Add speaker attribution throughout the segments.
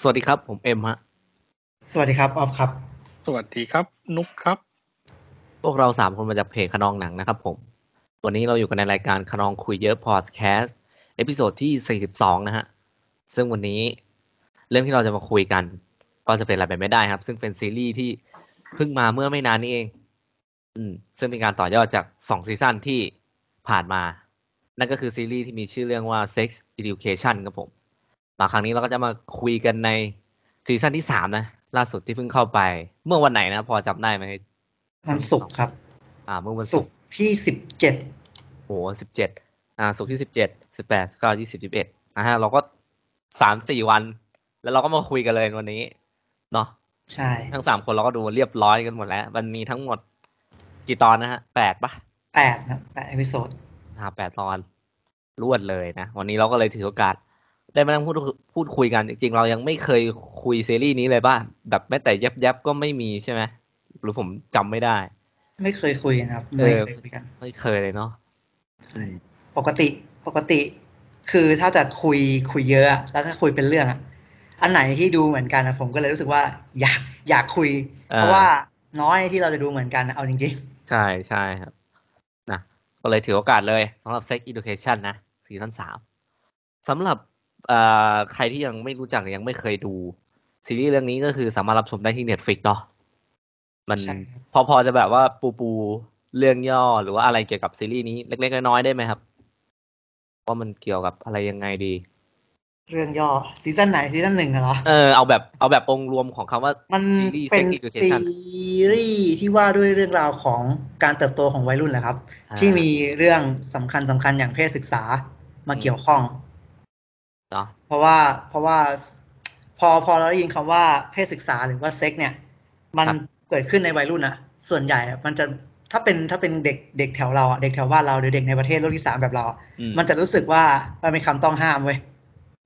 Speaker 1: สวัสดีครับ ผมเอ็มฮะ
Speaker 2: สวัสดีครับออฟครับ
Speaker 3: สวัสดีครับ นุกครับ
Speaker 1: พวกเราสามคนมาจากเพจขนองหนังนะครับผม วันนี้เราอยู่กันในรายการขนองคุยเยอะพอดแคสต์เอพิโซดที่ 42 นะฮะ ซึ่งวันนี้เรื่องที่เราจะมาคุยกัน ก็จะเป็นอะไรไปไม่ได้ครับ ซึ่งเป็นซีรีส์ที่เพิ่งมาเมื่อไม่นานนี้เอง อืม ซึ่งเป็นการต่อยอดจาก 2 ซีซั่นที่ผ่านมา นั่นก็คือซีรีส์ที่มีชื่อเรื่องว่า Sex Education ครับผม มาครั้งนี้เราก็จะมาคุยกันในซีซั่นที่ 3 นะ ล่าสุดที่เพิ่งเข้าไป เมื่อวันไหนนะพอจำได้ไหม
Speaker 2: วันศุกร์ครับ
Speaker 1: อ่าเมื่อวันศุ
Speaker 2: ศุ
Speaker 1: ก
Speaker 2: ก
Speaker 1: ร์
Speaker 2: ร์ที่สิบเจ็ด
Speaker 1: โหสิบเจ็ดอ่าศุกร์ที่สิบเจ็ดสิบแปดเก้ายี่สิบสิบเอ็ดนะฮะ เราก็สามสี่วัน แล้วเราก็มาคุยกันเลยวันนี้เนาะ
Speaker 2: ใช่
Speaker 1: ทั้งสามคนเราก็ดูเรียบร้อยกันหมดแล้ว มันมีทั้งหมดกี่ตอนนะฮะแปดปะ
Speaker 2: แปดนะแปดเอพิโซด
Speaker 1: อ่าแปดตอน รวดเลยนะ วันนี้เราก็เลยถือโอกาส ได้มานั่งพูดพูดคุยกัน จริงๆ เรายังไม่เคยคุยซีรีส์นี้เลยป่ะแบบแม้แต่ยับยับๆก็ไม่มีใช่ไหมหรือผมจำไม่ได้
Speaker 2: ไม่เคยคุยนะครับ
Speaker 1: เอ
Speaker 2: ไม่
Speaker 1: อ
Speaker 2: เคยคุยกัน
Speaker 1: ไม่เคยเลยเนาะ
Speaker 2: ปกติปกติ คือถ้าจะคุยคุยเยอะอะแล้วถ้าคุยเป็นเรื่องอะอันไหนที่ดูเหมือนกันนะผมก็เลยรู้สึกว่า อยากอยากคุย เพราะว่าน้อยที่เราจะดูเหมือนกันนะเอาจริง
Speaker 1: ใช่ใช่ครับนะก็เลยถือโอกาสเลยสำหรับ Sex Education นะซีซั่นสามสำหรับเอ่อใครที่ยังไม่รู้จักหรือยังไม่เคยดู ซีรีส์เรื่องนี้ก็คือสามารถรับชมได้ที่ Netflix เนาะมัน
Speaker 2: ๆใช่ครับ
Speaker 1: พอพอจะแบบว่าปูปูเรื่องย่อหรือว่าอะไรเกี่ยวกับซีรีส์นี้เล็ก ๆ น้อยๆได้ไหมครับ ว่ามันเกี่ยวกับอะไรยังไงดี
Speaker 2: เรื่องย่อซีซั่นไหนซีซั่นหนึ่งอะเหรอ
Speaker 1: เออเอาแบบเอาแบบองค์รวมของคำว่า
Speaker 2: มัน
Speaker 1: ซีรีส์
Speaker 2: เป็น
Speaker 1: Sex
Speaker 2: ซี
Speaker 1: Education
Speaker 2: รีส์ที่ว่าด้วยเรื่องราวของการเติบโตของวัยรุ่นแหละครับ
Speaker 1: อ่า
Speaker 2: ที่มีเรื่องสำคัญสำคัญอย่างเพศศึกษามาเกี่ยวข้อง
Speaker 1: เนาะ
Speaker 2: เพราะว่าเพราะว่าพอพอเราได้ยินคำว่าเพศศึกษาหรือว่าเซ็กเนี่ย มันเกิดขึ้นในวัยรุ่นนะส่วนใหญ่อะมันจะถ้าเป็นถ้าเป็นเด็กเด็กแถวเราอะเด็กแถวบ้านเราหรือเด็กในประเทศโลกที่สามแบบเราอะ
Speaker 1: อื
Speaker 2: มันจะรู้สึกว่ามันเป็นคำต้องห้ามเว้ย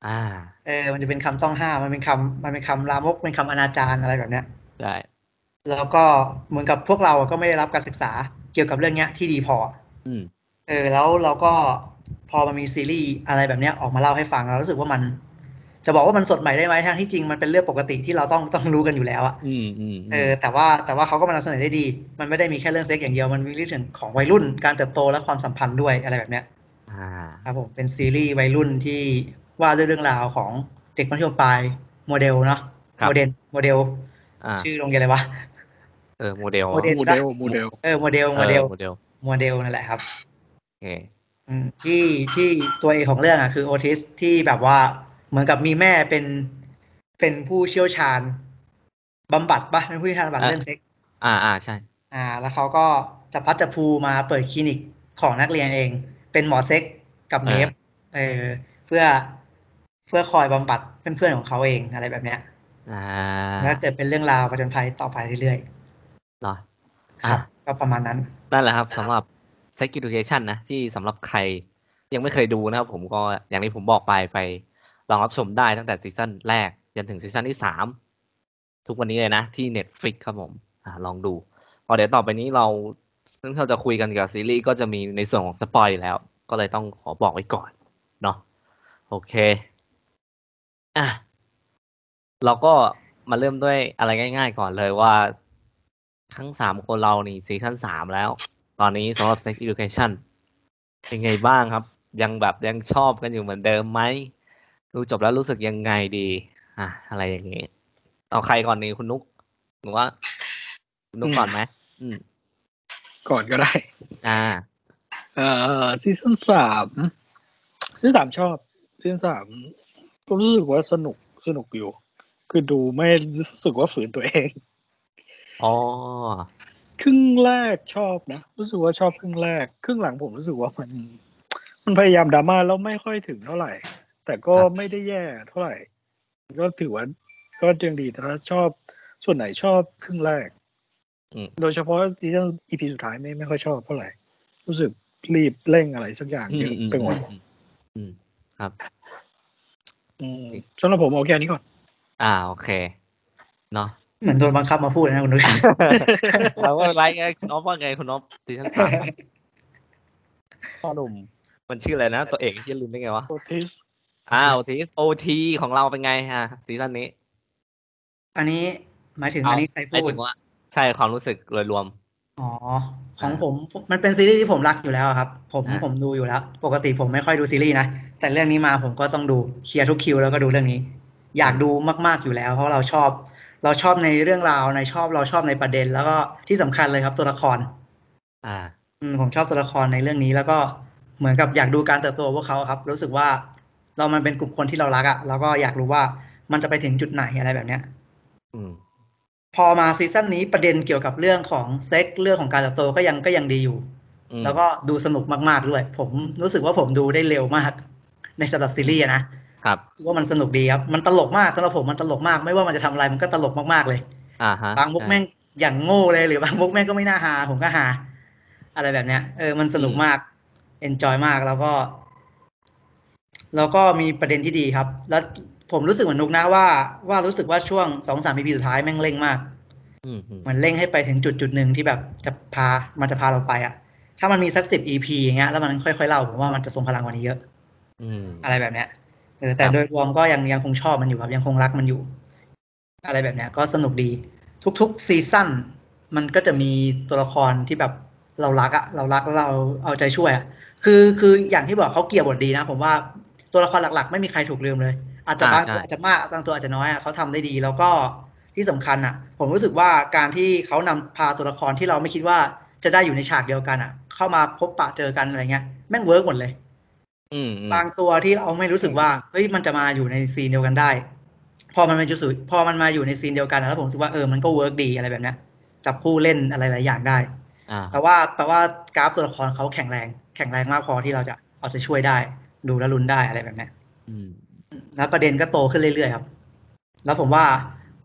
Speaker 1: อ่า
Speaker 2: เออมันจะเป็นคำต้องห้ามมันเป็นคำมันเป็นคำลามกเป็นคำอนาจารอะไรแบบเนี้ย
Speaker 1: ได้
Speaker 2: แล้วก็เหมือนกับพวกเราก็ไม่ได้รับการศึกษาเกี่ยวกับเรื่องเนี้ยที่ดีพอ
Speaker 1: อืม
Speaker 2: เออแล้วเราก็พอมันมีซีรีส์อะไรแบบเนี้ยออกมาเล่าให้ฟังเรารู้สึกว่ามัน จะบอกว่ามันสดใหม่ได้ไหมทางที่จริงมันเป็นเรื่องปกติที่เราต้องต้องรู้กันอยู่แล้วอะ
Speaker 1: อืมอืม
Speaker 2: เออแต่ว่าแต่ว่าเขาก็มานำเสนอได้ดี มันไม่ได้มีแค่เรื่องเซ็กอย่างเดียวมันมีเรื่องของวัยรุ่นการเติบโตและความสัมพันธ์ด้วยอะไรแบบเนี้ย
Speaker 1: อ่า
Speaker 2: ครับผมเป็นซีรีส์วัยรุ่นที่ว่าด้วยเรื่องราวของเด็กมัธยมปลายโมเดลเนาะ
Speaker 1: ครับ
Speaker 2: โมเดลโมเดล
Speaker 1: อ่า
Speaker 2: ชื่อโรงเรียนอะไรวะ
Speaker 1: เออโมเดล
Speaker 2: โมเดล
Speaker 3: โมเดล โมเดล
Speaker 2: เออโมเดลโมเดล
Speaker 1: ออโมเดล
Speaker 2: โมเดลนั่นแหละครับ
Speaker 1: โอเค
Speaker 2: อืมที่ที่ตัวเอกของเรื่องอ่ะคือโอทิสที่แบบว่าเหมือนกับมีแม่เป็นเป็นผู้เชี่ยวชาญบำบัดปะเป็นผู้เชี่ยวชาญบำบัด
Speaker 1: อ่ะ
Speaker 2: เรื่องเซ็กส์
Speaker 1: อ่าอ่าใช่
Speaker 2: อ่า แล้วเขาก็จับพลัดจับพลูมาเปิดคลินิกของนักเรียนเอง เป็นหมอเซ็กส์กับเนฟเออเพื่อเพื่อคอยบำบัดเพื่อนๆของเขาเองอะไรแบบเนี้ย
Speaker 1: อ่า
Speaker 2: แล้วเกิดเป็นเรื่องราวประจนภัยต่อไปเรื่อย
Speaker 1: เนาะ
Speaker 2: ๆครับ
Speaker 1: อ่ะ
Speaker 2: ก็ประมาณนั้น
Speaker 1: นั่นแหละครับสำหรับ Sex Education นะ ที่สำหรับใครยังไม่เคยดูนะครับผมก็อย่างที่ผมบอกไปไปลองรับชมได้ตั้งแต่ซีซั่นแรก จนถึงซีซั่นที่สามทุกวันนี้เลยนะ ที่ Netflix ครับผม อ่าลองดูพอเดี๋ยวต่อไปนี้เราเรื่องที่เราจะคุยกันเกี่ยวกับซีรีส์ก็จะมีในส่วนของสปอยแล้ว ก็เลยต้องขอบอกไว้ก่อน เนาะโอเค อ่ะ เราก็มาเริ่มด้วยอะไรง่าย ๆ ก่อนเลยว่าทั้งสามคนเรานี่ซีซั่นสามแล้ว ตอนนี้สำหรับ Sex Education เป็นไงบ้างครับ ยังแบบยังชอบกันอยู่เหมือนเดิมไหมดูจบแล้วรู้สึกยังไงดี อ่ะ อะไรอย่างนี้ เอาใครก่อนดีคุณนุกหรือว่าคุณนุก
Speaker 3: อืม
Speaker 1: ก่อนไหมอืม
Speaker 3: ก่อนก็ได้
Speaker 1: อ่า
Speaker 3: เอ่อซีซั่นสามซีซั่นสามชอบซีซั่นสามก็รู้สึกว่าสนุกสนุกอยู่ คือดูไม่รู้สึกว่าฝืนตัวเอง
Speaker 1: อ๋อ
Speaker 3: ครึ่งแรกชอบนะ รู้สึกว่าชอบครึ่งแรก ครึ่งหลังผมรู้สึกว่ามัน มันพยายามดราม่าแล้วไม่ค่อยถึงเท่าไหร่ แต่ก็
Speaker 1: ครับ
Speaker 3: ไม่ได้แย่เท่าไหร่ ก็ถือว่าก็ยังดีแต่ถ้าชอบส่วนไหนชอบครึ่งแรก
Speaker 1: อืม
Speaker 3: โดยเฉพาะที่เรื่อง EP สุดท้ายไม่ไม่ค่อยชอบเท่าไหร่ รู้สึกรีบเร่งอะไรสักอย่าง
Speaker 1: อื
Speaker 3: เย
Speaker 1: ม
Speaker 3: อะ
Speaker 1: อืม
Speaker 3: ไปหมด
Speaker 1: อืม
Speaker 3: อืมสำหรับผมเอาแค่นี้ก่อน
Speaker 1: อ่า โอเค เนาะ
Speaker 2: เหมือนโดนบังคับมาพูดนะคุณนุช
Speaker 1: เราก็ไลฟ์ไงคุณอ๊อฟว่าไงคุณอ๊อฟซีซั่นสามพ่อหนุ่ม มันชื่ออะไรนะ ตัวเอกที่ลืมได้ไงวะ
Speaker 3: โอทิส
Speaker 1: อ้าวทีโอทีของเราเป็นไงฮะซีซั่นนี้
Speaker 2: อันนี้หมายถึง
Speaker 1: เอา
Speaker 2: อันนี้ใคร
Speaker 1: หมาย
Speaker 2: พูด
Speaker 1: ถึงว่า ใช่ความรู้สึกโดยรวม
Speaker 2: อ๋อของ
Speaker 1: อ่า
Speaker 2: ผมมันเป็นซีรีส์ที่ผมรักอยู่แล้วครับ ผม
Speaker 1: อ่า
Speaker 2: ผมดูอยู่แล้ว ปกติผมไม่ค่อยดูซีรีส์นะแต่เรื่องนี้มาผมก็ต้องดูเคลียร์ทุกคิวแล้วก็ดูเรื่องนี้ อยากดูมาก ๆอยู่แล้ว เพราะเราชอบ เราชอบในเรื่องราวในชอบเราชอบในประเด็น แล้วก็ที่สำคัญเลยครับตัวละคร
Speaker 1: อ่า
Speaker 2: อืมผมชอบตัวละครในเรื่องนี้ แล้วก็เหมือนกับอยากดูการเติบโตของพวกเขาครับ รู้สึกว่า เรามันเป็นกลุ่มคนที่เรารักอะ่ะเราก็อยากรู้ว่ามันจะไปถึงจุดไหนอะไรแบบเนี้ย
Speaker 1: อืม
Speaker 2: พอมาซีซั่นนี้ประเด็นเกี่ยวกับเรื่องของเซ็กเรื่องของการเติบโตก็ยังก็ยังดีอยู่
Speaker 1: อืม
Speaker 2: แล้วก็ดูสนุกมากๆด้วย ผมรู้สึกว่าผมดูได้เร็วมาก ในสำหรับซีรีส์อะนะครับ รู้สึกว่ามันสนุกดีครับ มันตลกมากสำหรับผมมันตลกมาก ไม่ว่ามันจะทำอะไรมันก็ตลกมากๆเลย
Speaker 1: อ่าฮะ
Speaker 2: บางมุก
Speaker 1: ใช่
Speaker 2: แม่งอย่างโง่เลยหรือบางมุกแม่งก็ไม่น่าหา ผมก็หา อะไรแบบเนี้ยเออมันสนุก
Speaker 1: อืม
Speaker 2: มาก เอนจอยมากแล้วก็ แล้วก็มีประเด็นที่ดีครับ แล้วผมรู้สึกเหมือนนุกนะว่าว่ารู้สึกว่าช่วงสองสามปีสุดท้ายแม่งเร่งมาก
Speaker 1: อืมอืม
Speaker 2: มันเร่งให้ไปถึงจุดจุดหนึ่งที่แบบจะพามันจะพาเราไปอะถ้ามันมีสักสิบ EP อย่างเงี้ยแล้วมันค่อยๆเล่าผมว่ามันจะทรงพลังกว่านี้เยอะ
Speaker 1: อืม
Speaker 2: อะไรแบบเนี้ยเออแต่
Speaker 1: ครับ
Speaker 2: โดยรวมก็ยังยังคงชอบมันอยู่ครับ ยังคงรักมันอยู่ อะไรแบบเนี้ย ก็สนุกดี ทุกๆซีซั่นมันก็จะมีตัวละครที่แบบเรารักอะเรารักแล้วเราเอาใจช่วยอะคือคืออย่างที่บอกเขาเกลี่ยวบทดีนะ ผมว่าตัวละครหลักๆ ไม่มีใครถูกลืมเลย อาจจะ
Speaker 1: อ่า
Speaker 2: บาง
Speaker 1: ใช่
Speaker 2: ตัวอาจจะมากบางตัวอาจจะน้อยอะเขาทำได้ดี แล้วก็ที่สำคัญอะผมรู้สึกว่าการที่เขานำพาตัวละครที่เราไม่คิดว่าจะได้อยู่ในฉากเดียวกันอะเข้ามาพบปะเจอกันอะไรเงี้ยแม่งเวิร์กหมดเลย
Speaker 1: อืมอืม
Speaker 2: บางตัวที่เราไม่รู้สึกว่าเฮ้ยมันจะมาอยู่ในซีนเดียวกันได้ พอมันมาจุดสุดพอมันมาอยู่ในซีนเดียวกันแล้วผมรู้สึกว่าเออมันก็เวิร์กดีอะไรแบบเนี้ยจับคู่เล่นอะไรหลายอย่างได้
Speaker 1: อ่า
Speaker 2: แปลว่าแปลว่ากราฟตัวละครเขาแข็งแรง แข็งแรงมากพอที่เราจะเอาจะช่วยได้ ดูแลวลุ้นได้อะไรแบบเนี้ย
Speaker 1: อืม
Speaker 2: แล้วประเด็นก็โตขึ้นเรื่อยๆครับ แล้วผมว่า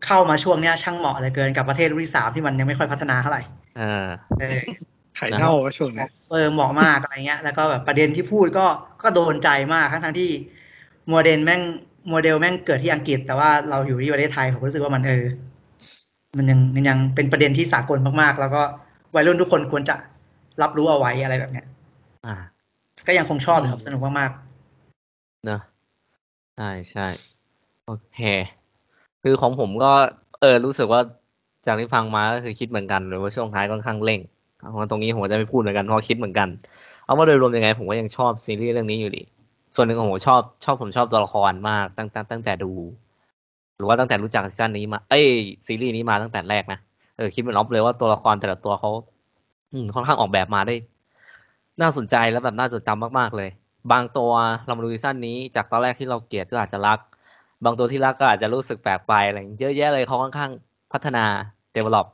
Speaker 2: เข้ามาช่วงเนี้ยช่างเหมาะเหลยเกินกับประเทศรุ่นที่สามที่มันยังไม่ค่อยพัฒนาเท่าไหร่
Speaker 1: เออ
Speaker 2: เออ
Speaker 3: ไข่เน่าวะช่วงเนี้ย
Speaker 2: เออเหมาะมากอะไรเงี้ย แล้วก็แบบประเด็นที่พูดก็ก็โดนใจมากทั้งทั้งที่โมเดลแม่งโมเดลแม่งเกิดที่อังกฤษ แต่ว่าเราอยู่ที่ประเทศไทยผมรู้สึกว่ามันเออ มันยังมันยังเป็นประเด็นที่สากลมากๆ แล้วก็วัยรุ่นทุกคนควรจะรับรู้เอาไว้อะไรแบบเนี้ย
Speaker 1: อ่า
Speaker 2: ก็ยังคงชอบอยู่ครับสนุกมาก
Speaker 1: เนอะใช่ใช่โอเค คือของผมก็ เออ รู้สึกว่าจากที่ฟังมาก็คือคิดเหมือนกันหรือว่าช่วงท้ายค่อนข้างเร่งเอามาตรงนี้ผมจะไม่พูดเหมือนกันเพราะคิดเหมือนกัน เอาว่าโดยรวมยังไง ผมก็ยังชอบซีรีส์เรื่องนี้อยู่ดี ส่วนหนึ่งของผมชอบชอบผมชอบตัวละครมากตั้งตั้งตั้งแต่ดู หรือว่าตั้งแต่รู้จักซีซั่นนี้มา เอ้ยซีรีส์นี้มาตั้งแต่แรกนะเออคิดเป็นล็อบเลยว่าตัวละครแต่ละตัวเขาอืมค่อนข้างออกแบบมาได้ น่าสนใจและแบบน่าจดจำมากๆเลย บางตัวเรามาดูซีซั่นนี้จากตอนแรกที่เราเกลียดก็อาจจะรัก บางตัวที่รักก็อาจจะรู้สึกแปลกไปอะไรอย่างเงี้ยเยอะแยะเลยเขาค่อนข้างพัฒนา develop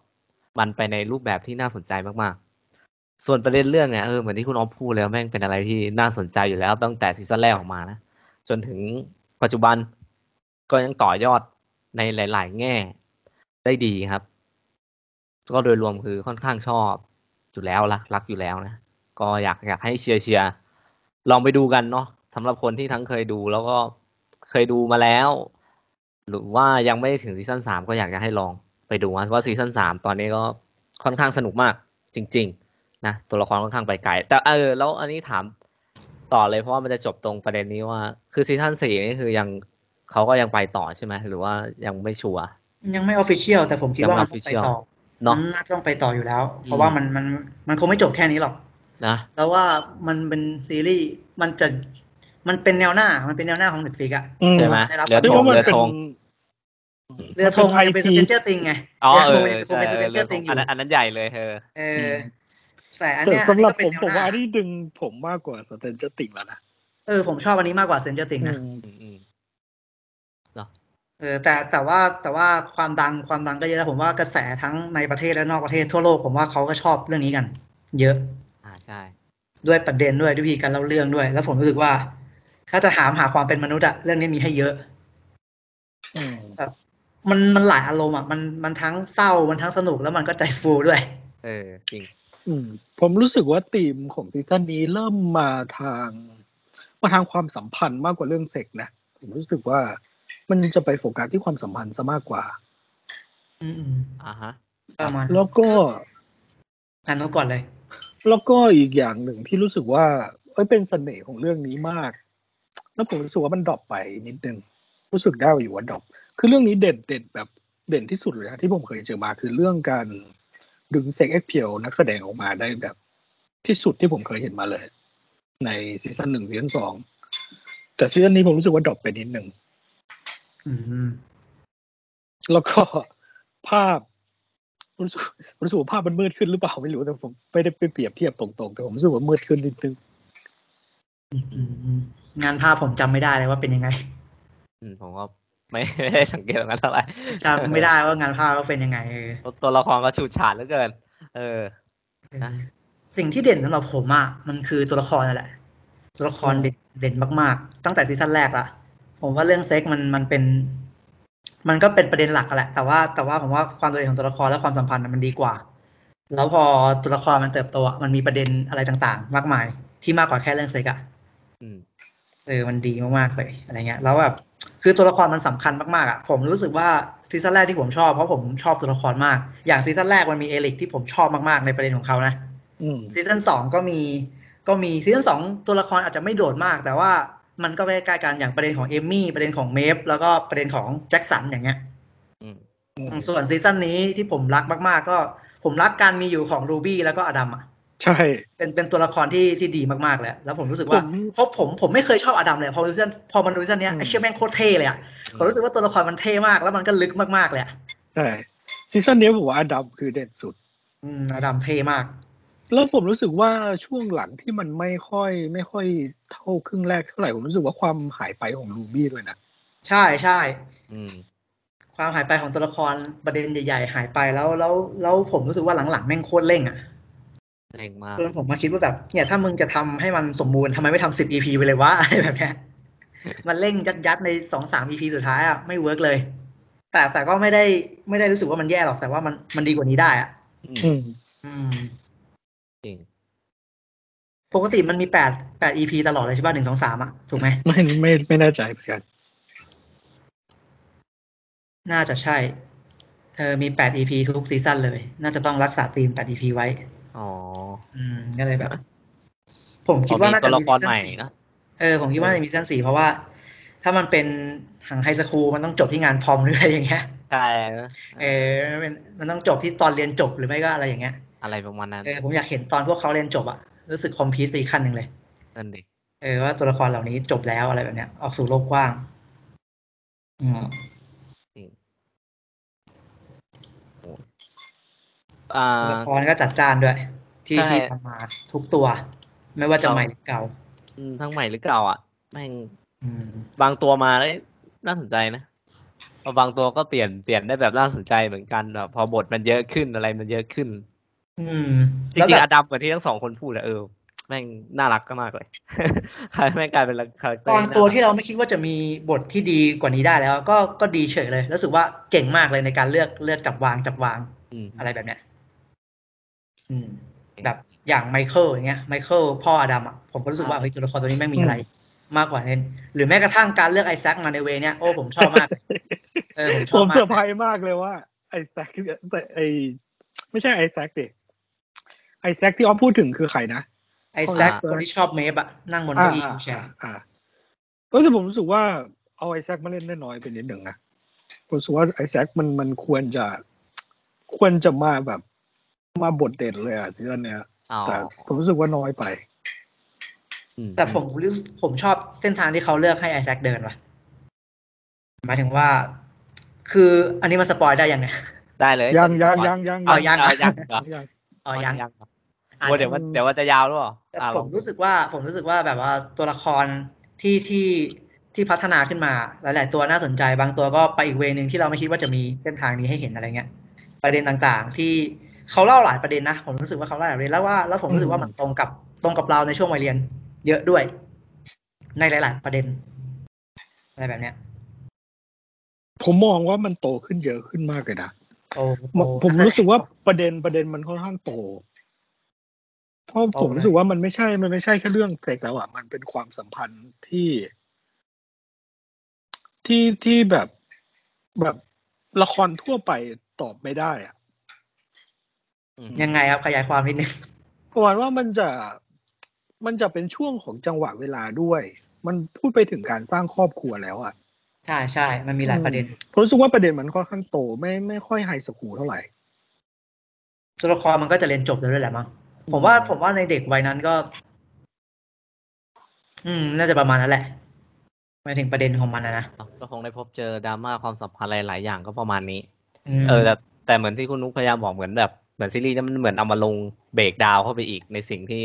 Speaker 1: มันไปในรูปแบบที่น่าสนใจมากๆ ส่วนประเด็นเรื่องเนี่ยเออเหมือนที่คุณออฟพูดแล้วแม่งเป็นอะไรที่น่าสนใจอยู่แล้วตั้งแต่ซีซั่นแรกออกมานะ จนถึงปัจจุบันก็ยังต่อยอดในหลาย ๆ แง่ได้ดีครับ ก็โดยรวมคือค่อนข้างชอบอยู่แล้วรักรักอยู่แล้วนะ ก็อยากอยากให้เชียร์เชียร์ลองไปดูกันเนาะสำหรับคนที่ทั้งเคยดูแล้วก็เคยดูมาแล้ว หรือว่ายังไม่ได้ถึงซีซั่นสามก็อยากจะให้ลองไปดูนะว่าซีซั่นสามตอนนี้ก็ค่อนข้างสนุกมากจริง ๆ นะตัวละครค่อนข้างไปไกลแต่เออแล้วอันนี้ถามต่อเลยเพราะว่ามันจะจบตรงประเด็นนี้ว่า คือซีซั่นสี่นี่คือยังเขาก็ยังไปต่อใช่ไหมหรือว่ายังไม่ชัวร์
Speaker 2: ๆ ยังไม่ออฟฟิเชียลแต่ผมคิดว่ามันต้องไปต่อ
Speaker 1: เนอะ
Speaker 2: มันน่าจะต้องไปต่ออยู่แล้ว เพ
Speaker 1: อื
Speaker 2: ราะ
Speaker 1: ม
Speaker 2: ว่ามันมันมันคงไม่จบแค่นี้หรอก
Speaker 1: นะ
Speaker 2: แล้วว่ามันเป็นซีรีส์มันจะมันเป็นแนวหน้ามันเป็นแนวหน้าของเน็ตฟลิกอะ
Speaker 3: อืม
Speaker 1: ใช่ไหม
Speaker 2: ได้รับ
Speaker 1: เรือ
Speaker 3: เรีย
Speaker 1: ธ
Speaker 3: ก
Speaker 1: ง
Speaker 3: ว่ามัน
Speaker 1: เรือ
Speaker 3: เป็น
Speaker 1: ธง
Speaker 2: เรือธงมันจะเป็นส
Speaker 3: มั
Speaker 2: เตน
Speaker 3: น
Speaker 2: เจอร์ติงไง
Speaker 1: อ๋อเออ
Speaker 2: เรือธงมันจะเป็นสเตนเจ
Speaker 1: เรือ อ
Speaker 2: ร์
Speaker 1: ธ
Speaker 2: ติ
Speaker 1: ง
Speaker 2: ง
Speaker 1: อัน
Speaker 2: อยู่
Speaker 1: นั้นอันนั้นใหญ่เลยเออ
Speaker 2: เออแต่อัน
Speaker 3: แต่
Speaker 2: เนี้ยอัน
Speaker 3: สำห
Speaker 2: นี้
Speaker 3: รับ
Speaker 2: ก็เป็
Speaker 3: ผ
Speaker 2: น
Speaker 3: มผม
Speaker 2: แนวห
Speaker 3: ว่า
Speaker 2: น้า
Speaker 3: อันนี้ดึงผมมากกว่าสเตนเจอร์ติงแล้วนะ
Speaker 2: เออผมชอบอันนี้มากกว่าสเตนเจอร์ติง
Speaker 3: อื
Speaker 2: นะ
Speaker 3: ม
Speaker 1: อืมอืม
Speaker 2: เออแต่แต่ว่าแต่ว่าความดังความดังก็เยอะแล้วผมว่ากระแสทั้งในประเทศและนอกประเทศทั่วโลกผมว่าเขาก็ชอบเรื่องนี้กัน เยอะ
Speaker 1: อ่าใช่
Speaker 2: ด้วยประเด็นด้วยด้วยวิธีการเล่าเรื่องด้วย แล้วผมรู้สึกว่า ถ้าจะหามหาความเป็นมนุษย์อะเรื่องนี้มีให้เยอะ
Speaker 3: อืม
Speaker 2: มันมันหลายอารมณ์อะมันมันทั้งเศร้ามันทั้งสนุกแล้วมันก็ใจฟูด้วย
Speaker 1: เออจริง
Speaker 3: อืมผมรู้สึกว่าธีมของซีซั่นนี้เริ่มมาทางมาทางความสัมพันธ์มากกว่าเรื่องเซ็กนะผมรู้สึกว่ามันจะไปโฟกัสที่ความสัมพันธ์ซะมากกว่า
Speaker 2: อืม
Speaker 1: อ่าฮะ
Speaker 2: ๆประมาณ
Speaker 3: แล้วก็
Speaker 2: อันนู้นก่อนเลย
Speaker 3: แล้วก็อีกอย่างหนึ่งที่รู้สึกว่า เอ้ยเป็นเสน่ห์ของเรื่องนี้มาก แล้วผมรู้สึกว่ามันดรอปไปนิดนึงรู้สึกได้อยู่ว่าดรอปคือเรื่องนี้เด็ดเด็ดแบบ เด่นที่สุดเลยนะที่ผมเคยเจอมาคือเรื่องการดึงเซ็กเอ็กเพียวนักแสดงออกมาได้แบบ ที่สุดที่ผมเคยเห็นมาเลย ในซีซั่นหนึ่งซีซั่นสองแต่ซีซั่นนี้ผมรู้สึกว่าดรอปไปนิดหนึ่ง
Speaker 2: อืม
Speaker 3: แล้วก็ภาพรู้สึกรู้สึกว่าภาพมันมืดขึ้นหรือเปล่าไม่รู้แต่ผมไม่ได้ไปเปรียบเทียบตรงๆแต่ผมรู้สึกว่ามืดขึ้นนิดนึง
Speaker 2: อืมงานภาพผมจำไม่ได้เลยว่าเป็นยังไง
Speaker 1: อืมผมก็ ไม่ ไม่ได้สังเกตตรงนั้นเท่าไหร่
Speaker 2: จำไม่ได้ว่างานภาพเขาเป็นยังไงเออ
Speaker 1: ตัวละครก็ฉูดฉาดเหลือเกิน เออ นะ
Speaker 2: สิ่งที่เด่นสำหรับผมอ่ะมันคือตัวละครนั่นแหละ ตัวละครเด่นเด่นมากๆ ตั้งแต่ซีซั่นแรกละผมว่าเรื่องเซ็กมันมันเป็น มันก็เป็นประเด็นหลักอะแหละ แต่ว่าแต่ว่าผมว่าความโดดเด่นของตัวละครและความสัมพันธ์น่ะมันดีกว่า แล้วพอตัวละครมันเติบโตอะมันมีประเด็นอะไรต่างๆ มากมาย ที่มากกว่าแค่เรื่องเซ็กอะ
Speaker 1: อืม
Speaker 2: เออ มันดีมาก ๆ เลย อะไรเงี้ย แล้วแบบ คือตัวละครมันสำคัญมาก ๆ อ่ะ ผมรู้สึกว่าซีซั่นแรกที่ผมชอบ เพราะผมชอบตัวละครมาก อย่างซีซั่นแรกมันมีเอลิกที่ผมชอบมาก ๆ ในประเด็นของเขานะ
Speaker 3: อืม
Speaker 2: ซีซั่นสองก็มี ก็มี ซีซั่นสองตัวละครอาจจะไม่โดดมาก แต่ว่ามันก็ใกล้ๆกัน อย่างประเด็นของเอมมี่ ประเด็นของเมฟ แล้วก็ประเด็นของแจ็คสันอย่างเงี้ย
Speaker 1: อืม
Speaker 2: ส่วนซีซั่นนี้ที่ผมรักมาก ๆ ก็ ผมรักการมีอยู่ของรูบี้แล้วก็อดัมอ่ะ
Speaker 3: ใช่
Speaker 2: เป็นเป็นตัวละครที่ที่ดีมากๆเลยอะแล้วผมรู้สึก
Speaker 3: ผ
Speaker 2: ว่า
Speaker 3: ม
Speaker 2: เพราะผมผมไม่เคยชอบอดัมเลยพอมาดูซีซั่นพอมาดูซีซั่นเนี้ย
Speaker 3: อืม
Speaker 2: ไอ้เชี่ยแม่งโคตรเท่เลยอ่ะผมรู้สึกว่าตัวละครมันเท่มาก แล้วมันก็ลึกมากๆเลยอะ
Speaker 3: ใช่ซีซั่นนี้ผมว่าอดัมคือเด่นสุด
Speaker 2: อืมอดัมเท่มาก
Speaker 3: แล้วผมรู้สึกว่าช่วงหลังที่มันไม่ค่อย ไม่ค่อยเท่าครึ่งแรกเท่าไหร่ผมรู้สึกว่าความหายไปของรูบี้ด้วยนะ
Speaker 2: ใช่ใช่
Speaker 1: อืม
Speaker 2: ความหายไปของตัวละครประเด็นใหญ่ ๆ หายไปแล้วแล้วแล้วผมรู้สึกว่าหลังๆแม่งโคตรเร่งอ่ะ
Speaker 1: เร่งมาก
Speaker 2: จนผมมาคิดว่าแบบเนี่ยถ้ามึงจะทำให้มันสมบูรณ์ทำไมไม่ทำสิบ EP ไปเลยวะ อะไรแบบเนี้ยมันเร่งยัดยัดๆในสองสาม EP สุดท้ายอ่ะไม่เวิร์กเลย แต่แต่ก็ไม่ได้ไม่ได้รู้สึกว่ามันแย่หรอกแต่ว่ามันมันดีกว่านี้ได้อ่ะ
Speaker 1: อืม
Speaker 3: ม
Speaker 2: อืม
Speaker 1: จริง
Speaker 2: ปกติมันมีแปดแปด EP ตลอดเลยใช่ป่ะหนึ่งสองสามอ่ะ ถูกไหม
Speaker 3: ไม่ไม่ไม่แน่ใจเหมื อนกัน
Speaker 2: น่าจะใช่ เออมีแปด EP ทุกซีซั่นเลย น่าจะต้องรักษาธีมแปด EP ไว้
Speaker 1: อ๋อ
Speaker 2: อืม ก็เลยแบบ ผมคิดว่าน่า
Speaker 1: ตั
Speaker 2: จะ
Speaker 1: วละ
Speaker 2: มี
Speaker 1: ค
Speaker 2: ซี
Speaker 1: ร
Speaker 2: ซั่
Speaker 1: ให
Speaker 2: น
Speaker 1: ม่
Speaker 2: สี่
Speaker 1: เนอะ
Speaker 2: เออ ผมคิดว่าน่าจะมีซีซั่นสี่เพราะว่า ถ้ามันเป็นหางไฮสคูลมันต้องจบที่งานพรอมหรืออะไรอย่างเงี้ย
Speaker 1: ใช่นะ
Speaker 2: เออมันเป็นมันต้องจบที่ตอนเรียนจบหรือไม่ก็อะไรอย่างเงี้ย
Speaker 1: อะไรประมาณนั้น
Speaker 2: เออ ผมอยากเห็นตอนพวกเขาเรียนจบอ่ะ รู้สึกคอมพลีทไปอีกขั้นหนึ่งเลย
Speaker 1: นั่นดิ
Speaker 2: เออว่าตัวละครเหล่านี้จบแล้วอะไรแบบเนี้ย ออกสู่โลกกว้าง อืม
Speaker 1: จริงโอ้อ่า
Speaker 2: ตัวละครก็จัดจ้านด้วย ที่
Speaker 1: ใช่
Speaker 2: ที่ทำมาทุกตัว ไม่ว่าจะ
Speaker 1: เรา
Speaker 2: ใหม่หรือเก่า
Speaker 1: อืมทั้งใหม่หรือเก่าอ่ะแม่ง
Speaker 2: อืม
Speaker 1: บางตัวมาแล้วน่าสนใจนะพอบางตัวก็เปลี่ยนเปลี่ยนได้แบบน่าสนใจเหมือนกันแบบพอบทมันเยอะขึ้นอะไรมันเยอะขึ้น
Speaker 2: อืม
Speaker 1: จ
Speaker 2: แล้ว
Speaker 1: ริงๆ
Speaker 2: แบ
Speaker 1: อบ ดัมกับที่ทั้งสองคนพูดอะเออ แม่งน่ารักก็มากเลย ใครแม่งกลายเป็นคาแรคเตอร์
Speaker 2: ตอนตัวที่
Speaker 1: น่ารัก
Speaker 2: เราไม่คิดว่าจะมีบทที่ดีกว่านี้ได้แล้ว ก็ก็ดีเฉยเลยรู้สึกว่าเก่งมากเลยในการเลือกเลือกจับวางจับวาง
Speaker 1: อืม
Speaker 2: อะไรแบบเนี้ยอืม แบบอย่างไมเคิลอย่างเงี้ยไมเคิลพ่ออดัมอ่ะผมก็รู้สึกว่าเฮ้ยตัวละครตัวนี้ไม่งมีอะไรมากกว่านั้นหรือแม้กระทั่งการเลือกไอแซคมาในเวเนี้ยโอ้ผมชอบมากเลยเออผมช
Speaker 3: ผ
Speaker 2: อ
Speaker 3: ม
Speaker 2: บมา
Speaker 3: เซอก ร์ไพรส์มากเลยว่า ไอแซคแต่ไอไม่ใช่ไอแซคดิไอแซคที่อ้อมพูดถึงคือใครนะ
Speaker 2: ไอแซคคนที่ชอบเมฟอะนั่งบนเก้าอี้วิวแชร์
Speaker 3: อ่าก็คือผมรู้สึกว่าเอาไอแซคมาเล่นได้น้อยไปนิดหนึ่งนะผมรู้สึกว่าไอแซคมันมันควรจะควรจะมาแบบมาบทเด่นเลยอ่ะซีซั่นเนี้ย
Speaker 1: อ๋อ
Speaker 3: แต่ผมรู้สึกว่าน้อยไป
Speaker 1: อื
Speaker 2: แต่ผมรู้สึกผมชอบเส้นทางที่เขาเลือกให้ไอแซคเดินว่ะหมายถึงว่า คืออันนี้มันสปอยได้ยังไง
Speaker 1: ได้เลย
Speaker 3: ยังยังยังยัง
Speaker 2: เอายัง
Speaker 1: เอายังเหรอ
Speaker 3: ยัง
Speaker 2: อ๋อยัง
Speaker 1: ยังเหรอ
Speaker 2: อ่ะ
Speaker 1: โอ้เดี๋ยวว่าเดี๋ยวว่าจะยาวหรือเปล่า
Speaker 2: แต่
Speaker 1: อ่ะ
Speaker 2: ผ
Speaker 1: ลอง
Speaker 2: มรู้สึกว่า ผมรู้สึกว่าแบบว่าตัวละครที่ที่ที่พัฒนาขึ้นมาหลาย ๆ ตัวน่าสนใจ บางตัวก็ไปอีกเวนึงที่เราไม่คิดว่าจะมีเส้นทางนี้ให้เห็นอะไรเงี้ย ประเด็นต่างๆ ที่เขาเล่าหลายประเด็นนะผมรู้สึกว่าเขาเล่าหลายประเด็นแล้วว่าแล้วผมรู้สึกว่ามันตรงกับตรงกับเราในช่วงวัยเรียน เยอะด้วย ในหลาย ๆ ประเด็นอะไรแบบเนี้ย
Speaker 3: ผมมองว่ามันโตขึ้นเยอะขึ้นมากเลยนะ
Speaker 2: โอ้โห
Speaker 3: ผมผมรู้สึกว่าประเด็นประเด็นมันค่อนข้างโตเพราะผมรู้สึกว่ามันไม่ใช่ มันไม่ใช่แค่เรื่องเซ็กแล้วอ่ะมันเป็นความสัมพันธ์ที่ ที่ที่แบบแบบละครทั่วไปตอบไม่ได้อะ
Speaker 1: อืม
Speaker 2: ยังไงครับขยายความนิดนึง
Speaker 3: ประมาณว่ามันจะมันจะเป็นช่วงของจังหวะเวลาด้วย มันพูดไปถึงการสร้างครอบครัวแล้วอ่ะ
Speaker 2: ใช่ใช่มันมีหลายประเด็น
Speaker 3: ผมรู้สึกว่าประเด็นมันค่อนข้างโตไม่ไม่ค่อยไฮสคูลเท่าไหร่
Speaker 2: ตัวละครมันก็จะเรียนจบแล้วด้วยแหละมั้งผมว่าผมว่าในเด็กวัยนั้นก็ อืม น่าจะประมาณนั้นแหละหมายถึงประเด็นของมันนะนะ
Speaker 1: ก็คงได้พบเจอดราม่าความสัมพันธ์หลาย ๆ อย่างก็ประมาณนี้
Speaker 2: ม
Speaker 1: เออแต่แต่เหมือนที่คุณนุ๊กพยายามบอกเหมือนแบบเหมือนซีรีส์นั้นมันเหมือนเอามาลงเบรกดาวน์เข้าไปอีกในสิ่งที่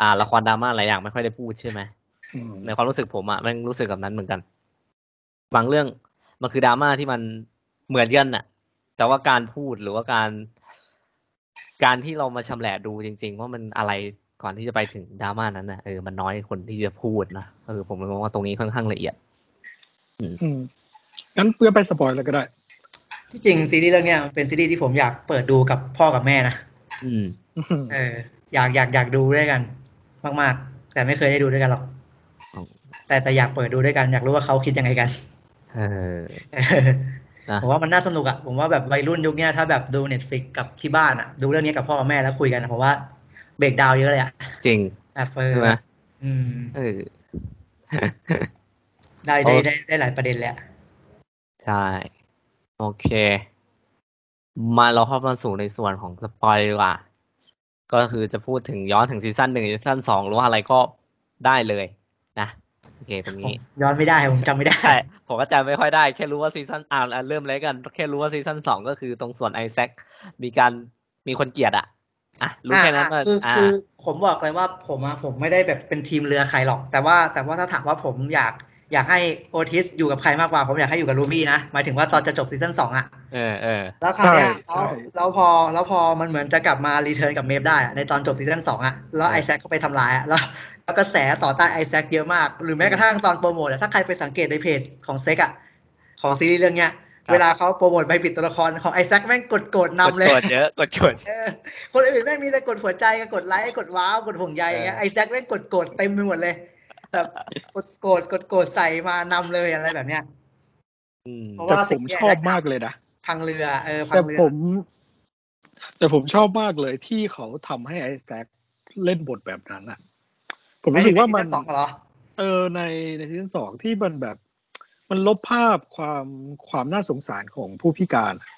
Speaker 1: อ่าละครดราม่าหลายอย่างไม่ค่อยได้พูดใช่ไหม
Speaker 3: อืม
Speaker 1: ในความรู้สึกผมอะแม่งรู้สึกแบบนั้นเหมือนกัน บางเรื่องมันคือดราม่าที่มันเหมือนกันอะแต่ว่าการพูดหรือว่าการ การที่เรามาชำแหละดูจริง ๆ ว่ามันอะไรก่อนที่จะไปถึงดราม่านั้นน่ะเออมันน้อยคนที่จะพูดนะเออผมมองว่าตรงนี้ค่อนข้างละเอียด
Speaker 3: อืมงั้นเพื่อไปสปอยแล้วก็ได้
Speaker 2: ที่จริงซีรีส์เรื่องเนี้ยมันเป็นซีรีส์ที่ผมอยากเปิดดูกับพ่อกับแม่นะ
Speaker 1: อืม
Speaker 3: อืม
Speaker 2: เออ อยากอยากอยากดูด้วยกัน มากๆ แต่ไม่เคยได้ดูด้วยกันหรอก
Speaker 1: ครับ
Speaker 2: แต่แต่อยากเปิดดูด้วยกัน อยากรู้ว่าเขาคิดยังไงกัน
Speaker 1: เออ
Speaker 2: เออ
Speaker 1: นะ
Speaker 2: ผมว่ามันน่าสนุกอะผมว่าแบบวัยรุ่นยุคเนี้ยถ้าแบบดูเน็ตฟลิกกับที่บ้านอะดูเรื่องนี้กับพ่อกับแม่แล้วคุยกันอะผมว่าเบรกดาวน์เยอะเลยอะ
Speaker 1: จริง
Speaker 2: แบบเออ
Speaker 1: ใช่ไหม
Speaker 2: อืม
Speaker 1: เออ
Speaker 2: ได้ได้
Speaker 1: โอเค
Speaker 2: ได้ได้หลายประเด็นแหละ
Speaker 1: ใช่ โอเค มาเราเข้ามาสู่ในส่วนของสปอยล์ดีกว่า ก็คือจะพูดถึงย้อนถึงซีซั่นหนึ่งซีซั่นสองหรือว่าอะไรก็ได้เลยนะ โอเคตรง
Speaker 2: ผม
Speaker 1: นี้
Speaker 2: ย้อนไม่ได้ผมจำไม่ได้
Speaker 1: ใช่ ผมก็จำไม่ค่อยได้ แค่รู้ว่าซีซั่นอ่าอ่าเริ่มเลยกัน แค่รู้ว่าซีซั่นสองก็คือตรงส่วนไอแซคมีการมีคนเกลียดอ่ะ อ่ะ รู้แค่นั้น
Speaker 2: อ่ะ
Speaker 1: ว่า
Speaker 2: คือ
Speaker 1: อ่า
Speaker 2: คือผมบอกเลยว่าผมอะผมไม่ได้แบบเป็นทีมเรือใครหรอก แต่ว่าแต่ว่าถ้าถามว่าผมอยากอยากให้โอทิสอยู่กับใครมากกว่า ผมอยากให้อยู่กับลูบี้นะ หมายถึงว่าตอนจะจบซีซั่นสองอะ
Speaker 1: เออเออ
Speaker 2: แล้วคราวเนี้ย
Speaker 3: ใช่
Speaker 2: แล้ว
Speaker 3: ใช่
Speaker 2: แล้วพอแล้วพอมันเหมือนจะกลับมารีเทิร์นกับเมฟได้อะในตอนจบซีซั่นสองอะแล้วไอแซคเขาไปทำร้ายอะแล้วแล้วกระแสต่อต้านไอแซคเยอะมาก หรือแม้กระทั่งตอนโปรโมทอะถ้าใครไปสังเกตในเพจของเซกอะของซีรีส์เรื่องเนี้ย
Speaker 1: ครับ
Speaker 2: เวลาเขาโปรโมทไปปิดตัวละครของไอแซคแม่งกดก
Speaker 1: ก
Speaker 2: ด
Speaker 1: ด
Speaker 2: นำเลย
Speaker 1: กดเยอะ กดกด
Speaker 2: เออคนอื่นแม่งมีแต่กดหัวใจกับกดไลค์กดว้าวกดห่วงใยอย่างเงี้ย
Speaker 1: เออ
Speaker 2: ไอ้แซคแม่งกดโกรธเต็มไปหมดเลยแบบกดโกรธกดโกรธใส่มานำเลยอะไรแบบเนี้ย
Speaker 1: อืม
Speaker 2: เพราะ
Speaker 3: แต่
Speaker 2: ว่า
Speaker 3: ผมชอบมากเลยนะ
Speaker 2: พังเรือเออพั
Speaker 3: แต่
Speaker 2: งเรือ
Speaker 3: ผม แต่ผมชอบมากเลยที่เขาทำให้ไอแซคเล่นบทแบบนั้นอะผมรู้สึกว่ามัน
Speaker 2: ไอ้ที่ซีซั่สองเหรอ
Speaker 3: เออในในซีซั่นสองที่มันแบบ มันลบภาพความความน่าสงสารของผู้พิการอะ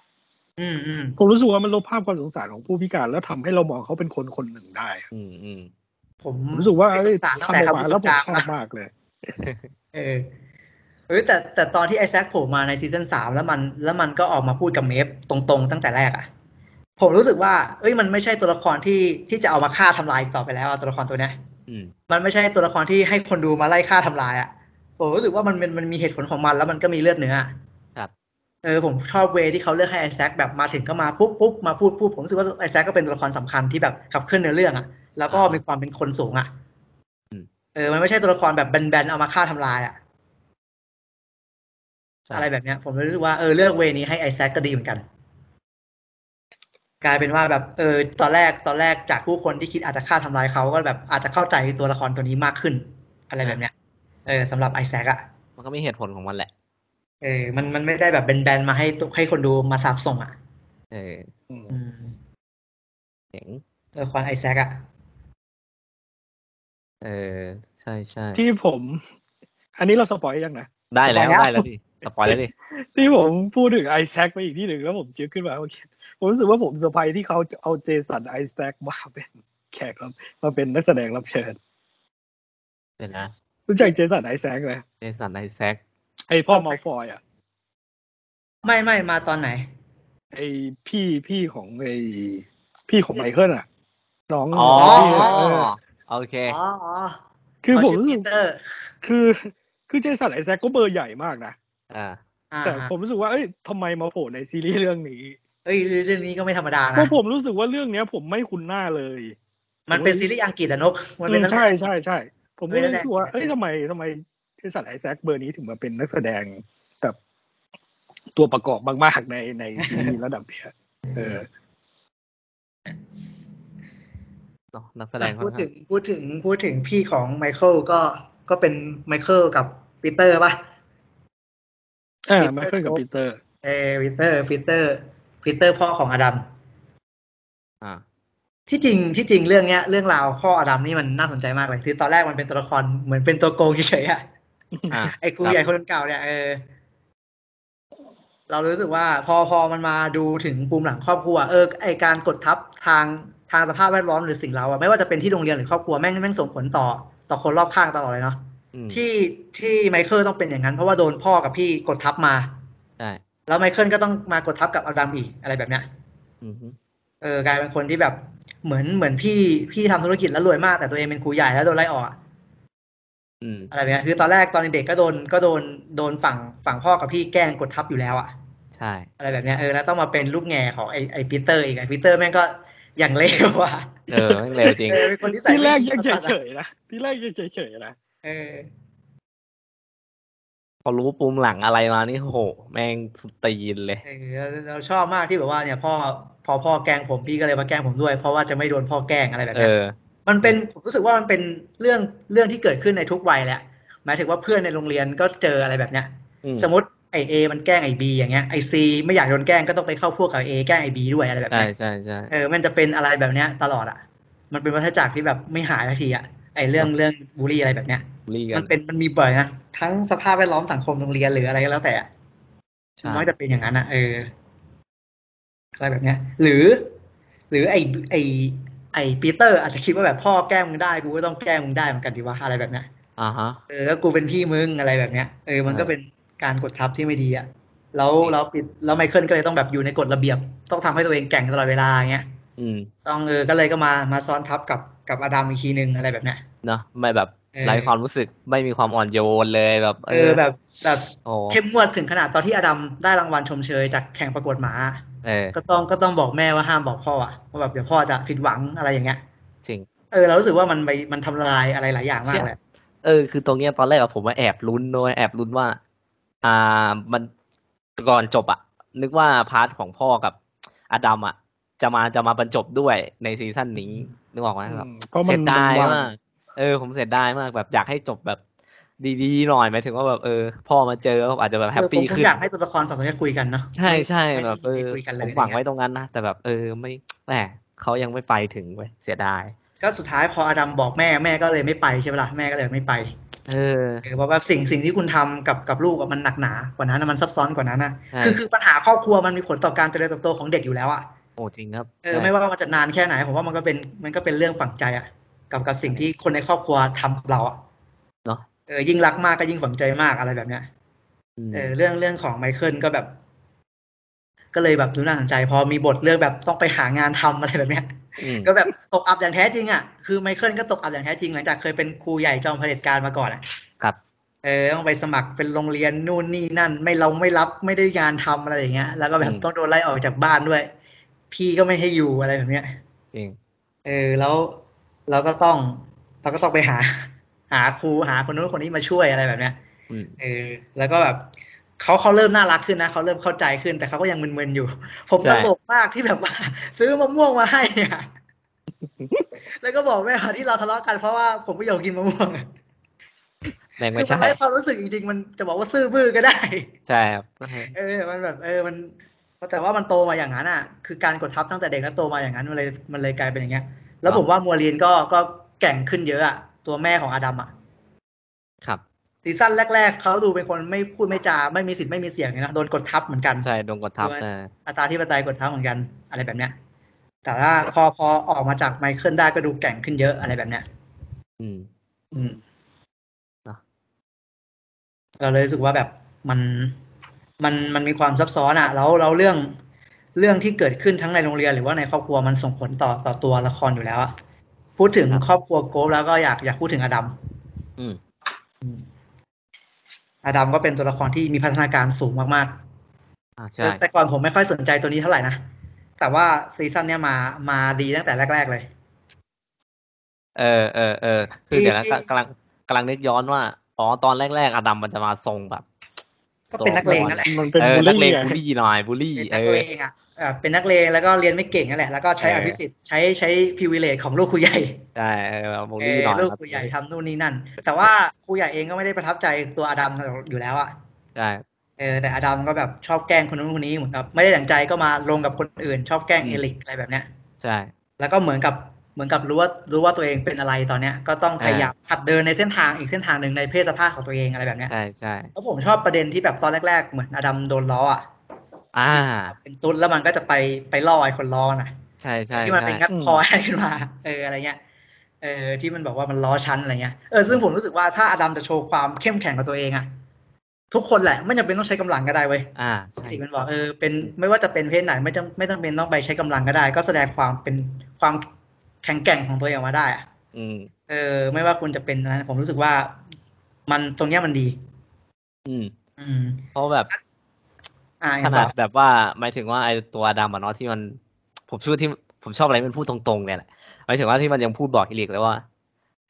Speaker 2: อืมอืม
Speaker 3: ผมรู้สึกว่ามันลบภาพความสงสารของผู้พิการ แล้วทำให้เรามองเขาเป็นคนคนหนึ่งได้อะ
Speaker 1: อืมอืม
Speaker 2: ผม
Speaker 3: ผมรู้สึกว่าเอ้ย
Speaker 2: สงสารตั้ง
Speaker 3: ทำอ
Speaker 2: แต่
Speaker 3: อก
Speaker 2: เขา
Speaker 3: มา
Speaker 2: พูด
Speaker 3: แล้วผม
Speaker 2: จาง
Speaker 3: ชอบมากเลย
Speaker 2: เออเออแต่แต่ตอนที่ไอแซคโผล่มาในซีซั่นสามแล้วมัน แล้วมันก็ออกมาพูดกับเมฟตรงๆ ตั้งแต่แรกอ่ะ ผมรู้สึกว่าเอ้ยมันไม่ใช่ตัวละครที่ที่จะเอามาฆ่าทำลายอีกต่อไปแล้วอะตัวละครตัวเนี้ย
Speaker 1: อืม
Speaker 2: มันไม่ใช่ตัวละครที่ให้คนดูมาไล่ฆ่าทำลายอะ่ะ ผมรู้สึกว่ามันมันมันมีเหตุผลของมันแล้วมันก็มีเลือดเนื้ออะ
Speaker 1: ครับ
Speaker 2: เออผมชอบเวที่เขาเลือกให้ไอแซคแบบมาถึงก็มาปุ๊บปุ๊บมาพูดพูดผมรู้สึกว่าไอแซคก็เป็นตัวละครสำคัญที่แบบขับเคลื่อนเนื้อเรื่องอะ่ะ แล้วก็มีความเป็นคนสูงอะ่ะเออมันไม่ใช่ตัวละครแบบแบนๆเอามาฆ่าทำลายอะ่ะ
Speaker 1: ใช่
Speaker 2: อะไรแบบเนี้ยผมเลยรู้สึกว่าเออเลือกเวนี้ให้ไอแซคก็ดีเหมือนกัน กลายเป็นว่าแบบเออตอนแรกตอนแรกจากผู้คนที่คิดอาจจะฆ่าทำลายเขาก็แบบอาจจะเข้าใจตัวละครตัวนี้มากขึ้น อะไรแบบเนี้ยเออสำหรับไอแซคอะ
Speaker 1: มันก็มีเหตุผลของมันแหละ
Speaker 2: เออมันมันไม่ได้แบบแบนๆมาให้ตุให้คนดูมาสาบส่งอะ
Speaker 1: เออ
Speaker 3: อืม
Speaker 2: อืม
Speaker 1: เจ๋ง
Speaker 2: ตัวละครไอแซคอะ
Speaker 1: เออ ใช่ใช่
Speaker 3: ที่ผม อันนี้เราสปอยยังนะ
Speaker 1: ได้แล้วได้แล้วดิสปอยแล้วดิ
Speaker 3: ที่ผมพูดถึงไอแซคไปอีกที่หนึ่งแล้วผมเชื่อขึ้นมาโอเคผมรู้สึกว่าผมเซอร์ไพรส์ที่เขาเอาเจสันไอแซคมาเป็นแขกรับมาเป็นนักแสดงรับเชิญ
Speaker 1: เดี๋ยวนะ
Speaker 3: รู้จักเจสันไอแซคไหม
Speaker 1: เจสันไอแซค
Speaker 3: ไอพ่อมาฟอยอ่ะ
Speaker 2: ไม่ไม่มาตอนไหน
Speaker 3: ไอพี่พี่ของไอพี่ของไมเคิลอ่ะ น้อง
Speaker 1: อ๋อ
Speaker 3: น้องพี่อะเออ
Speaker 1: โอเค
Speaker 2: อ๋ออ๋อ
Speaker 3: คือผม
Speaker 2: เขาชื่
Speaker 3: รู้
Speaker 2: ปี
Speaker 3: สึก
Speaker 2: เตอร์
Speaker 3: คือคือเจสันไอแซคก็เบอร์ใหญ่มากนะ
Speaker 1: อ่า
Speaker 2: อ่า
Speaker 3: แต่ผมรู้สึกว่าเอ้ยทำไมมาโผล่ในซีรีส์เรื่องนี้
Speaker 2: เอ้ยเรื่องนี้ก็ไม่ธรรมดา
Speaker 3: เพ
Speaker 2: นะ
Speaker 3: ราะผมรู้สึกว่าเรื่องเนี้ย ผมไม่คุ้นหน้าเลย
Speaker 2: มันเป็นซีรีส์อังกฤษอะนกมันเป็น
Speaker 3: อื
Speaker 2: ตั้
Speaker 3: ม
Speaker 2: งแต่
Speaker 3: ใช่ใช่ใช่ผมก็
Speaker 2: เป็
Speaker 3: เลย
Speaker 2: นนักแสด
Speaker 3: รู้
Speaker 2: ง
Speaker 3: สึกว่าเอ้ยทำไมทำไมเทสันไอแซคเบอร์นี้ถึงมาเป็นนักแสดงแบบตัวประกอบมากๆในในซีรีส์ระดับเนี้ยเออ
Speaker 1: เนอะนักแสดงค่
Speaker 2: พู
Speaker 1: อ
Speaker 2: ด
Speaker 1: น
Speaker 2: ถึ
Speaker 1: ข้าง
Speaker 2: งพูดถึงพูดถึงพี่ของไมเคิลก็ก็เป็นไมเคิลกับปีเตอร์ป่ะ
Speaker 3: อ่า
Speaker 2: Peter
Speaker 3: ไมเคิลกับ
Speaker 2: Cook
Speaker 3: ปีเตอร์
Speaker 2: เออปีเตอร์ปีเตอร์ปีเตอร์พ่อของอดัม
Speaker 1: อ่า
Speaker 2: ที่จริงที่จริงเรื่องเนี้ยเรื่องราวพ่ออดัมนี่มันน่าสนใจมากเลยคือตอนแรกมันเป็นตัวละครเหมือนเป็นตัวโกงเฉยๆอะ
Speaker 1: อ่า
Speaker 2: ไอ้ครู
Speaker 1: รับ
Speaker 2: ใหญ่คนเก่าเนี่ยเออเรารู้สึกว่าพอพอมันมาดูถึงภูมิหลังครอบครัวเออไอการกดทับทางทางสภาพแวดล้อมหรือสิ่งเราอะไม่ว่าจะเป็นที่โรงเรียนหรือครอบครัวแม่งแม่งส่งผลต่อ ต่อคนรอบข้างตลอดเลยเนาะ
Speaker 1: อืม
Speaker 2: ที่ที่ไมเคิลต้องเป็นอย่างนั้น เพราะว่าโดนพ่อกับพี่กดทับมา
Speaker 1: ใช่
Speaker 2: แล้วไมเคิลก็ต้องมากดทับกับอดัมอีกอะไรแบบเนี้ย
Speaker 1: อืมฮึ
Speaker 2: เออกลายเป็นคนที่แบบเหมือนเหมือนพี่พี่ทำธุรกิจแล้วรวยมากแต่ตัวเองเป็นครูใหญ่แล้วโดนไล่ออกอะ
Speaker 1: อืม
Speaker 2: อะไรแบบเนี้ยคือตอนแรกตอนเด็กๆก็โดนก็โดนโดนฝั่งฝั่งพ่อกับพี่แกล้งกดทับอยู่แล้วอะ
Speaker 1: ใช่
Speaker 2: อะไรแบบเนี้ยเออแล้วต้องมาเป็นลูกแง่ของไอไอปีเตอร์อีกไอปีเตอร์แม่งก็อย่างเลวอะ
Speaker 1: เออแม่งเร็วจริง
Speaker 2: เออเป็นคนที่ใส่
Speaker 3: ที่แรกยังเฉยๆนะที่แรกยังเฉยๆนะ
Speaker 2: เออ
Speaker 1: พอรู้ปุ่มหลังอะไรมานี่โห แม่งสุดตีนเลย
Speaker 2: เออเราเราชอบมากที่แบบว่าเนี่ยพ่อพอพ่อแกล้งผมพี่ก็เลยมาแกล้งผมด้วย เพราะว่าจะไม่โดนพ่อแกล้งอะไรแบบ
Speaker 1: เอ
Speaker 2: เนี้ย
Speaker 1: อ
Speaker 2: มันเป็นผมรู้สึกว่ามันเป็นเรื่องเรื่องที่เกิดขึ้นในทุกวัยแหละหมายถึงว่าเพื่อนในโรงเรียนก็เจออะไรแบบเนี้ย
Speaker 1: อืม
Speaker 2: สมมติไอเอมันแกล้งไอบีอย่างเงี้ยไอซีไม่อยากโดนแกล้งก็ต้องไปเข้าพวกกับเอแกล้งไอบีด้วยอะไรแบบ
Speaker 1: ใช่
Speaker 2: เนี้ย
Speaker 1: ใช่ใช่
Speaker 2: เออมันจะเป็นอะไรแบบเนี้ยตลอดอ่ะ มันเป็นวัฏจักรที่แบบไม่หายทันทีอ่ะไอเรื่องเรื่องบูลลี่อะไรแบบเนี้ย
Speaker 1: บูลลี่กั
Speaker 2: มัน นเป็นมันมีบ่อยนะทั้งสภาพแวดล้อมสังคมโรงเรียนหรืออะไรก็แล้วแต่อะ
Speaker 1: ใช่
Speaker 2: น้อยจะเป็นอย่างนั้นนะเอออะไรแบบเนี้ย หรือ หรือไอไอไอปีเตอร์อาจจะคิดว่าแบบพ่อแกล้งมึงได้กูก็ต้องแกล้งมึงได้เหมือนกันดีวะอะไรแบบเนี้ย
Speaker 1: อ่าฮะ
Speaker 2: เออก็กูเป็นพี่มึงอะไรแบบเนี้ยเออมันก็
Speaker 1: เออ
Speaker 2: เป็นการกดทับที่ไม่ดีอะแล้วแล้วปิดแล้วไมเคิลก็เลยต้องแบบอยู่ในกฎระเบียบ ต้องทำให้ตัวเองแกร่งตลอดเวลาเงี้ย
Speaker 1: อืม
Speaker 2: ต้องเออก็เลยก็มามาซ้อนทับกับกับอดัมอีกทีนึงอะไรแบบเนี้ย
Speaker 1: เนาะไม่แบบ
Speaker 2: เออ
Speaker 1: ไร้ความรู้สึกไม่มีความอ่อนโยนเลยแบบ
Speaker 2: เออแบบแบบ
Speaker 1: โอ้
Speaker 2: เข้มงวดถึงขนาดตอนที่อดัมได้รางวัลชมเชยจากแข่งประกวดหมา
Speaker 1: เออ
Speaker 2: ก็ต้องก็ต้องบอกแม่ว่าห้ามบอกพ่ออะว่าแบบเดี๋ยวพ่อจะผิดหวังอะไรอย่างเงี้ย
Speaker 1: จริง
Speaker 2: เออเรารู้สึกว่ามันไปมันทำลายอะไรหลายอย่างมากเลย
Speaker 1: เออคือตรงเนี้ยตอนแรกอะผมว่าแอบลุ้นด้วยแอบลุ้นว่า อ่ามันก่อนจบอะนึกว่าพาร์ทของพ่อกับอดัมอะจะมาจะมาบรรจบด้วยในซีซั่นนี้นึกออกไหม
Speaker 3: อื
Speaker 1: แบบ
Speaker 3: มเพราะมั
Speaker 1: เสี
Speaker 3: น
Speaker 1: ยดาย
Speaker 3: มันวาง
Speaker 1: มากเออ ผมเสียดายมากแบบอยากให้จบแบบ ดีๆหน่อยหมายถึงว่าแบบเออ พ่อมาเจอแล้วอาจจะแบบแฮป
Speaker 2: เออผม
Speaker 1: ปี้
Speaker 2: ผม
Speaker 1: ขึ้น
Speaker 2: อยากให้ตัวละครสองตัวเนี้ยคุยกันเนาะ
Speaker 1: ใช่ใช่
Speaker 2: ไม่
Speaker 1: แบบเอ
Speaker 2: ไม่
Speaker 1: อ
Speaker 2: คุยกันเล
Speaker 1: ผม
Speaker 2: ย
Speaker 1: หวังไว้ตรงนั้นนะแต่แบบเออไม่แหมเขายังไม่ไปถึงเว้ยเสียดาย
Speaker 2: ก็สุดท้ายพออดัมบอกแม่แม่ก็เลยไม่ไปใช่ปะล่ะแม่ก็เลยไม่ไป
Speaker 1: เออ
Speaker 2: เออเพราะว่าสิ่งสิ่งที่คุณทำกับกับลูกอะมันหนักหนากว่านั้นอะมันซับซ้อนกว่านั้นอะ
Speaker 1: ใช่
Speaker 2: คือคือปัญหาครอบครัวมันมีผลต่อการเจริญเติบโตของเด็กอยู่แล้วอะ
Speaker 1: โอ้จริงครับ
Speaker 2: เออ
Speaker 1: ใช่
Speaker 2: ไม่ว่ามันจะนานแค่ไหนผมว่ามันก็เป็นมันก็เป็นเรื่องฝังใจอะกับกับสิ่งที่คนในครอบครัวทำกับเราอะ
Speaker 1: เนาะ
Speaker 2: เออยิ่งรักมากก็ยิ่งฝังใจมากอะไรแบบเนี้ย
Speaker 1: อืม
Speaker 2: เออเรื่องเรื่องของไมเคิลก็แบบ ก็เลยแบบดูน่าสนใจ พอมีบทเรื่องแบบต้องไปหางานทำอะไรแบบเนี้ย
Speaker 1: ม
Speaker 2: ก็แบบตกอับอย่างแท้จริงอ่ะคือไมเคิลก็ตกอับอย่างแท้จริงหลังจากเคยเป็นครูใหญ่จอมเผด็จการมาก่อนอ่ะ
Speaker 1: ครับ
Speaker 2: เออต้องไปสมัครเป็นโรงเรียนนู่นนี่นั่น ไม่เราไม่รับไม่ได้งานทำอะไรอย่างเงี้ยแล้วก็แบบ
Speaker 1: อืม
Speaker 2: ต้องโดนไล่ออกจากบ้านด้วย พี่ก็ไม่ให้อยู่อะไรแบบเนี้ย
Speaker 1: จริง
Speaker 2: เออแล้วเราก็ต้อง เราก็ต้องไปหา หาครูหาคนนู้นคนนี้มาช่วยอะไรแบบเนี้ย
Speaker 1: อืม
Speaker 2: เออแล้วก็แบบเขาเขาเริ่มน่ารักขึ้นนะเขาเริ่มเข้าใจขึ้นแต่เขาก็ยังมึนๆอยู่ ผม
Speaker 1: ใช่
Speaker 2: ตลกมากที่แบบว่า ซื้อมะม่วงมาให้อะ แล้วก็บอกแม่ว่าที่เราทะเลาะกันเพราะว่าผมไม่ยอมกินมะม่วง อะ
Speaker 1: แม่ง
Speaker 2: คื
Speaker 1: ไม่
Speaker 2: มั
Speaker 1: ใช่
Speaker 2: นไร้ความรู้สึกจริงๆ มันจะบอกว่าซื่อบื้อก็ได้
Speaker 1: ใช่ครับ
Speaker 2: เออมันแบบ เออมันแต่ว่ามันโตมาอย่างนั้นอ่ะ คือการกดทับตั้งแต่เด็กแล้วโตมาอย่างนั้นมันเลยมันเลยกลายเป็นอย่างเงี้ย แล้วผมว่ามัวเรียนก็ก็แกร่งขึ้นเยอะอ่ะตัวแม่ของอาดัมอ่ะ
Speaker 1: ครับ
Speaker 2: ซีซั่นแรก ๆ เขาดูเป็นคนไม่พูดไม่จาไม่มีสิทธิ์ไม่มีเสียงเลยนะโดนกดทับเหมือนกัน
Speaker 1: ใช่โดนกดทับ
Speaker 2: ใช่ไหม
Speaker 1: เออ
Speaker 2: อัตราที่ปไตยกดทับเหมือนกันอะไรแบบเนี้ย แต่ว่าพอพอออกมาจากไมเคิลได้ก็ดูแกร่งขึ้นเยอะอะไรแบบเนี้ย
Speaker 1: อืม
Speaker 2: อืม
Speaker 1: เนอะ
Speaker 2: เราเลยรู้สึกว่าแบบมันมันมันมีความซับซ้อนอะแล้วแล้วเรื่องเรื่องที่เกิดขึ้นทั้งในโรงเรียนหรือว่าในครอบครัวมันส่งผลต่อต่อตัวละครอยู่แล้วอะพูดถึงครอบครัวโกลฟแล้วก็อยากอยากพูดถึงอดัม
Speaker 1: อืม
Speaker 2: อดัมก็เป็นตัวละครที่มีพัฒนาการสูงมาก
Speaker 1: อ่า
Speaker 2: ๆ
Speaker 1: ใช่
Speaker 2: แต่ก่อนผมไม่ค่อยสนใจตัวนี้เท่าไหร่นะ แต่ว่าซีซั่นเนี้ยมามาดีตั้งแต่แรก ๆ เลย
Speaker 1: เออเออเออคือ
Speaker 2: ที่
Speaker 1: เดี๋ยวนะ
Speaker 2: ที่
Speaker 1: กำกำลังกำลังนึกย้อนว่า อ๋อ ตอนแรกๆอดัมมันจะมาทรงแบบ
Speaker 2: ก็เป็นนักเลงนั่นแหละ
Speaker 3: มันเป็น
Speaker 1: เออ
Speaker 3: บูล
Speaker 1: นักเล
Speaker 3: ลี่
Speaker 1: ง
Speaker 3: อะ
Speaker 1: บูลลี่หน่อยบูลลี่
Speaker 2: เ
Speaker 1: เอ
Speaker 2: ป็น
Speaker 1: อ
Speaker 2: นักเลงอ่ะเอ่อเป็นนักเลงแล้วก็เรียนไม่เก่งนั่นแหละ แล้วก็ใช้
Speaker 1: เอ
Speaker 2: อ
Speaker 1: ออ
Speaker 2: ภิสิทธิ์ใช้ใช้พิวิเลตของลูกครูใหญ่
Speaker 1: ใช่เออบูล
Speaker 2: เอ
Speaker 1: ลี่
Speaker 2: อ
Speaker 1: หน่อย
Speaker 2: ลูก
Speaker 1: ครับ
Speaker 2: ครูใหญ่ทำนู่นนี่นั่น แต่ว่าครูใหญ่เองก็ไม่ได้ประทับใจตัวอดัมอยู่แล้วอ่ะ
Speaker 1: ใช่
Speaker 2: เออแต่อดัมก็แบบชอบแกล้งคนนู้นคนนี้เหมือนกับไม่ได้ดั่งใจก็มาลงกับคนอื่น ชอบแกล้ง
Speaker 1: อืม
Speaker 2: เอลิกอะไรแบบเนี้ย
Speaker 1: ใช่
Speaker 2: แล้วก็เหมือนกับ เหมือนกับรู้ว่ารู้ว่าตัวเองเป็นอะไรตอนเนี้ย ก็ต้องพยายามขับเดินในเส้นทางอีกเส้นทางหนึ่งในเพศสภาพของตัวเองอะไรแบบเนี้ย
Speaker 1: ใช่ใช่
Speaker 2: แล้วผมชอบประเด็นที่แบบตอนแรก ๆ เหมือนอดัมโดนล้ออ่ะ
Speaker 1: อ่า
Speaker 2: เป็นตุ๊ดแล้วมันก็จะไปไปล่อไอ้คนล้อน่ะ
Speaker 1: ใช่ใช่
Speaker 2: ที่มันเป็น
Speaker 1: ใช่
Speaker 2: งัดคอให้ขึ้นมา เอออะไรเงี้ย เออที่มันบอกว่ามันล้อชั้นอะไรเงี้ย เออซึ่งผมรู้สึกว่าถ้าอดัมจะโชว์ความเข้มแข็งกับตัวเองอะทุกคนแหละไม่จำเป็นต้องใช้กำลังก็ได้เว้ย
Speaker 1: อ่า
Speaker 2: ปก
Speaker 1: ใช่
Speaker 2: ติมันบอกเออเป็นไม่ว่าจะเป็นเพศไหนไม่จำไม่จำเป็นต้องไปใช้กำลังก็ได้ ก็แสดงความเป็นความแข็งแกร่งของตัวเองออกมาได้อะ
Speaker 1: อืม
Speaker 2: เออ ไม่ว่าคุณจะเป็นอะไรผมรู้สึกว่ามันตรงเนี้ยมันดี
Speaker 1: อืม
Speaker 2: อืม
Speaker 1: เพราะแบบ
Speaker 2: อ่าอ
Speaker 1: ข
Speaker 2: ย่าง
Speaker 1: นา
Speaker 2: ต่
Speaker 1: ด
Speaker 2: อ
Speaker 1: แบบว่าหมายถึงว่าไอตัวดำอะเนาะที่มัน ผมชื่อที่ผมชอบอะไรมันพูดตรงๆเนี่ยแหละหมายถึงว่าที่มันยังพูดบอกอิลิกเลยว่า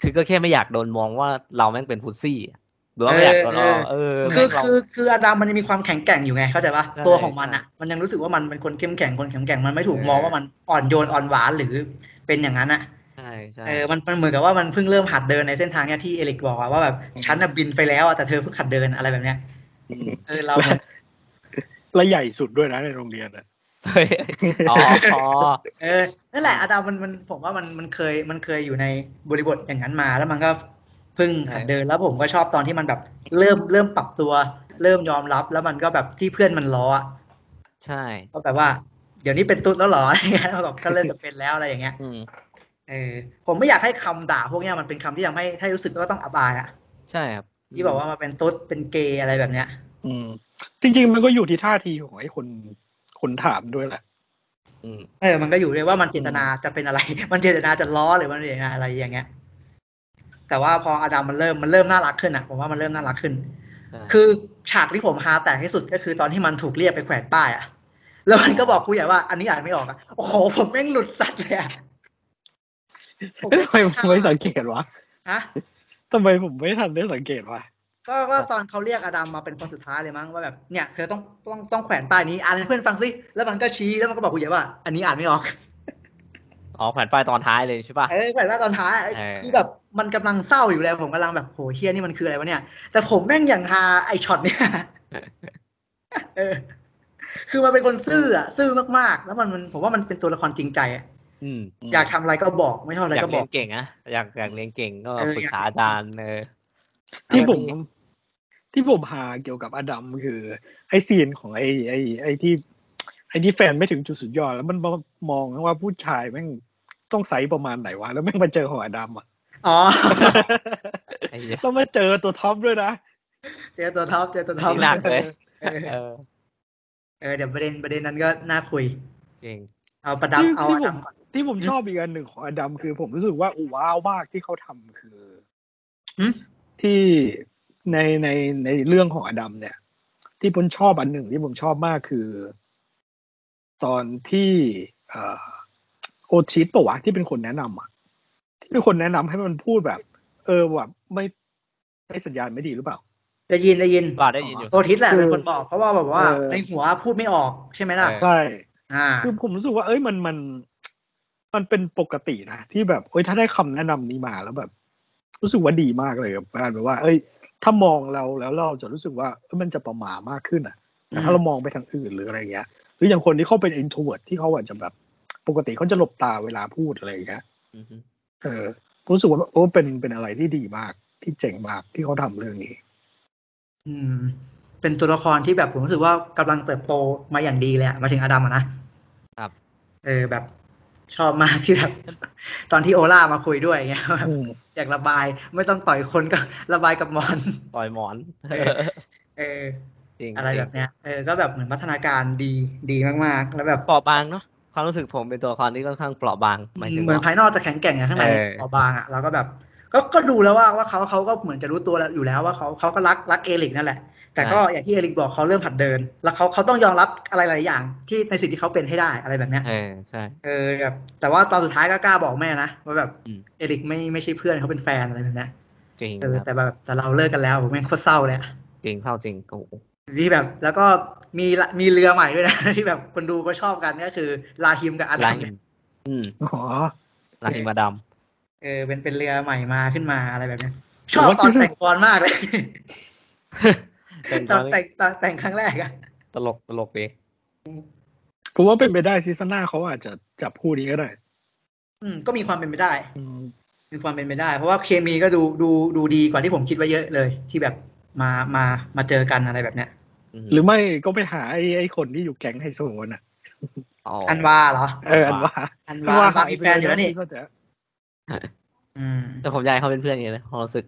Speaker 1: คือก็แค่ไม่อยากโดนมองว่าเราแม่งเป็นพุซซี่อะหรือว่าไม่อยากโดนล้อเออ
Speaker 2: คื
Speaker 1: แม่
Speaker 2: อง
Speaker 1: เรา
Speaker 2: คือคืออดัมมันยังมีความแข็งแกร่งอยู่ไงเข้าใจปะ
Speaker 1: ใช่
Speaker 2: ตัวของมัน
Speaker 1: ใช่
Speaker 2: อ่ะ มันยังรู้สึกว่ามันเป็นคนเข้มแข็งคนแข็งแกร่งมันไม่ถูก
Speaker 1: เออ
Speaker 2: มองว่ามันอ่อนโยนอ่อนหวานหรือเป็นอย่างนั้นอ่ะ
Speaker 1: ใช่ใช่
Speaker 2: เออมันมันเหมือนกับว่ามันเพิ่งเริ่มหัดเดินในเส้นทางเนี้ยที่เอริกบอกอะว่าแบบฉันน่ะบินไปแล้วอะแต่เธอเพิ่งหัดเดินอะไรแบบเนี้ย
Speaker 3: อืม
Speaker 2: เออเราเหมือน
Speaker 3: และใหญ่สุดด้วยนะในโรงเรียนอะ
Speaker 1: เฮ้ยอ๋ออ๋อ
Speaker 2: เออนั่นแหละอดัมมันมันผมว่ามันมันเคยมันเคยอยู่ในบริบทอย่างนั้นมา แล้วมันก็เพิ่งหัดเดินแล้วผมก็ชอบตอนที่มันแบบเริ่มเริ่มปรับตัว เริ่มยอมรับแล้วมันก็แบบที่เพื่อนมันล้ออะ
Speaker 1: ใช่
Speaker 2: ก็แบบว่าเดี๋ยวนี้เป็นตุ๊ดแล้วเหรอ อะไรเงี้ยแล้วแบบก็เริ่มจะเป็นแล้วอะไรอย่างเงี้ย
Speaker 1: อืม
Speaker 2: เออผมไม่อยากให้คำด่าพวกเนี้ยมันเป็นคำที่ทำให้ให้รู้สึกว่าต้องอับอายอะ
Speaker 1: ใช่ครับ
Speaker 2: ที่บอกว่ามันเป็นตุ๊ดเป็นเกย์อะไรแบบเนี้ย
Speaker 3: อืม จริง ๆ มันก็อยู่ที่ท่าทีของไอ้คนคนถามด้วยแหละ
Speaker 1: อืม
Speaker 2: เออมันก็อยู่ด้วยว่ามันเจตนาจะเป็นอะไร มันเจตนาจะล้อหรือมันเจตนาอะไรอย่างเงี้ย แต่ว่าพออดัมมันเริ่มมันเริ่มน่ารักขึ้นอะผมว่ามันเริ่มน่ารักขึ้น
Speaker 1: ใช่
Speaker 2: คือฉากที่ผมฮาแตกที่สุดก็คือตอนที่มันถูกเรียกไปแขวนป้ายอะแล้วมันก็บอกครูใหญ่ว่าอันนี้อ่านไม่ออกอะโอ้โหผมแม่งหลุดสัตว์เลยอะผม
Speaker 3: เอ๊ะ
Speaker 2: แม่ง
Speaker 3: ทำไมผมไม่สังเกตวะ
Speaker 2: ฮะ
Speaker 3: ทำไมผมไม่ทันได้สังเกตวะ
Speaker 2: ก็ก็ตอนเขาเรียกอดัมมาเป็นคนสุดท้ายเลยมั้งว่าแบบเนี่ยเธอต้องต้องต้องแขวนป้ายนี้อ่านให้เพื่อนฟังสิแล้วมันก็ชี้แล้วมันก็บอกคุณใหญ่ว่า อันนี้อ่านไม่ออก
Speaker 1: อ๋อแผ่นป้ายตอนท้ายเลยใช่ป่ะ
Speaker 2: เออแขวนป้ายตอนท้ายไอ้
Speaker 1: เออ
Speaker 2: คือแบบมันกำลังเศร้าอยู่แล้วผมกำลังแบบโหเฮียนี่มันคืออะไรวะเนี่ย แต่ผมแม่งอย่างฮาไอช็อตเนี่ย เออคือมันเป็นคนซื่ออะซื่อมากๆ แล้วมันมันผมว่ามันเป็นตัวละครจริงใจอะ
Speaker 1: อืม
Speaker 2: อยากทำอะไรก็บอกไม่ชอบอะไร
Speaker 1: อยาก
Speaker 2: ก็บ
Speaker 1: เรี
Speaker 2: อย ก
Speaker 1: นเก่งนะอยากอยากเรียนเก่งก็
Speaker 2: เออ
Speaker 1: ปรึกษาอาจารย์เออ
Speaker 3: ที่ผม ที่ผมหาเกี่ยวกับอดัมคือ ไอ้ซีนของไอ้ไอ้ไอ้ที่ ไอ้ที่แฟนไม่ถึงจุดสุดยอด แล้วมันมามองว่าผู้ชายแม่งต้องไซส์ประมาณไหนวะ แล้วแม่งมาเจอของอดัมอ่ะ
Speaker 2: อ๋อ
Speaker 1: ไอ้เหี้ย
Speaker 3: ต้องมาเจอตัวท็อปด้วยนะ
Speaker 2: เจอตัวท็อ ปเจอตัวท็อป
Speaker 1: นี่หนักเลย
Speaker 2: เออ
Speaker 1: เออ
Speaker 2: เออเดี๋ยวประเด็นประเด็นนั้นก็น่าคุย
Speaker 1: เก่ง
Speaker 2: เอาประดับ
Speaker 3: ที่
Speaker 2: เอา
Speaker 3: ที่
Speaker 2: อ
Speaker 3: ผม
Speaker 2: ดัมก่อน
Speaker 3: ที่ผมชอบอีกอันหนึ่งของอดัมคือผมรู้สึกว่าว้าวมากที่เขาทำคือ
Speaker 2: หึ
Speaker 3: ที่ในในในเรื่องของอดัมเนี่ย ที่ผมชอบอันหนึ่งที่ผมชอบมากคือ ตอนที่เอ่อโอชิตปะวะที่เป็นคนแนะนำอ่ะที่เป็นคนแนะนำให้มันพูดแบบ เออแบบไม่ไม่สัญญาณไม่ดีหรือเปล่า
Speaker 2: ได้ยินได้ยิน
Speaker 1: บ่าได้ยินอยู่
Speaker 2: โอทิสแหละ
Speaker 3: คือ
Speaker 2: เป็นคนบอก เพราะว่าแบบว่า
Speaker 3: เออ
Speaker 2: ในหัวพูดไม่ออกใช่ไหมล่ะ
Speaker 1: เอ
Speaker 3: ใช่
Speaker 2: อ่า
Speaker 3: คือผมรู้สึกว่าเอ้ยมันมันมันเป็นปกตินะที่แบบเอ้ยถ้าได้คำแนะนำนี้มาแล้วแบบ รู้สึกว่าดีมากเลยกับการแบบว่า เอ้ย ถ้ามองเราแล้วเราจะรู้สึกว่าเอ้ยมันจะประหม่ามากขึ้นอ่ะแต่ถ้าเรามองไปทางอื่นหรืออะไรเงี้ยหรืออย่างคนที่เขาเป็น introvert ที่เขาอาจจะแบบ ปกติเขาจะหลบตาเวลาพูดอะไรอย่างเงี้ย
Speaker 1: อือฮึ
Speaker 3: เออผมรู้สึกว่าโอ้เป็นเป็นอะไรที่ดีมากที่เจ๋งมากที่เขาทำเรื่องนี้
Speaker 2: อืม เป็นตัวละครที่แบบผมรู้สึกว่ากำลังเติบโตมาอย่างดีเลยอะมาถึงอดัมอะนะครับ เออแบบชอบมากที่แบบ ตอนที่โอล่ามาคุยด้วยอย่างเงี้ ยแบบ
Speaker 3: อืม
Speaker 2: อยากระบายไม่ต้องต่อยคนก็ ระบายกับมอน
Speaker 1: ต่อยหมอน
Speaker 2: เออ เออ
Speaker 1: จริง
Speaker 2: อะไร
Speaker 1: จง
Speaker 2: แบบเนี้ยเออก็แบบเหมือนพัฒนาการดีดีมากๆ แล้วแบบ
Speaker 1: เปราะบางเนาะความรู้สึกผมเป็นตัวละครที่ค่อนข้างเปราะบางหมายถึง
Speaker 2: เหมือน
Speaker 1: ว่า
Speaker 2: ภายนอกจะแข็งแกร่งอย่างข้างใน
Speaker 1: เออ
Speaker 2: เบาบางอ่ะเราก็แบบ ก็ก็ดูแล้วว่าว่าเขาเขาก็เหมือนจะรู้ตัวแล้วอยู่แล้วว่าเขาเขาก็รักรักเอริกนั่นแหละ แต่ก็อย่างที่เอริกบอกเขาเริ่มผัดเดิน แล้วเขาเขาต้องยอมรับอะไรหลายอย่างที่ในสิ่งที่เขาเป็นให้ได้อะไรแบบเนี้ย
Speaker 1: เออใช่
Speaker 2: เออแบบแต่ว่าตอนสุดท้ายก็กล้าบอกแม่นะว่าแบบ
Speaker 1: อืม
Speaker 2: เอริกไม่ไม่ใช่เพื่อนเขาเป็นแฟนอะไรแบบเนี้ย
Speaker 1: จริง
Speaker 2: เออ
Speaker 1: ครับ
Speaker 2: แต่แบบแต่เราเลิกกันแล้วผมแม่งโคตรเศร้าเลยอะ
Speaker 1: จริงเท่าจริงโอ้โห
Speaker 2: ที่แบบ แล้วก็มีละมีเรือใหม่ด้วยนะ ที่แบบคนดูก็ชอบกันก็คือลาฮิมกับอา
Speaker 1: ลา
Speaker 2: ดั
Speaker 1: ม หิมอืม
Speaker 3: อ๋อ
Speaker 1: ลาหิมมาด
Speaker 2: เออเป็นเป็นเรือใหม่มาขึ้นมาอะไรแบบเนี้ย
Speaker 3: ห
Speaker 2: ช
Speaker 3: รื
Speaker 2: อบ
Speaker 3: ว่า
Speaker 2: ตอนแต่งกลอนมากเลย
Speaker 1: ำ เป็นต
Speaker 2: ตอ
Speaker 1: อน นนี้
Speaker 2: แต่งตอนแต่งครั้งแรกอะ
Speaker 1: ตลกตลกดี
Speaker 3: ผมว่าเป็นไปได้ซีซั่นหน้าเขาอาจจะจับคู่นี้ก็ได้
Speaker 2: อืมก็มีความเป็นไปได้
Speaker 3: อืม
Speaker 2: มีความเป็นไปได้ เพราะว่าเคมีก็ดูดูดูดีกว่าที่ผมคิดไว้เยอะเลย ที่แบบมามามาเจอกันอะไรแบบเนี้ย
Speaker 1: ม
Speaker 3: หรือไม่ก็ไปหาไอ้ไอ้คนที่อยู่แก๊งไฮโซน่ะ
Speaker 1: อ๋อ
Speaker 2: อันวาเหรอ
Speaker 3: เอออันว่า
Speaker 2: อันวาอันวามีแฟนอยู่แล้วนี่
Speaker 3: พี่ก็จะ
Speaker 2: อืม
Speaker 1: แต่ผมอยากให้เขาเป็นเพื่อนอย่างนี้นะเพราะรู้สึก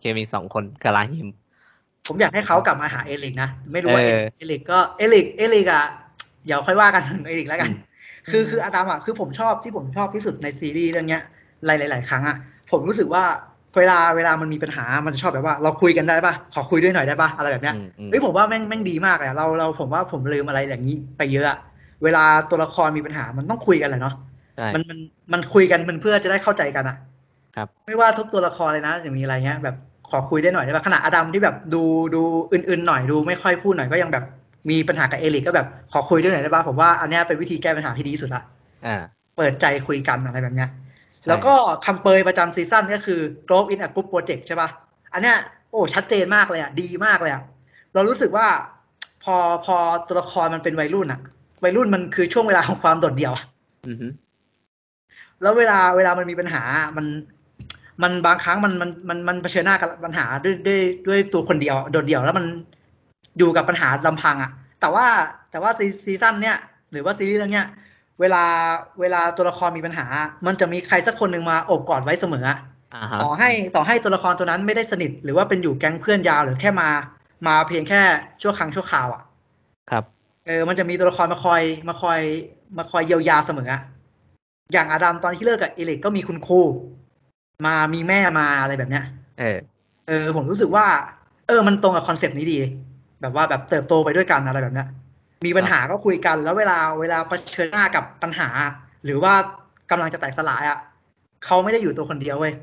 Speaker 1: เคมีสองคนกับลาฮิม
Speaker 2: ผมอยากให้เขากลับมาหาเอลิกนะ ไม่รู้ว่า
Speaker 1: เอ
Speaker 2: เอ
Speaker 1: อ
Speaker 2: ลิกเอลิกก็เอลิกเอลิกอะเดี๋ยวค่อยว่ากัน ถึงเอลิกแล้วกัน
Speaker 1: อืม
Speaker 2: คือคืออาดามอะคือผมชอบที่ผมชอบที่สุดในซีรีส์เรื่องเนี้ยหลายหลายๆครั้งอะผมรู้สึกว่าเวลาเวลามันมีปัญหามันจะชอบแบบว่า เราคุยกันได้ปะขอคุยด้วยหน่อยได้ปะอะไรแบบเนี้ย
Speaker 1: อืมอืม
Speaker 2: เฮ้ยผมว่าแม่งแม่งดีมากเลยอะเราเราผมว่าผมลืมอะไรอย่างนี้ไปเยอะอะเวลาตัวละครมีปัญหามันต้องคุยกันแหละเนาะ
Speaker 1: ใช่
Speaker 2: มันมันมันคุยกันมันเพื่อจะได้เข้าใจกันอะ
Speaker 1: ครับ
Speaker 2: ไม่ว่าทุกตัวละครเลยนะอย่างมีอะไรเงี้ยแบบขอคุยได้หน่อยได้ปะขณะอดัมที่แบบดูดูอื่นๆหน่อยดูไม่ค่อยพูดหน่อยก็ยังแบบมีปัญหากับเอลิกก็แบบขอคุยด้วยหน่อยได้ปะผมว่าอันเนี้ยเป็นวิธีแก้ปัญหาที่ดีที่สุดละ
Speaker 1: อ่า
Speaker 2: เปิดใจคุยกันอะไรแบบเนี้ย
Speaker 1: ใช่
Speaker 2: แล้วก็คำเปยประจำซีซั่นก็คือ Growth in a Group Project ใช่ปะ่ะ อันเนี้ยโอ้ชัดเจนมากเลยอ่ะ ดีมากเลยอ่ะ เรารู้สึกว่า พอพอตัวละครมันเป็นวัยรุ่นอ่ะ วัยรุ่นมันคือช่วงเวลาของความโดดเดี่ยวอะ
Speaker 1: อือฮึ
Speaker 2: แล้วเวลาเวลามันมีปัญหามัน มันบางครั้งมันมันมันมันเผชิญหน้ากับปัญหาด้วยด้วยด้วยตัวคนเดียวอะโดดเดี่ยวแล้วมันอยู่กับปัญหาลำพังอ่ะ แต่ว่าแต่ว่าซีซีซั่นเนี้ยหรือว่าซีรีส์เรื่องเนี้ยเวลาเวลาตัวละครมีปัญหา มันจะมีใครสักคนหนึ่งมาโอบกอดไว้เสมออะ
Speaker 1: อ่าฮะ
Speaker 2: ต่อให้ต่อให้ตัวละครตัวนั้นไม่ได้สนิท หรือว่าเป็นอยู่แก๊งเพื่อนยาวหรือแค่มา มาเพียงแค่ชั่วครั้งชั่วคราวอ่ะ
Speaker 1: ครับ
Speaker 2: เออมันจะมีตัวละครมาคอยมาคอย มาคอยเยียวยาเสมออะอย่างอาดัมตอนที่เลิกกับเอลิกก็มีคุณครูมามีแม่มาอะไรแบบเนี้ย
Speaker 1: เออ
Speaker 2: เออผมรู้สึกว่า เออ มันตรงกับคอนเซปต์นี้ดี แบบว่าแบบเติบโตไปด้วยกันอะไรแบบเนี้ยมีปัญหาก็คุยกันแล้วเวลาเวลาเผชิญหน้ากับปัญหา หรือว่ากำลังจะแตกสลายอ่ะเขาไม่ได้อยู่ตัวคนเดียวเว้ย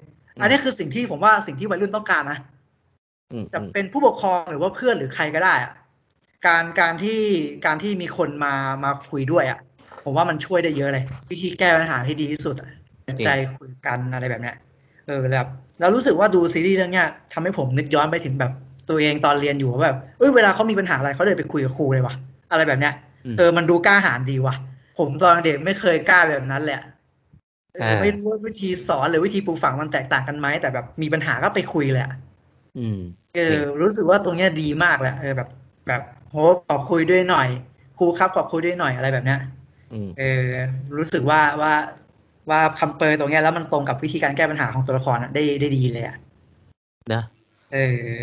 Speaker 2: อันนี้คือสิ่งที่ผมว่าสิ่งที่วัยรุ่นต้องการนะ
Speaker 1: อืม
Speaker 2: จะ
Speaker 1: อืม
Speaker 2: เป็นผู้ปกครองหรือว่าเพื่อนหรือใครก็ได้อะการการที่การที่มีคนมามาคุยด้วยอ่ะ ผมว่ามันช่วยได้เยอะเลย วิธีแก้ปัญหาที่ดีที่สุดอะใจคุยกันอะไรแบบเนี้ยเออแล้วแล้วรู้สึกว่าดูซีรีส์เรื่องเนี้ยทำให้ผมนึกย้อนไปถึงแบบตัวเองตอนเรียนอยู่ว่าแบบเอ้ยเวลาเขามีปัญหาอะไรเขาเดินไปคุยกับครูเลยว่ะอะไรแบบเนี้ย
Speaker 1: อืม
Speaker 2: เออ มันดูกล้าหาญดีว่ะ ผมตอนเด็กไม่เคยกล้าแบบนั้นแหละเออ
Speaker 1: อ่า
Speaker 2: ไม่รู้ว่าวิธีสอนหรือวิธีปลูกฝังมันแตกต่างกันไหม แต่แบบมีปัญหาก็ไปคุยแหละ
Speaker 1: อืม
Speaker 2: เออ รู้สึกว่าตรงเนี้ยดีมากแหละ เออ แบบ แบบโหขอคุยด้วยหน่อย ครูครับขอคุยด้วยหน่อยอะไรแบบเนี้ย
Speaker 1: อืม
Speaker 2: เออ รู้สึกว่าว่าว่าคำเปยตรงเนี้ยแล้วมันตรงกับวิธีการแก้ปัญหาของตัวละครอะได้ได้ดีเลยอะ
Speaker 1: เนอะ
Speaker 2: เออ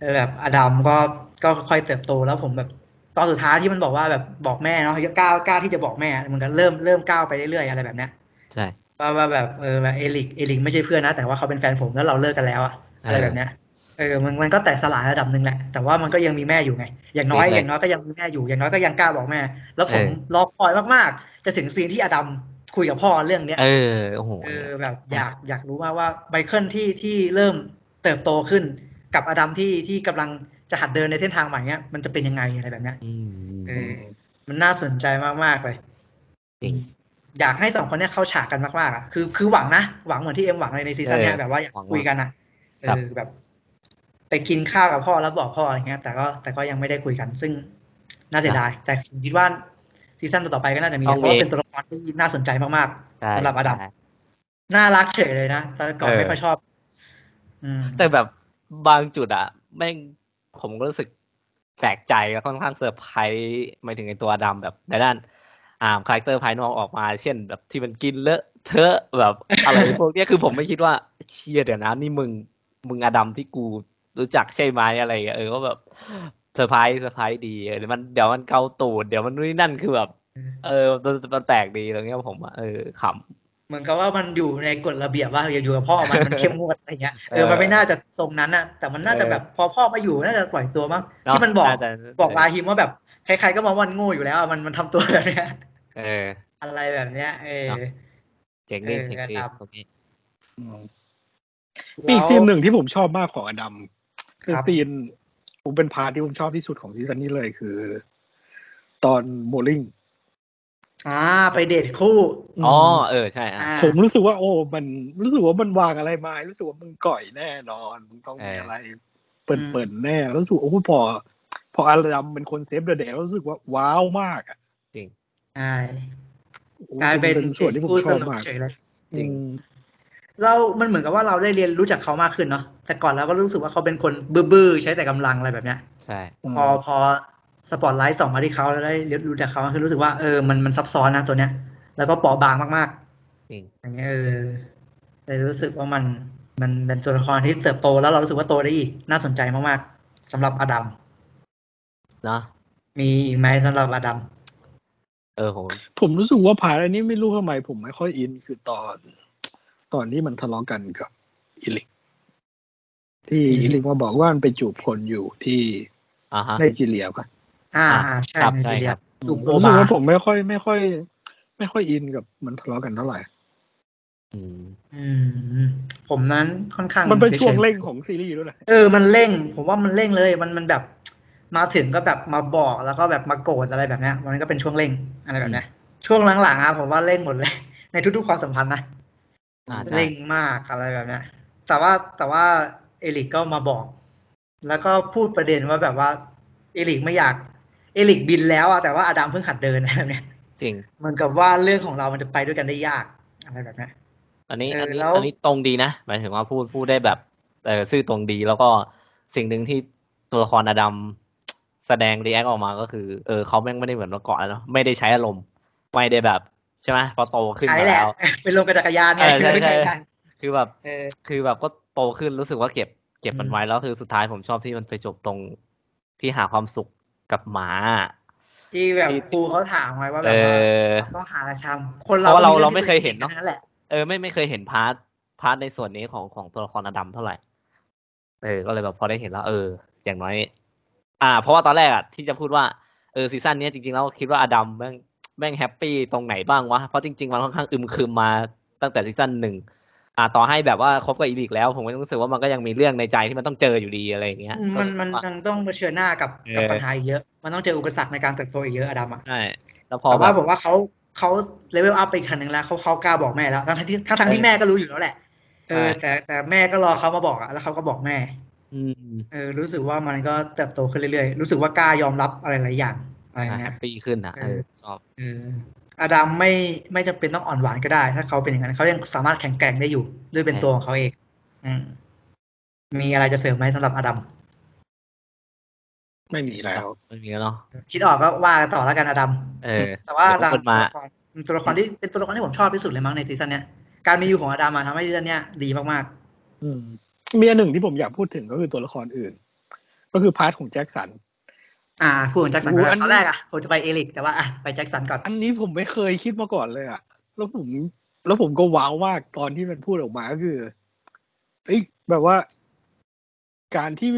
Speaker 2: เออแบบอดัมก็ก็ค่อยๆเติบโตแล้วผมแบบ ตอนสุดท้ายที่มันบอกว่าแบบบอกแม่เนาะก้าวก้าวที่จะบอกแม่มันก็เริ่มเริ่มก้าวไปเรื่อยๆอะไรแบบเนี้ย
Speaker 1: ใช่
Speaker 2: ว่าว่าแบบเออแบบเอลิกเอลิกไม่ใช่เพื่อนนะ แต่ว่าเขาเป็นแฟนผมแล้วเราเลิกกันแล้วอะอะไรแบบเนี้ยเออมันมันก็แตกสลายระดับหนึ่งแหละแต่ว่ามันก็ยังมีแม่อยู่ไง อย่างน้อย
Speaker 1: จริงเลย
Speaker 2: อย่างน้อยก็ยังมีแม่อยู่อย่างน้อยก็ยังกล้าบอกแม่ แล้วผม
Speaker 1: เออ
Speaker 2: รอคอยมากๆ จะถึงซีนที่อดัมคุยกับพ่อเรื่องเนี้ย
Speaker 1: เออ โอ้โห
Speaker 2: เออแบบอยากอยากรู้มากว่าไมเคิลที่ที่เริ่มเติบโตขึ้นกับอดัมที่ที่กำลังจะหัดเดินในเส้นทางใหม่เนี้ยมันจะเป็นยังไงอะไรแบบเนี้ย
Speaker 1: อืม
Speaker 2: เออ มันน่าสนใจมากๆเลย
Speaker 1: จริง
Speaker 2: อยากให้สองคนเนี้ยเข้าฉากกันมากๆอ่ะคือคือหวังนะ หวังเหมือนที่เอ็มหวังเลยในซีซั่นเนี้ย
Speaker 1: เออ
Speaker 2: แบบว่าอยาก
Speaker 1: หวังว่า
Speaker 2: คุยกันอ่ะเอ
Speaker 1: ครับ
Speaker 2: อแบบ ไปกินข้าวกับพ่อแล้วบอกพ่ออะไรเงี้ย แต่ก็แต่ก็ยังไม่ได้คุยกัน ซึ่งน่าเสียดาย แต่ผมคิดว่าซีซั่นต่อๆไปก็น่าจะมีนะเพราะว่าเป็นตัวละครที่น่าสนใจมาก
Speaker 1: ใช่
Speaker 2: ๆสำหรับอดัม
Speaker 1: ใช่
Speaker 2: น่ารักเฉยเลยนะแต่ก่อน
Speaker 1: เออ
Speaker 2: ไม่ค่อยชอบ อืม
Speaker 1: แต่แบบบางจุดอะแม่งผมก็รู้สึกแปลกใจแล้วค่อนข้างเซอร์ไพรส์หมายถึงไอตัวดำแบบในด้านอ่าคาแรคเตอร์ภายนอกออกมา เช่นแบบที่มันกินเลอะเทอะแบบอะไร พวกเนี้ยคือผมไม่คิดว่าเชียเดี๋ยวนะนี่มึงมึงอดัมที่กูรู้จักใช่ไหมอะไรอย่างเงี้ยเออก็แบบเซอร์ไพรส์เซอร์ไพรส์ดีเออเดี๋ยวมันเดี๋ยวมันเกาตูดเดี๋ยวมันนู่นนนั่นคือแบบ เออมันมันแปลกดีตรงเนี้ยผมอะเออข
Speaker 2: เหมือนกับว่ามันอยู่ในกฎระเบียบว่าอย่าอยู่กับพ่อมัน มันเข้มงวดอะไรเงี้ยเอ
Speaker 1: เอ
Speaker 2: อ
Speaker 1: อ
Speaker 2: มันไม่น่าจะทรงนั้นน่ะ แต่มันน่าจะ
Speaker 1: เออ
Speaker 2: แบบพอพ่อมาอยู่น่าจะปล่อยตัวมั้ง
Speaker 1: เนอะ
Speaker 2: ที่มันบอก
Speaker 1: น่าจะ
Speaker 2: บอกลาฮิมว่าแบบใครๆก็มองว่ามันโง่อยู่แล้วอ่ะมันมันทำตัวแบบเนี้ย
Speaker 1: ำเออ
Speaker 2: อะไรแบบเนี้ยเออ
Speaker 1: เนอะ เจ๋งดี
Speaker 2: เออ
Speaker 1: เจ๋งดี
Speaker 2: ครับ
Speaker 1: ตรงนี้
Speaker 3: อืม มีอี
Speaker 2: แล้ว
Speaker 3: กซีนหนึ่งที่ผมชอบมากของอดัมคือ
Speaker 2: ครับ
Speaker 3: ซีนผมเป็นพาร์ทที่ผมชอบที่สุดของซีซั่นนี้เลยคือ ตอนโบลิ่ง
Speaker 2: อ่าไปเดทคู่
Speaker 1: อ๋อเออใช่อ่ะ
Speaker 2: อ่า
Speaker 3: ผมรู้สึกว่า โอ้ มันรู้สึกว่ามันวางอะไรมา รู้สึกว่ามึงก่อยแน่นอนมึงต้องมีอะไร เปิดเปิดแน่รู้สึกโอ้โหพอ พออาดัมเป็นคนเซฟเดอะเดย์รู้สึกว่าว้าวมากอะ
Speaker 2: ใช่
Speaker 3: โอ้
Speaker 2: กลายเป็น
Speaker 3: เป็นส่วนที่ผม
Speaker 2: ผู้
Speaker 3: ช
Speaker 2: ส
Speaker 3: อบ
Speaker 2: นุก
Speaker 3: มาก
Speaker 2: เฉยเลย
Speaker 1: จริง
Speaker 3: อืม
Speaker 2: เรา มันเหมือนกับว่าเราได้เรียนรู้จักเขามากขึ้นเนาะ แต่ก่อนเราก็รู้สึกว่าเขาเป็นคนบื้อๆ ใช้แต่กำลังอะไรแบบเนี้ย
Speaker 1: ใช่
Speaker 2: พอพอสปอตไลท์ส่องมาที่เขาแล้วได้เรียนรู้จากเขาคือรู้สึกว่าเออ มันมันซับซ้อนนะตัวเนี้ย แล้วก็เปราะบางมาก
Speaker 1: จริง
Speaker 2: ๆ อย่างเงี้ยเออเลยรู้สึกว่ามันมันเป็นตัวละครที่เติบโตแล้วเรารู้สึกว่าโตได้อีก น่าสนใจมากๆสำหรับอดัม
Speaker 1: เนาะ
Speaker 2: มีอีกไหมสำหรับอดัม
Speaker 1: เออผม
Speaker 3: ผมรู้สึกว่าพาร์ทอันนี้ไม่รู้ทำไมผมไม่ค่อยอินคือตอน ตอนที่มันทะเลาะกันกับอิลิก ที่
Speaker 2: อืม
Speaker 3: อิลิกมาบอกว่ามันไปจูบคนอยู่ที่
Speaker 1: อ่าฮะ
Speaker 3: ไนจีเรียป่ะ
Speaker 2: อ่า
Speaker 1: อ่ะ
Speaker 2: อ่าใช่
Speaker 1: ครับ
Speaker 2: ใน
Speaker 1: ใช่
Speaker 2: ซีเรีย
Speaker 1: ครับ
Speaker 2: ถูก
Speaker 3: ผม
Speaker 2: โอ
Speaker 3: รู้สึ
Speaker 2: บาก
Speaker 3: ว่าผมไม่ค่อยไม่ค่อย ไม่ค่อยอินกับมันทะเลาะกันเท่าไหร่
Speaker 1: อืม
Speaker 2: อืม ผมนั้นค่อนข้าง
Speaker 3: มันเป็นช่วง
Speaker 2: ฉยๆ
Speaker 3: เร่งของซีรีส์ด้วยนะ
Speaker 2: เออ มันเร่ง ผมว่ามันเร่งเลย มันมันแบบ มาถึงก็แบบมาบอกแล้วก็แบบมาโกรธอะไรแบบเนี้ย มันก็เป็นช่วงเร่งอะไรแบบเนี้ย ช่วงหลังๆอะผมว่าเร่งหมดเลย ในทุกๆความสัมพันธ์นะ
Speaker 1: อ่าใช่
Speaker 2: เร่งมากอะไรแบบเนี้ย แต่ว่าแต่ว่าเอลิกก็มาบอก แล้วก็พูดประเด็นว่าแบบว่าเอลิกไม่อยาก เอลิกบินแล้วอะแต่ว่าอดัมเพิ่งหัดเดินอะไรแบบเนี้ย
Speaker 1: จริง
Speaker 2: เหมือนกับว่าเรื่องของเรามันจะไปด้วยกันได้ยากอะไรแบบเนี้ย
Speaker 1: อันนี้
Speaker 2: เออ
Speaker 1: อันนี้
Speaker 2: แล้ว
Speaker 1: อันนี้ตรงดีนะหมายถึงว่าพูดพูดได้แบบเออซื่อตรงดีแล้วก็สิ่งหนึ่งที่ตัวละครอดัมแสดงรีแอคออกมาก็คือเออเขาแม่งไม่ได้เหมือนเมื่อก่อนแล้วเนาะไม่ได้ใช้อารมณ์ไม่ได้แบบใช่ไหมพอโตขึ้น
Speaker 2: ใช้
Speaker 1: มา
Speaker 2: แหละ
Speaker 1: แล้ว
Speaker 2: เป็นลมกระจักรยาน ไง
Speaker 1: เออใช่ใช่
Speaker 2: ใช่
Speaker 1: คือแบบ
Speaker 2: เออ
Speaker 1: คือแบบก็โตขึ้นรู้สึกว่าเก็บ เก็บมันไว้แล้วคือสุดท้ายผมชอบที่มันไปจบตรงที่หาความสุขกับหมา
Speaker 2: ที่แบบ
Speaker 1: ที่
Speaker 2: ครูเขาถามไว้ว่า
Speaker 1: เอ
Speaker 2: แบบว่า
Speaker 1: อ
Speaker 2: เราต้องหาอะไรทำคน
Speaker 1: เพราะว่าเรา
Speaker 2: ก็
Speaker 1: เราไม่เคยเห็นเนอะ
Speaker 2: ทั้งนั่นแหละ
Speaker 1: เออไม่ไม่เคยเห็นพาร์ทพาร์ทในส่วนนี้ของของตัวละครอดัมเท่าไหร่ เออ ก็เลยแบบพอได้เห็นแล้ว เออ อย่างน้อย อ่า เพราะว่าตอนแรกอ่ะที่จะพูดว่าเออซีซั่นเนี้ยจริงๆแล้วคิดว่าอดัมแม่งแม่งแฮปปี้ตรงไหนบ้างวะเพราะจริงๆมันค่อนข้างอึมครึมมาตั้งแต่ซีซั่นหนึ่งอ่าต่อให้แบบว่าคบกับอีลิกแล้ว ผมก็ยังรู้สึกว่ามันก็ยังมีเรื่องในใจที่มันต้องเจออยู่ดีอะไรอย่างเงี้ย
Speaker 2: มันมันมันต้องเผชิญหน้ากับ
Speaker 1: เออ
Speaker 2: กับปัญหาอีกเยอะ มันต้องเจออุปสรรคในการเติบโตอีกเยอะอะดัมอะ
Speaker 1: ใช่แล้วพอ
Speaker 2: แต่
Speaker 1: แบ
Speaker 2: ว่า
Speaker 1: บ
Speaker 2: ผมว่าเขาเขาเลเวลอัพไปอีกขั้นหนึ่งแล้วเขาเขากล้าบอกแม่แล้วทั้งทั้งที่ทั้งทั้งที่แม่ก็รู้อยู่แล้วแหละเออแต่แต่แม่ก็รอเขามาบอกอะแล้วเขาก็บอกแม่
Speaker 1: อืม
Speaker 2: เออรู้สึกว่ามันก็เติบโตขึ้นเรื่อยๆรู้สึกว่ากล้ายอมรับอะไรหลายอย่างอะไรอย่าง
Speaker 1: อ่ะแฮ
Speaker 2: เงี้ย
Speaker 1: ปปี้ขึ้นอ่ะเออชอบ
Speaker 2: เอออดัมไม่ไม่จำเป็นต้องอ่อนหวานก็ได้ ถ้าเขาเป็นอย่างนั้นเขายังสามารถแข็งแกร่งได้อยู่ ด้วยเป็น
Speaker 1: ใช่
Speaker 2: ตัวของเขาเองอืมมีอะไรจะเสริมไหมสำหรับอดัม
Speaker 3: ไม่มีแล้ว
Speaker 1: ไม่มีแล้วเนาะ
Speaker 2: คิดออกก็ว่ากันต่อแล้วกันอดัม
Speaker 1: เออ
Speaker 2: แต่ว่าอดัม
Speaker 1: เดี๋ยวก็วนมา
Speaker 2: ตัวละครเป็นตัวละครที่เป็นตัวละครที่ผมชอบที่สุดเลยมั้งในซีซั่นเนี้ยการมีอยู่ของอดัมมาทำให้ซีซั่นเนี้ยดีมาก
Speaker 3: อืมมีอันหนึ่งที่ผมอยากพูดถึงก็คือตัวละครอื่น ก็คือพาร์ทของแจ็คสัน
Speaker 2: ๆอ่าพูดถึงแจ็คสัน
Speaker 3: โอ้
Speaker 2: ก่
Speaker 3: โห
Speaker 2: อน
Speaker 3: อันนี้
Speaker 2: ตอนแรกอ่ะผมจะไปเอลิกแต่ว่าอ่ะไปแจ็คสันก่อน
Speaker 3: อันนี้ผมไม่เคยคิดมาก่อนเลยอะแล้วผมแล้วผมก็ว้าวมากตอนที่มันพูดออกมาก็คือเอ้ยแบบว่า การที่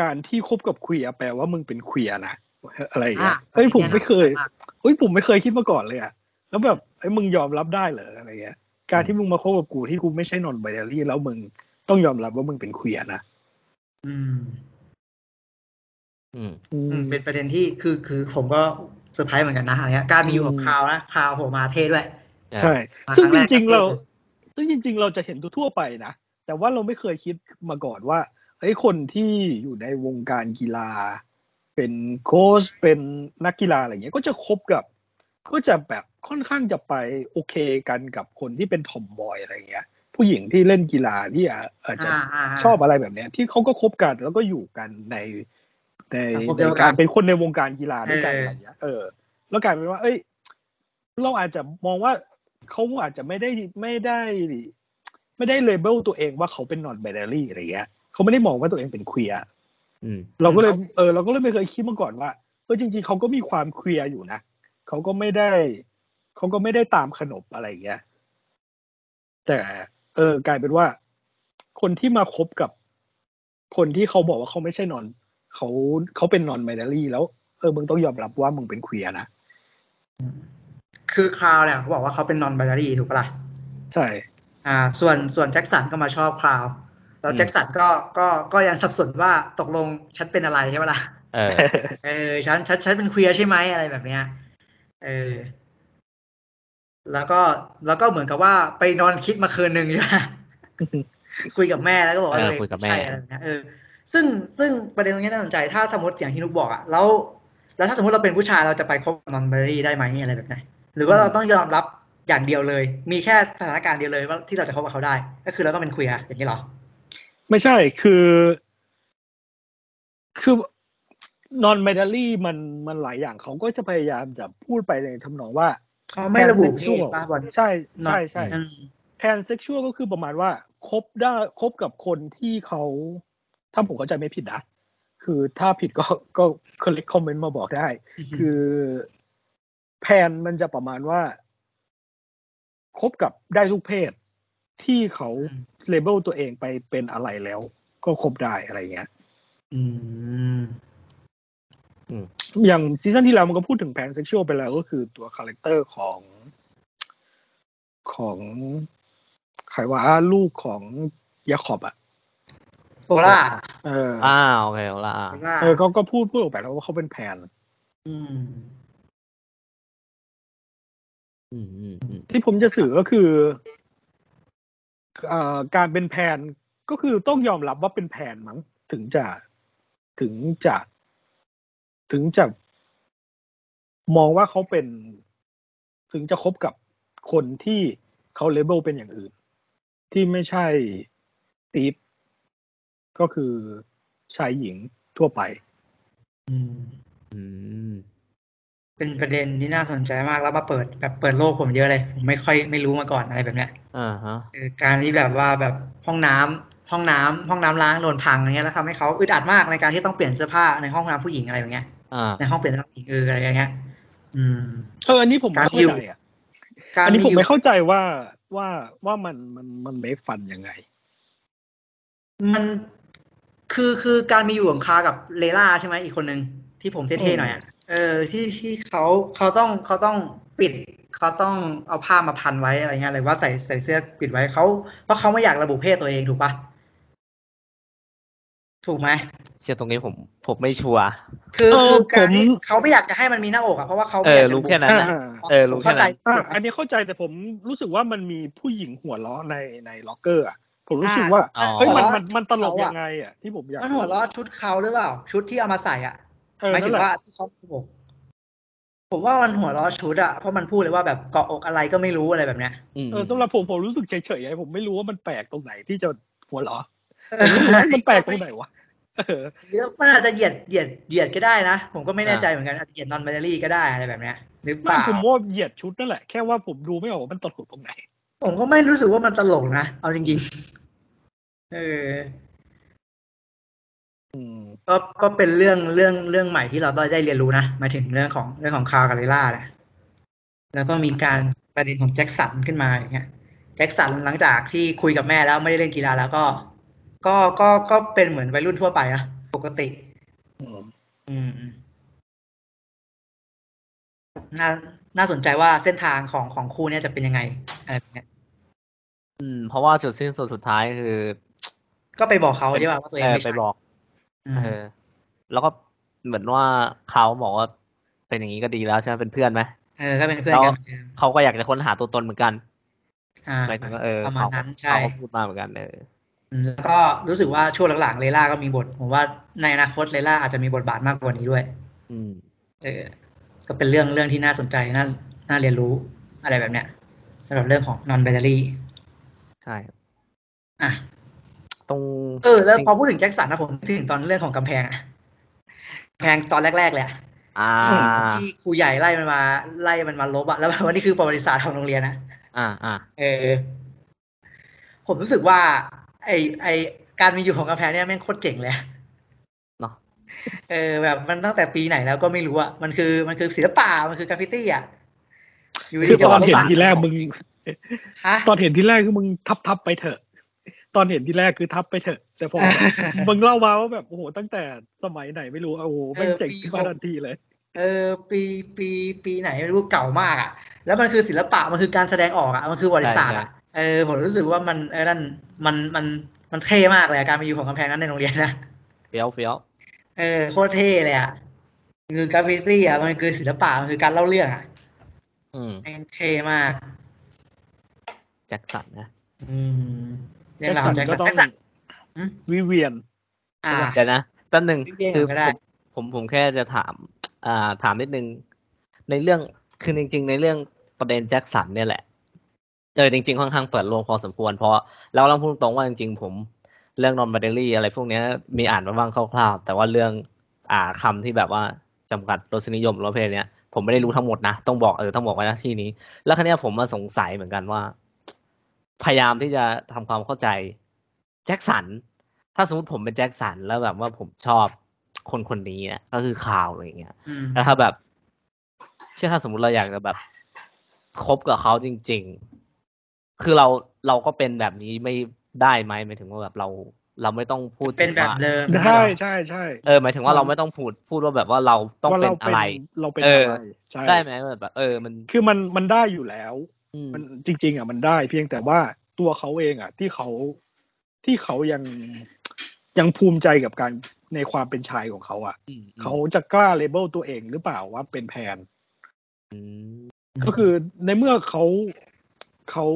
Speaker 3: การที่คบกับเคลียร์แปลว่ามึงเป็นเคลียร์นะอะไรอย่างเงี้
Speaker 2: อ่ะ
Speaker 3: ยเอ้ยผมไม่เคย
Speaker 2: มาก
Speaker 3: เอ้ยผมไม่เคยคิดมาก่อนเลยอะแล้วแบบเอ้ยมึงยอมรับได้เหรออะไรเงี้ย การที่มึงมาคบกับกูที่กูไม่ใช่นอนไบเดอรี่แล้วมึงต้องยอมรับว่ามึงเป็นเคลียร์นะ
Speaker 2: อืม
Speaker 1: อืม
Speaker 3: อืม
Speaker 2: อืมเป็นประเด็นที่คือคือผมก็เซอร์ไพรส์เหมือนกันนะอะไรเงี้ยการมีอยู่ของ
Speaker 3: อืม
Speaker 2: คาวนะคาวผมมาเท่ด้วย
Speaker 3: ใช่
Speaker 2: มา
Speaker 3: ซึ่ง
Speaker 2: ครั้ง
Speaker 3: จ
Speaker 2: แรก
Speaker 3: ริง
Speaker 2: ก็
Speaker 3: ๆเรา
Speaker 2: เท่เลย
Speaker 3: ซึ่งจริง ๆ เราจะเห็นทั่วๆไปนะ แต่ว่าเราไม่เคยคิดมาก่อนว่าเฮ้ยคนที่อยู่ในวงการกีฬา เป็นโค้ชเป็นนักกีฬาอะไรเงี้ย ก็จะคบกับ ก็จะแบบค่อนข้างจะไปโอเคกันกับคนที่เป็นทอมบอยอะไรเงี้ย ผู้หญิงที่เล่นกีฬาที่อาจจะ
Speaker 2: อ่าาา
Speaker 3: ชอบอะไรแบบเนี้ยที่เขาก็คบกันแล้วก็อยู่กันในใน
Speaker 2: สังคม
Speaker 3: ใน
Speaker 2: เดียวกัน
Speaker 3: การเป็นคนในวงการกีฬาด้วยกัน
Speaker 2: เอ
Speaker 3: อะ
Speaker 2: ออ
Speaker 3: ไรอย่างเงี้ยเออ แล้วกลายเป็นว่า เอ้ย เราอาจจะมองว่าเขาอาจจะไม่ได้ไม่ได้ ไม่ได้เลเบลตัวเองว่าเขาเป็นนอนแบตเตอรี่อะไรเงี้ยเขาไม่ได้มองว่าตัวเองเป็นเคลียร์
Speaker 1: อืม
Speaker 3: เราก็เลยเออเราก็เลยไม่เคยคิดมาก่อนว่าเออจริง ๆเขาก็มีความเคลียร์อยู่นะเขาก็ไม่ได้เขาก็ไม่ได้ตามขนบอะไรเงี้ย แต่เออกลายเป็นว่า คนที่มาคบกับ คนที่เขาบอกว่าเขาไม่ใช่นอนเขาเขาเป็นนอนไมเดอรี่แล้วเออมึงต้องยอมรับว่ามึงเป็นเคลียร์นะ
Speaker 2: คือคาวเนี่ยเขาบอกว่าเขาเป็นนอนไบนารีถูกปะล่ะ
Speaker 3: ใช่
Speaker 2: อ่า ส่วนส่วนแจ็คสันก็มาชอบคาวแล้ว
Speaker 1: อืม
Speaker 2: แจ็คสันก็ก็ก็ยังสับสนว่าตกลงฉันเป็นอะไรใช่ ปะล่ะ
Speaker 1: เอ อ
Speaker 2: เออฉันฉันฉันเป็นเคลียร์ใช่ไหมอะไรแบบเนี้ยเออ แล้วก็แล้วก็เหมือนกับว่าไปนอนคิดมาคื นนึงใช่ปะ คุยกับแม่แล้วก็บอกว่า
Speaker 1: เออ
Speaker 2: ตัวเอง
Speaker 1: คุยกับ
Speaker 2: ใช่
Speaker 1: แม่
Speaker 2: อะไรแบบเนี้ยเออซึ่งซึ่งประเด็นตรงนี้น่าสนใจถ้าสมมติอย่างที่นุกบอกอะแล้ว แล้วถ้าสมมติเราเป็นผู้ชายเราจะไปคบนอนเบอรี่ได้ไหมอะไรแบบเนี้ย หรือว่าเราต้องยอมรับอย่างเดียวเลย มีแค่สถานการณ์เดียวเลยว่าที่เราจะคบกับเขาได้ ก็คือเราต้องเป็นเคลียร์อย่างนี้เหรอ
Speaker 3: ไม่ใช่คือ คือนอนเมดัลี่มันมันหลายอย่างเขาก็จะพยายามจะพูดไปในทำนองว่า
Speaker 2: เขาไม่ระบุ
Speaker 3: เพ
Speaker 2: เพ
Speaker 3: ศ
Speaker 2: ศป้าบอล
Speaker 3: ใช่ใช่ใช่
Speaker 2: อืม
Speaker 3: แทนเซ็กชวลก็คือประมาณว่าคบได้คบกับคนที่เขาถ้าผมเข้าใจไม่ผิดนะ คือถ้าผิดก็ก็คอลเลกคอมเมนต์มาบอกได้ คือแพนมันจะประมาณว่าคบกับได้ทุกเพศ ที่เขา
Speaker 2: อืม
Speaker 3: เลเบลตัวเองไปเป็นอะไรแล้ว ก็คบได้อะไรเงี้ย
Speaker 2: อืม
Speaker 3: อย่างซีซั่นที่แล้วมันก็พูดถึงแพนเซ็กชวลไปแล้วก็คือตัวคาแรคเตอร์ของของใครว่าลูกของยาขอบอะ
Speaker 2: โอล่า
Speaker 3: เอออ
Speaker 1: อ้าวโอเคเอาละอ่ะ
Speaker 2: โอล่า
Speaker 3: เออเขาก็พูดพูดออกไปแล้วว่าเขาเป็นแผน
Speaker 2: อืม
Speaker 1: อืมอืมอืม
Speaker 3: ที่ผมจะสื่อก็คือเอ่อการเป็นแผนก็คือต้องยอมรับว่าเป็นแผนมั้งถึงจะถึงจะ ถึงจะมองว่าเขาเป็น ถึงจะคบกับคนที่เขาเลเบลเป็นอย่างอื่น ที่ไม่ใช่ตีฟก็คือชายหญิงทั่วไป
Speaker 2: อืม
Speaker 1: อืม
Speaker 2: เป็นประเด็นที่น่าสนใจมากแล้วมาเปิดแบบเปิดโลกผมเยอะเลยผมไม่ค่อยไม่รู้มาก่อนอะไรแบบเนี้ย
Speaker 1: อ่าฮะ
Speaker 2: คือการที่แบบว่าแบบห้องน้ำห้องน้ำห้องน้ำล้างโดนพังอะไรเงี้ยแล้วทำให้เขาอึดอัดมากในการที่ต้องเปลี่ยนเสื้อผ้าในห้องน้ำผู้หญิงอะไรอย่างเงี้ย
Speaker 1: อ่า
Speaker 2: ในห้องเปลี่ยนเสื้อผ้าผู้หญิงเอออะไรอย่างเงี้ยอืม
Speaker 3: เอออันนี้ผมไม่เข้าใจอ่ะ
Speaker 2: การ
Speaker 3: อันนี้ผม
Speaker 2: อยู่
Speaker 3: ไม่เข้าใจว่าว่าว่ามันมันมันเมคฟันยังไง
Speaker 2: มันคือคือการมีอยู่ของคากับเลล่าใช่ไหมอีกคนนึงที่ผม
Speaker 3: อื
Speaker 2: เท่
Speaker 3: ม
Speaker 2: ๆหน่อยอะเออที่ที่เขาเขาต้องเขาต้องปิดเขาต้องเอาผ้ามาพันไว้อะไรเงี้ยหรือว่าใส่ใส่เสื้อปิดไว้เขาเพราะเขาไม่อยากระบุเพศตัวเองถูกปะถูกไหม
Speaker 1: เชื่อตรงนี้ผม ผมไม่ชัวร์
Speaker 2: คือ
Speaker 3: เออ
Speaker 2: คือการที่
Speaker 3: ผม
Speaker 2: เขาไม่อยากจะให้มันมีหน้าอกอะเพราะว่าเขา
Speaker 1: เอ
Speaker 2: ไม่
Speaker 1: อย
Speaker 2: อากจะ
Speaker 1: รู้
Speaker 2: ระบุ
Speaker 1: แค่นั้นนะ
Speaker 3: อ่า
Speaker 1: เออรู้
Speaker 2: ผม
Speaker 1: แค่นั้น
Speaker 2: เข้าใจ
Speaker 3: อ่ะ
Speaker 2: ถูกไหม
Speaker 3: อันนี้เข้าใจแต่ผมรู้สึกว่ามันมีผู้หญิงหัวล้อในในล็อกเกอร์อ่ะผมรู้สึกว่า
Speaker 1: อ๋อ
Speaker 3: เฮ้ยมัน
Speaker 2: หัวล้อ
Speaker 3: มันมันตลก
Speaker 2: เขาอะ
Speaker 3: ยังไงอ่ะที่ผมอยาก
Speaker 2: มันหัวเราะชุดเขาหรือเปล่า ชุดที่เอามาใส่อ่ะ
Speaker 3: เออ
Speaker 2: หมาย
Speaker 3: นั่
Speaker 2: ถึ
Speaker 3: น
Speaker 2: ง
Speaker 3: แหละ
Speaker 2: ว่าที่เขาผมผมว่ามันหัวเราะชุดอะเพราะมันพูดเลยว่าแบบเกาะอกอะไรก็ไม่รู้อะไรแบบเนี้ย
Speaker 1: อืม
Speaker 3: เออสำหรับผมผมรู้สึกเฉยๆไงผมไม่รู้ว่ามันแปลกตรงไหนที่จะหัวล้อผมรู้สึกว่ามันแปลกตรงไหนวะเออ
Speaker 2: หรือมันอาจจะเหยียดเหยียดเหยียดก็ได้นะ ผมก็ไม่แน่ใจเหมือนกันอาจจะเหยียดนอนแบตเตอรี่ก็ได้อะไรแบบเนี้ยหรือเป
Speaker 3: ไม่
Speaker 2: ล่า
Speaker 3: ผมว่าเหยียดชุดนั่นแหละแค่ว่าผมดูไม่ออกว่ามันตลกตรงไหน
Speaker 2: ผมก็ไม่รู้สึกว่ามันตลกนะ เอาจริงๆ เออ
Speaker 3: อืม
Speaker 2: ก็ก็เป็นเรื่องเรื่องเรื่องใหม่ที่เราได้ได้เรียนรู้นะหมายถึงเรื่องของเรื่องของคาร์กับเลล่าเนี่ยแล้วก็มีการประเด็นของแจ็คสันขึ้นมาอย่างเงี้ยแจ็คสันหลังจากที่คุยกับแม่แล้วไม่ได้เล่นกีฬาแล้วก็ ก็ก็ก็เป็นเหมือนวัยรุ่นทั่วไปอะปกติ
Speaker 3: อืม
Speaker 2: อืมน่าน่าสนใจว่าเส้นทางของของคู่เนี่ยจะเป็นยังไงอะไรแบบเนี้ย
Speaker 1: อืม เพราะว่าจุดสิ้นสุดสุดท้ายคือ
Speaker 2: ก็ไปบอกเขาใช่ป่ะว่าตัวเอ
Speaker 1: เอง อ
Speaker 2: ไม่
Speaker 1: ไป
Speaker 2: ใช่
Speaker 1: บอก
Speaker 2: อืม
Speaker 1: เออ แล้วก็เหมือนว่าเขาบอกว่า เป็นอย่างนี้ก็ดีแล้วใช่ไหมเป็นเพื่อนไหม
Speaker 2: เออก็เป็นเพื่อนกันเหมือนเดิม
Speaker 1: เขาก็อยากจะค้นหาตัวตนเหมือนกัน
Speaker 2: อ่า
Speaker 1: หมายถึงว่าเออ
Speaker 2: ประมาณ
Speaker 1: เขา
Speaker 2: นั้นใช่
Speaker 1: เขาก็พูดมาเหมือนกันเออ
Speaker 2: อืมแล้วก็รู้สึกว่าช่วงหลังๆเลล่าก็มีบท ผมว่าในอนาคตเลล่าอาจจะมีบทบาทมากกว่านี้ด้วย
Speaker 1: อืม
Speaker 2: เออก็เป็นเรื่องเรื่องที่น่าสนใจน่าน่าเรียนรู้อะไรแบบเนี้ยสำหรับเรื่องของ non binary
Speaker 1: ใช่
Speaker 2: อ่ะ
Speaker 1: ตรง
Speaker 2: เออแล้วพอพูดถึงแจ็คสันนะผมนึกถึงตอนเรื่องของกำแพงอะกำแพงตอนแรก ๆ เลยอะ
Speaker 1: อ่า
Speaker 2: ที่ครูใหญ่ไล่มันมาไล่มันมาลบอะแล้วแบบว่านี่คือประวัติศาสตร์ของโรงเรียนนะ
Speaker 1: อ่าอ่า
Speaker 2: เออ ผมรู้สึกว่า ไอไอการมีอยู่ของกำแพงเนี่ยแม่งโคตรเจ๋งเลยอะ
Speaker 1: เนาะ
Speaker 2: เออแบบมันตั้งแต่ปีไหนแล้วก็ไม่รู้อ่ะมันคือมันคือศิลปะมันคือกราฟฟิตี้อ่ะดี
Speaker 3: คือ
Speaker 2: จะ
Speaker 3: ตอนเห็น
Speaker 2: บา
Speaker 3: ทีแรกมึง
Speaker 2: ฮะ
Speaker 3: ตอนเห็นที่แรกคือมึงทับทับไปเถอะ ตอนเห็นที่แรกคือทับไปเถอะ แต่พอ มึงเล่ามาว่าแบบโอ้โหตั้งแต่สมัยไหนไม่รู้โอ้โหแม่งเจ๋งขึ้นมาทันทีเลย
Speaker 2: เออปีปีปีไหนไม่รู้เก่ามากอ่ะ แล้วมันคือศิลปะมันคือการแสดงออกอ่ะมันคือประวัติศาสตร์อ่ะเออผมรู้สึกว่ามันเออนั่นมันมันมันเท่มากเลยอะการมีอยู่ของกำแพงนั้นในโรงเรียนนะ
Speaker 1: เฟี้ยวเฟี้ยว
Speaker 2: เออโคตรเท่เลยอ่ะคือกราฟฟิตี้อ่ะมันคือศิลปะมันคือการเล่าเรื่องอ่ะ
Speaker 1: อืม
Speaker 2: แม่งเท่มาก
Speaker 1: แจ็คสันนะ
Speaker 2: อืมเรื่องราวของแจ็คสัน
Speaker 3: แจ็ค
Speaker 2: แจ็ค
Speaker 3: สั
Speaker 2: สั
Speaker 3: นก็ต้อ
Speaker 2: น
Speaker 3: ง
Speaker 2: อืม
Speaker 3: วิเวียน
Speaker 2: อ่า
Speaker 1: เดี๋ยวนะแป๊บหนึ่ง
Speaker 2: เรียก
Speaker 1: คือ
Speaker 2: ก่อน
Speaker 1: ผ
Speaker 2: ก็ได้
Speaker 1: มผมผมแค่จะถาม อ่า ถามนิดนึง ในเรื่องคือจริง ๆ ในเรื่อง ประเด็นแจ็คสันเนี่ยแหละ เออจริงๆ ค่อนข้างเปิดโลงพอสมควรเพราะแล้วเราพูดตรงว่าจริงๆ ผมเรื่องนอนบ a เดลี่อะไรพวกเนี้ยมีอ่านมาบ้างคร่าวๆ แต่ว่าเรื่องอ่าคำที่แบบว่าจำกัดรสนิยมรสเพศเนี้ยผมไม่ได้รู้ทั้งหมดนะ ต้องบอกเออต้องบอกไว้นะที่นี้ แล้วครั้งนี้ยผมมาสงสัยเหมือนกันว่า พยายามที่จะทำความเข้าใจแจ็คสัน ถ้าสมมติผมเป็นแจ็คสันแล้วแบบว่าผมชอบคนคนนี้เนี่ยก็คือข่าวอะไรอย่างเงี้ย
Speaker 2: อืม
Speaker 1: แล้วถ้าแบบเชื่อถ้าสมมติเราอยากจะแบบคบกับเขาจริง ๆ คือเราเราก็เป็นแบบนี้ไม่ได้ไหมหมายถึงว่าแบบเรา เราไม่ต้องพูด
Speaker 2: เป็นแบบ
Speaker 1: ถึงว่า
Speaker 2: เดิม
Speaker 3: ใช่ใช่ใช่
Speaker 1: เออหมายถึงว่าเราไม่ต้องพูดพูดว่าแบบว่าเราต้อง
Speaker 3: ว่า
Speaker 1: เป็น
Speaker 3: เรา
Speaker 1: อะ
Speaker 3: เป็น
Speaker 1: ไร
Speaker 3: เราเป็น
Speaker 1: เอ
Speaker 3: อะ
Speaker 1: อ
Speaker 3: ไรใช่
Speaker 1: ได้ไหมแบบ เออมัน
Speaker 3: คือมันมันได้อยู่แล้ว
Speaker 1: อืม
Speaker 3: มันจริง ๆอ่ะมันได้เพียงแต่ว่าตัวเขาเองอ่ะ ที่เขาที่เขายังยังภูมิใจกับการในความเป็นชายของเขาอ่ะ
Speaker 1: อืม
Speaker 3: เขาจะกล้าเลเบลตัวเองหรือเปล่าว่าเป็นแพน
Speaker 1: อืม
Speaker 3: ก็คือในเมื่อเขาเขา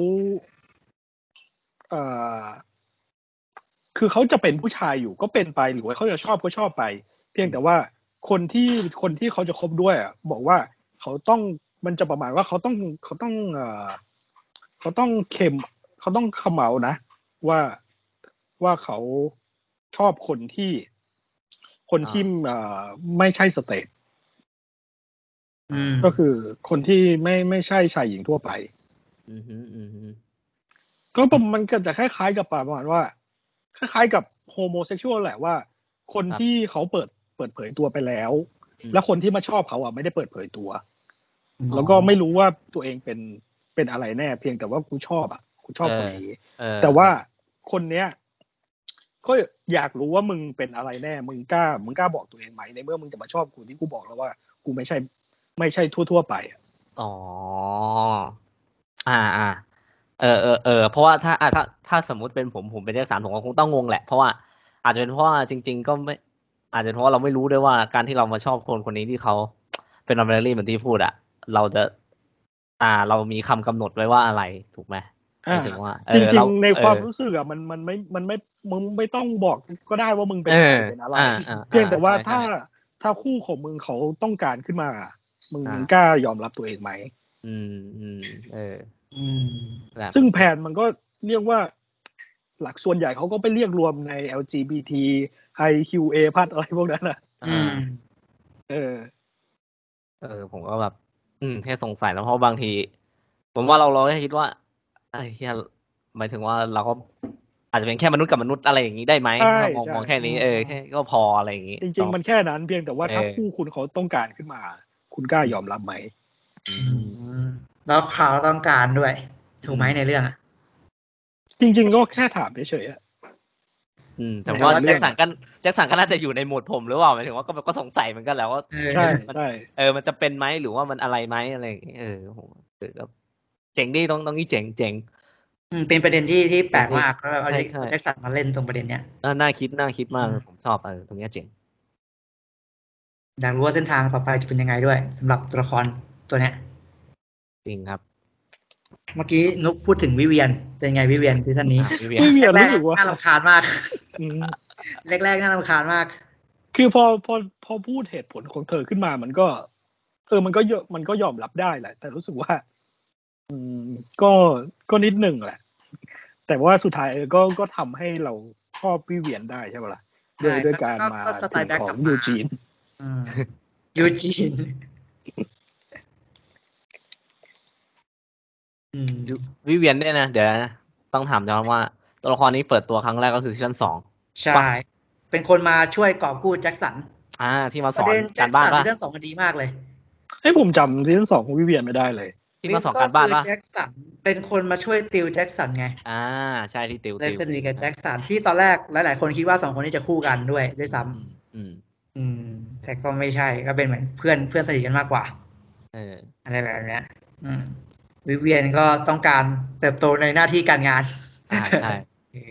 Speaker 3: เอ่อคือเขาจะเป็นผู้ชายอยู่ก็เป็นไปหรือว่าเขาจะชอบก็ชอบไป เพียงแต่ว่าคนที่คนที่เขาจะคบด้วยอะบอกว่าเขาต้องมันจะประมาณว่าเขาต้องเขาต้องเอ่อเขาต้องเข็มเขาต้องเขมานะ ว่าว่าเขาชอบคนที่ คนที่เอ่อไม่ใช่สเตท
Speaker 2: อืม
Speaker 3: ก็คือคนที่ไม่ไม่ใช่ชายหญิงทั่วไป
Speaker 1: อืมฮึอืมฮึ
Speaker 3: ก็ประมันก็จะคล้ายๆกับประมาณว่า คล้ายๆกับโฮโมเซ็กชวลแหละว่า คนที่เขาเปิดเปิดเผยตัวไปแล้ว แล้วคนที่มาชอบเขาอ่ะไม่ได้เปิดเผยตัว แล้วก็ไม่รู้ว่าตัวเองเป็นเป็นอะไรแน่ เพียงแต่ว่ากูชอบอ่ะกูชอบคนนี้
Speaker 1: เออ
Speaker 3: แต่ว่าคนเนี้ยก็อยากรู้ว่ามึงเป็นอะไรแน่ มึงกล้า มึงกล้าบอกตัวเองไหมในเมื่อมึงจะมาชอบกูที่กูบอกแล้วว่า กูไม่ใช่ ไม่ใช่ทั่ว ๆ ไปอะ
Speaker 1: อ๋ออ่าอ่าเออเออเออเพราะว่าถ้าอ่ะถ้าถ้าสมมติเป็นผมผมเป็นแจ็คสันผมก็คงต้องงงแหละเพราะว่า อาจจะเป็นเพราะว่าจริง ๆ ก็ไม่ อาจจะเพราะว่าเราไม่รู้ด้วยว่าการที่เรามาชอบคนคนนี้ที่เขา เป็นนอมเบลลี่เหมือนที่พูดอะเราจะ อ่า เรามีคำกำหนดไว้ว่าอะไรถูกไหมหมายถึงว่าเออ
Speaker 3: จริ
Speaker 1: เาง
Speaker 3: ๆในความ
Speaker 1: เออ
Speaker 3: รู้สึกอ่ะมันมันไม่ มันไม่ มึงไม่ต้องบอกก็ได้ว่ามึงเป็น
Speaker 1: เออ
Speaker 3: ใครเป็นอะไร
Speaker 1: อ่าอ่
Speaker 3: เพียงแต่ว่า
Speaker 1: ใช่
Speaker 3: ถ้า
Speaker 1: ใช่
Speaker 3: ถ้าคู่ของมึงเขาต้องการขึ้นมา มึง
Speaker 1: อ่ามึ
Speaker 3: งกล้ายอมรับตัวเองไหม
Speaker 1: อืมอืมเออ
Speaker 2: อืม
Speaker 1: แบบ
Speaker 3: ซึ่งแผนมันก็เรียกว่าหลักส่วนใหญ่เขาก็ไปเรียกรวมใน LGBT IQA พัดอะไรพวกนั้นอ่ะ
Speaker 2: อื
Speaker 1: อ่า
Speaker 2: ม
Speaker 3: เออ
Speaker 1: เออผมก็แบบ อืมแค่สงสัยแล้วเพราะบางที ผมว่าเราเราแค่คิดว่าไอ้เฮียหมายถึงว่าเราก็อาจจะเป็นแค่มนุษย์กับมนุษย์อะไรอย่างนี้ได้ไหม
Speaker 3: ใช่
Speaker 1: ถ้ามอง
Speaker 3: ใช่
Speaker 1: มองแค่นี้เออแค่ก็พออะไรอย่างนี้
Speaker 3: จริง ๆ มันแค่นั้น เพียงแต่ว่าถ้า
Speaker 1: เออ
Speaker 3: คู่คุณเขาต้องการขึ้นมา คุณกล้ายอมรับไหม
Speaker 1: อื
Speaker 2: อื
Speaker 1: ม
Speaker 2: มแล้วเขาต้องการด้วย ถูกไหม
Speaker 1: อืม
Speaker 2: ในเรื่องอะ
Speaker 3: จริง ๆ ก็แค่ถามเฉยๆอะ
Speaker 1: อืมแต่
Speaker 2: แต่
Speaker 1: ว่า
Speaker 2: ว่า
Speaker 1: แจ็คสันก็แจ็คสันก็น่าจะอยู่ในโหมดผมหรือเปล่าหมายถึงว่าก็ก็สงสัยเหมือนกันแหล้วว่า
Speaker 2: เออ
Speaker 3: ใช่ใช่
Speaker 1: เออมันจะเป็นไหมหรือว่ามันอะไรไหมอะไรอย่างงี้เออผมเออก็เจ๋งดีต้องต้องนี่เจ๋งเจ๋ง
Speaker 2: อืมเป็นประเด็นที่ที่แปลกมากแล้วเอา
Speaker 1: ใช่
Speaker 2: เด็ก
Speaker 1: ใช่
Speaker 2: แจ็คสันมาเล่นตรงประเด็นเนี้ย
Speaker 1: น่าน่าคิดน่าคิดมาก
Speaker 2: อืม
Speaker 1: ผมชอบเออตรงเนี้ยเจ๋ง
Speaker 2: อยากรู้ว่าเส้นทางต่อไปจะเป็นยังไงด้วยสำหรับตัวละครตัวเนี้ย
Speaker 1: จริงครับ
Speaker 2: เมื่อกี้นุกพูดถึงวิเวียน เป็นไงวิเวียนซีซั่นนี้
Speaker 1: อ่ะพี่เวีย
Speaker 3: ไม่มีอะ
Speaker 2: แร
Speaker 3: รู้
Speaker 2: ก
Speaker 3: สึกว่า
Speaker 2: ๆน่ารำคาญมาก
Speaker 3: อืม
Speaker 2: แรกๆน่ารำคาญมาก
Speaker 3: คือพอพอพอพูดเหตุผลของเธอขึ้นมามันก็ เออมันก็เยอะมันก็ยอมรับได้แหละ แต่รู้สึกว่า อืม ก็ก็นิดหนึ่งแหละ แต่ว่าสุดท้ายเออก็ก็ทำให้เราชอบวิเวียนได้ใช่ปะล่ะ
Speaker 2: ใช่
Speaker 3: ด้วยด้วย
Speaker 2: ก็
Speaker 3: การมา
Speaker 2: ก็สไตล์
Speaker 3: ถึง
Speaker 2: แบ็ค
Speaker 3: ขอก
Speaker 2: ลั
Speaker 3: ง
Speaker 2: บมายู
Speaker 3: ยูจีน
Speaker 2: อืมยูจีนอืม
Speaker 1: วิเวียนด้วยนะ เดี๋ยวนะ ต้องถามย้อนว่าตัวละครนี้เปิดตัวครั้งแรกก็คือซีซั่นสอง
Speaker 2: ใช่ เป็นคนมาช่วยกอบกู้แจ็คสัน
Speaker 1: อ่า ที่มา
Speaker 2: ป
Speaker 1: ส
Speaker 2: ระ
Speaker 1: อน
Speaker 2: เด็นแจ็
Speaker 1: การ
Speaker 2: ค
Speaker 1: บ้าน
Speaker 2: สัน
Speaker 1: ป่ะ
Speaker 2: ซีซั่นสองมันดีมากเลย
Speaker 3: ให้ผมจำซีซั่นสองของวิเวียนไม่ได้เลย
Speaker 1: ที่มาสอนการบ้าน
Speaker 2: คือ
Speaker 1: ป่ะ
Speaker 2: แจ็คสันเป็นคนมาช่วยติวแจ็คสันไง
Speaker 1: อ่า ใช่ที่ติว
Speaker 2: เลย
Speaker 1: ติว
Speaker 2: สนิทกับแจ็คสันที่ตอนแรกหลาย ๆ คนคิดว่าสองคนนี้จะคู่กันด้วยด้วยซ้ำ
Speaker 1: อืมอืม
Speaker 2: อืม แต่ก็ไม่ใช่ก็เป็นเหมือนเพื่อนเพื่อนสนิทกันมากกว่า
Speaker 1: เออ
Speaker 2: อะไรแบบเนี้ย อืม วิเวียนก็ต้องการเติบโตในหน้าที่การงาน
Speaker 1: อ่าใช่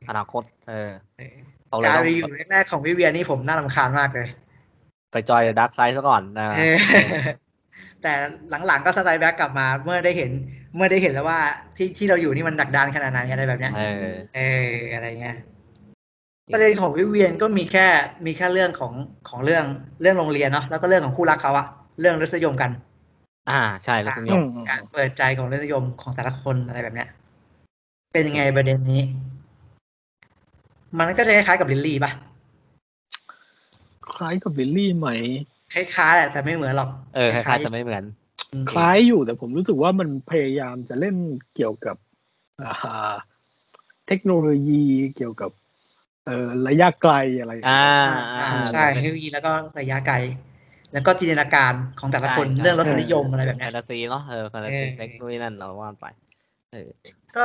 Speaker 1: อนาคต เออเขาเลย
Speaker 2: การ
Speaker 1: ต้อง
Speaker 2: รีวิวแรก ๆ ของวิเวียนนี่ผมน่ารำคาญมากเลย
Speaker 1: ไปจอยดักไซส์ซะก่อนนะ
Speaker 2: เออแต่หลังๆก็สไตล์แบ็กกลับมา เมื่อได้เห็น เมื่อได้เห็นแล้วว่าที่ที่เราอยู่นี่มันดักดานขนาดไหนอะไรแบบเนี้ย
Speaker 1: เออ
Speaker 2: เอออะไรเงี้ยประเด็นของวิเวียนก็มีแค่มีแค่เรื่องของของเรื่องเรื่องโรงเรียนเนาะแล้วก็เรื่องของคู่รักเขาอะเรื่องรสนิยมกัน
Speaker 1: อ่าใช่รสนิยม
Speaker 2: การเปิดใจของรสนิยมของแต่ละคนอะไรแบบเนี้ย เป็นยังไงประเด็นนี้ มันก็จะคล้ายๆกับลิลลี่ป่ะ
Speaker 3: คล้ายกับบิลลี่ไหม
Speaker 2: คล้ายๆแหละแต่ไม่เหมือนหรอก
Speaker 1: เออคล้ายๆจะไม่เหมือน
Speaker 3: คล้ายอยู่แต่ผมรู้สึกว่ามันพยายามจะเล่นเกี่ยวกับอ่าเทคโนโลยีเกี่ยวกับเอ่อระยะไกลอะไรอย่างเงี้ย
Speaker 1: อ่า
Speaker 2: อ่า
Speaker 1: อ่า
Speaker 2: ใช่เทคโนโลยีแล้วก็ระยะไกล แล้วก็จินตนาการของแต่ละคน
Speaker 1: ใช่ใช่
Speaker 2: เรื่องรสนิยมอะไรแบบ
Speaker 1: แฟ
Speaker 2: เนี้ย
Speaker 1: นตาซีเนาะเออแฟนตาซี
Speaker 2: เออ
Speaker 1: เล็กนู่นนนั่นเราว่าไป เออ
Speaker 2: ก็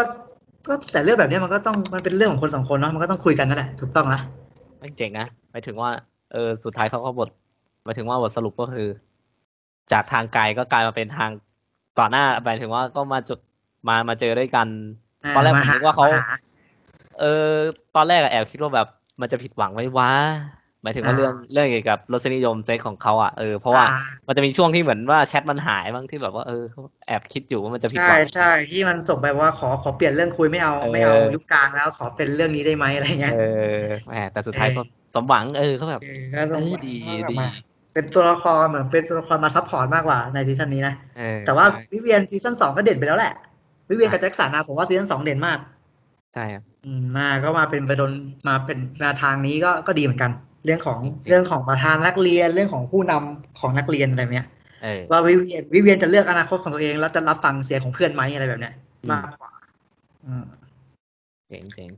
Speaker 2: ก็แต่เรื่องแบบเนี้ยมันก็ต้องมันเป็นเรื่องของคนสองคนเนาะมันก็ต้องคุยกันนั่นแหละถูกต้องนะ
Speaker 1: ไม่เจ๋งนะหมายถึงว่า เออ สุดท้ายเขาก็บทหมายถึงว่าบทสรุปก็คือ จากทางไกลก็กลายมาเป็นทางต่อหน้าหมายถึงว่าก็มาจุดมามาเจอด้วยกัน ตอนแรกผมนึกว่าเขา เออ ตอนแรกอะแอบคิดว่าแบบมันจะผิดหวังไหมวะหมายถึงว่า
Speaker 2: อ่า
Speaker 1: เรื่องเรื่องเกี่ยวกับรสนิยมเซ็กของเขาอ่ะเออเพราะว่ามันจะมีช่วงที่เหมือนว่าแชทมันหายบ้างที่แบบว่าเออเขาแอบคิดอยู่ว่ามันจะผิดห
Speaker 2: ใช่
Speaker 1: วัง
Speaker 2: ใช่ที่มันส่งไปว่าขอขอเปลี่ยนเรื่องคุยไม่เอา
Speaker 1: เออ
Speaker 2: ไม่เอายุคกลางแล้วขอเป็นเรื่องนี้ได้ไหมอะไรเงี้ย
Speaker 1: เออแหมแต่สุดท้าย
Speaker 2: เอ
Speaker 1: ก็
Speaker 2: อ
Speaker 1: สมหวังเออเขาแบบ
Speaker 2: เออก็ต้อง
Speaker 1: เออดี
Speaker 2: กลับ
Speaker 1: ดี
Speaker 2: มาเป็นตัวละครเหมือนเป็นตัวละครมาซัพพอร์ตมากกว่าในซีซั่นนี้นะ
Speaker 1: เออ
Speaker 2: แต่ว่า
Speaker 1: ใช่
Speaker 2: วิเวียนซีซั่นสองก็เด่นไปแล้วแหละ วิเวียน
Speaker 1: อ่ะ
Speaker 2: กับแจ็คสันนะผมว่าซีซั่นสองเด่นมาก
Speaker 1: ใช่ครับ
Speaker 2: อืมมาก็มาเป็นประดนมาเป็นมาทางนี้ก็ก็ดีเหมือนกัน เรื่องของ
Speaker 1: จริงๆ
Speaker 2: เรื่องของประธานนักเรียนเรื่องของผู้นำของนักเรียนอะไรเนี้ย
Speaker 1: เออ
Speaker 2: ว่าวิเวียนวิเวียนจะเลือกอนาคตของตัวเองแล้วจะรับฟังเสียงของเพื่อนไหมอะไรแบบเนี้ย
Speaker 1: อืม
Speaker 2: มากกว่าอืม
Speaker 1: เจ๋งเจ๋ง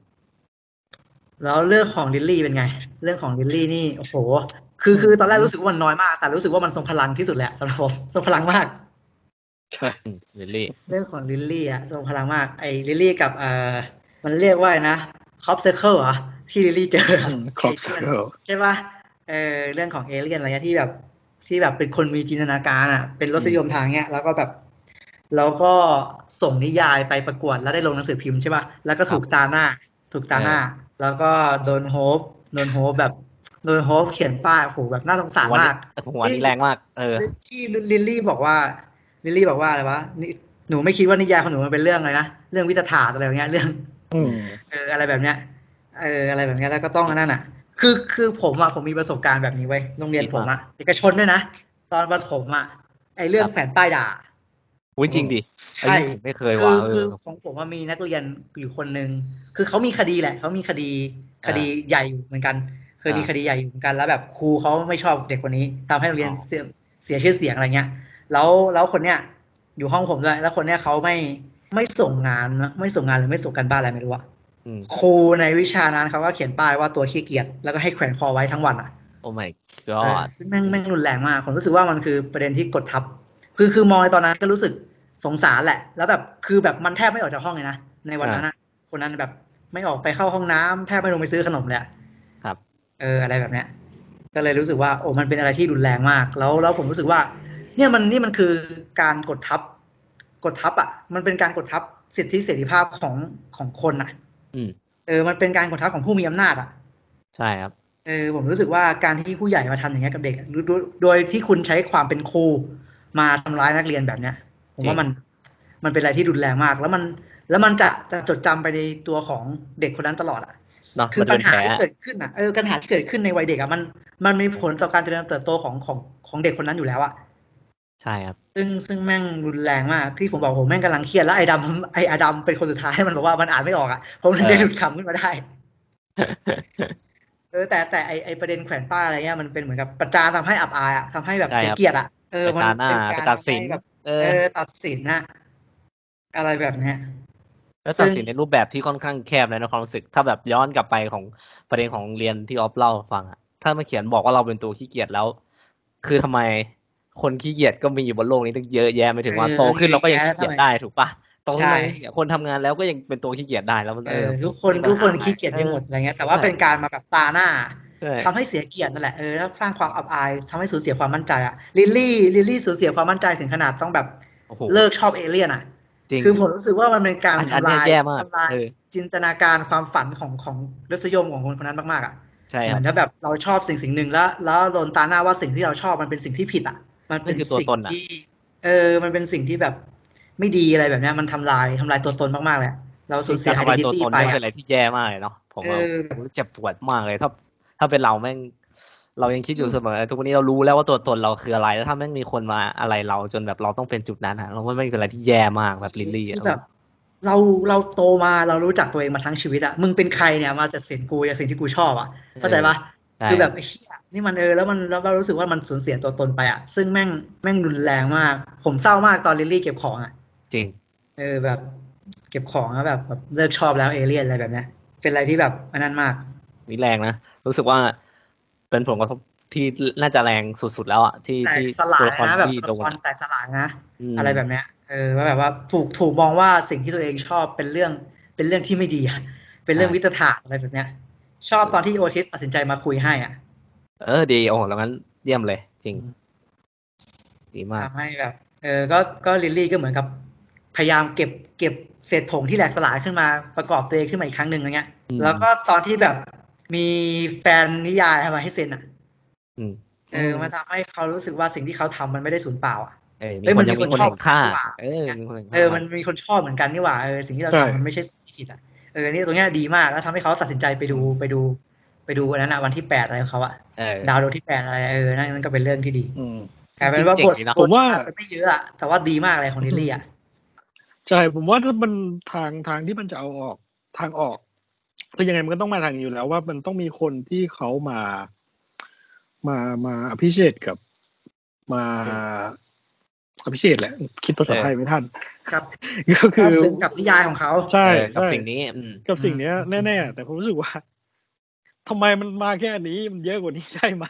Speaker 2: แล้วเรื่องของลิลลี่เป็นไง เรื่องของลิลลี่นี่โอ้โห คือคือตอนแรกรู้สึกว่ามันน้อยมาก แต่รู้สึกว่ามันทรงพลังที่สุดแหละสำหรับผม ทรงพลังมาก
Speaker 3: ใช่
Speaker 1: อืมลิลลี่
Speaker 2: เรื่องของลิลลี่อะทรงพลังมากไอ้ลิลลี่กับเอ่อมันเรียกว่าไงนะคอปเซอร์เคิลอะที่ลิลลี่เจออะ
Speaker 3: ครอบเซอร์
Speaker 2: ใช่ป่ะ เออเรื่องของเอเลี่ยนอะไรเงี้ยที่แบบที่แบบเป็นคนมีจินตนาการอ่ะ เป็นรสนิยมทางเนี้ย แล้วก็แบบ แล้วก็ส่งนิยายไปประกวดแล้วได้ลงหนังสือพิมพ์ใช่ป่ะ แล้วก็ถูกตาหน้า ถูกตาหน้า แล้วก็โดนโฮปโดนโฮปแบบโดนโฮปเขียนป้ายโอ้โหแบบน่าสงสารมาก
Speaker 1: หัวนี่แรงมาก เออ
Speaker 2: ที่ลิลลี่บอกว่าลิลลี่บอกว่าอะไรวะนี่หนูไม่คิดว่านิยายของหนูมันเป็นเรื่องอะไรนะเรื่องวิทยาศาสตร์อะไรอย่างเงี้ยเรื่อง
Speaker 3: อืม
Speaker 2: เอออะไรแบบเนี้ยเอออะไรแบบเนี้ยแล้วก็ต้องอันนั่นอ่ะ คือคือผมอ่ะผมมีประสบการณ์แบบนี้ไว้ยโรงเรียน
Speaker 1: ดีมาก
Speaker 2: ผมอ่ะเอกชนด้วยนะตอนประถมอ่ะไอเรื่องแผ่นป้ายด่า
Speaker 1: อุ้ยจริงดิ
Speaker 2: ใช่
Speaker 1: ไอ้นี่ผมไม่เคย
Speaker 2: คื
Speaker 1: ว่า
Speaker 2: อ
Speaker 1: เอ
Speaker 2: คือ
Speaker 1: อ
Speaker 2: ของผมว่ามีนักเรียนอยู่คนหนึ่งคือเขามีคดีแหละเขามีคดี
Speaker 1: อ่า
Speaker 2: คดีใหญ่อยู่เหมือนกัน เคยมี
Speaker 1: อ่า
Speaker 2: คดีใหญ่อยู่เหมือนกัน แล้วแบบครูเขาไม่ชอบเด็กคนนี้ทำให้โรงเรียน
Speaker 1: อ๋อ
Speaker 2: เสียเสียชื่อเสียงอะไรเงี้ย แล้วแล้วคนเนี้ยอยู่ห้องผมด้วยแล้วคนเนี้ยเขาไม่ไม่ส่งงานนะไม่ส่งงานหรือไม่ส่งกันบ้านอะไรไม่รู้อะ
Speaker 1: อืม
Speaker 2: ครูในวิชานั้นเขาก็เขียนป้ายว่าตัวขี้เกียจแล้วก็ให้แขวนคอไว้ทั้งวันอ่ะ
Speaker 1: โอ้ my
Speaker 2: เออ
Speaker 1: god
Speaker 2: ซึ่งแม่งแม่งรุนแรงมาก ผมรู้สึกว่ามันคือประเด็นที่กดทับ คือคือมองในตอนนั้นก็รู้สึกสงสารแหละ แล้วแบบคือแบบมันแทบไม่ออกจากห้องเลยนะ ในวันนั้นอะคนนั้นแบบไม่ออกไปเข้าห้องน้ำแทบไม่ลงไปซื้อขนมเลยอะ
Speaker 1: ครับ
Speaker 2: เอออะไรแบบเนี้ย ก็เลยรู้สึกว่าโอ้มันเป็นอะไรที่รุนแรงมาก แล้วแล้วผมรู้สึกว่า เนี่ยมันนี่มันคือการกดทับ กดทับอ่ะ มันเป็นการกดทับสิทธิเสรีภาพของของคนอ่ะ
Speaker 1: อืม
Speaker 2: เออ มันเป็นการกดทับของผู้มีอำนาจอ่ะ
Speaker 1: ใช่ครับ
Speaker 2: เออ ผมรู้สึกว่าการที่ผู้ใหญ่มาทำอย่างเงี้ยกับเด็กอะโดยโดยที่คุณใช้ความเป็นครูมาทำร้ายนักเรียนแบบเนี้ย ผมว่ามัน มันเป็นอะไรที่รุนแรงมาก แล้วมัน แล้วมันจะจะจดจำไปในตัวของเด็กคนนั้นตลอดอ่ะ
Speaker 1: เนาะ
Speaker 2: คื
Speaker 1: มั
Speaker 2: อน ปั
Speaker 1: เป็
Speaker 2: ญ
Speaker 1: นแผ
Speaker 2: หา
Speaker 1: ล
Speaker 2: ที่เกิดขึ้นอ่ะ เออ ปัญหาที่เกิดขึ้นในวัยเด็กอ่ะ มัน มันมีผลต่อการเจริญเติบโตของของของเด็กคนนั้นอยู่แล้วอ่ะ
Speaker 1: ใช่ครับ
Speaker 2: ซึ่งซึ่งแม่งรุนแรงมากที่ผมบอกผมแม่งกำลังเครียดแล้วไอ้ดำไอ้อดำเป็นคนสุดท้าย มันบอกว่ามันอ่านไม่ออกอ่ะ ผมถึงได้
Speaker 1: เออ
Speaker 2: หลุดคำขึ้นมาได้ เออแต่แต่ไอไอประเด็นแขวนป้ายอะไรเงี้ยมันเป็นเหมือนกับประจานทำให้อับอายอะทำให้แบบ
Speaker 1: ใช่
Speaker 2: เสีย
Speaker 1: ครับ
Speaker 2: เกียรติอะเออ
Speaker 1: ไป
Speaker 2: มัน
Speaker 1: ตาหน้า
Speaker 2: เป็น
Speaker 1: ไป
Speaker 2: การ
Speaker 1: ตัด
Speaker 2: ทำ
Speaker 1: สิน
Speaker 2: ให้แบบ
Speaker 1: เอ
Speaker 2: เอ
Speaker 1: อ
Speaker 2: อตัดสินนะอะไรแบบเนี้ย
Speaker 1: แล้ว
Speaker 2: ซึ่
Speaker 1: ตัด
Speaker 2: ง
Speaker 1: สินในรูปแบบที่ค่อนข้างแคบเลยนะความรู้สึก ถ้าแบบย้อนกลับไปของประเด็นของเรียนที่ออฟเล่าให้ฟังอะถ้ามาเขียนบอกว่าเราเป็นตัวขี้เกียจแล้ว คือทำไมคนขี้เกียจก็มีอยู่บนโลกนี้ตั้งเยอะแยะไม่ถึงว่า
Speaker 2: เออ
Speaker 1: โตขึ้นเราก็ยัง
Speaker 2: เยอะแยะ
Speaker 1: ขี้เกียจได้ถูกปะโตขึ้น
Speaker 2: ใช่
Speaker 1: เรายังขี้เกียจคนทำงานแล้วก็ยังเป็นตัวขี้เกียจได้แล้วมัน
Speaker 2: เอ
Speaker 1: เอ
Speaker 2: อ
Speaker 1: อ
Speaker 2: ทุกคน
Speaker 1: มั
Speaker 2: ทุกคน
Speaker 1: อ่า
Speaker 2: ขี้เกียจไปหมด
Speaker 1: ออ
Speaker 2: อะไรเงี้ยแต่ว่าเป็นการมาแบบตาหน้า
Speaker 1: ใช่
Speaker 2: ทำให้เสียเกียรตินั่นแหละเออแล้วสร้างความอับอายทำให้สูญเสียความมั่นใจอะลิลลี่ลิลลี่สูญเสียความมั่นใจถึงขนาดต้องแบบ
Speaker 1: โอ้โห
Speaker 2: เลิกชอบเอเลี่ยนอะ
Speaker 1: จริง
Speaker 2: คือผมรู้สึกว่ามันเป็นการ
Speaker 1: อันอัน
Speaker 2: ทำ
Speaker 1: เนี้
Speaker 2: ลาย ย
Speaker 1: แย่มาก
Speaker 2: ทำลาย
Speaker 1: เออ
Speaker 2: จินตนาการความฝันของของรสนิยมของคนคนนั้นมากๆอ่ะ
Speaker 1: ใช่
Speaker 2: เห
Speaker 1: ค
Speaker 2: มื
Speaker 1: รับ
Speaker 2: อนถ้าแบบเราชอบสิ่งสิ่งหนึ่งแล้ว แล้วโดนตาหน้าว่าสิ่งที่เราชอบมันเป็นสิ่งที่ผิดอ่ะ มันเป็น
Speaker 1: นั่นคือตัว
Speaker 2: สิ่ง
Speaker 1: ตนอะ
Speaker 2: ที่ เออ มันเป็นสิ่งที่แบบ ไม่ดีอะไรแบบเนี้ยมันทำลายทำลายตัวตนมากๆเลยอะเราสูญเสี
Speaker 1: กาย รทำลายตัว
Speaker 2: identity
Speaker 1: ตน
Speaker 2: ไป
Speaker 1: เนี่ยมัน
Speaker 2: อะ
Speaker 1: เป็นอะไรที่แย่มากเลยเนาะผมว่า
Speaker 2: เออ
Speaker 1: ผมเจ็บปวดมากเลยถ้าถ้าเป็นเราแม่ง เรายังคิดอยู่เสมอทุกวันนี้เรารู้แล้วว่าตัวตนเราคืออะไร แล้วถ้าแม่งมีคนมาอะไรเราจนแบบเราต้องเป็นจุดนั้นอะเราว่าแม่งเป็นอะไรที่แย่มากแบบลิลลี่อะ
Speaker 2: แบบเราเราโตมาเรารู้จักตัวเองมาทั้งชีวิตอะมึงเป็นใครเนี่ยมาจากเสียงกูจากสิ่งที่กูชอบอะเข้าใจปะ
Speaker 1: ใช่
Speaker 2: คือแบบไอ้เฮียนี่มันเออแล้วมันแล้วเรารู้สึกว่ามันสูญเสียตัวตนไปอะซึ่งแม่งแม่งรุนแรงมาก ผมเศร้ามากตอนลิลลี่เก็บของอะ
Speaker 1: จริง
Speaker 2: เออแบบ เก็บของแล้วแบบแบบเลิกชอบแล้วเอเลี่ยนอะไรแบบเนี้ยเป็นอะไรที่แบบอันนั้นมาก
Speaker 1: นี่แรงนะ รู้สึกว่าเป็นผลกระทบที่น่าจะแรงสุดๆแล้วอ่ะที่
Speaker 2: แตก
Speaker 1: ที่
Speaker 2: สลา
Speaker 1: ตั
Speaker 2: ยว
Speaker 1: ละคร
Speaker 2: นะแบบ
Speaker 1: ที่
Speaker 2: ตัว
Speaker 1: โด
Speaker 2: ละคน ร
Speaker 1: อะ
Speaker 2: แตกสลายนะ
Speaker 1: อืม
Speaker 2: อะไรแบบเนี้ยเออว่าแบบว่าถูกถูกมองว่าสิ่งที่ตัวเองชอบเป็นเรื่องเป็นเรื่องที่ไม่ดีอะเป็นเรื่องวิตถาอะไรแบบเนี้ย ชอบตอนที่โอทิสตัดสินใจมาคุยให้อ่ะ
Speaker 1: เออดีโอ้แล้วงั้นเยี่ยมเลย จริง ดีมาก
Speaker 2: ทำให้แบบเออก็ก็ลิลลี่ก็เหมือนกับ พยายามเก็บเก็บเศษผงที่แหลกสลายขึ้นมาประกอบตัวเองขึ้นมาอีกครั้งหนึ่งอะไรเงี้ย
Speaker 1: อืม
Speaker 2: แล้วก็ตอนที่แบบมีแฟนนิยายเอามาให้เซ็นอ่ะ
Speaker 1: อืม
Speaker 2: เออมันทำให้เขารู้สึกว่าสิ่งที่เขาทำมันไม่ได้สูญเปล่าอ่ะ
Speaker 1: เออมี
Speaker 2: เอ้ย
Speaker 1: ค
Speaker 2: มัน น
Speaker 1: ยัง
Speaker 2: มี
Speaker 1: มี
Speaker 2: คน
Speaker 1: คน
Speaker 2: ชอบ
Speaker 1: เห็นค่า
Speaker 2: ดีกว่า
Speaker 1: เออมีคนเห็นค่า
Speaker 2: เออ มันมีคนชอบเหมือนกันนี่หว่า เออ สิ่งที่เรา
Speaker 3: ใช่
Speaker 2: ทำมันไม่ใช่สิ่งที่ผิดอ่ะ เออ นี่ตรงเนี้ยดีมาก แล้วทำให้เขาตัดสินใจไปดูไปดู ไปดูอันนั้นอะวันที่แปดอะไรของเขาอะ
Speaker 1: เออ
Speaker 2: ดาวดวงที่แปดอะไร เออ นั่นมันก็เป็นเรื่องที่ดี
Speaker 3: อืม
Speaker 2: กลายเป็นว่า
Speaker 1: จริ
Speaker 2: บ
Speaker 1: ง
Speaker 2: ท
Speaker 1: ๆดีนะ
Speaker 2: บท
Speaker 3: ผมว่า
Speaker 2: อาจจะไม่เยอะอะ แต่ว่าดีมากเลยของลิลลี่อะ
Speaker 3: ใช่ผมว่าถ้ามันทางทางที่มันจะเอาออกทางออกคือยังไงมันก็ต้องมาทางนี้อยู่แล้วว่ามันต้องมีคนที่เขามา มามาอภิเชษกับมาอภิเชษแหละ คิดภาษาไทยไม่ทัน
Speaker 2: ครับ
Speaker 3: ก็คื
Speaker 2: ก็
Speaker 3: อ
Speaker 2: ซึ้งกับนิยายของเขา
Speaker 3: ใช่
Speaker 1: เออกับ
Speaker 3: ใช่
Speaker 1: สิ่งนี้อืม
Speaker 3: กับสิ่งเนี้ย
Speaker 2: อืม
Speaker 3: แน่ๆแต่ผมรู้สึกว่า ทำไมมันมาแค่นี้มันเยอะกว่านี้ได้ไหม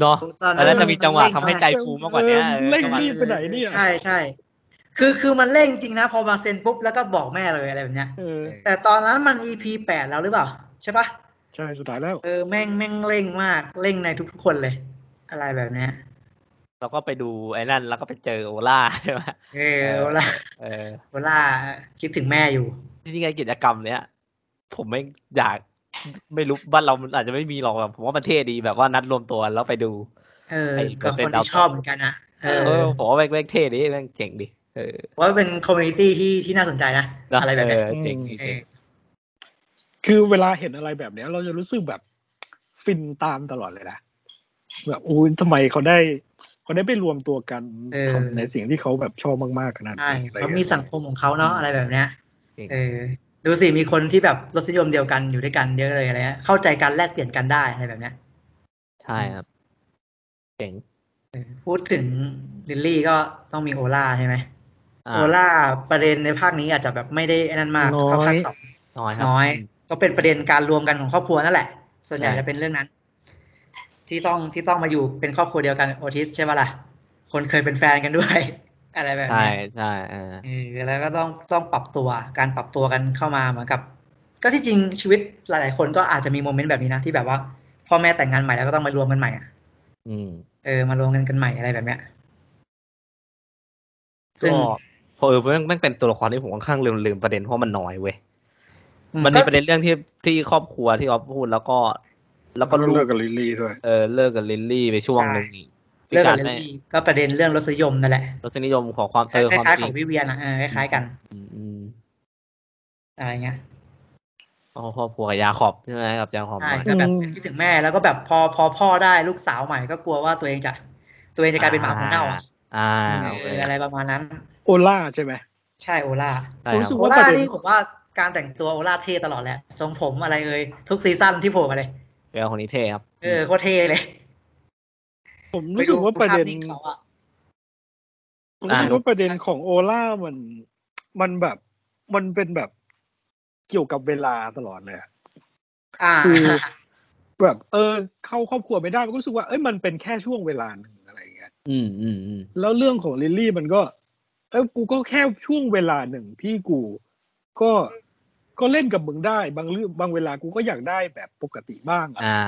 Speaker 1: เนาะ
Speaker 2: ตอน
Speaker 1: อั
Speaker 2: นั้น
Speaker 1: นนั้นจะมีจังหวะ
Speaker 2: มันเร่ง
Speaker 1: ทำให้ใจฟูมากกว่าเนี้ย
Speaker 3: เออ
Speaker 1: เออ
Speaker 3: เร่ง
Speaker 1: จังหวะ
Speaker 3: รีบ ไปไหนเนี่ย
Speaker 2: ใช่ใช่ คือคือมันเร่งจริงนะ พอมาเซ็นปุ๊บแล้วก็บอกแม่เลยอะไรแบบเนี้ย
Speaker 3: เออ
Speaker 2: แต่ตอนนั้นมัน EP แปดแล้วหรือเปล่าใช่ปะ
Speaker 3: ใช่สุดท้ายแล้ว
Speaker 2: เออแม่งแม่งเร่งมากเร่งในทุกๆคนเลย อะไรแบบเนี้ย
Speaker 1: เราก็ไปดูไอ้นั่นแล้วก็ไปเจอโอล่า ใช่ไหม
Speaker 2: เออโอล่า
Speaker 1: เออ
Speaker 2: โอล่าคิดถึงแม่อยู่
Speaker 1: จริงๆไงกิจกรรมเนี้ยผมไม่อยากไม่รู้บ้านเรามันอาจจะไม่มีหรอกแบบผมว่ามันเท่ดีแบบว่านัดรวมตัวแล้วไปดู
Speaker 2: เออ
Speaker 1: ไอ้
Speaker 2: กั
Speaker 1: เปอ
Speaker 2: บ
Speaker 1: ร์เซ็
Speaker 2: คน น
Speaker 1: ต์ดาวตก
Speaker 2: ที่ชอบเหมือนกันนะเอ
Speaker 1: เอ
Speaker 2: อ
Speaker 1: อผมว่าแม่งแม่งเท่ดีแม่งเจ๋งดีเออ
Speaker 2: ว่าเป็นคอมมูนิตี้ที่ที่น่าสนใจนะ
Speaker 1: เนา
Speaker 2: อะไรแบบเนี้ย
Speaker 1: เออเจ๋งดี
Speaker 2: เอ
Speaker 1: เจ๋ง
Speaker 2: อ
Speaker 3: คือเวลาเห็นอะไรแบบเนี้ย เราจะรู้สึกแบบฟินตามตลอดเลยนะแบบอุ้ยทำไมเขาได้เขาได้ไปรวมตัวกันทำในสิ่งที่เขาแบบชอบมากๆขนาด
Speaker 2: ใช่
Speaker 3: นี้อะไร
Speaker 2: เขา
Speaker 3: เงี้ย
Speaker 2: มีสังคมของเขาเนาะอะไรแบบเนี้ย
Speaker 1: จริง
Speaker 2: เออดูสิมีคนที่แบบรสนิยมเดียวกันอยู่ด้วยกันเยอะเลยอะไรเงี้ยเข้าใจกันแลกเปลี่ยนกันได้อะไรแบบเนี้ย
Speaker 1: ใช่ครับเจ๋ง
Speaker 2: พูดถึงลิลลี่ก็ต้องมีโอล่าใช่ไหม
Speaker 1: อ่า
Speaker 2: โอล่าประเด็นในภาคนี้อาจจะแบบไม่ได้ไอ้นั่นมากเท่าภาคสอง
Speaker 1: น้อยครับ
Speaker 2: น้อย
Speaker 1: ม
Speaker 2: ก็เป็นประเด็นการรวมกันของครอบครัวนั่นแหละ ส่วนใหญ่
Speaker 1: ใช่
Speaker 2: จะเป็นเรื่องนั้น ที่ต้องที่ต้องมาอยู่เป็นครอบครัวเดียวกันโอทิสใช่ไหมล่ะ คนเคยเป็นแฟนกันด้วย อะไรแบบ
Speaker 1: ใช่
Speaker 2: นี้
Speaker 1: ใช่เออ
Speaker 2: เออแล้วก็ต้องต้องปรับตัวการปรับตัวกันเข้ามาเหมือนกับ ก็ที่จริงชีวิตหลาย ๆ คนก็อาจจะมีโมเมนต์แบบนี้นะที่แบบว่าพ่อแม่แต่งงานใหม่แล้วก็ต้องมารวมกันใหม่อะ
Speaker 1: อืม
Speaker 2: เออมารวมกันกันใหม่อะไรแบบเนี้ย ซึ่ง
Speaker 1: ก็พอเออแม่งแม่งเป็นตัวละครที่ผมค่อนข้างลืมลืมประเด็นเพราะมันน้อยเว้ย
Speaker 2: อื
Speaker 1: มันมี
Speaker 2: ก็
Speaker 1: ประเด็นเรื่องที่ที่ครอบครัวที่ออฟพูดแล้วก็ แล้วก็
Speaker 3: ก็
Speaker 1: ลู
Speaker 3: เลิ
Speaker 1: ก
Speaker 3: กกับลิลลี่ด้วย
Speaker 1: เออเลิกกับลิลลี่ไปช่วงหนึ่งนี่
Speaker 2: เรื่องกับลิล
Speaker 1: ไม่
Speaker 2: ลี่ก็ประเด็นเรื่องรสนิยมนั่นแหละ
Speaker 1: รสนิยมของความ
Speaker 2: ค
Speaker 1: เออความ
Speaker 2: ล้าย
Speaker 1: จ
Speaker 2: ๆข
Speaker 1: ริ
Speaker 2: อง งวิเวียนอะเออคล้ายๆกัน
Speaker 1: อืมอืม
Speaker 2: อะไรเงี้ย
Speaker 1: อ๋อครอบครัวกับยาขอบใช่ไหมกับยาขอบ
Speaker 2: ใช่
Speaker 1: หน่อย
Speaker 2: ก็แบ
Speaker 3: อื
Speaker 2: บ
Speaker 3: ม
Speaker 2: คิดถึงแม่แล้วก็แบบพอพอพ่อได้ลูกสาวใหม่ก็กลัวว่าตัวเองจะ ตัวเองจะกลายเป็นหมาหัวเน่าอะ
Speaker 1: อ่า
Speaker 2: เออ
Speaker 1: โอเค
Speaker 2: อะไรประมาณนั้น
Speaker 3: โอล่าใช่ไหม
Speaker 2: ใช่โอล่า
Speaker 1: ได้
Speaker 3: รู้
Speaker 1: ครับ
Speaker 3: สึก
Speaker 2: โอล่านี่ผมว่าการแต่งตัวโอล่าเท่ตลอดแหละทรงผมอะไรเอ่ยทุกซีซั่นที่โผล่มาเลย
Speaker 1: เออคนนี้เท่ครับ
Speaker 2: เออโคตรเท่เลย
Speaker 3: ผม
Speaker 2: ไป
Speaker 3: รู้สึ
Speaker 2: ดู
Speaker 3: กว่าประเด็น
Speaker 2: ภพงเขาอะ
Speaker 3: ผมรู้สึกว่าประเด็นของโอล่ามัน มันแบบมันเป็นแบบเกี่ยวกับเวลาตลอดเลยอะ
Speaker 2: อ่า
Speaker 3: คือ แบบ เออ เข้าครอบครัวไม่ได้ก็รู้สึกว่าเอ้ยมันเป็นแค่ช่วงเวลาหนึ่งอะไรอย่างเงี้ย
Speaker 1: อืมอืมอืม
Speaker 3: แล้วเรื่องของลิลลี่มันก็ เออกูก็แค่ช่วงเวลาหนึ่งที่กู ก็ก็เล่นกับมึงได้ บางเรื่องบางเวลากูก็อยากได้แบบปกติบ้างอะ
Speaker 1: อ่า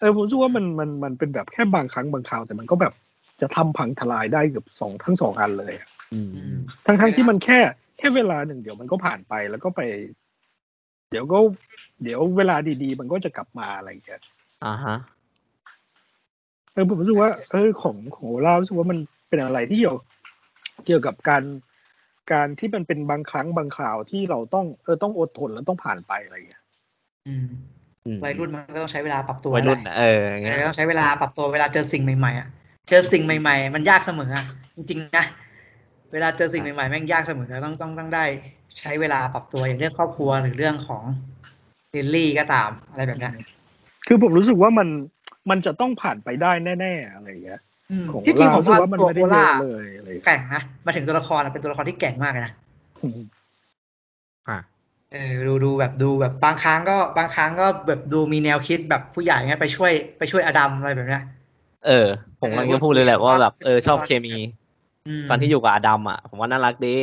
Speaker 3: เออผมรู้สึกว่ามันมันมันเป็นแบบแค่บางครั้งบางคราวแต่มันก็แบบจะทำพังทลายได้เกือบสองทั้งสองอันเลยอะ
Speaker 1: อืม
Speaker 2: อื
Speaker 1: อื
Speaker 2: ม
Speaker 1: ม
Speaker 3: ทั้งทั้งที่มันแค่แค่เวลาหนึ่งเดี๋ยวมันก็ผ่านไปแล้วก็ไป เดี๋ยวก็ เดี๋ยวเวลาดีๆ มันก็จะกลับมาอะไรอย่างเงี้ย
Speaker 1: อ่าฮะ
Speaker 3: เออผมรู้สึกว่าเออของของโอล่ารู้สึกว่ามันเป็นอะไรที่เกี่ยวเกี่ยวกับการการที่มันเป็นบางครั้งบางคราวที่เราต้องเออต้องอดทนแล้วต้องผ่านไปอะไรอย่างเงี้ย
Speaker 2: อืม
Speaker 1: อืม
Speaker 2: วัยรุ่นมันก็ต้องใช้เวลาปรับตัว
Speaker 1: วัยรุ่น
Speaker 2: แหละ
Speaker 1: เอออย่างเงี้ย
Speaker 2: เออต้องใช้เวลาปรับตัวเวลาเจอสิ่งใหม่ๆอ่ะเจอสิ่งใหม่ๆ มันยากเสมออะจริงๆนะเวลาเจอสิ่งใหม่ๆแม่งยากเสมอต้องต้องต้องได้ใช้เวลาปรับตัวอย่างเรื่องครอบครัวหรือเรื่องของลิลลี่ก็ตามอะไรแบบเนี้ย
Speaker 3: คือผมรู้สึกว่ามันมันจะต้องผ่านไปได้แน่ๆอะไรอย่างเงี้ย
Speaker 2: อืม
Speaker 3: ของ
Speaker 2: ที่จริง
Speaker 3: โอ
Speaker 2: ผม
Speaker 3: ล่
Speaker 2: ว่า
Speaker 3: รู้สึกมัน
Speaker 2: ตัว
Speaker 3: ไม่
Speaker 2: โอ
Speaker 3: ได้เย
Speaker 2: ล่า
Speaker 3: อะเลยอะไรอย่างเงี้ย
Speaker 2: แกร่งนะมาถึงตัวละครอะเป็นตัวละครที่แกร่งมากเลยนะ
Speaker 3: อืม
Speaker 1: อ่ะ
Speaker 2: เออดูดูแบบดูแบบบางครั้งก็บางครั้งก็แบบดูมีแนวคิดแบบผู้ใหญ่ไงไปช่วยไปช่วยอดัมอะไรแบบเนี้ย
Speaker 1: เออ ผมกำลังจะพูดเลยแหละว่าแบบเออชอบเคมี
Speaker 2: ม
Speaker 1: ตอนที่อยู่กับอดัมอ่ะผมว่าน่ารักดี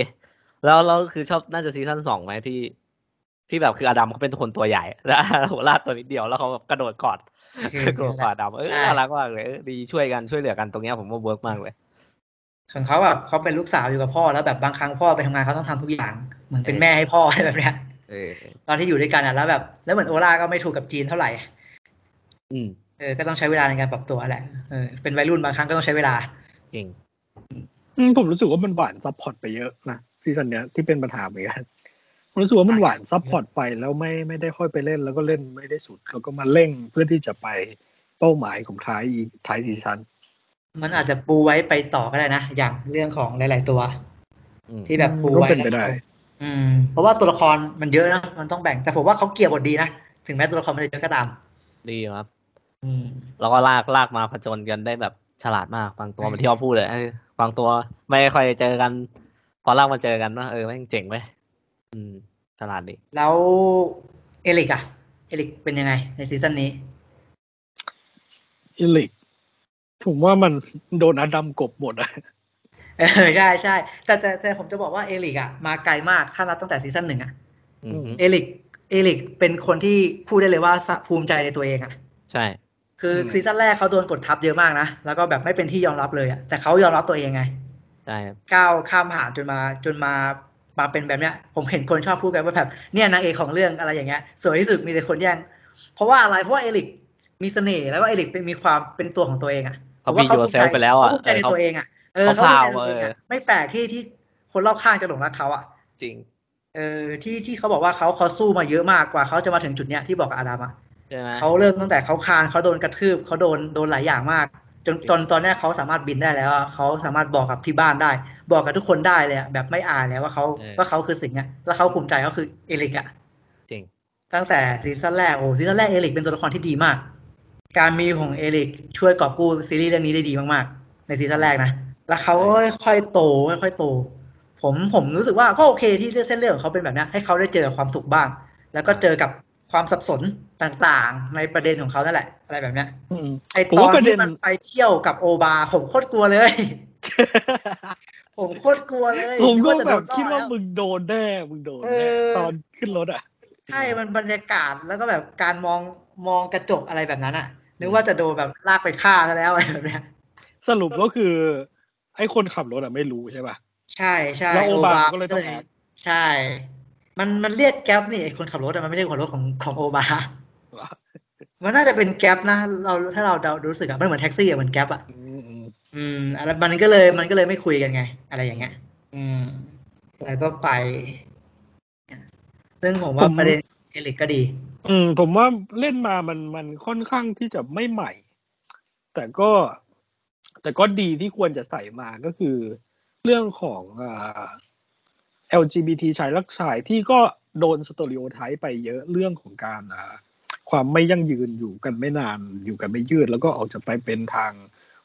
Speaker 1: แล้วเราคือชอบน่าจะซีซั่นสองไหมที่ ที่แบบคืออดัมเขาเป็นคนตัวใหญ่ แล้วโหลาดตัวนิดเดียวแล้วเขาแบบกระโดดกอด
Speaker 2: เออก
Speaker 1: ระโดดกอดอดัมเออน่ารักมากเลยเออดีช่วยกันช่วยเหลือกันตรงเนี้ยผมว่าเวิร์กมากเลย
Speaker 2: ของเขาแบบเขาเป็นลูกสาวอยู่กับพ่อแล้วแบบบางครั้งพ่อไปทำงานเขาต้องทำทุกอย่าง เหมือนเป็น
Speaker 1: เออ
Speaker 2: แม่ให้พ่อ อะไรแบบเนี้ย
Speaker 1: เออ
Speaker 2: ตอนที่อยู่ด้วยกันอ่ะแล้วแบบแล้วเหมือนโอล่าก็ไม่ถูกกับจีนเท่าไหร่
Speaker 1: อืม
Speaker 2: เออก็ต้องใช้เวลาในการปรับตัวแหละเออเป็นวัยรุ่นบางครั้งก็ต้องใช้เวลา
Speaker 1: จริง
Speaker 3: อืมผมรู้สึกว่ามันหวานซัพพอร์ตไปเยอะนะซีซั่นเนี้ยที่เป็นปัญหาเหมือนกันผมรู้สึกว่ามันหวานซัพพอร์ตไปแล้วไม่ไม่ได้ค่อยไปเล่นแล้วก็เล่นไม่ได้สุดแล้วก็มาเร่งเพื่อที่จะไปเป้าหมายของท้ายอีท้ายซีซั่น
Speaker 2: มันอาจจะปูไว้ไปต่อก็ได้นะอย่างเรื่องของหลาย ๆ ตัว
Speaker 1: อืม
Speaker 2: ที่แบบปูไว้
Speaker 3: ก็เป็นไปได้
Speaker 2: อืม เพราะว่าตัวละครมันเยอะนะมันต้องแบ่งแต่ผมว่าเขาเกี่ยวบทดีนะถึงแม้ตัวละครมันจะเยอะก็ตาม
Speaker 1: ดีครับ
Speaker 2: อืม
Speaker 1: แล้วก็ลากลากมาผจญกันได้แบบฉลาดมากบางตัว
Speaker 2: อืม
Speaker 1: เหมันที่อ้อพูดเลยเออบางตัวไม่ค่อยเจอกัน พอลากมาเจอกันว่าเออแม่งเจ๋งไปอืมฉลาดดี
Speaker 2: แล้วเอลิกอะเอลิกเป็นยังไงในซีซั่นนี้
Speaker 3: อิลิกผมว่ามันโดนอดัมกบหมดอะ
Speaker 2: เออ ใช่ใช่แต่แต่แต่ผมจะบอกว่าเอลิกอะมาไกลมากถ้านับตั้งแต่ซีซั่นหนึ่งอะ
Speaker 1: อืม
Speaker 2: เอลิกเอลิกเป็นคนที่พูดได้เลยว่าสะภูมิใจในตัวเองอะ
Speaker 1: ใช่
Speaker 2: คืออ
Speaker 3: ม
Speaker 2: ซีซั่นแรกเขาโดนกดทับเยอะมากนะ แล้วก็แบบไม่เป็นที่ยอมรับเลยอะแต่เขายอมรับตัวเองไง
Speaker 1: ใช่ครับ
Speaker 2: ก้าวข้ามผ่านจนมาจนมามาเป็นแบบเนี้ย ผมเห็นคนชอบพูดกันว่าแบบเนี่ยนางเอกของเรื่องอะไรอย่างเงี้ยสวยที่สุดมีแต่คนแย่ง เพราะว่าอะไรเพราะว่าเอลิกมีเสน่ห์แล้วก็เอลิกเป็นมีความเป็นตัวของตัวเองอะ
Speaker 1: เขา
Speaker 2: ผม
Speaker 1: บี
Speaker 2: ว่า
Speaker 1: โยเซลไปแล้วอ่ะ
Speaker 2: เขาภูมิใจใน
Speaker 1: เออเขา
Speaker 2: ตัวเองอะเออ
Speaker 1: เขา
Speaker 2: เขาภูมิใจในตัวเอง
Speaker 1: เอ
Speaker 2: อะ
Speaker 1: อ
Speaker 2: ไม่แปลกที่ที่คนรอบข้างจะหลงรักเขาอะ
Speaker 1: จริง
Speaker 2: เออที่ที่เขาบอกว่าเขาเขาสู้มาเยอะมากกว่าเขาจะมาถึงจุดเนี้ยที่บอกกับอาดามอะ
Speaker 1: ใช่ไหม
Speaker 2: เขาเริ่มตั้งแต่เขาคลานเขาโดนกระทืบเขาโดนโดนหลายอย่างมาก จนจนตอนเนี้ยเขาสามารถบินได้แล้วอะเขาสามารถบอกกับที่บ้านได้ บอกกับทุกคนได้เลยอะแบบไม่อายแล้วว่าเขา
Speaker 1: เออ
Speaker 2: ว่าเขาคือสิ่งเนี้ยแล้วเขาภูมิใจเขาคือเอลิกอะ
Speaker 1: จริง
Speaker 2: ตั้งแต่ซีซั่นแรกโอ้ซีซั่นแรกเอลิกเป็นตัวละครที่ดีมาก การมีของเอลิกช่วยกอบกู้ซีรีส์เรื่องนี้ได้ดีมากๆ ในซีซั่นแรกนะแล้วเขาก็ค่อยๆโตค่อยๆโต ผมผมรู้สึกว่าก็โอเคที่เส้นเรื่องของเขาเป็นแบบเนี้ยให้เขาได้เจอกับความสุขบ้าง แล้วก็เจอกับความสับสนต่างๆ ในประเด็นของเขานั่นแหละ อะไรแบบเนี้ย
Speaker 3: อืม
Speaker 2: ไอ
Speaker 3: ผม
Speaker 2: ตอ
Speaker 3: ว่าน ประเด็
Speaker 2: ที่
Speaker 3: น
Speaker 2: มันไปเที่ยวกับโอบา ผมโคตรกลัวเลย ผมโคตรกลัวเลย
Speaker 3: ผมก็
Speaker 2: นึว่าจะ
Speaker 3: แบ
Speaker 2: โด
Speaker 3: บ
Speaker 2: นล่อ
Speaker 3: คิดว่า
Speaker 2: แล้ว
Speaker 3: มึงโดนแน่มึงโดน
Speaker 2: เอ
Speaker 3: แน่
Speaker 2: อ
Speaker 3: ตอนขึ้นรถอ่ะ
Speaker 2: ใช่มันบรรยากาศแล้วก็แบบการมองมองกระจกอะไรแบบนั้นอะนึกว่าจะโดนแบบลากไปฆ่าซะแล้วอะไร แบบเนี้ย
Speaker 3: สรุปก็คือ ไอ้คนขับรถอ่ะไม่รู้ใช่ป่ะ
Speaker 2: ใช่ใช่
Speaker 3: แล้วโอบาก็เลยต้องแอบ
Speaker 2: ใช่ มันมันเรียกแก๊ปนี่ไอคนขับรถอะมันไม่ใช่คนขับรถของของโอบา มันน่าจะเป็นแก๊ปนะเราถ้าเราเดารู้สึกอะมันเหมือนแท็กซี่อะเหมือนแก๊ปอะ
Speaker 3: อืมอืม
Speaker 2: อืมอะไรมันก็เลยมันก็เลยไม่คุยกันไง อะไรอย่างเงี้ย อืม แล้วก็ไป ซึ่งผมว่าประเด็นเอลิกก็ดี
Speaker 3: อืมผมว่าเล่นมามันมันค่อนข้างที่จะไม่ใหม่ แต่ก็ แต่ก็ดีที่ควรจะใส่มาก็คือ เรื่องของอ่า LGBT ชายรักชายที่ก็โดนสตอริโอไทป์ไปเยอะเรื่องของการอ่าความไม่ยั่งยืนอยู่กันไม่นานอยู่กันไม่ยืด แล้วก็ออกจากไปเป็นทาง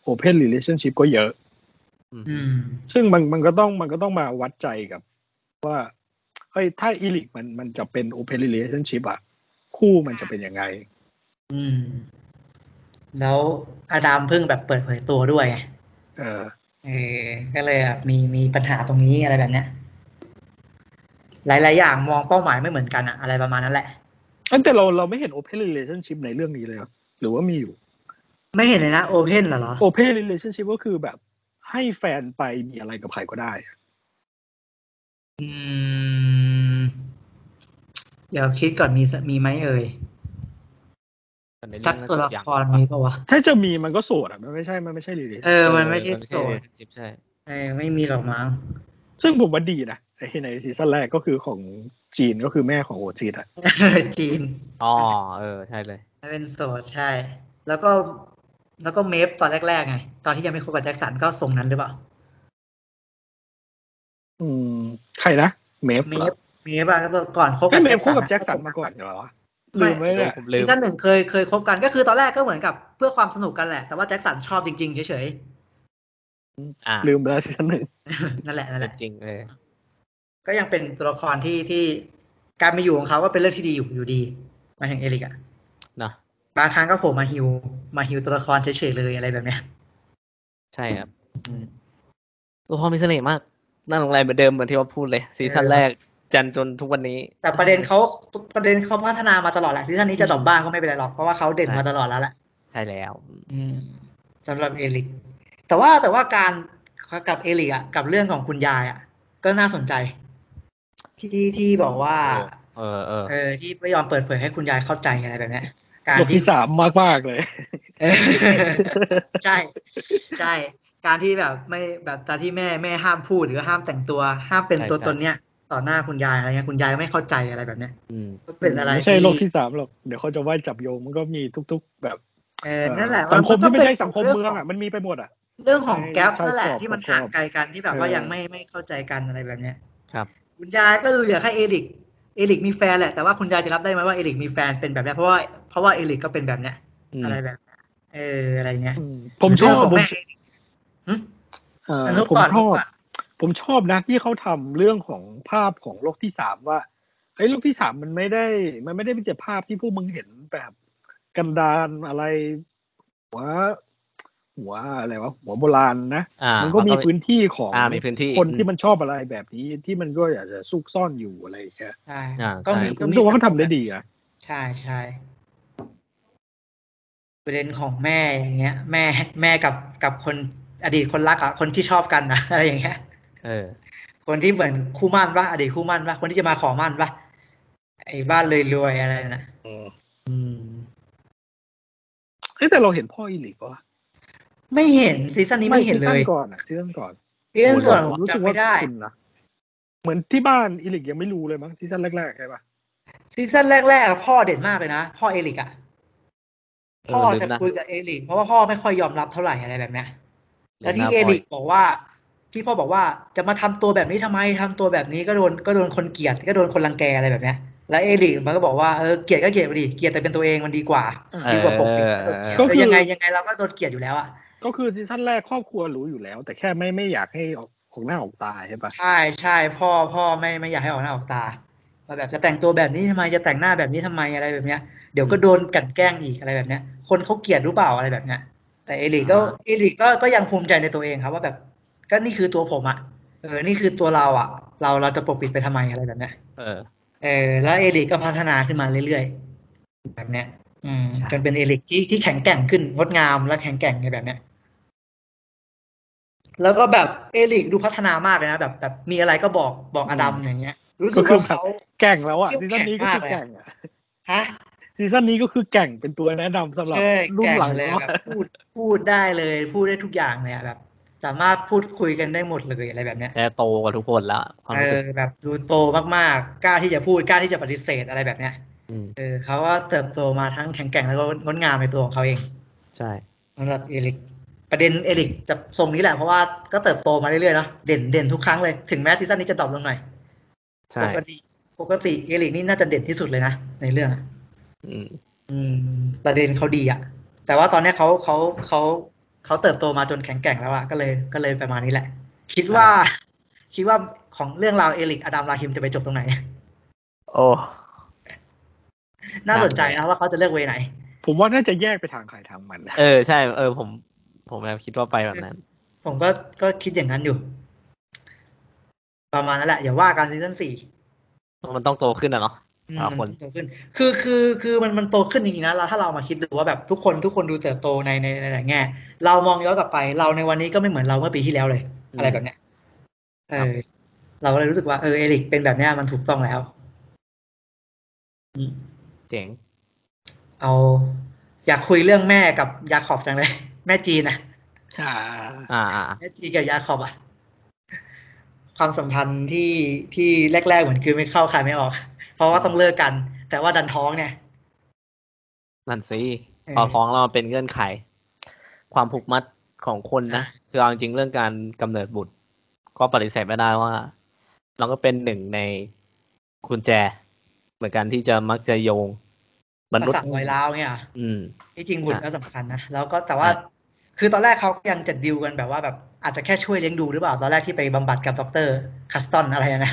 Speaker 3: Open Relationship ก็เยอะ
Speaker 1: อืม
Speaker 2: อืม
Speaker 3: ซึ่งมันมันก็ต้องมันก็ต้องมาวัดใจกับ ว่าเฮ้ยถ้าอีลิกมันมันจะเป็นโอเพนเ a t i o n s h i p อะคู่มันจะเป็นยังไง
Speaker 2: อืม แล้วอาดามเพิ่งแบบเปิดเผยตัวด้วยไง
Speaker 3: เออ
Speaker 2: เออ ก็เลยแบบมีมีปัญหาตรงนี้อะไรแบบเนี้ย หลาย ๆ อย่างมองเป้าหมายไม่เหมือนกันอะอะไรประมาณนั้นแหละ
Speaker 3: อันแต่เราเราไม่เห็นโอเพนเ a t i o n s h i p ในเรื่องนี้เลยเหรอหรือว่ามีอยู่
Speaker 2: ไม่เห็นเลยนะโอเพนเหรอ
Speaker 3: โอเพนเ a t i o n s h i p ก็คือแบบให้แฟนไปมีอะไรกับใครก็ได้
Speaker 2: อืม เดี๋ยวคิดก่อนมีสมีไหมเอ่ย
Speaker 1: แต่ใน
Speaker 2: สั
Speaker 1: เอก งน่า
Speaker 2: ตัว
Speaker 1: จ
Speaker 2: ละ
Speaker 1: ยัง
Speaker 2: ครมีปะวะ
Speaker 3: ถ้าจะมีมันก็โสดอะมันไม่ใช่มันไม่ใช่เรเล
Speaker 2: เออ มันไม่ใช่
Speaker 1: เออ
Speaker 2: โสด
Speaker 1: มันไม่ใช่ relationship ใช่
Speaker 2: เออไม่มีหรอกมั้ง
Speaker 3: ซึ่งผมว่าดีนะไอ อ้ในซีซั่นแรกก็คือของจีนก็คือแม่ของโอจีดอะ
Speaker 2: จีน
Speaker 1: อ๋อเออใช่เลย
Speaker 2: เป็นโสดใช่ แล้วก็แล้วก็เมฟตอนแรกๆไงตอนที่ยังไม่คบกับแจ็คสันก็ทรงนั้นหรือเปล่า
Speaker 3: อืม ใครนะเมฟ
Speaker 2: เม
Speaker 3: เหรอ
Speaker 2: ฟเมฟอะก่อนคบ
Speaker 3: เฮ้
Speaker 2: กั
Speaker 3: ย
Speaker 2: บ
Speaker 3: เม
Speaker 2: แจ็
Speaker 3: ฟ
Speaker 2: คสั
Speaker 3: คู่
Speaker 2: น
Speaker 3: กับ
Speaker 2: อะ
Speaker 3: แจ็คสันมาก่อนเหรอ
Speaker 2: ไม่
Speaker 3: ลืมไปเนี่ย
Speaker 1: ผมลืม
Speaker 2: ซีซั่นหนึ่งเคยเคยคบกันก็คือตอนแรกก็เหมือนกับเพื่อความสนุกกันแหละ แต่ว่าแจ็คสันชอบจริงๆเฉย
Speaker 1: อ่า
Speaker 3: ลืมไปแล้วซีซั่นหนึ่ง
Speaker 2: ๆ นั่นแหละนั่นแหละ
Speaker 1: จริงเลย
Speaker 2: ก็ยังเป็นตัวละครที่ที่การมาอยู่ของเขาก็เป็นเรื่องที่ดีอยู่อยู่ดีหมายถึงเอริกอะ
Speaker 1: นะ
Speaker 2: บางครั้งก็โผมมาฮิวมาฮิวตัวละครเฉยๆเลยอะไรแบบเนี้ย
Speaker 1: ใช่ครับตัวละครมีเสน่ห์มากน่าหลงใหลเหมือนเดิมเหมือนที่ว่าพูดเลย ซีซั่นแรกจันจนทุกวันนี้
Speaker 2: แต่ประเด็นเขาประเด็นเขาพัฒนามาตลอดแหละที่ท่านนี้จะดรอปบ้างก็ไม่เป็นไรหรอกเพราะว่าเขาเด่นมาตลอดแล้วแหละ
Speaker 1: ใช่แล้ว
Speaker 2: อืมสำหรับเอลิก แต่ว่าแต่ว่าการกับเอลิกอะกับเรื่องของคุณยายอะก็น่าสนใจ ที่ที่บอกว่า
Speaker 1: เออเออ
Speaker 2: เออที่ไม่ยอมเปิดเผยให้คุณยายเข้าใจอะไรแบบเนี้ย การ
Speaker 3: ยก
Speaker 2: ที่
Speaker 3: ที่สามมากมากๆเลย
Speaker 2: เออ ใช่ ใช่ การที่แบบไม่แบบตอนที่แม่แม่ห้ามพูดหรือห้ามแต่งตัว ห้ามเป็นตัวตนเนี้ยต่อหน้าคุณยายอะไรเงี้ยคุณยายไม่เข้าใจอะไรแบบเนี้ย
Speaker 1: อืม
Speaker 2: ก็เป็นอะไร
Speaker 3: ไม่ใช่โลกที่สามหรอก เดี๋ยวเขาจะว่าจับโยงมันก็มีทุก ๆ แบบ
Speaker 2: เออนั่นแหละ
Speaker 3: เอ่อสังคม
Speaker 2: ก็
Speaker 3: ที่ไม่
Speaker 2: เป็น
Speaker 3: ใช่สังคมเมืองอ่ะมันมีไปหมดอ่ะ
Speaker 2: เรื่องของแก๊ป
Speaker 3: ใช่
Speaker 2: นั่นแหละ
Speaker 3: ชอบ
Speaker 2: ที่มัน
Speaker 3: ชอบ
Speaker 2: ห่างไกลกันที่แบบว่า
Speaker 3: เออ
Speaker 2: ยังไม่ไม่เข้าใจกันอะไรแบบเนี้ย
Speaker 1: ครับ
Speaker 2: คุณยายก็เหลือแค่เอลิก เอลิกมีแฟนแหละ แต่ว่าคุณยายจะรับได้ไหมว่าเอลิกมีแฟนเป็นแบบเนี้ยเพราะว่าเพราะว่าเอลิกก็เป็นแบบเนี้ย
Speaker 1: อืม
Speaker 2: อะไรแบบเนี้ยเอออะไรเงี้ย
Speaker 3: อืมผมชอบ
Speaker 2: เรื่องของ
Speaker 3: ผม
Speaker 2: แม่เอลิกหึ
Speaker 3: เอ่อ
Speaker 2: อันนู้น
Speaker 3: ผม
Speaker 2: ก่อน
Speaker 3: ชอบ
Speaker 2: ก่อน
Speaker 3: ผมชอบนะที่เขาทำเรื่องของภาพของโลกที่สามว่าไอ้ยโลกที่สามมันไม่ได้ มันไม่ได้เป็นแต่ภาพที่พวกมึงเห็นแบบกันดานอะไร หัว หัวอะไรวะหัวโบราณนะ
Speaker 1: อ่า
Speaker 3: มั
Speaker 1: มัน
Speaker 3: ก็มีพื้นที่ของ
Speaker 1: อ่ามีพื้นที่
Speaker 3: คนที่
Speaker 1: อื
Speaker 3: มันชอบอะไรแบบนี้ที่มันก็อยากจะซุกซ่อนอยู่อะไรอย่างเงี้ย
Speaker 2: ใช่
Speaker 1: อ่า
Speaker 2: ก็
Speaker 1: ใช่
Speaker 2: มี
Speaker 3: ผ
Speaker 2: ก็
Speaker 3: ม
Speaker 2: มี
Speaker 3: รู้สึกว่าเขาทำได้ดีอะ
Speaker 2: ใช่ใช่ประเด็นของแม่อย่างเงี้ย แม่แม่กับกับคนอดีตคนรักอ่ะคนที่ชอบกันนะ อะไรอย่างเงี้ย
Speaker 1: เออ
Speaker 2: คนที่เหมือนคู่หมั่นป่ะอดีตคู่หมั่นป่ะคนที่จะมาขอหมั่นป่ะไอ้บ้านเลยรวยๆอะไรนะอืม
Speaker 3: เฮ้ยแต่เราเห็นพ่ออีลิกปะวะ
Speaker 2: ไม่เห็นซีซั่นนี้ไม่เห็นเล
Speaker 3: ซี
Speaker 2: ย
Speaker 3: ซั่ก่อนอะซีซั่นก่อน
Speaker 2: ซีซั่นส่วน
Speaker 3: ผมรู้สึก
Speaker 2: จำ
Speaker 3: ว่า
Speaker 2: ไม่ได้
Speaker 3: คุณนะเหมือนที่บ้านอีลิกยังไม่รู้เลยมั้งซีซั่นแรกๆใช่ปะ
Speaker 2: ซีซั่นแรกๆอะพ่อเด่นมากเลยนะพ่อเอลิกอ่ะ
Speaker 1: เออ
Speaker 2: พ่อ
Speaker 1: ลืม
Speaker 2: จะ
Speaker 1: นะ
Speaker 2: คุยกับเอลิกเพราะว่าพ่อไม่ค่อยยอมรับเท่าไหร่อะไรแบบเนี้ย แล้วที่
Speaker 1: หน้า
Speaker 2: เอ
Speaker 1: พ
Speaker 2: ริกบอกว่าที่พ่อบอกว่าจะมาทำตัวแบบนี้ทำไมทำตัวแบบนี้ก็โดนก็โดนคนเกลียดก็โดนคนรังแกอะไรแบบเนี้ย แล้วเอริกมันก็บอกว่าเออเกลียดก็เกลียดไปดิเกลียดแต่เป็นตัวเองมันดีกว่า
Speaker 1: เอ
Speaker 2: ดี
Speaker 1: อก
Speaker 2: ว่าปกปิดก็โดนเกลี
Speaker 3: ก็คือ
Speaker 2: ยดแล้วยังไงยังไงเราก็โดนเกลียดอยู่แล้วอ่ะ
Speaker 3: ก็คือซีซั่นแรกครอบครัวรู้อยู่แล้ว แต่แค่ไม่ไม่อยากให้ออกออกหน้าออกตาใช่ปะ
Speaker 2: ใช่ใช่พ่อพ่อไม่ไม่อยากให้ออกหน้าออกตาว่าแบบจะแต่งตัวแบบนี้ทำไมจะแต่งหน้าแบบนี้ทำไมอะไรแบบเนี้ยเดี๋ยวก็โดนกลันแกล้งอีกอะไรแบบเนี้ย คนเขาเกลียดรู้เปล่าอะไรแบบเนี้ยแต่เอริกก็
Speaker 1: อ่า
Speaker 2: เอริกก็ก็ยังภูมิใจในตัวเองครับว่าแบบก็นี่คือตัวผมอ่ะเออนี่คือตัวเราอ่ะ เราเราจะปกปิดไปทำไมอะไรแบบเนี้ย
Speaker 1: เออ
Speaker 2: เออแล้วเอริกก็พัฒนาขึ้นมาเรื่อยๆแบบเนี้ย อืม
Speaker 1: ใช่
Speaker 2: จนเป็นเอริกที่ที่แข็งแกร่งขึ้นงดงามและแข็งแกร่งในแบบเนี้ย แล้วก็แบบเอริกดูพัฒนามากเลยนะแบบแบบมีอะไรก็บอกบอกอดัมอย่างเงี้ย รู้สึกว่าเขา
Speaker 3: แกร่งแล้วอ่ะ
Speaker 2: เข้ม
Speaker 3: ซีซั่นนี้ก็คือ
Speaker 2: แข็
Speaker 3: แกร่
Speaker 2: ง
Speaker 3: ง
Speaker 2: มากเลยอะ
Speaker 3: อะ
Speaker 2: ฮะ
Speaker 3: ซีซั่นนี้ก็คือแกร่งเป็นตัวแนะนำสำหรับ
Speaker 2: เช่
Speaker 3: รุ่
Speaker 2: แก
Speaker 3: น
Speaker 2: ร่ง
Speaker 3: หลัง
Speaker 2: เลย
Speaker 3: ว่า
Speaker 2: แบบพูดพูดได้เลย พูดได้ทุกอย่างเลยอะแบบ สามารถพูดคุยกันได้หมดเลยอะไรแบบเนี้ย
Speaker 1: แต่โตกว่าทุกคนแล้วความ
Speaker 2: เอ
Speaker 1: รู้สึ
Speaker 2: อก แบบดูโตมากๆกล้าที่จะพูดกล้าที่จะปฏิเสธอะไรแบบเนี้ย
Speaker 1: ม
Speaker 2: เออเขาว่าเติบโตมาทั้งแข็งแกร่งแล้วก็งดงามในตัวของเขาเอง
Speaker 1: ใช่
Speaker 2: สำหรับเอริกประเด็นเอริกจะทรงนี้แหละเพราะว่าก็เติบโตมาเรื่อยๆเนาะเด่นเด่นทุกครั้งเลยถึงแม้ซีซั่นนี้จะตอบลงหน่อย
Speaker 1: ใช่
Speaker 2: ปกติปกติเอริกนี่น่าจะเด่นที่สุดเลยนะในเรื่องอะ
Speaker 1: อืม
Speaker 2: อืม ประเด็นเขาดีอะแต่ว่าตอนเนี้ยเขาเขาเขาเขาเติบโตมาจนแข็งแกร่งแล้วอะก็เลยก็เลยประมาณนี้แหละ คิดว่า คิดว่าของเรื่องราวเอริกอดัมราฮิมจะไปจบตรงไหน
Speaker 1: โอ้
Speaker 2: น่าสนใจนะว่าเขาจะเลือกเวย์ไหน
Speaker 3: ผมว่าน่าจะแยกไปทางใครทางมันนะ
Speaker 1: เออใช่ เออ ผม ผมแอบคิดว่าไปแบบนั้น
Speaker 2: ผมก็ก็คิดอย่างนั้นอยู่ ประมาณนั้นแหละอย่าว่ากันซีซั่นสี่
Speaker 1: มันต้องโตขึ้นอะเนาะ
Speaker 2: อืม
Speaker 1: อ่า
Speaker 2: มั
Speaker 1: คน
Speaker 2: นโตขึ้น คือ คือ คือมัน มันโตขึ้นจริงๆนะเราถ้าเรามาคิดดูว่าแบบทุกคน ทุกคนดูเติบโตใน ในในหลายแง่ เรามองย้อนกลับไป เราในวันนี้ก็ไม่เหมือนเราเมื่อปีที่แล้วเลย อะไรแบบเนี้ย เออ เราก็เลยรู้สึกว่า เออ เอริกเป็นแบบเนี้ยมันถูกต้องแล้วอืม
Speaker 1: เจ๋ง
Speaker 2: เอา อยากคุยเรื่องแม่กับยาขอบจังเลย แม่จีนอะ
Speaker 3: อ่า
Speaker 1: อ่าอ่า
Speaker 2: แม่จีนกับยาขอบอะ ความสัมพันธ์ที่ที่แรก ๆ เหมือนคือไม่เข้าใครไม่ออก เพราะว่าต้องเลิกกัน แต่ว่าดันท้องเนี่ย
Speaker 1: นั่นสิ
Speaker 2: เออ
Speaker 1: พอท้องแล้วมันเป็นเงื่อนไข ความผูกมัดของคนนะ คือเอาจริงๆเรื่องการกำเนิดบุตร ก็ปฏิเสธไม่ได้ว่า เราก็เป็นหนึ่งในกุญแจ เหมือนกันที่จะมักจะโยงม
Speaker 2: มา
Speaker 1: นุษย์
Speaker 2: สั่งรอยร้าวเนี่ย
Speaker 1: อืม
Speaker 2: ที่จริงบุญ
Speaker 1: อ่ะ
Speaker 2: ก็สำคัญนะ แล้วก็แต่ว่า
Speaker 1: ใช่
Speaker 2: คือตอนแรกเขาก็ยังจะดิวกันแบบว่าแบบอาจจะแค่ช่วยเลี้ยงดูหรือเปล่า ตอนแรกที่ไปบำบัดกับดรคัสตันอะไรนะ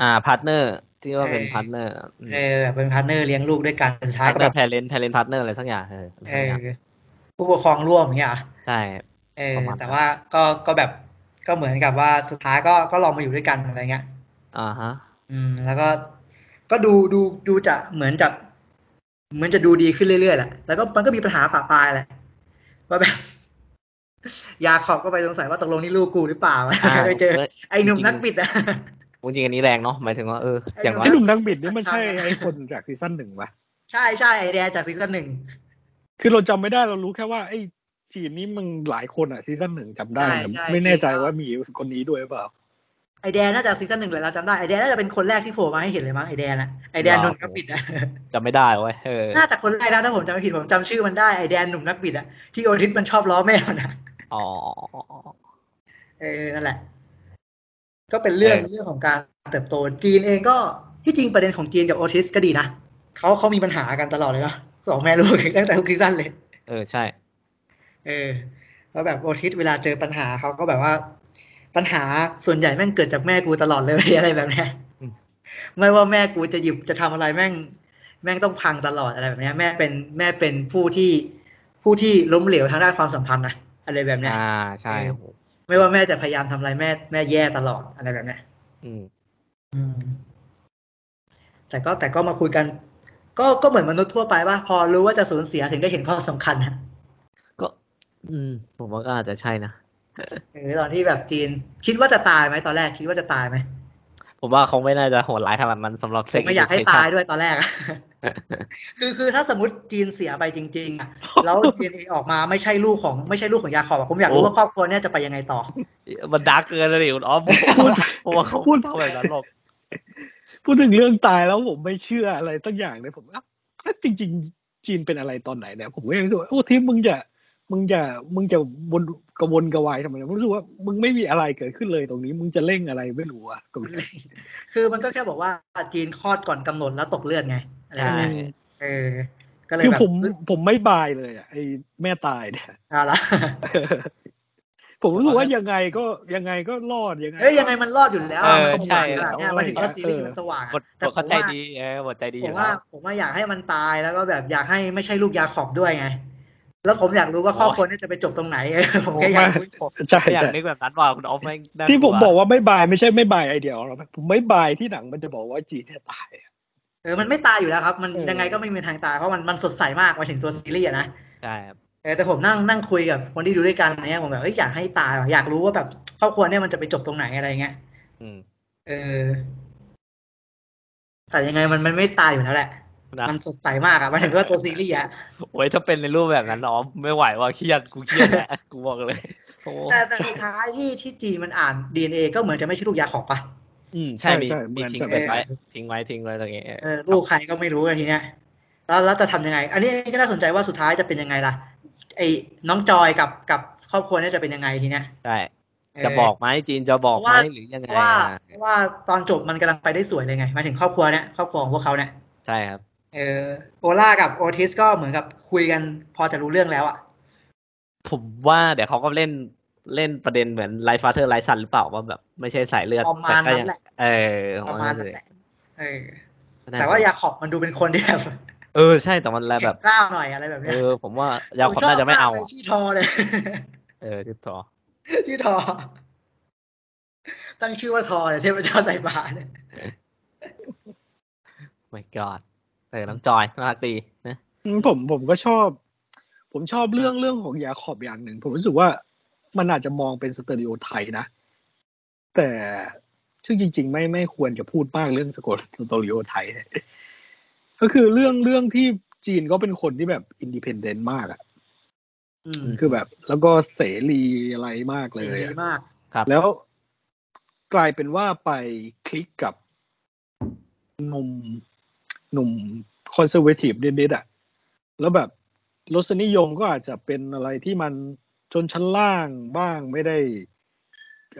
Speaker 1: อ่าพาร์ทเนอร์ ที่ว่าเป็น
Speaker 2: เออ
Speaker 1: พาร์ทเนอร์
Speaker 2: เออแบบเป็นพาร์ทเนอร์เลี้ยงลูกด้วยกันสุดท้า
Speaker 1: พาย ร์ท
Speaker 2: ก็
Speaker 1: เนอ
Speaker 2: แบ
Speaker 1: ร์
Speaker 2: บ
Speaker 1: แพเรนต์แพเรนต์พาร์ทเนอร์อะไรสักอย่างเอออะไร
Speaker 2: เอ
Speaker 1: สักอย่าง
Speaker 2: อผู้ปกครองร่วมอย่างเงี้ยเหรอ
Speaker 1: ใช่
Speaker 2: เออ
Speaker 1: ประมาณนั้น
Speaker 2: แต่ว่าก็ก็แบบก็เหมือนกับว่าสุดท้ายก็ก็ลองมาอยู่ด้วยกันอะไรเงี้ย
Speaker 1: อ่าฮะ
Speaker 2: อืม แล้วก็ก็ดูดูดูจะเหมือนจะเหมือนจะดูดีขึ้นเรื่อยๆแหละแล้วก็มันก็มีปัญหาปะปายแหละว่าแบบ ยาขอบก็ไปสงสัยว่าตกลงนี่ลูกกูหรือเปล่า
Speaker 1: อ่า
Speaker 2: ไปเจอ ไอ้หนุ่มนักบิดอะ
Speaker 1: จริงๆอันนี้แรงเนาะหมายถึงว่าเออ
Speaker 2: ไอ้
Speaker 1: อย่าง
Speaker 2: ห
Speaker 1: ว่า
Speaker 3: ไอ้หนุ่มนักบิดนี่มันใช่ไอ้คนจากซีซั่นหนึ่งปะ
Speaker 2: ใช่ใช่ไอแดนจากซีซั่นหนึ่ง
Speaker 3: คือเราจำไม่ได้เรารู้แค่ว่าไอ้จีนนี่มึงหลายคนอะซีซั่นหนึ่งจำได้แต่ไม่แน่ใจว่ามีคนนี้ด้วยหรือเปล่า
Speaker 2: ไอแดนน่าจะซีซั่นหนึ่งเลยเราจำได้ไอแดนน่าจะเป็นคนแรกที่โผล่มาให้เห็นเลยมั้งไอแดนอะไอแดนหนุ่มนักบิดอะ
Speaker 1: จำไม่ได้เว้ยเออ
Speaker 2: น่าจะคนแรกนะถ้าผมจำไม่ผิดผมจำชื่อมันได้ไอแดนหนุ่มนักบิดอะที่โอทิสมันชอบล้อแม่มันอะ
Speaker 1: อ๋อ
Speaker 2: เออ นั่นแหละ ก็เป็นเรื่อง
Speaker 1: เออ
Speaker 2: เรื่องของการเติบโต จีนเองก็ที่จริงประเด็นของจีนกับโอทิสก็ดีนะเขาเขามีปัญหากันตลอดเลยนะสองแม่ลูก ตั้งแต่ทุกซีซั่นเลย
Speaker 1: เออใช่
Speaker 2: เออแล้วแบบโอทิสเวลาเจอปัญหาเขาก็แบบว่า ปัญหาส่วนใหญ่แม่งเกิดจากแม่กูตลอดเลย อะไรแบบเนี้ย
Speaker 1: อืม
Speaker 2: ไม่ว่าแม่กูจะหยิบจะทำอะไรแม่ง แม่งต้องพังตลอดอะไรแบบเนี้ย แม่เป็นแม่เป็นผู้ที่ผู้ที่ล้มเหลวทางด้านความสัมพันธ์นะอะไรแบบเนี้ย
Speaker 1: อ่าใช่
Speaker 2: เออ
Speaker 1: โอ้โห
Speaker 2: ไม่ว่าแม่จะพยายามทำอะไรแม่แม่แย่ตลอดอะไรแบบเนี้ย
Speaker 1: อืม
Speaker 2: อืมแต่ก็แต่ก็มาคุยกัน ก็ก็เหมือนมนุษย์ทั่วไปว่าพอรู้ว่าจะสูญเสียถึงได้เห็นความสำคัญนะ
Speaker 1: ก็ อืม ผมว่าก็อาจจะใช่นะ
Speaker 2: เออตอนที่แบบจีน คิดว่าจะตายไหมตอนแรกคิดว่าจะตายไหม
Speaker 1: ผมว่าเขาไม่น่าจะโหดร้ายขนาดนั้นสำหรับ
Speaker 2: ผ
Speaker 1: เซ็ก
Speaker 2: มไม่อยากให้ตายด้วยตอนแรกอะ คือคือถ้าสมมติจีนเสียไปจริง ๆอะแล้ว ดีเอ็นเอออกมาไม่ใช่ลูกของไม่ใช่ลูกของยาคอบอะผมอยากรู้
Speaker 1: โอ้
Speaker 2: ว่าครอบครัวเนี้ยจะไปยังไงต่อ
Speaker 1: มันดาร์กเกินเลยคุณ อ๋อฟผมผมว่าผมว่าเขา
Speaker 3: พูด
Speaker 1: เท่าแบบนั้นหรอก
Speaker 3: พูดถึงเรื่องตายแล้วผมไม่เชื่ออะไรตั้งอย่างเลยผมว่าถ้าจริง ๆ จีนเป็นอะไรตอนไหนเนี่ยผมก็ยังรู้สึกว่าโอ้ทีมึงอย่ามึงอย่ามึงจะวนกระวนกระวายทำไมเนี่ยผมรู้สึกว่ามึงไม่มีอะไรเกิดขึ้นเลยตรงนี้ มึงจะเร่งอะไรไม่รู้อะตรงนี้
Speaker 2: คือมันก็แค่บอกว่าจีนคลอดก่อนกำหนดแล้วตกเลือดไงอะไรแบบ
Speaker 1: ใช่
Speaker 2: เนี้ยเออ ก็เลย
Speaker 3: คือ
Speaker 2: แบบ
Speaker 3: ผมผมไม่บายเลยอะไอ้แม่ตายเนี่ย
Speaker 2: เอาละ
Speaker 3: ผมรู้สึกว่ายังไงก็ยังไงก็รอดยังไง
Speaker 2: เอ้ยยังไงมันรอดอยู่แล้วอะมันคงหวานอยู่แล้วเนี่ย
Speaker 3: ะ
Speaker 2: มันถึงว่า
Speaker 3: ะ
Speaker 2: ซีรีส์มันสว่าง
Speaker 1: บ
Speaker 2: อะ
Speaker 1: ทบ
Speaker 2: แต่
Speaker 1: ท
Speaker 2: ผม
Speaker 1: เข้าใจ
Speaker 2: ว่า
Speaker 1: ดีเออบทใจดี
Speaker 2: ผ
Speaker 1: อ
Speaker 2: ม
Speaker 1: ยู่
Speaker 2: ว่า
Speaker 1: แล้ว
Speaker 2: ผมว่าอยากให้มันตายแล้วก็แบบอยากให้ไม่ใช่ลูกยาขอบด้วยไง แล้วผมอยากรู้ว่า
Speaker 1: โอ้ย
Speaker 2: ครอบครัวเนี่ยจะไปจบตรงไหน ผมแค่อยากรู้
Speaker 3: ใช่
Speaker 1: ไม่อยาก
Speaker 3: ใช่
Speaker 1: นึกแบบนั้นว่าคุณออฟไม่งน่า
Speaker 3: ที่ผม
Speaker 1: ลั
Speaker 3: บอกว่าไม่บายไม่ใช่ไม่บายไอเดียของเรานะผมไม่บายที่หนังมันจะบอกว่าจีนเนี่ยตายอะ
Speaker 2: เออมันไม่ตายอยู่แล้วครับ มัน
Speaker 3: เออ
Speaker 2: ยังไงก็ไม่มีทางตายเพราะมันมันสดใสมากมาถึงตัวซีรีส์อะนะ
Speaker 1: ใช่ครับ
Speaker 2: เออแต่ผมนั่งนั่งคุยกับคนที่ดูด้วยกันเนี่ยผมแบบเอ้ยอยากให้ตายว่ะอยากรู้ว่าแบบครอบครัวเนี่ยมันจะไปจบตรงไหนอะไรเงี้ย
Speaker 1: อืม
Speaker 2: เออ แต่ยังไงมันมันไม่ตายอยู่แล้วแหละ
Speaker 1: นะ
Speaker 2: มันสดใสมากอะหมันถึงว่าตัวซีรีส์อะ
Speaker 1: โอ้ยถ้าเป็นในรูปแบบนั้นออฟไม่ไหวว่าเครียดกูเครียดแห ละกูบอกเลยโอ้
Speaker 2: แต่แต่สุดท้ายที่ที่จีนมันอ่าน DNA ก็เหมือนจะไม่ใช่ลูกยาขอบปะ
Speaker 1: อืมใช่มี
Speaker 3: ใช่ใช่เหมื
Speaker 1: มี
Speaker 3: อน
Speaker 1: ทิ้ง
Speaker 3: จะ
Speaker 1: ไว้
Speaker 3: เป็น
Speaker 1: ไว้ทิ้งไว้ทิ้งไว้ตรงนี้เออ
Speaker 2: เออลูกใครก็ไม่รู้อะทีเนี้ยแล้วแล้วจะทำยังไง อันนี้อันนี้ก็น่าสนใจว่าสุดท้ายจะเป็นยังไงล่ะไอ้น้องจอยกับกับครอบครัวเนี่ยจะเป็นยังไงทีเนี้ย
Speaker 1: ใช่
Speaker 2: เ
Speaker 1: จะบอกไหมจีนจะบอกไหม
Speaker 2: ว่า
Speaker 1: หรือยัง
Speaker 2: เพ
Speaker 1: ไง
Speaker 2: ราะว่า
Speaker 1: อ่ะ
Speaker 2: เพราะว่าตอนจบมันกำลังไปได้สวยเลยไงหมายถึงครอบครัวเนี่ยครอบครัวของพวกเขาเนี่ย
Speaker 1: ใช่ครับ
Speaker 2: เออโอล่ากับโอทิสก็เหมือนกับคุยกันพอจะรู้เรื่องแล้วอะ
Speaker 1: ผมว่าเดี๋ยวเขาก็เล่นเล่นประเด็นเหมือนไลฟ์ฟาเธอร์ไลฟ์ซันหรือเปล่าว่าแบบไม่ใช่สายเลือด
Speaker 2: ประมาณ
Speaker 1: ก็
Speaker 2: นั้น
Speaker 1: ยั
Speaker 2: แหละ
Speaker 1: เออข
Speaker 2: ป
Speaker 1: อง
Speaker 2: ระ
Speaker 1: น
Speaker 2: มาณ
Speaker 1: น
Speaker 2: นั้
Speaker 1: เล
Speaker 2: น
Speaker 1: ย
Speaker 2: แหละเออ
Speaker 1: น่
Speaker 2: แต่ว่ายาขอบมันดูเป็นคนที่แบบ
Speaker 1: เออใช่แต่มันแลแบ
Speaker 2: แข็
Speaker 1: บ
Speaker 2: งกล้าวหน่อยอะไรแบบ
Speaker 1: เอ
Speaker 2: เนี้ย
Speaker 1: อ ผมว่ายาขอบ
Speaker 2: ผชบ
Speaker 1: น่าจะไม่เอา
Speaker 2: กลย
Speaker 1: อ่ะ
Speaker 2: ชื่อทอเลย
Speaker 1: เออจุดต่อ
Speaker 2: ชื่อทอ ตั้งชื่อว่าทอเนี่ยเทพเจ้าใส่บาตรเนี่ย
Speaker 1: ไม่กอดเออน้องจอยน่ารักดีนะ
Speaker 3: อืมผมผมก็ชอบ ผมชอบเรื่องเรื่องของยาขอบอย่างหนึ่ง ผมรู้สึกว่ามันอาจจะมองเป็นสเตอริโอไทป์นะ แต่ซึ่งจริง ๆ ไม่ไม่ควรจะพูดมากเรื่องสะกดสเตอริโอไทป์ เนี่ยก็คือเรื่องเรื่องที่จีนก็เป็นคนที่แบบอินดิเพนเดนต์มากอะ
Speaker 2: อืม
Speaker 3: คือแบบแล้วก็เสรีอะไรมากเล
Speaker 2: สี
Speaker 3: ย
Speaker 2: ดี
Speaker 3: อะ
Speaker 2: มาก
Speaker 1: ครับ
Speaker 3: แล้ว กลายเป็นว่าไปคลิกกับหนุ่มหนุ่มคอนเซอร์เวทีฟเด็ดๆอ่ะ แล้วแบบรสนิยมก็อาจจะเป็นอะไรที่มันชนชั้นล่างบ้างไม่ได้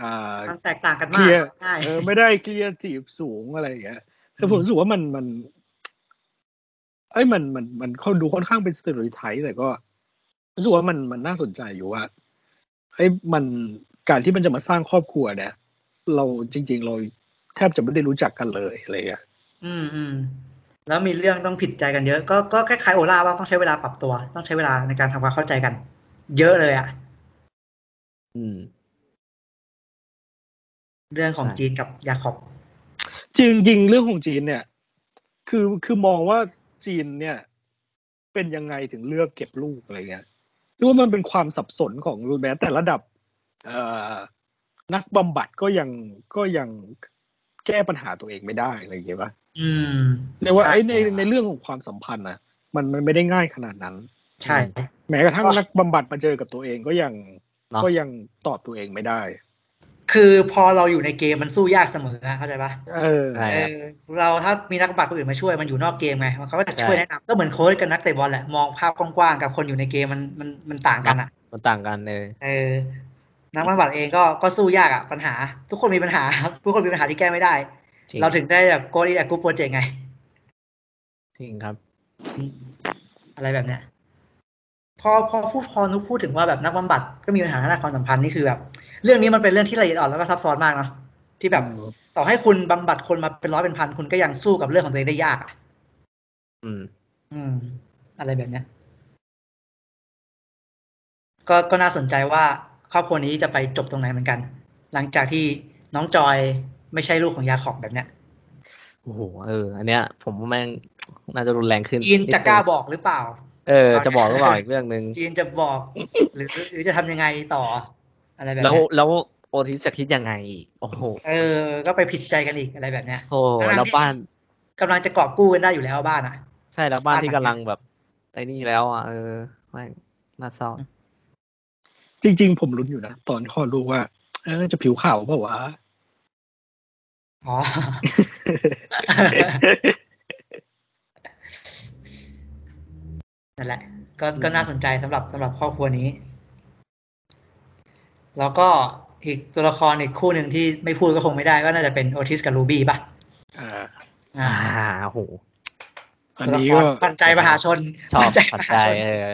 Speaker 3: อ่า
Speaker 2: มันแตกต่างกัน
Speaker 3: เค
Speaker 2: มาก
Speaker 3: ลียร์
Speaker 2: ใช่
Speaker 3: เออไม่ได้ครีเอทีฟสูงอะไรอย่างเงี้ยแต่ผมรู้สึกว่ามันมันเอ้ยมันมันมันเขาดูค่อนข้างเป็นสเตอริไทป์แต่ก็รู้สึกว่ามันมันน่าสนใจอยู่ว่าเอ้ยมันการที่มันจะมาสร้างครอบครัวเนี่ยเราจริง ๆ เราแทบจะไม่ได้รู้จักกันเลยอะไรอย่างเงี้ย
Speaker 2: อืมอืมแล้วมีเรื่องต้องผิดใจกันเยอะ ก็ก็คล้ายๆโอล่าว่าต้องใช้เวลาปรับตัว ต้องใช้เวลาในการทำความเข้าใจกัน เยอะเลยอะ
Speaker 1: อืม
Speaker 2: เรื่องของ
Speaker 1: ใช่
Speaker 2: จีนกับยาขอบ
Speaker 3: จริง ๆ เรื่องของจีนเนี่ย คือคือมองว่าจีนเนี่ย เป็นยังไงถึงเลือกเก็บลูกอะไรเงี้ยหรือว่ามันเป็นความสับสนของรูปแบบแต่ระดับ เอ่อนักบำบัดก็ยังก็ยังแก้ปัญหาตัวเองไม่ได้อะไรอย่างเงี้ยปะ
Speaker 2: อืม
Speaker 3: เรียกว่าไอ้ใน
Speaker 2: ช่
Speaker 3: ในเรื่องของความสัมพันธ์นะมันมันไม่ได้ง่ายขนาดนั้น
Speaker 2: ใช่ใช่
Speaker 3: แม้กระทั่ง
Speaker 2: ก็
Speaker 3: นักบำบัดมาเจอกับตัวเองก็ยัง
Speaker 1: เนาะ
Speaker 3: ก็ยังตอบตัวเองไม่ได้
Speaker 2: คือพอเราอยู่ในเกมมันสู้ยากเสมออะเข้าใจปะ
Speaker 3: เออ
Speaker 1: ใช่
Speaker 2: เอ
Speaker 1: ครับ
Speaker 2: อเราถ้ามีนักบำบัดคนอื่นมาช่วยมันอยู่นอกเกมไงมันเขาก็จะ
Speaker 1: ใช่
Speaker 2: ช่วยแนะนำก็เหมือนโค้ชกับนักเตะบอลแหละมองภาพกว้างๆกับคนอยู่ในเกมมันมันมันต่างกันอ่ะ
Speaker 1: มันต่างกันเลย
Speaker 2: เออนักบำบัดเองก็ก็สู้ยากอ่ะปัญหา ทุกคนมีปัญหาครับทุกคนมีปัญหาที่แก้ไม่ได้
Speaker 1: จริง
Speaker 2: เราถึงได้แบบโกดีแอกูโปรเจกต์ไง
Speaker 1: จริงครับ
Speaker 2: อะไรแบบเนี้ยพอพอพูดพอนุกพูดถึงว่าแบบนักบำบัดก็มีปัญหาทางด้านความสัมพันธ์นี่คือแบบ เรื่องนี้มันเป็นเรื่องที่ละเอียดอ่อนแล้วก็ซับซ้อนมากเนาะที่แบบ
Speaker 3: อืม
Speaker 2: ต่อให้คุณบำบัดคนมาเป็นร้อยเป็นพันคุณก็ยังสู้กับเรื่องของตัวเองได้ยากอะ
Speaker 1: อืม
Speaker 2: อืม อะไรแบบเนี้ย ก็ก็น่าสนใจว่าครอบครัวนี้จะไปจบตรงไหนเหมือนกัน หลังจากที่น้องจอยไม่ใช่ลูกของยาขอบแบบเนี้ย
Speaker 1: โอ้โห เออ อันเนี้ย ผมว่าแม่งน่าจะรุนแรงขึ้น
Speaker 2: จีนจะ
Speaker 1: ด
Speaker 2: กล้า
Speaker 1: เดียว
Speaker 2: บอกหรือเปล่า
Speaker 1: เออ จะบอกหรือเปล่าอีกเรื่องหนึ่ง
Speaker 2: จีนจะบอก หรือหรือจะทำยังไงต่อ อะไรแบบ
Speaker 1: แล้ว
Speaker 2: เนี้ย
Speaker 1: แล้วโอทิสจะคิดยังไงอีกโอ้โห
Speaker 2: เออ ก็ไปผิดใจกันอีกอะไรแบบเนี้ย
Speaker 1: โอ้โห
Speaker 2: ทั้
Speaker 1: แล้ว
Speaker 2: งๆที่
Speaker 1: บ้าน
Speaker 2: กำลังจะกอบกู้กันได้อยู่แล้วบ้านอ่ะ
Speaker 1: ใช่แล้วบ้านที่กำ
Speaker 2: บ้านหลัง
Speaker 1: ลังแบบไอ้นี่แล้วอ่ะเออแม่งน่าเศร้า
Speaker 3: จริง ๆ ผมลุ้นอยู่นะตอนข้อรู้ว่า เออจะผิวขาวเปล่าวะ
Speaker 2: อ๋อ นั่นแหละ ก็ก็น่าสนใจสำหรับสำหรับครอบครัวนี้ แล้วก็อีกตัวละครอีกคู่หนึ่งที่ไม่พูดก็คงไม่ได้ก็น่าจะเป็นโอทิสกับรูบี้ป่ะ
Speaker 3: อ่า
Speaker 2: อ่า
Speaker 1: อ่าโอ้โห
Speaker 3: อัน
Speaker 2: ตัวละ
Speaker 3: นี้
Speaker 2: คร
Speaker 3: ก็
Speaker 2: ขวัญใจมหาชน
Speaker 1: ชอบ
Speaker 2: ขวั
Speaker 1: ผัด
Speaker 2: ญใจม
Speaker 1: ใจ
Speaker 2: หาชน
Speaker 1: เออ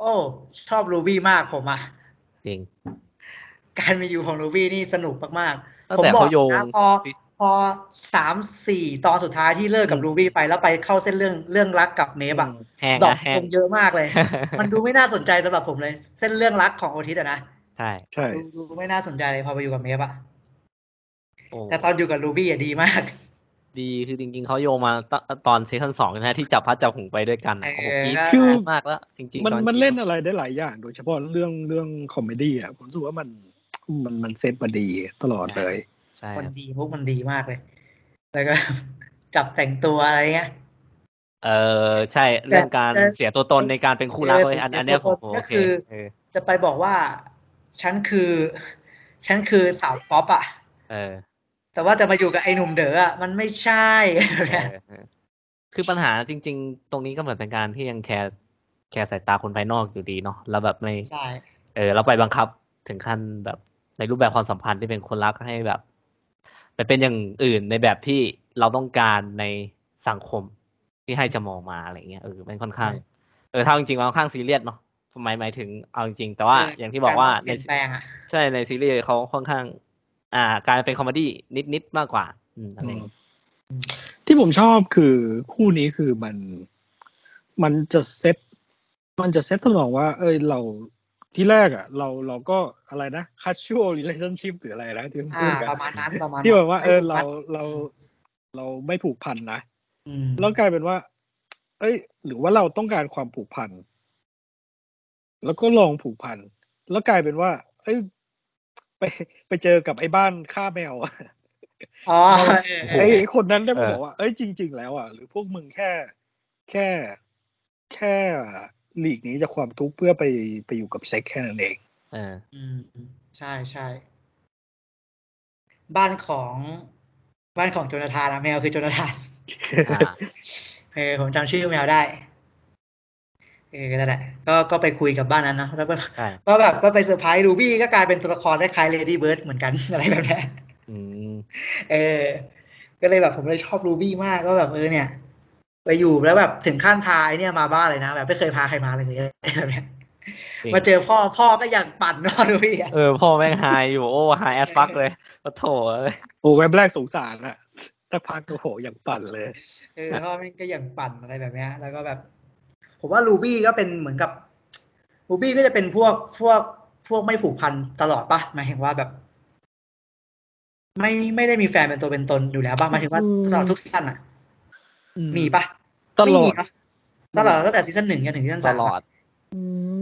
Speaker 2: โอ้ชอบรูบี้มากผมอ่ะ
Speaker 1: จริง
Speaker 2: การมีอยู่ของรูบี้นี่สนุกมาก
Speaker 1: ตั้ง
Speaker 2: ๆ ผม
Speaker 1: แต่
Speaker 2: บอก
Speaker 1: เขาโยง
Speaker 2: นะพอพอสามสี่ตอนสุดท้ายที่เลิกกับ
Speaker 1: อืม
Speaker 2: รูบี้ไปแล้วไปเข้าเส้นเรื่องเรื่องรักกับเมฟอ่ะ
Speaker 1: แห้ง
Speaker 2: ดรอ
Speaker 1: นะ
Speaker 2: ก
Speaker 1: แห้
Speaker 2: ล
Speaker 1: ง
Speaker 2: งเยอะมากเลย มันดูไม่น่าสนใจสำหรับผมเลย เส้นเรื่องรักของโอทิสอะนะ
Speaker 1: ใช่
Speaker 3: ใช่
Speaker 2: ดูดูไม่น่าสนใจเลยพอไปอยู่กับเมฟอะ
Speaker 1: โอ้
Speaker 2: แต่ตอนอยู่กับรูบี้อะดีมาก
Speaker 1: ดีคือจริง ๆเขาโยงมาตตอนซีซั่นสองนะที่จับพัดจับหูไปด้วยกันอะโอ้โห
Speaker 2: เออ
Speaker 1: กรี๊ด
Speaker 3: คือ
Speaker 1: มากแล้ว จริงๆ
Speaker 3: มัน
Speaker 1: ตอ
Speaker 3: มันเล่นอะไรได้หลายอย่าง โดยเฉพาะเรื่องเรื่องคอมเมดี้อ่ะผมรู้สึกว่ามันมันมันเซตมาดีตลอดเลย
Speaker 1: ใช่
Speaker 2: มัน
Speaker 1: ครับ
Speaker 2: ดีมุกมันดีมากเลย แล้วก็ จับแต่งตัวอะไรเงี้ย
Speaker 1: เออใช่เรื่องการ
Speaker 2: แต่
Speaker 1: เสียตัวตนในการเป็นคู่รัก
Speaker 2: เออ
Speaker 1: เว้ยอัน
Speaker 2: เสีย
Speaker 1: อันเนี้ย
Speaker 2: ตัว
Speaker 1: ผม
Speaker 2: ตน
Speaker 1: โอเค
Speaker 2: ก็คือ
Speaker 1: เออ
Speaker 2: จะไปบอกว่า ฉันคือ ฉันคือสาวป๊อปอะ
Speaker 1: เออ
Speaker 2: แต่ว่าจะมาอยู่กับไอ้หนุ่มเด๋ออะมันไม่ใช่
Speaker 1: เออคือปัญหาจริง ๆ ตรงนี้ก็เหมือนเป็นการที่ยังแคร์แคร์สายตาคนภายนอกอยู่ดีเนาะแล้วแบบไม่
Speaker 2: ใช่
Speaker 1: เออเราไปบังคับถึงขั้นแบบในรูปแบบความสัมพันธ์ที่เป็นคนรักให้แบบไปเป็นอย่างอื่นในแบบที่เราต้องการในสังคมที่ให้จะมองมาอะไรเงี้ยเออมันค่อนข้างเออถ้าจริงๆมันค่อนข้างซีเรียสเนาะทำไมหมายถึงเอาจริงๆแต่ว่า
Speaker 2: เออ
Speaker 1: อ
Speaker 2: อ
Speaker 1: ย่างที่บอกว่า
Speaker 2: การต้อ
Speaker 1: ใน
Speaker 2: งเปลี่ยนแปลงอะ
Speaker 1: ใช่ในซีรีส์เขาค่อนข้าง อ่า การเป็นคอมเมดี้นิดๆมากกว่า อืมอะไรเงี้ย
Speaker 3: ที่ผมชอบคือคู่นี้คือมันมันจะเซตมันจะเซตทำนองว่า เอ้ยเราที่แรกอ่ะ เราเราก็อะไรนะ casual relationship หรืออะไรนะที่
Speaker 2: อ่า
Speaker 3: พูดกัน
Speaker 2: ประมาณนั้นประมาณนั้น
Speaker 3: ที่แบบว่าเออ
Speaker 2: ไม่
Speaker 3: เรา
Speaker 2: ฟัด
Speaker 3: เราเราไม่ผูกพันนะ
Speaker 2: อืม
Speaker 3: แล้วกลายเป็นว่า เอ้ย หรือว่าเราต้องการความผูกพัน แล้วก็ลองผูกพัน แล้วกลายเป็นว่า เอ้ย ไปไปเจอกับไอ้บ้านฆ่าแมว อะ
Speaker 2: อ๋อเออ
Speaker 3: ไอ้คนนั้นได้มาบอกว่า เอ้ย จริง ๆ แล้วอ่ะ หรือพวกมึงแค่ แค่ แค่หลีกหนี้จากความทุกข์เพื่อไป ไปอยู่กับเซ็กแค่นั้นเอง
Speaker 1: เออ
Speaker 2: อืมใช่ใช่ บ้านของบ้านของโจนาธานอะแมวคือโจนาธาน
Speaker 1: อ่า
Speaker 2: เออผมจำชื่อแมวได้เออนั่นแหละก็ก็ไปคุยกับบ้านนั้นเนอะแล้วก็
Speaker 1: ใช่
Speaker 2: ก็แบบก็ไปเซอร์ไพรส์รูบี้ก็กลายเป็นตัวละครได้คล้ายเลดี้เบิร์ดเหมือนกัน อะไรแบบนี้
Speaker 1: อืม
Speaker 2: เออ ก็เลยแบบผมเลยชอบรูบี้มากก็แบบเออเนี่ย ไปอยู่แล้วแบบถึงขั้นพาไอ้เนี่ยมาบ้านเลยนะแบบไม่เคยพาใครมาเลย อะไรแบบเนี้ย
Speaker 1: จริง
Speaker 2: มาเจอพ่อพ่อก็อยากปั่นเนอะรู บี้อะ
Speaker 1: เออพ่อแม่งไฮอยู่โอ้ไฮแอดฟักเลยโอ้โถเอ้ย
Speaker 3: โอ้เว็บแรกสงสารอะสักพักโอ้โหอย่างปั่นเลย
Speaker 2: เออเพราะว่ามันก็อย่างปั่นอะไรแบบเนี้ยแล้วก็แบบ ผมว่ารูบี้ก็เป็นเหมือนกับรูบี้ก็จะเป็นพวกพวกพวกไม่ผูกพันตลอดปะหมายถึงว่าแบบ ไม่ไม่ได้มีแฟนเป็นตัวเป็นตนอยู่แล้วปะหมายถึงว่า
Speaker 3: อืม
Speaker 2: ตลอดทุกซีซั่นอ่ะ มีปะ
Speaker 3: ตล
Speaker 2: ไม่
Speaker 3: อ
Speaker 2: มี
Speaker 3: ด
Speaker 2: เนอะตลอดตั้งแต่ซีซั่นหนึ่งจนถึงซีซั่น
Speaker 1: ต
Speaker 2: สาม
Speaker 1: ลอ
Speaker 2: อะ
Speaker 1: ด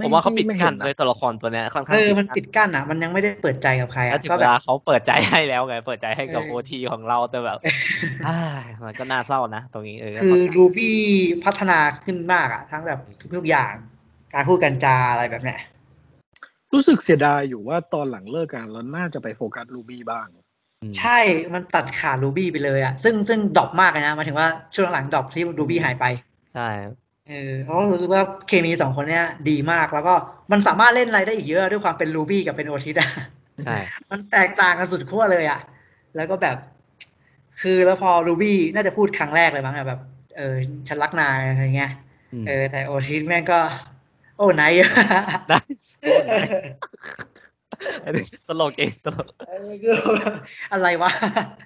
Speaker 1: ผมว่าเขาปิดกั้นเลยตัวละครตัวเนี้ยค่อนข้าง
Speaker 2: เออมัน
Speaker 1: ปิ
Speaker 2: ปิ
Speaker 1: ด
Speaker 2: ดกั้นอ่ะ มันยังไม่ได้เปิดใจกับใคร
Speaker 1: กั้นแล้ว
Speaker 2: อ่ะ
Speaker 1: ถึง
Speaker 2: ก็
Speaker 1: เว
Speaker 2: แบบ
Speaker 1: ลาเขาเปิดใจให้แล้วไงเปิดใจให้กับ
Speaker 2: เอ
Speaker 1: โอ
Speaker 2: อ
Speaker 1: ทีของเราแต่ แบบอ้ายมันก็น่าเศร้านะ ตรงนี้เออก็
Speaker 2: คือรูบี้พัฒนาขึ้นมากอ่ะ ทั้งแบบทุกๆอย่าง การพูดกันจาอะไรแบบเนี้ย
Speaker 3: รู้สึกเสียดายอยู่ว่าตอนหลังเลิกกันเราน่าจะไปโฟกัสรูบี้บ้าง
Speaker 1: อืม
Speaker 2: ใช่ มันตัดขาดรูบี้ไปเลยอะซึ่งซึ่งดรอปมากเลยนะหมายถึงว่าช่วงหลังดรอปที่รูบี้หายไป
Speaker 1: ใช่
Speaker 2: เออเพราะรู้สึกว่าเคมีสองคนเนี้ยดีมาก แล้วก็มันสามารถเล่นอะไรได้อีกเยอะด้วยความเป็นรูบี้กับเป็นโอทิสอะ
Speaker 1: ใช่
Speaker 2: มันแตกต่างกันสุดขั้วเลยอะแล้วก็แบบ คือแล้วพอรูบี้น่าจะพูดครั้งแรกเลยมั้งอะแบบ เออฉันรักนายอะไรเงี้ย
Speaker 1: อืม
Speaker 2: เออ แต่โอทิสแม่งก็ โอ้ไนท์
Speaker 1: Nice โอ้ nice อันนี้ตลกเองตลก
Speaker 2: เออคือแบบอะไรวะ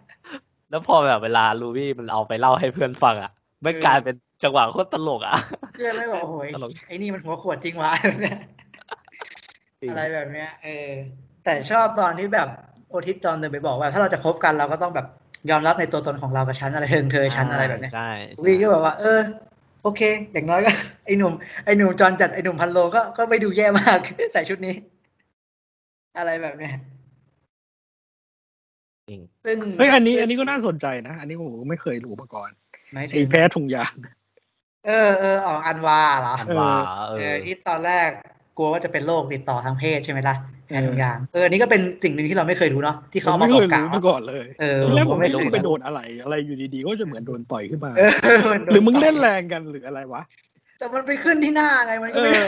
Speaker 1: แล้วพอแบบเวลาลูบี้มันเอาไปเล่าให้เพื่อนฟังอ่ะมัน
Speaker 2: เออ
Speaker 1: กลายเป็นจังหวะโคตรตลกอ่ะ
Speaker 2: เพื่อนไม่บอกโอ้โหย
Speaker 1: ตลก
Speaker 2: ไอ้นี่มันหัวขวดจริงวะ อะไรแบบเนี้ยเออ แต่ชอบตอนที่แบบโอทิสจอนเดินไปบอกว่า ถ้าเราจะคบกันเราก็ต้องแบบยอมรับในตัวตนของเรากับฉันอะไรเธอเธอฉันอะไรแบบเนี้ย
Speaker 1: ใช่
Speaker 2: วีก็แบบว่า เออ โอเคอย่างน้อยก็ ไอ้หนุ่มไอ้หนุ่มจอนจัดไอ้หนุ่มพันโลก็ก็ไม่ดูแย่มาก ใส่ชุดนี้ อะไรแบบเนี้ย
Speaker 1: จริง
Speaker 2: ซึ่ง
Speaker 3: เฮ้ยอันนี้อันนี้ก็น่าสนใจนะ อันนี้ผมก็ไม่เคยรู้มาก่อน
Speaker 2: หมายถึ
Speaker 3: ไอ้
Speaker 2: ง
Speaker 3: แพ้ถุงยาง
Speaker 2: เออเออออกอันวาเหรอ
Speaker 1: อันว่าเอ
Speaker 2: เอ
Speaker 1: อ
Speaker 2: อที่ตอนแรกกลัวว่าจะเป็นโรคติดต่อทางเพศใช่ไหมล่ะแอน
Speaker 3: เออ
Speaker 2: ทุกอย่างเอออันนี้ก็เป็นสิ่งหนึ่งที่เราไม่เคยรู้เนาะที่
Speaker 3: ผ
Speaker 2: เขา
Speaker 3: ม
Speaker 2: มา
Speaker 3: ไม่
Speaker 2: บอ
Speaker 3: เคย
Speaker 2: กกล่า
Speaker 3: รู้
Speaker 2: ว
Speaker 3: มาก่อนเลย
Speaker 2: เออ
Speaker 3: แล้วผมไม่
Speaker 2: เค
Speaker 3: รู้
Speaker 2: ย
Speaker 3: ไปโดนอะไรอะไรอยู่ดีๆ ก็จะเหมือนโดนต่อยขึ้นมา
Speaker 2: เออมันโดน
Speaker 3: หรือมึงเล่นแรงกันหรืออะไรวะ
Speaker 2: แต่มันไปขึ้นที่หน้าไงมันก็ไม่
Speaker 3: เออ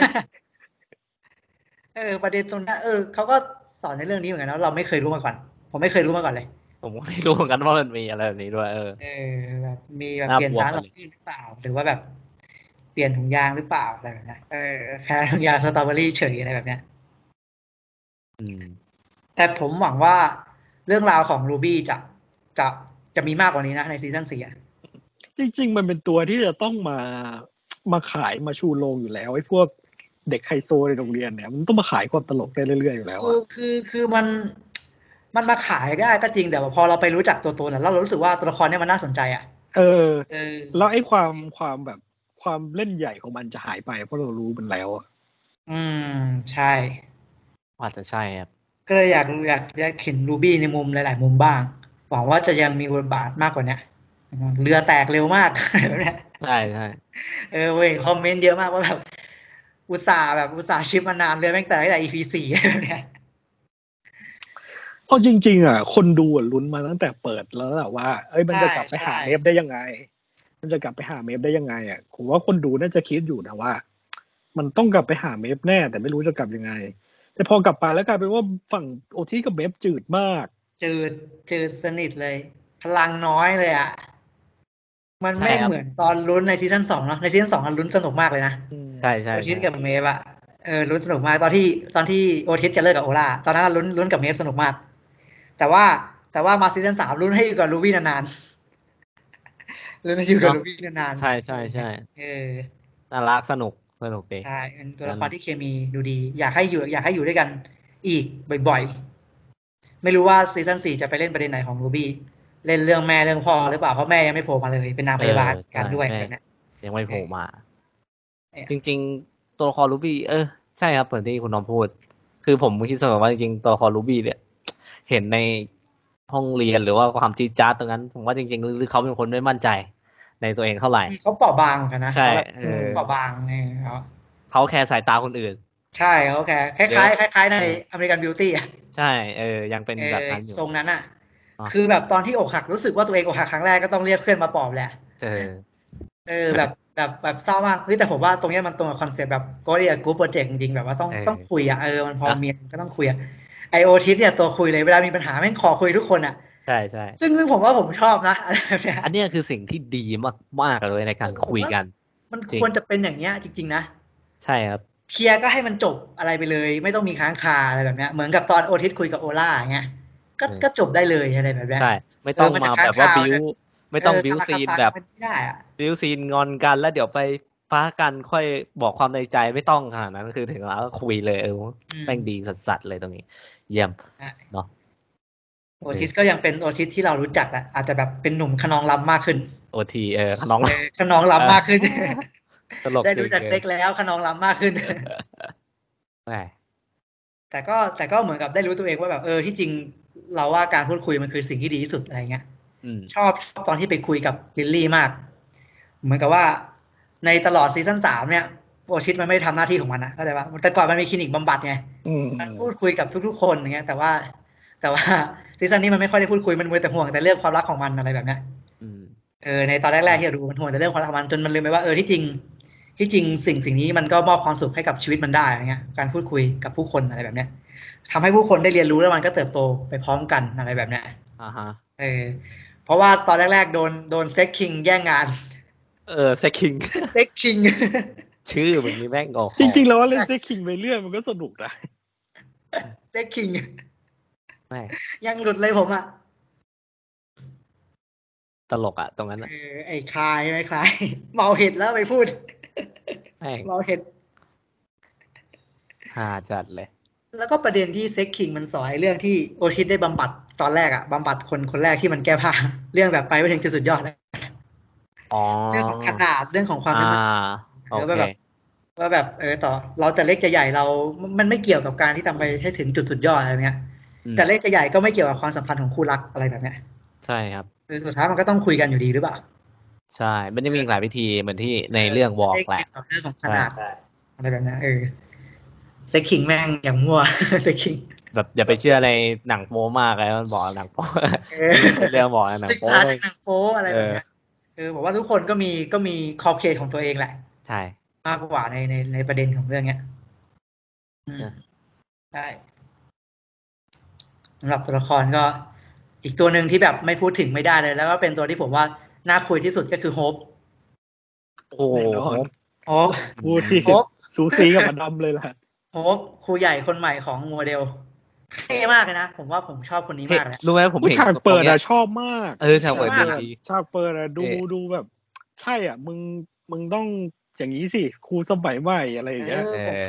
Speaker 2: เออประเด็นตรงนั้นเออเขาก็สอนในเรื่องนี้เหมือนกันเนาะเราไม่เคยรู้มาก่อน ผมไม่เคยรู้มาก่อนเลย
Speaker 1: ผมก็ไม่รู้เหมือนกันว่ามันมีอะไรแบบนี้ด้วยเออ
Speaker 2: เออแบบมีแบบ
Speaker 1: น่า
Speaker 2: เปลี่ยน
Speaker 1: บวก
Speaker 2: สาร
Speaker 1: เลย
Speaker 2: หลอดเลือดหรือเปล่า หรือว่าแบบเปลี่ยนถุงยางหรือเปล่าอะไรแบบเนี้ยเออแพ้ถุงยางสตรอเบอรี่เฉยอะไรแบบเนี้ย
Speaker 1: อืม
Speaker 2: แต่ผมหวังว่าเรื่องราวของรูบี้จะจะจะมีมากกว่านี้นะในซีซั่นสี่อะ
Speaker 3: จริง ๆ มันเป็นตัวที่จะต้องมามาขายมาชูโรงอยู่แล้วไอ้พวกเด็กไฮโซในโรงเรียนเนี่ย มันต้องมาขายความตลกได้เรื่อยๆอยู่แล้ว
Speaker 2: คื
Speaker 3: อะ
Speaker 2: อคือคือมันมันมาขายได้ก็จริงแต่ว่าพอเราไปรู้จักตัวตนอะแล้วเรารู้สึกว่าตัวละครเนี่ยมันน่าสนใจอะ
Speaker 3: เออ
Speaker 2: เออ
Speaker 3: แล้วไอ้ความความแบบความเล่นใหญ่ของมันจะหายไป เพราะเรารู้มันแล้วอะ
Speaker 2: อืมใช่
Speaker 1: อาจจะใช่ครับ
Speaker 2: ก็เลยอยากอยากอยากเห็นรูบี้ในมุมหลาย ๆ มุมบ้าง หวังว่าจะยังมีบทบาทมากกว่าเนี้ยอืมเรือแตกเร็วมาก แบบเนี้ย
Speaker 1: ใช่ใช่
Speaker 2: เออเว้ยคอมเมนต์เยอะมากว่าแบบ อุตส่าห์แบบอุตส่าห์ชิปมานานเลยแม่งแต่ตั้งแต่ EP สี่ แบบเนี้ย
Speaker 3: เพราะจริง ๆ อ่ะ คนดูอะลุ้นมาตั้งแต่เปิดแล้วแหละว่า เอ้ยมันจะกลับไป
Speaker 2: ใช่
Speaker 3: หา
Speaker 2: ใช่
Speaker 3: เมฟได้ยังไง มันจะกลับไปหาเมฟได้ยังไงอ่ะผมว่าคนดูน่าจะคิดอยู่นะว่า มันต้องกลับไปหาเมฟแน่ แต่ไม่รู้จะกลับยังไง แต่พอกลับไปแล้วกลายเป็นว่าฝั่งโอทีกับเมฟจืดมาก
Speaker 2: จืดจืดสนิทเลย พลังน้อยเลยอ่ะ มันไม่เหมือนตอนลุ้นในซีซั่นสองเนาะในซีซั่นสองมันลุ้นสนุกมากเลยนะ
Speaker 1: ใช่ใช่
Speaker 2: โอทิส
Speaker 1: ใช่
Speaker 2: กับเมฟอะเออลุ้นสนุกมากตอนที่ตอนที่โอทิสจะเลิกกับโอล่าตอนนั้นลุ้นลุ้นกับเมฟสนุกมาก แต่ว่าแต่ว่ามาซีซั่นสามลุ้นให้อยู่กับลูบี้นานๆ ลุ้นให้อยู่กับลูบี้นานๆ
Speaker 1: ใช่ใช่ใช่
Speaker 2: เออ
Speaker 1: น่ารักสนุกสนุกดี
Speaker 2: ใช่เป็นตัวละครที่เคมีดูดี อยากให้อยู่อยากให้อยู่ด้วยกันอีกบ่อยๆ ไม่รู้ว่าซีซั่นสี่จะไปเล่นประเด็นไหนของลูบี้เล่นเรื่องแม่เรื่องพ่อหรือเปล่าเพราะแม่ยังไม่โผล่มาเลยเป็นนางพยาบาลกันด้วยอะไรแบบเนะ
Speaker 1: ยังไม่โผล่มา
Speaker 2: เออ
Speaker 1: จริง ๆ ตัวละครลูบี้เออใช่ครับเหมือนที่คุณน้องพูด คือผมคิดเสมอว่าจริงๆตัวละครลูบี้เนี่ย เห็นในห้องเรียนหรือว่าความจีดจ้าดตรงนั้น ผมว่าจริงๆลึกๆเขาเป็นคนไม่มั่นใจ ในตัวเองเท่าไหร่
Speaker 2: เขาเปราะบางเหมือนกันนะ
Speaker 1: ใช่
Speaker 2: เขาแบบ
Speaker 1: เออ
Speaker 2: เปราะบางไงเขา
Speaker 1: เขาแคร์สายตาคนอื่น
Speaker 2: ใช่เขาแค่คล้ายๆคล้ายๆในอเมริกันบิวตี้อ่ะ
Speaker 1: ใช่ เออ ยังเป็น
Speaker 2: เอ
Speaker 1: แบบ
Speaker 2: อ
Speaker 1: นั้นอยู่
Speaker 2: ทรงนั้นอ่ะ
Speaker 1: อ๋อ
Speaker 2: คือแบบตอนที่อกหักรู้สึกว่าตัวเองอกหักครั้งแรกก็ต้องเรียกเพื่อนมาปลอบแหละ
Speaker 1: เจอ
Speaker 2: เออแบบแบบแบบเศร้ามากเฮ้ยแต่ผมว่าตรงเนี้ยมันตรงกับคอนเซปต์แบบก็เรียกกูโปรเจกต์จริงๆ แบบว่าต้อง
Speaker 1: เออ
Speaker 2: ต้องคุยอ่ะเออมันพอ
Speaker 1: นะ
Speaker 2: เมียมันก็ต้องคุยอ่ะไอโอทิสเนี่ยตัวคุยเลยเวลามีปัญหาแม่งขอคุยทุกคนอ่ะ
Speaker 1: ใช่ใช่
Speaker 2: ซึ่งซึ่งผมว่าผมชอบนะอะไรแบบเนี้ย
Speaker 1: อันเนี้ยคือสิ่งที่ดีมากๆเลยในการคุยกัน
Speaker 2: มัน
Speaker 1: จริง
Speaker 2: ควรจะเป็นอย่างเนี้ยจริงๆนะ
Speaker 1: ใช่ครับ
Speaker 2: เคลียร์ก็ให้มันจบอะไรไปเลย ไม่ต้องมีค้างคาอะไรแบบเนี้ยเหมือนกับตอนโอทิสคุยกับโอล่าอย่างเงี้ยก็
Speaker 1: เออ
Speaker 2: ก็จบได้เลยอะไรแบบเนี้ย
Speaker 1: ใช่ ไม่ต้อง
Speaker 2: เออมัน
Speaker 1: มา
Speaker 2: จะ
Speaker 1: แบบว่า
Speaker 2: ค้างคา
Speaker 1: บิว
Speaker 2: เนี่ย
Speaker 1: ไม่ต้องบิว
Speaker 2: เทำะ
Speaker 1: ซีน
Speaker 2: ทำะ
Speaker 1: แบบ
Speaker 2: มันไม่ได้อ่ะ
Speaker 1: บิวซีนงอนกันแล้วเดี๋ยวไปฟ้ากันค่อยบอกความในใจไม่ต้องขนาดนั้นคือถึงแล้วก็คุยเลยเออ
Speaker 2: อืม
Speaker 1: แม่งดีสัสๆเลยตรงนี้ เยี่ยม เนอะ
Speaker 2: โอทิสก็ยังเป็นโอทิสที่เรารู้จักอะอาจจะแบบเป็นหนุ่มขนองลำมากขึ้น
Speaker 1: โอทีเออน้อง
Speaker 2: เออขนองลำมากขึ้น
Speaker 1: ตลก
Speaker 2: ได้
Speaker 1: จริ
Speaker 2: รู้
Speaker 1: ง
Speaker 2: จัก
Speaker 1: เลย
Speaker 2: เซ็กแล้วขนองลำมากขึ้น
Speaker 1: แหม
Speaker 2: แต่ก็แต่ก็เหมือนกับได้รู้ตัวเองว่าแบบเออที่จริงเราว่าการพูดคุยมันคือสิ่งที่ดีที่สุดอะไรเงี้ย
Speaker 1: อืม
Speaker 2: ชอบชอบตอนที่ไปคุยกับลิลลี่มาก เหมือนกับว่า ในตลอดซีซั่นสามเนี่ยโอชิตมันไม่ได้ทำหน้าที่ของมันนะเข้าใจปะแต่ก่อนมันมีคลินิกบำบัดไง
Speaker 3: อืม
Speaker 2: มันพูดคุยกับทุก ๆ คนอย่างเงี้ยแต่ว่า แต่ว่าซีซั่นนี้มันไม่ค่อยได้พูดคุยมันมัวแต่ห่วงแต่เรื่องความรักของมันอะไรแบบเนี้ย
Speaker 1: อืม
Speaker 2: เออในตอนแรกๆที่เราดูมันห่วงแต่เรื่องความรักของมันจนมันลืมไปว่าเออที่จริง ที่จริงสิ่งสิ่งนี้มันก็มอบความสุขให้กับชีวิตมันได้อะไรเงี้ยการพูดคุยกับผู้คนอะไรแบบเนี้ยทำให้ผู้คนได้เรียนรู้แล้วมันก็เติบโตไปพร้อมกันอะไรแบบเนี้ย
Speaker 1: อ่าฮะ
Speaker 2: เออเพราะว่าตอนแรกๆโดนโดนเซ็กคิงแย่งงาน
Speaker 1: เออเซ็กคิง
Speaker 2: เซ็กคิง
Speaker 1: ชื่อมึงนี่แม่งออก
Speaker 3: จริงๆแล้วว่าเล่นเซ็กคิงไปเรื่อยมันก็สนุกนะ
Speaker 2: เซ็กคิง
Speaker 1: ๆแม่ง
Speaker 2: ยังหลุดเลยผมอ่ะ
Speaker 1: ตลกอะตรงนั้นอะ
Speaker 2: เออไอ้คายใช่ไหมคาย เมาเห็ดแล้วไปพูด
Speaker 1: แม่ง
Speaker 2: เมาเห็ด
Speaker 1: หาจัดเลย
Speaker 2: แล้วก็ประเด็นที่เซ็กคิงมันสอนไอ้เรื่องที่โอทิสได้บำบัดตอนแรกอะบำบัดคนคนแรกที่มันแก้ผ้า เรื่องแบบไปไม่ถึงจุดสุดยอดเลย
Speaker 1: อ๋อ
Speaker 2: เรื่องของขนาดเรื่องของความเป็น
Speaker 1: อ่าม
Speaker 2: นุษย์
Speaker 1: โอ
Speaker 2: แล้
Speaker 1: เค
Speaker 2: วก็แบบ ว่าแบบเออต่อ เราจะเล็กจะใหญ่เรา มันไม่เกี่ยวกับการที่ทำไปให้ถึงจุดสุดยอดอะไรเงี้ย
Speaker 1: อืม
Speaker 2: แต่เล็กจะใหญ่ก็ไม่เกี่ยวกับความสัมพันธ์ของคู่รักอะไรแบบเนี้ย
Speaker 1: ใช่ครับ
Speaker 2: คือสุดท้ายมันก็ต้องคุยกันอยู่ดีหรือเปล่า
Speaker 1: ใช่ มันจะมีอีกหลายวิธีเหมือนที่ในเรื่องวอล์กแหละ
Speaker 2: ไม่ได้เกี่ยวกับเรื่องของข
Speaker 1: ใช่
Speaker 2: นาด
Speaker 1: ใช่
Speaker 2: อะไรแบบเนี้ยเออเซ็กคิงแม่งอย่างมั่ว เซ็กคิง
Speaker 1: แบบอย่าไปเชื่อในหนังโป๊มากเลยมัน บอกหนังโป๊
Speaker 2: เออ
Speaker 1: เรื่องบอกหนัง
Speaker 2: ศึก
Speaker 1: โป๊
Speaker 2: ษา
Speaker 1: เล
Speaker 2: จาย กหนังโป๊อะไรแบบเนี้ยเออบอกว่าทุกคนก็มีก็มีขอบเขตของตัวเองแหละ
Speaker 1: ใช่
Speaker 2: มากกว่าในในในประเด็นของเรื่องเนี้ยอืม
Speaker 1: นะ
Speaker 2: ใช่สำหรับตัวละครก็ อีกตัวหนึ่งที่แบบไม่พูดถึงไม่ได้เลย แล้วก็เป็นตัวที่ผมว่าน่าคุยที่สุดก็คือโฮป
Speaker 1: โอ้โห
Speaker 3: แน่นอน
Speaker 2: โฮป
Speaker 3: พูดที่
Speaker 2: โอ๊ะ
Speaker 3: สูสีกับอดัมเลยล่ะ
Speaker 2: โฮปครูใหญ่คนใหม่ของโมเดลเท่มากเลยนะ ผมว่าผมชอบคนนี้มากเลย
Speaker 1: รู้ไหมผม
Speaker 3: อุ๊ย
Speaker 1: เห็น
Speaker 3: ฉากเปิ
Speaker 1: ต
Speaker 3: ด
Speaker 1: รงนี้
Speaker 3: อะ
Speaker 1: ย
Speaker 3: ชอบมาก
Speaker 1: เออฉากเปิด
Speaker 2: ชอบมากอะ
Speaker 1: ดี
Speaker 3: ฉากเปิดอะดู
Speaker 1: เอ๊ะ
Speaker 3: ดูแบบ ใช่อ่ะ มึงมึงต้องอย่างนี้สิครูสมัยใหม่อะไรอย่าง
Speaker 2: เอ
Speaker 3: เงี้ย
Speaker 2: อ
Speaker 1: เอ
Speaker 2: ผ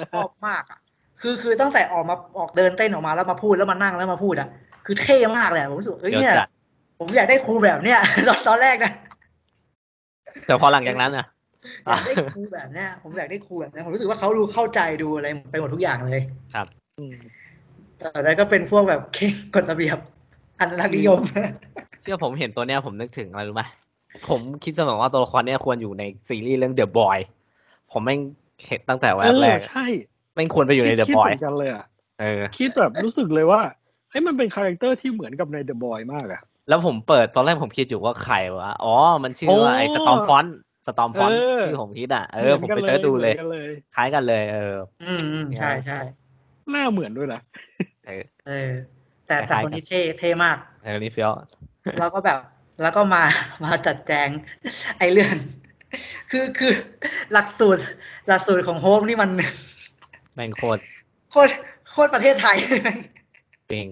Speaker 2: ม
Speaker 1: อ
Speaker 2: ชอบมากอ่ะ คือคือตั้งแต่ออกมาออกเดินเต้นออกมาแล้วมาพูดแล้วมานั่งแล้วมาพูดอ่ะ คือเท่มากเลยอะผมรู้สึกเอ้ย
Speaker 1: เดี๋ยว
Speaker 2: เนี่ย
Speaker 1: จัด
Speaker 2: ผมอยากได้ครูแบบเนี้ย ตอนตอนแรกนะ
Speaker 1: แต่พอหลังจากนั้นอ่ะ
Speaker 2: อยากได้ครูแบบเนี้ยผมอยากได้ครูแบบเนี้ยผมรู้สึกว่าเขาดูเข้าใจดูอะไรไปหมดทุกอย่างเลย
Speaker 3: อืม
Speaker 2: แต่ตอนนั้นก็เป็นพวกแบบ เข่งกฎระเบียบอันรักษ์นิย ม
Speaker 1: เชื่อผมเห็นตัวเนี้ยผมนึกถึงอะไรรู้ไหมผมคิดเสมอว่าตัวละครเนี้ยควรอยู่ในซีรีส์เรื่อง The Boy ผมแม่งเห็นตั้งแต่แว
Speaker 3: เอบอ
Speaker 1: แรก
Speaker 3: ใช่
Speaker 1: แม่งควรไปอยู่ใน The
Speaker 3: คิด
Speaker 1: Boy
Speaker 3: เหมือนกันเลยอ่ะ
Speaker 1: เออ
Speaker 3: คิดแบบรู้สึกเลยว่าเฮ้ยมันเป็นคาแรคเตอร์ที่เหมือนกับในเดอะบอยมากอ่ะ
Speaker 1: แล้วผมเปิดตอนแรกผมคิดอยู่ว่าใครวะ อ๋อ มันชื่อว่าไอ้
Speaker 3: โอ้
Speaker 1: สตอมฟอนสตอมฟอน
Speaker 3: เออ
Speaker 1: ที่ผมคิดอ่ะ เอ
Speaker 3: ห
Speaker 1: อ
Speaker 3: น
Speaker 1: ผม
Speaker 3: กัน
Speaker 1: ไปเสิร์ชดู
Speaker 3: หมื
Speaker 1: เล
Speaker 3: อย นกันเลย
Speaker 1: คล้ายกันเลย เออ
Speaker 2: อืมอืมใช่ใช่
Speaker 3: หน้าเหมือนด้วยนะ
Speaker 1: เออ
Speaker 2: เออ แต่
Speaker 1: ค
Speaker 2: แต่
Speaker 1: ล้ายๆ
Speaker 2: คน
Speaker 1: กัน
Speaker 2: ที่เท่เท่มาก
Speaker 1: เออนี่เฟี้ยว
Speaker 2: แล้วก็แบบ แล้วก็มา มาจัดแจง ไอ้เรื่อง คือคือหลักสูตร หลักสูตรของโฮมนี่มัน
Speaker 1: แม่งโคตร
Speaker 2: โคตรโคตรประเทศไทย
Speaker 1: จริง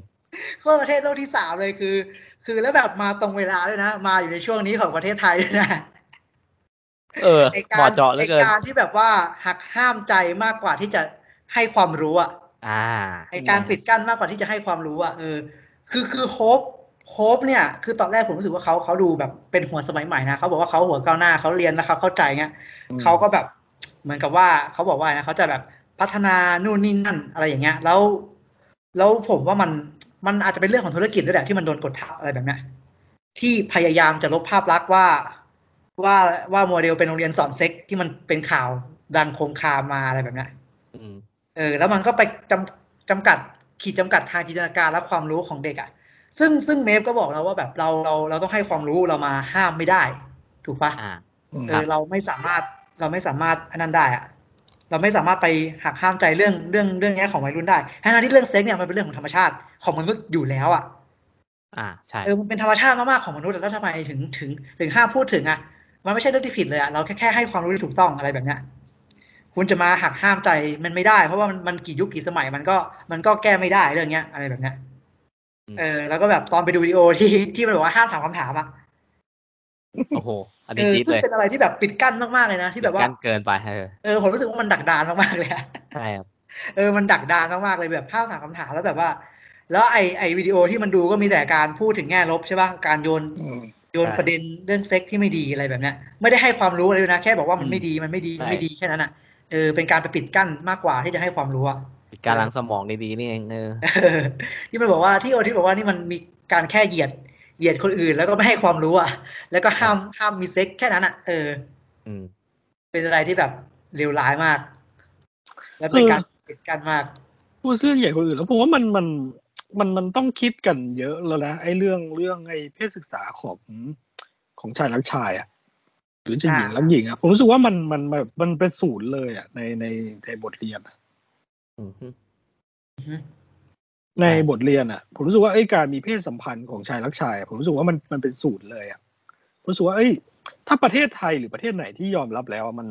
Speaker 2: ทั่วประเทศโลกที่สามเลยคือ คือแล้วแบบมาตรงเวลาด้วยนะ มาอยู่ในช่วงนี้ของประเทศไทยด้วย นะ
Speaker 1: เออ
Speaker 2: ใน
Speaker 1: เหมาะเจาะเหลือเกิน
Speaker 2: ในการที่แบบว่าหักห้ามใจมากกว่าที่จะให้ความรู้อะ
Speaker 1: อ่า
Speaker 2: ในการปิดกั้นมากกว่าที่จะให้ความรู้อะเออ คือคือโฮปโฮปเนี่ย คือตอนแรกผมรู้สึกว่าเขาเขาดูแบบเป็นหัวสมัยใหม่นะเขาบอกว่าเขาหัวก้าวหน้าเขาเรียนแล้วเขาเข้าใจเงี้ยเขาก็แบบเหมือนกับว่าเขาบอกว่านะเขาจะแบบพัฒนานู่นนี่นั่นอะไรอย่างเงี้ย แล้ว แล้วผมว่ามันมันอาจจะเป็นเรื่องของธุรกิจด้วยแหละที่มันโดนกดทับอะไรแบบเนี้ยที่พยายามจะลบภาพลักษณ์ว่า ว่าว่าโมเดลเป็นโรงเรียนสอนเซ็กที่มันเป็นข่าวดังโคมคามมาอะไรแบบเนี้ย
Speaker 1: อืม
Speaker 2: เออ แล้วมันก็ไปจำจำกัดขีดจำกัดทางจินตนาการและความรู้ของเด็กอะ ซึ่งซึ่งเมฟก็บอกเราว่าแบบเราเราเราต้องให้ความรู้เรามาห้ามไม่ได้ ถูกปะ
Speaker 1: อ่า
Speaker 3: อืม
Speaker 2: เอ
Speaker 1: ครั
Speaker 2: อบ เราไม่สามารถเราไม่สามารถอันนั้นได้อะเราไม่สามารถไปหักห้ามใจเรื่องเรื่องเรื่องเนี้ยของวัยรุ่นได้ทั้งๆที่เรื่องเซ็กเนี่ยมันเป็นเรื่องของธรรมชาติของมนุษย์อยู่แล้วอ่ะ
Speaker 1: อ่าใช่
Speaker 2: เออ มันเป็นธรรมชาติมากๆของมนุษย์อะแล้วทำไมถึงถึงถึงห้ามพูดถึงอ่ะ มันไม่ใช่เรื่องที่ผิดเลยอ่ะ เราแค่แค่ให้ความรู้ที่ถูกต้องอะไรแบบเนี้ย คุณจะมาหักห้ามใจมันไม่ได้ เพราะว่ามันมันกี่ยุคกี่สมัยมันก็มันก็แก้ไม่ได้เรื่องเนี้ยอะไรแบบเนี้ย
Speaker 1: อืม
Speaker 2: เออ แล้วก็แบบตอนไปดูวิดีโอที่ที่มันบอกว่าห้ามถามคำถามอ่ะ
Speaker 1: โอ้โห อัน
Speaker 2: เอ
Speaker 1: นี้
Speaker 2: อ
Speaker 1: จี๊ด
Speaker 2: ซึ่ง
Speaker 1: เลย
Speaker 2: เป็นอะไรที่แบบปิดกั้นมากๆเลยนะที่แบบว่า
Speaker 1: กันเกินไปเออ
Speaker 2: เออผมรู้สึกว่ามันดักดานมากๆเลยอะ
Speaker 1: ใช่ครับ
Speaker 2: เออ มันดักดานมากๆเลยแบบห้ามถามคำถามแล้วแบบว่า แล้วไอไอวิดีโอที่มันดูก็มีแต่การพูดถึงแง่ลบใช่ป่ะ การโยน
Speaker 3: อืม
Speaker 2: โยนประเด็นเรื่องเซ็กที่ไม่ดีอะไรแบบเนี้ยไม่ได้ให้ความรู้อะไรด้วยนะ แค่บอกว่ามันไม่ดีมันไม่ดีมันไม่ดีแค่นั้นอ่ะเออเป็นการไปปิดกั้นมากกว่าที่จะให้ความรู้อะ
Speaker 1: ปิดการ
Speaker 2: เออ
Speaker 1: ล้างสมองดีๆนี่เองเออ
Speaker 2: เออที่มันบอกว่าที่โอที่บอกว่านี่มันมีการแค่เหยียดเหยียดคนอื่น แล้วก็ไม่ให้ความรู้อ่ะแล้วก็ห้ามห้ามมีเซ็กแค่นั้นอ่ะเออ
Speaker 1: อืม
Speaker 2: เป็นอะไรที่แบบเลวร้ายมาก และเป็นการปิดกั้นมาก
Speaker 3: พูดเรื่องใหญ่คนอื่นแล้วผมว่ามันมันมันมันต้องคิดกันเยอะแล้วนะไอ้เรื่องเรื่องไอ้เพศศึกษาของของชายรักชายอะหรือจะหญิง
Speaker 2: อ่า
Speaker 3: รักหญิงอะผมรู้สึกว่ามันมันมันมันเป็นศูนย์เลยอะในในในบทเรียนอะ
Speaker 1: อืมฮึ
Speaker 3: ในบทเรียนอะผมรู้สึกว่าไอ้การมีเพศสัมพันธ์ของชายรักชายอะผมรู้สึกว่ามันมันเป็นศูนย์เลยอะผมรู้สึกว่าเอ้ย ถ้าประเทศไทยหรือประเทศไหนที่ยอมรับแล้วอะมัน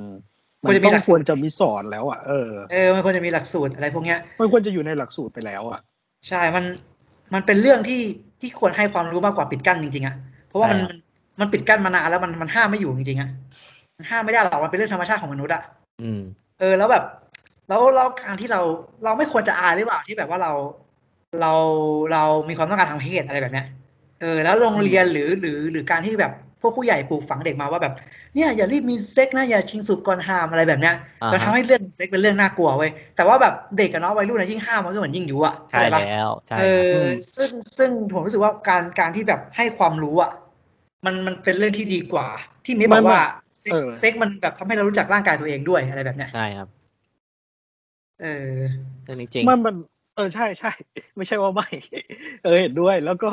Speaker 3: มัน
Speaker 2: ควรจะ
Speaker 3: ต้อ
Speaker 2: มีหลั
Speaker 3: ง
Speaker 2: ก
Speaker 3: ควรจะมีสอนแล้วอะเออ
Speaker 2: เออมันควรจะมีหลักสูตรอะไรพวกเนี้ย
Speaker 3: มันควรจะอยู่ในหลักสูตรไปแล้วอะ
Speaker 2: ใช่ มัน มันเป็นเรื่องที่ ที่ควรให้ความรู้มากกว่าปิดกั้นจริงๆอะเพราะว่ามัน
Speaker 1: ใช่ครับ
Speaker 2: มัน มันปิดกั้นมานานแล้วมัน มันห้ามไม่อยู่จริงๆอะมันห้ามไม่ได้หรอก มันเป็นเรื่องธรรมชาติของมนุษย์อะ
Speaker 1: อืม
Speaker 2: เออ แล้วแบบ แล้วแล้วการที่เรา เราไม่ควรจะอายหรือเปล่าที่แบบว่าเรา เรา เรามีความต้องการทางเพศอะไรแบบเนี้ย เออ แล้วโรงเรียนหรือ หรือ หรือการที่แบบพวกผู้ใหญ่ปลูกฝังเด็กมาว่าแบบ เนี่ยอย่ารีบมีเซ็กนะอย่าชิงสูบก่อนห้ามอะไรแบบเนี้ย
Speaker 1: อ่าฮะ
Speaker 2: มันทำให้เรื่องเซ็กเป็นเรื่องน่ากลัวเว้ย แต่ว่าแบบเด็กกับน้องวัยรุ่นนะยิ่งห้ามมันก็เหมือนยิ่งยุอะ
Speaker 1: ใช่
Speaker 2: เข้าใจปะ
Speaker 1: แล้ว ใช่ค
Speaker 2: เอ
Speaker 1: รับ
Speaker 2: อซึ่งซึ่งผมรู้สึกว่าการการที่แบบให้ความรู้อ่ะ มันมันเป็นเรื่องที่ดีกว่า ที่เมย์บอ
Speaker 3: ไม่
Speaker 2: กว่าเซ็ก
Speaker 3: เออ
Speaker 2: เซ็กมันแบบทำให้เรารู้จักร่างกายตัวเองด้วยอะไรแบบเนี้ย
Speaker 1: ใช่ครับ
Speaker 2: เออ
Speaker 1: เรื่องนี้จริง
Speaker 3: มันมันเออใช่ใช่ ไม่ใช่ว่าไม่ เออเห็นด้วย แล้วก็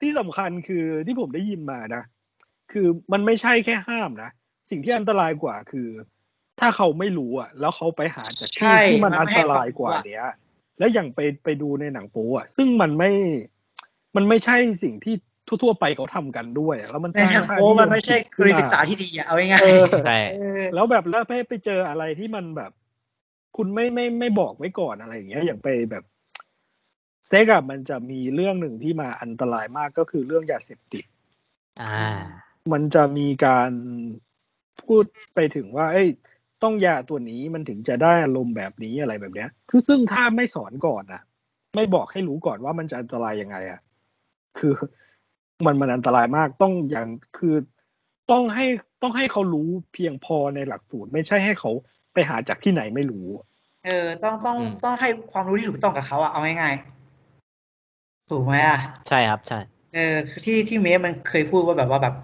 Speaker 3: ที่สำคัญคือที่ผมได้ยินมานะคือมันไม่ใช่แค่ห้ามนะสิ่งที่อันตรายกว่าคือ ถ้าเขาไม่รู้อ่ะ แล้วเขาไปหาจาก
Speaker 2: ใช่
Speaker 3: ที่ที่มัน
Speaker 2: มัน
Speaker 3: อัน
Speaker 2: ไม่ให้
Speaker 3: ต
Speaker 2: ความรู้อะ
Speaker 3: รายกว่าเนี้ยแล้วอย่างไปไปดูในหนังโป๊อ่ะ ซึ่งมันไม่ มันไม่ใช่สิ่งที่ทั่วๆไปเขาทำกันด้วยอะแล้วมัน
Speaker 2: ใน
Speaker 3: สร้าง
Speaker 2: ทาง
Speaker 3: ค่า
Speaker 2: โอ้มัน
Speaker 3: ย
Speaker 2: ไม่ใช่
Speaker 3: ผิด
Speaker 2: คื
Speaker 3: ขึ้
Speaker 2: อน
Speaker 3: ม
Speaker 2: ศึกษาที่ดีอะเอาง่าย
Speaker 3: เออ
Speaker 1: ใช่
Speaker 2: ๆเออ
Speaker 3: แล้วแบบแล้วไปไปเจออะไรที่มันแบบ คุณไม่ไม่ไม่บอกไว้ก่อนอะไรอย่างเงี้ยอย่างไปแบบเซ็กอะมันจะมีเรื่องหนึ่งที่มาอันตรายมากก็คือเรื่องยาเสพติด
Speaker 1: อ่า
Speaker 3: มันจะมีการพูดไปถึงว่า เอ้ย ต้องยาตัวนี้มันถึงจะได้อารมณ์แบบนี้อะไรแบบเนี้ย คือซึ่งถ้าไม่สอนก่อนอะไม่บอกให้รู้ก่อนว่ามันจะอันตรายยังไงอะคือมันมันอันตรายมากต้องอย่างคือต้องให้ต้องให้เขารู้เพียงพอในหลักสูตร ไม่ใช่ให้เขาไปหาจากที่ไหนไม่รู้
Speaker 2: เออ ต้องต้อง
Speaker 1: อืม
Speaker 2: ต้องให้ความรู้ที่ถูกต้องกับเขาอะเอาง่ายๆถูกไหมอะ
Speaker 1: ใช่ครับ ใช่
Speaker 2: เออที่ที่เมฟมันเคยพูดว่าแบบว่าแบบ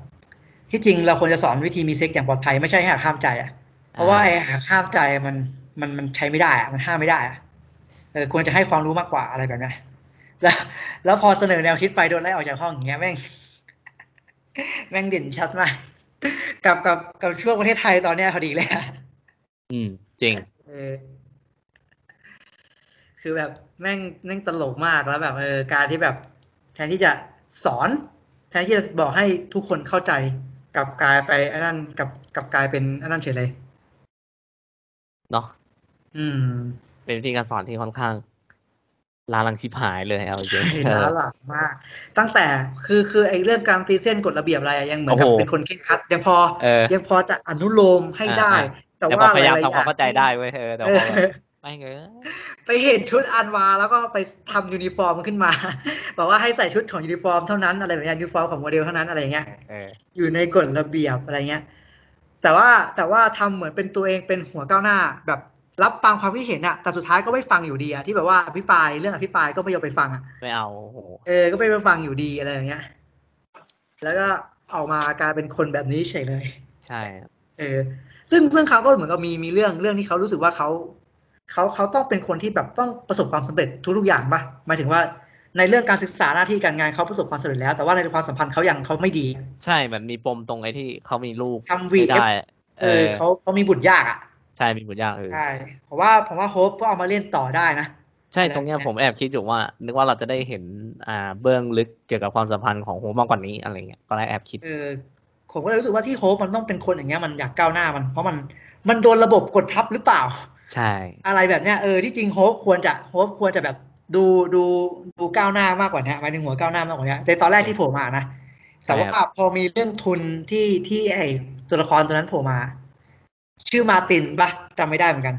Speaker 2: ที่จริงเราควรจะสอนวิธีมีเซ็กอย่างปลอดภัยไม่ใช่ให้หักห้ามใจอ่ะ เพราะว่าไอ้หักห้ามใจมันมันมันใช้ไม่ได้อ่ะมันห้ามไม่ได้อ่ะเออควรจะให้ความรู้มากกว่าอะไรแบบเนี้ยแล้วแล้วพอเสนอแนวคิดไปโดนไล่ออกจากห้องอย่างเงี้ยแม่ง แม่งเด่นชัดมาก กับกับกับช่วงประเทศไทยตอนเนี้ยพอดีเลยอะ
Speaker 1: อืม จริง
Speaker 2: เออ คือแบบแม่งแม่งตลกมากแล้วแบบเออการที่แบบ แทนที่จะสอน แทนที่จะบอกให้ทุกคนเข้าใจกลับกลายไปอันนั้นกลับกลับกลายเป็นอันนั้นเฉยเลย
Speaker 1: เนาะ
Speaker 2: อืม
Speaker 1: เป็นวิธีการสอนที่ค่อนข้างลาลังชิบหายเลย เอาจริ ง
Speaker 2: ใช่
Speaker 1: เอ
Speaker 2: แล้
Speaker 1: อ
Speaker 2: วหลักมาก ตั้งแต่คือคือไอ้เรื่องการตีเส้นกฎระเบียบอะไรอะยังเหมือนกับ
Speaker 1: โอ้โห
Speaker 2: เป็นคนเคร่งครัด ยังพอ
Speaker 1: เออ
Speaker 2: ยังพอจะอนุโลมให้ได้
Speaker 1: อ่า
Speaker 2: แต่
Speaker 1: แต่
Speaker 2: ว่า
Speaker 1: พ
Speaker 2: ห
Speaker 1: ยายาม
Speaker 2: ลายๆ
Speaker 1: ทำ
Speaker 2: อ
Speaker 1: ความ
Speaker 2: ย่าง
Speaker 1: เข้าใจได้เว้ยเออแต่
Speaker 2: เอ
Speaker 1: พ อแบบ
Speaker 2: อ
Speaker 1: ไม่เงย
Speaker 2: ไปเห็นชุดอันวาแล้วก็ไปทำยูนิฟอร์มขึ้นมา บอกว่าให้ใส่ชุดของยูนิฟอร์มเท่านั้นอะไรแบบเนี้ยยูนิฟอร์มของโมเดลเท่านั้นอะไรอย่างเงี้ย
Speaker 1: เออ
Speaker 2: อยู่ในกฎระเบียบอะไรเงี้ย แต่ว่าแต่ว่าทำเหมือนเป็นตัวเองเป็นหัวก้าวหน้า แบบรับฟังความคิดเห็นอะแต่สุดท้ายก็ไม่ฟังอยู่ดีอะที่แบบว่าอภิปรายเรื่องอภิปรายก็ไม่ยอมไปฟังอะ
Speaker 1: ไม่เอาโอ้โห
Speaker 2: เออ ก็ไม่ไปฟังอยู่ดีอะไรอย่างเงี้ย แล้วก็ออกมากลายเป็นคนแบบนี้เฉยเลย
Speaker 1: ใช่ครับ
Speaker 2: เออ ซึ่งซึ่งเขาก็เหมือนกับมีมีเรื่องเรื่องที่เขารู้สึกว่าเขาเขาเขาต้องเป็นคนที่แบบต้องประสบความสำเร็จทุกๆอย่างปะหมายถึงว่า ในเรื่องการศึกษาหน้าที่การงานเขาประสบความสำเร็จแล้ว แต่ว่าในความสัมพันธ์เขายังเขาไม่ดี
Speaker 1: ใช่มันมีปมตรงไอ้ที่เขามีลูก
Speaker 2: ทำวี
Speaker 1: ไม่ได้
Speaker 2: เออเขาเขามีบุตรยากอ่ะ
Speaker 1: ใช่มีบุตรยากเออ
Speaker 2: ใช่ผมว่าผมว่าโฮปก็เอามาเล่นต่อได้นะ
Speaker 1: ใช่ตรงเนี้ยผมแอบคิดอยู่ว่า นึกว่าเราจะได้เห็นอ่าเบื้องลึกเกี่ยวกับความสัมพันธ์ของโฮมากกว่านี้อะไรเงี้ยตอนแรกแอบคิด
Speaker 2: เออผมก็เลยรู้สึกว่าที่โฮปมันต้องเป็นคนอย่างเงี้ยมันอยากก้าวหน้ามัน เพราะมันมันโดนระบบกดทับหรือเปล่า
Speaker 1: ใช่
Speaker 2: อะไรแบบเนี้ยเออที่จริงโฮปควรจะโฮปควรจะแบบดูดูดูก้าวหน้ามากกว่าเนี้ยหมายถึงหัวก้าวหน้ามากกว่าเนี้ยในตอนแรกที่โผล่มานะแต่ว่าพอมีเรื่องทุนที่ที่ไอตัวละครตัวนั้นโผล่มา ชื่อมาร์ตินปะจำไม่ได้เหมือนกัน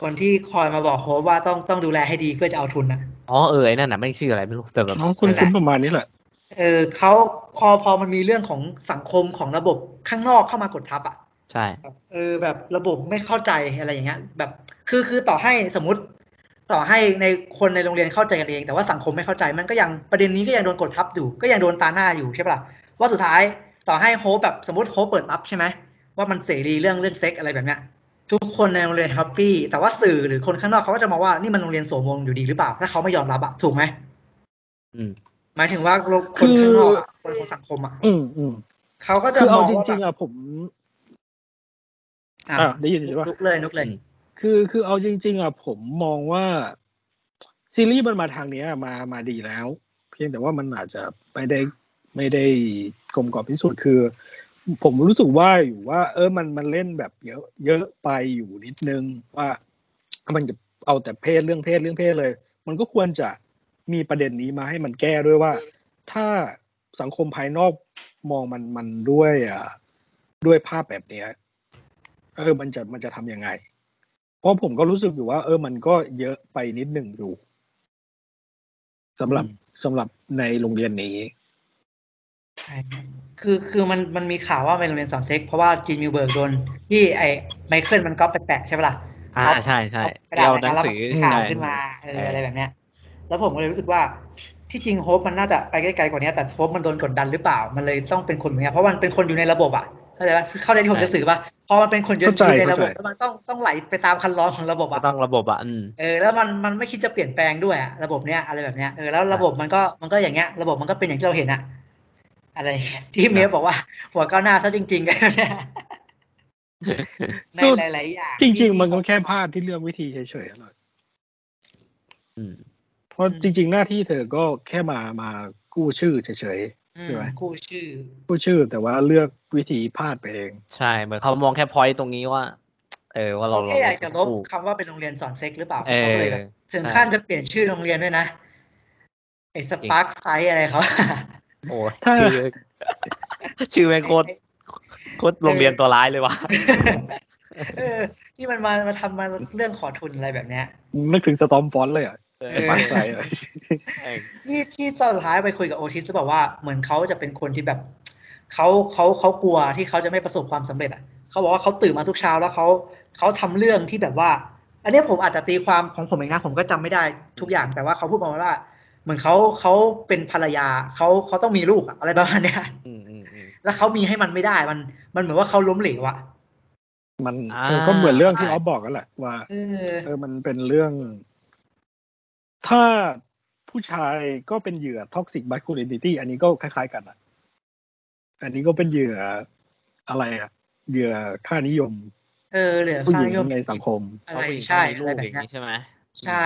Speaker 2: คนที่คอยมาบอกโฮปว่าต้องต้องดูแลให้ดีเพื่อจะเอาทุนนะ
Speaker 1: อ๋อเออไอ้นั่นน่ะไม่ชื่ออะไรไม่รู้แต่แบบ
Speaker 3: น้องคุณคุณประมาณนี้แหละ
Speaker 2: เออเขาพอพอมันมีเรื่องของสังคมของระบบข้างนอกเข้ามากดทับอ่ะ
Speaker 1: ใช่
Speaker 2: แบบเออแบบระบบไม่เข้าใจอะไรอย่างเงี้ย แบบคือคือต่อให้สมมติ ต่อให้ในคนในโรงเรียนเข้าใจกันเอง แต่ว่าสังคมไม่เข้าใจมันก็ยังประเด็นนี้ก็ยังโดนกดทับอยู่ ก็ยังโดนตาหน้าอยู่ใช่ปะล่ะว่าสุดท้ายต่อให้โฮปแบบสมมติโฮปเปิดรับใช่ไหมว่ามันเสรีเรื่องเรื่องเซ็กอะไรแบบเนี้ยทุกคนในโรงเรียนแฮปปี้แต่ว่าสื่อหรือคนข้างนอกเขาก็จะมาว่านี่มันโรงเรียนโสมงอยู่ดีหรือเปล่าถ้าเขาไม่ยอมรับอะถูกไหม
Speaker 1: อืม
Speaker 2: หมายถึงว่าคนข้างนอกอะคนของสังคมอ่ะ
Speaker 3: อืมอืม
Speaker 2: เขาก็จะ
Speaker 3: คือ
Speaker 2: ม
Speaker 3: เอา
Speaker 2: อง
Speaker 3: จ
Speaker 2: ว่า
Speaker 3: ริง ๆ
Speaker 2: แบบ
Speaker 3: อ่ะผม
Speaker 2: อ่ะ
Speaker 3: อ่าได้ยินใช่ปะ
Speaker 2: ลุกเลยลุกเลย
Speaker 1: อืม
Speaker 3: คือคือเอาจริง ๆอ่ะผมมองว่า ซีรีส์มันมาทางเนี้ย มามาดีแล้ว เพียงแต่ว่ามันอาจจะไม่ได้ไม่ได้กลมกล่อมที่สุดคือ ผมรู้สึกว่าอยู่ว่า เออมันมันเล่นแบบเยอะ เยอะไปอยู่นิดนึงว่า มันจะเอาแต่เพศเรื่องเพศเรื่องเพศเลย มันก็ควรจะมีประเด็นนี้มาให้มันแก้ด้วยว่า ถ้าสังคมภายนอกมองมันมันด้วยอ่ะด้วยภาพแบบเนี้ยเออมันจะมันจะทำยังไง เพราะผมก็รู้สึกอยู่ว่า เออมันก็เยอะไปนิดหนึ่งอยู่สำหรับสำหรับในโรงเรียนนี้
Speaker 2: ใช่ครับคือคือมันมันมีข่าวว่าเป็นโรงเรียนสอนเซ็กเพราะว่าจีนมิวเบิร์กโดนที่ไอ้ไมเคิลมันก๊อปไปแปะใช่ปะล่ะ
Speaker 1: อ่า
Speaker 2: เ
Speaker 1: ใช่ใช่
Speaker 2: เอากระดาษ
Speaker 1: เราหนัง
Speaker 2: แล้วก็
Speaker 1: สือ
Speaker 2: ข่าว
Speaker 1: ใช่
Speaker 2: ขึ้นมาเอ
Speaker 1: ใช่
Speaker 2: ออะไรแบบเนี้ย แล้วผมก็เลยรู้สึกว่าที่จริงโฮปมันน่าจะไปไกลๆกว่านี้แต่โฮปมันโดนกดดันหรือเปล่า มันเลยต้องเป็นคนอย่างเงี้ยเพราะมันเป็นคนอยู่ในระบบอ่ะเข้าใจป่ะเข้าใจที่ผมจะสื่อป่ะพอมันเป็นคนอยู่
Speaker 3: เข้าใจ
Speaker 2: ในระบบ
Speaker 3: เข้าใจ
Speaker 2: แล้วมันต้องต้องไหลไปตามคันลองของระบบ
Speaker 1: ก็
Speaker 2: อ่ะ
Speaker 1: ต้องระบบอ่ะอืม
Speaker 2: เออแล้วมันมันไม่คิดจะเปลี่ยนแปลงด้วยอะระบบเนี้ยอะไรแบบเนี้ยเออแล้วระบบมันก็มันก็อย่างเงี้ยระบบมันก็เป็นอย่างที่เราเห็นอะอะไรอย่างเงี้ยที่เมฟบอกว่า หัวก้าวหน้าซะจ ริง ๆ กันเนี่ยในหลายๆอย่าง
Speaker 3: จริง ๆ มันก็
Speaker 2: ที่
Speaker 3: แค่พลาดที่เรื่องวิธีเฉยๆเลย
Speaker 1: อืม
Speaker 3: เพราะจริง ๆ หน้าที่เธอก็แค่มามากู้ชื่อเฉย
Speaker 2: อื
Speaker 3: ใช่
Speaker 2: ม
Speaker 3: ไหม
Speaker 2: กู้ชื่อ
Speaker 3: ๆกู้ชื่อ แต่ว่าเลือกวิธีพลาดไปเอง
Speaker 1: ใช่เหมือนเขามองแค่พอยต์ตรงนี้ว่า เออว่าเรา
Speaker 2: แค่อยากจะลบ
Speaker 1: ถูก
Speaker 2: คำว่าเป็นโรงเรียนสอนเซ็กหรือเปล่า
Speaker 1: เออ
Speaker 2: เขาก็เลยแบบถึง
Speaker 1: ใช่
Speaker 2: ขั้นจะเปลี่ยนชื่อโรงเรียนด้วยนะไอ้สปาร์คไซอะไรเขา
Speaker 1: โอ้ย
Speaker 3: ถ้า
Speaker 1: ชื่อชื่อแม่งโคตรโคตรโรงเรียนตัวร้ายเลยว่ะ
Speaker 2: เออที่มันมามาทำมาเรื่องขอทุนอะไรแบบเนี้ย
Speaker 3: นึกถึงสตอมฟอนเลยอ่ะ
Speaker 1: เออ
Speaker 3: สปาร์คไซด์เลย
Speaker 2: ที่ที่ตอนสุดท้ายไปคุยกับโอทิสแล้วบอกว่าเหมือนเขาจะเป็นคนที่แบบเขาเขาเขากลัวที่เขาจะไม่ประสบความสำเร็จอ่ะเขาบอกว่าเขาตื่นมาทุกเช้าแล้วเขาเขาทำเรื่องที่แบบว่า อันเนี้ยผมอาจจะตีความของผมเองนะผมก็จำไม่ได้ทุกอย่างแต่ว่าเขาพูดมาว่า เหมือนเขาเขาเป็นภรรยาเขาเขาต้องมีลูกอะอะไรประมาณเนี้ย
Speaker 1: อืมอืมอืม
Speaker 2: แล้วเขามีให้มันไม่ได้มันมันเหมือนว่าเขาล้มเหลวอะ
Speaker 3: มัน
Speaker 1: อ่า
Speaker 3: เออก็เหมือนเรื่องที่ออฟบอกกันแหละว่า
Speaker 2: เออ
Speaker 3: เออ มันเป็นเรื่อง ถ้าผู้ชายก็เป็นเหยื่อท็อกซิกบัตคูลินิตี้อันนี้ก็คล้ายๆกันอ่ะ อันนี้ก็เป็นเหยื่ออะไรอ่ะ เหยื่อค่านิยม
Speaker 2: เออเหลือ
Speaker 3: ผู้ห
Speaker 2: ค่า
Speaker 3: ญิ
Speaker 2: นิยม
Speaker 3: งในสังคม
Speaker 2: อะ
Speaker 1: เพราะ
Speaker 2: ไร
Speaker 1: ผู้หญิง
Speaker 2: ใช่
Speaker 1: ต้องมีลูก
Speaker 2: อะไรแบ
Speaker 1: อบ ย่าง
Speaker 2: เนี้ย
Speaker 1: นี้ใช่ไหม
Speaker 2: ใช่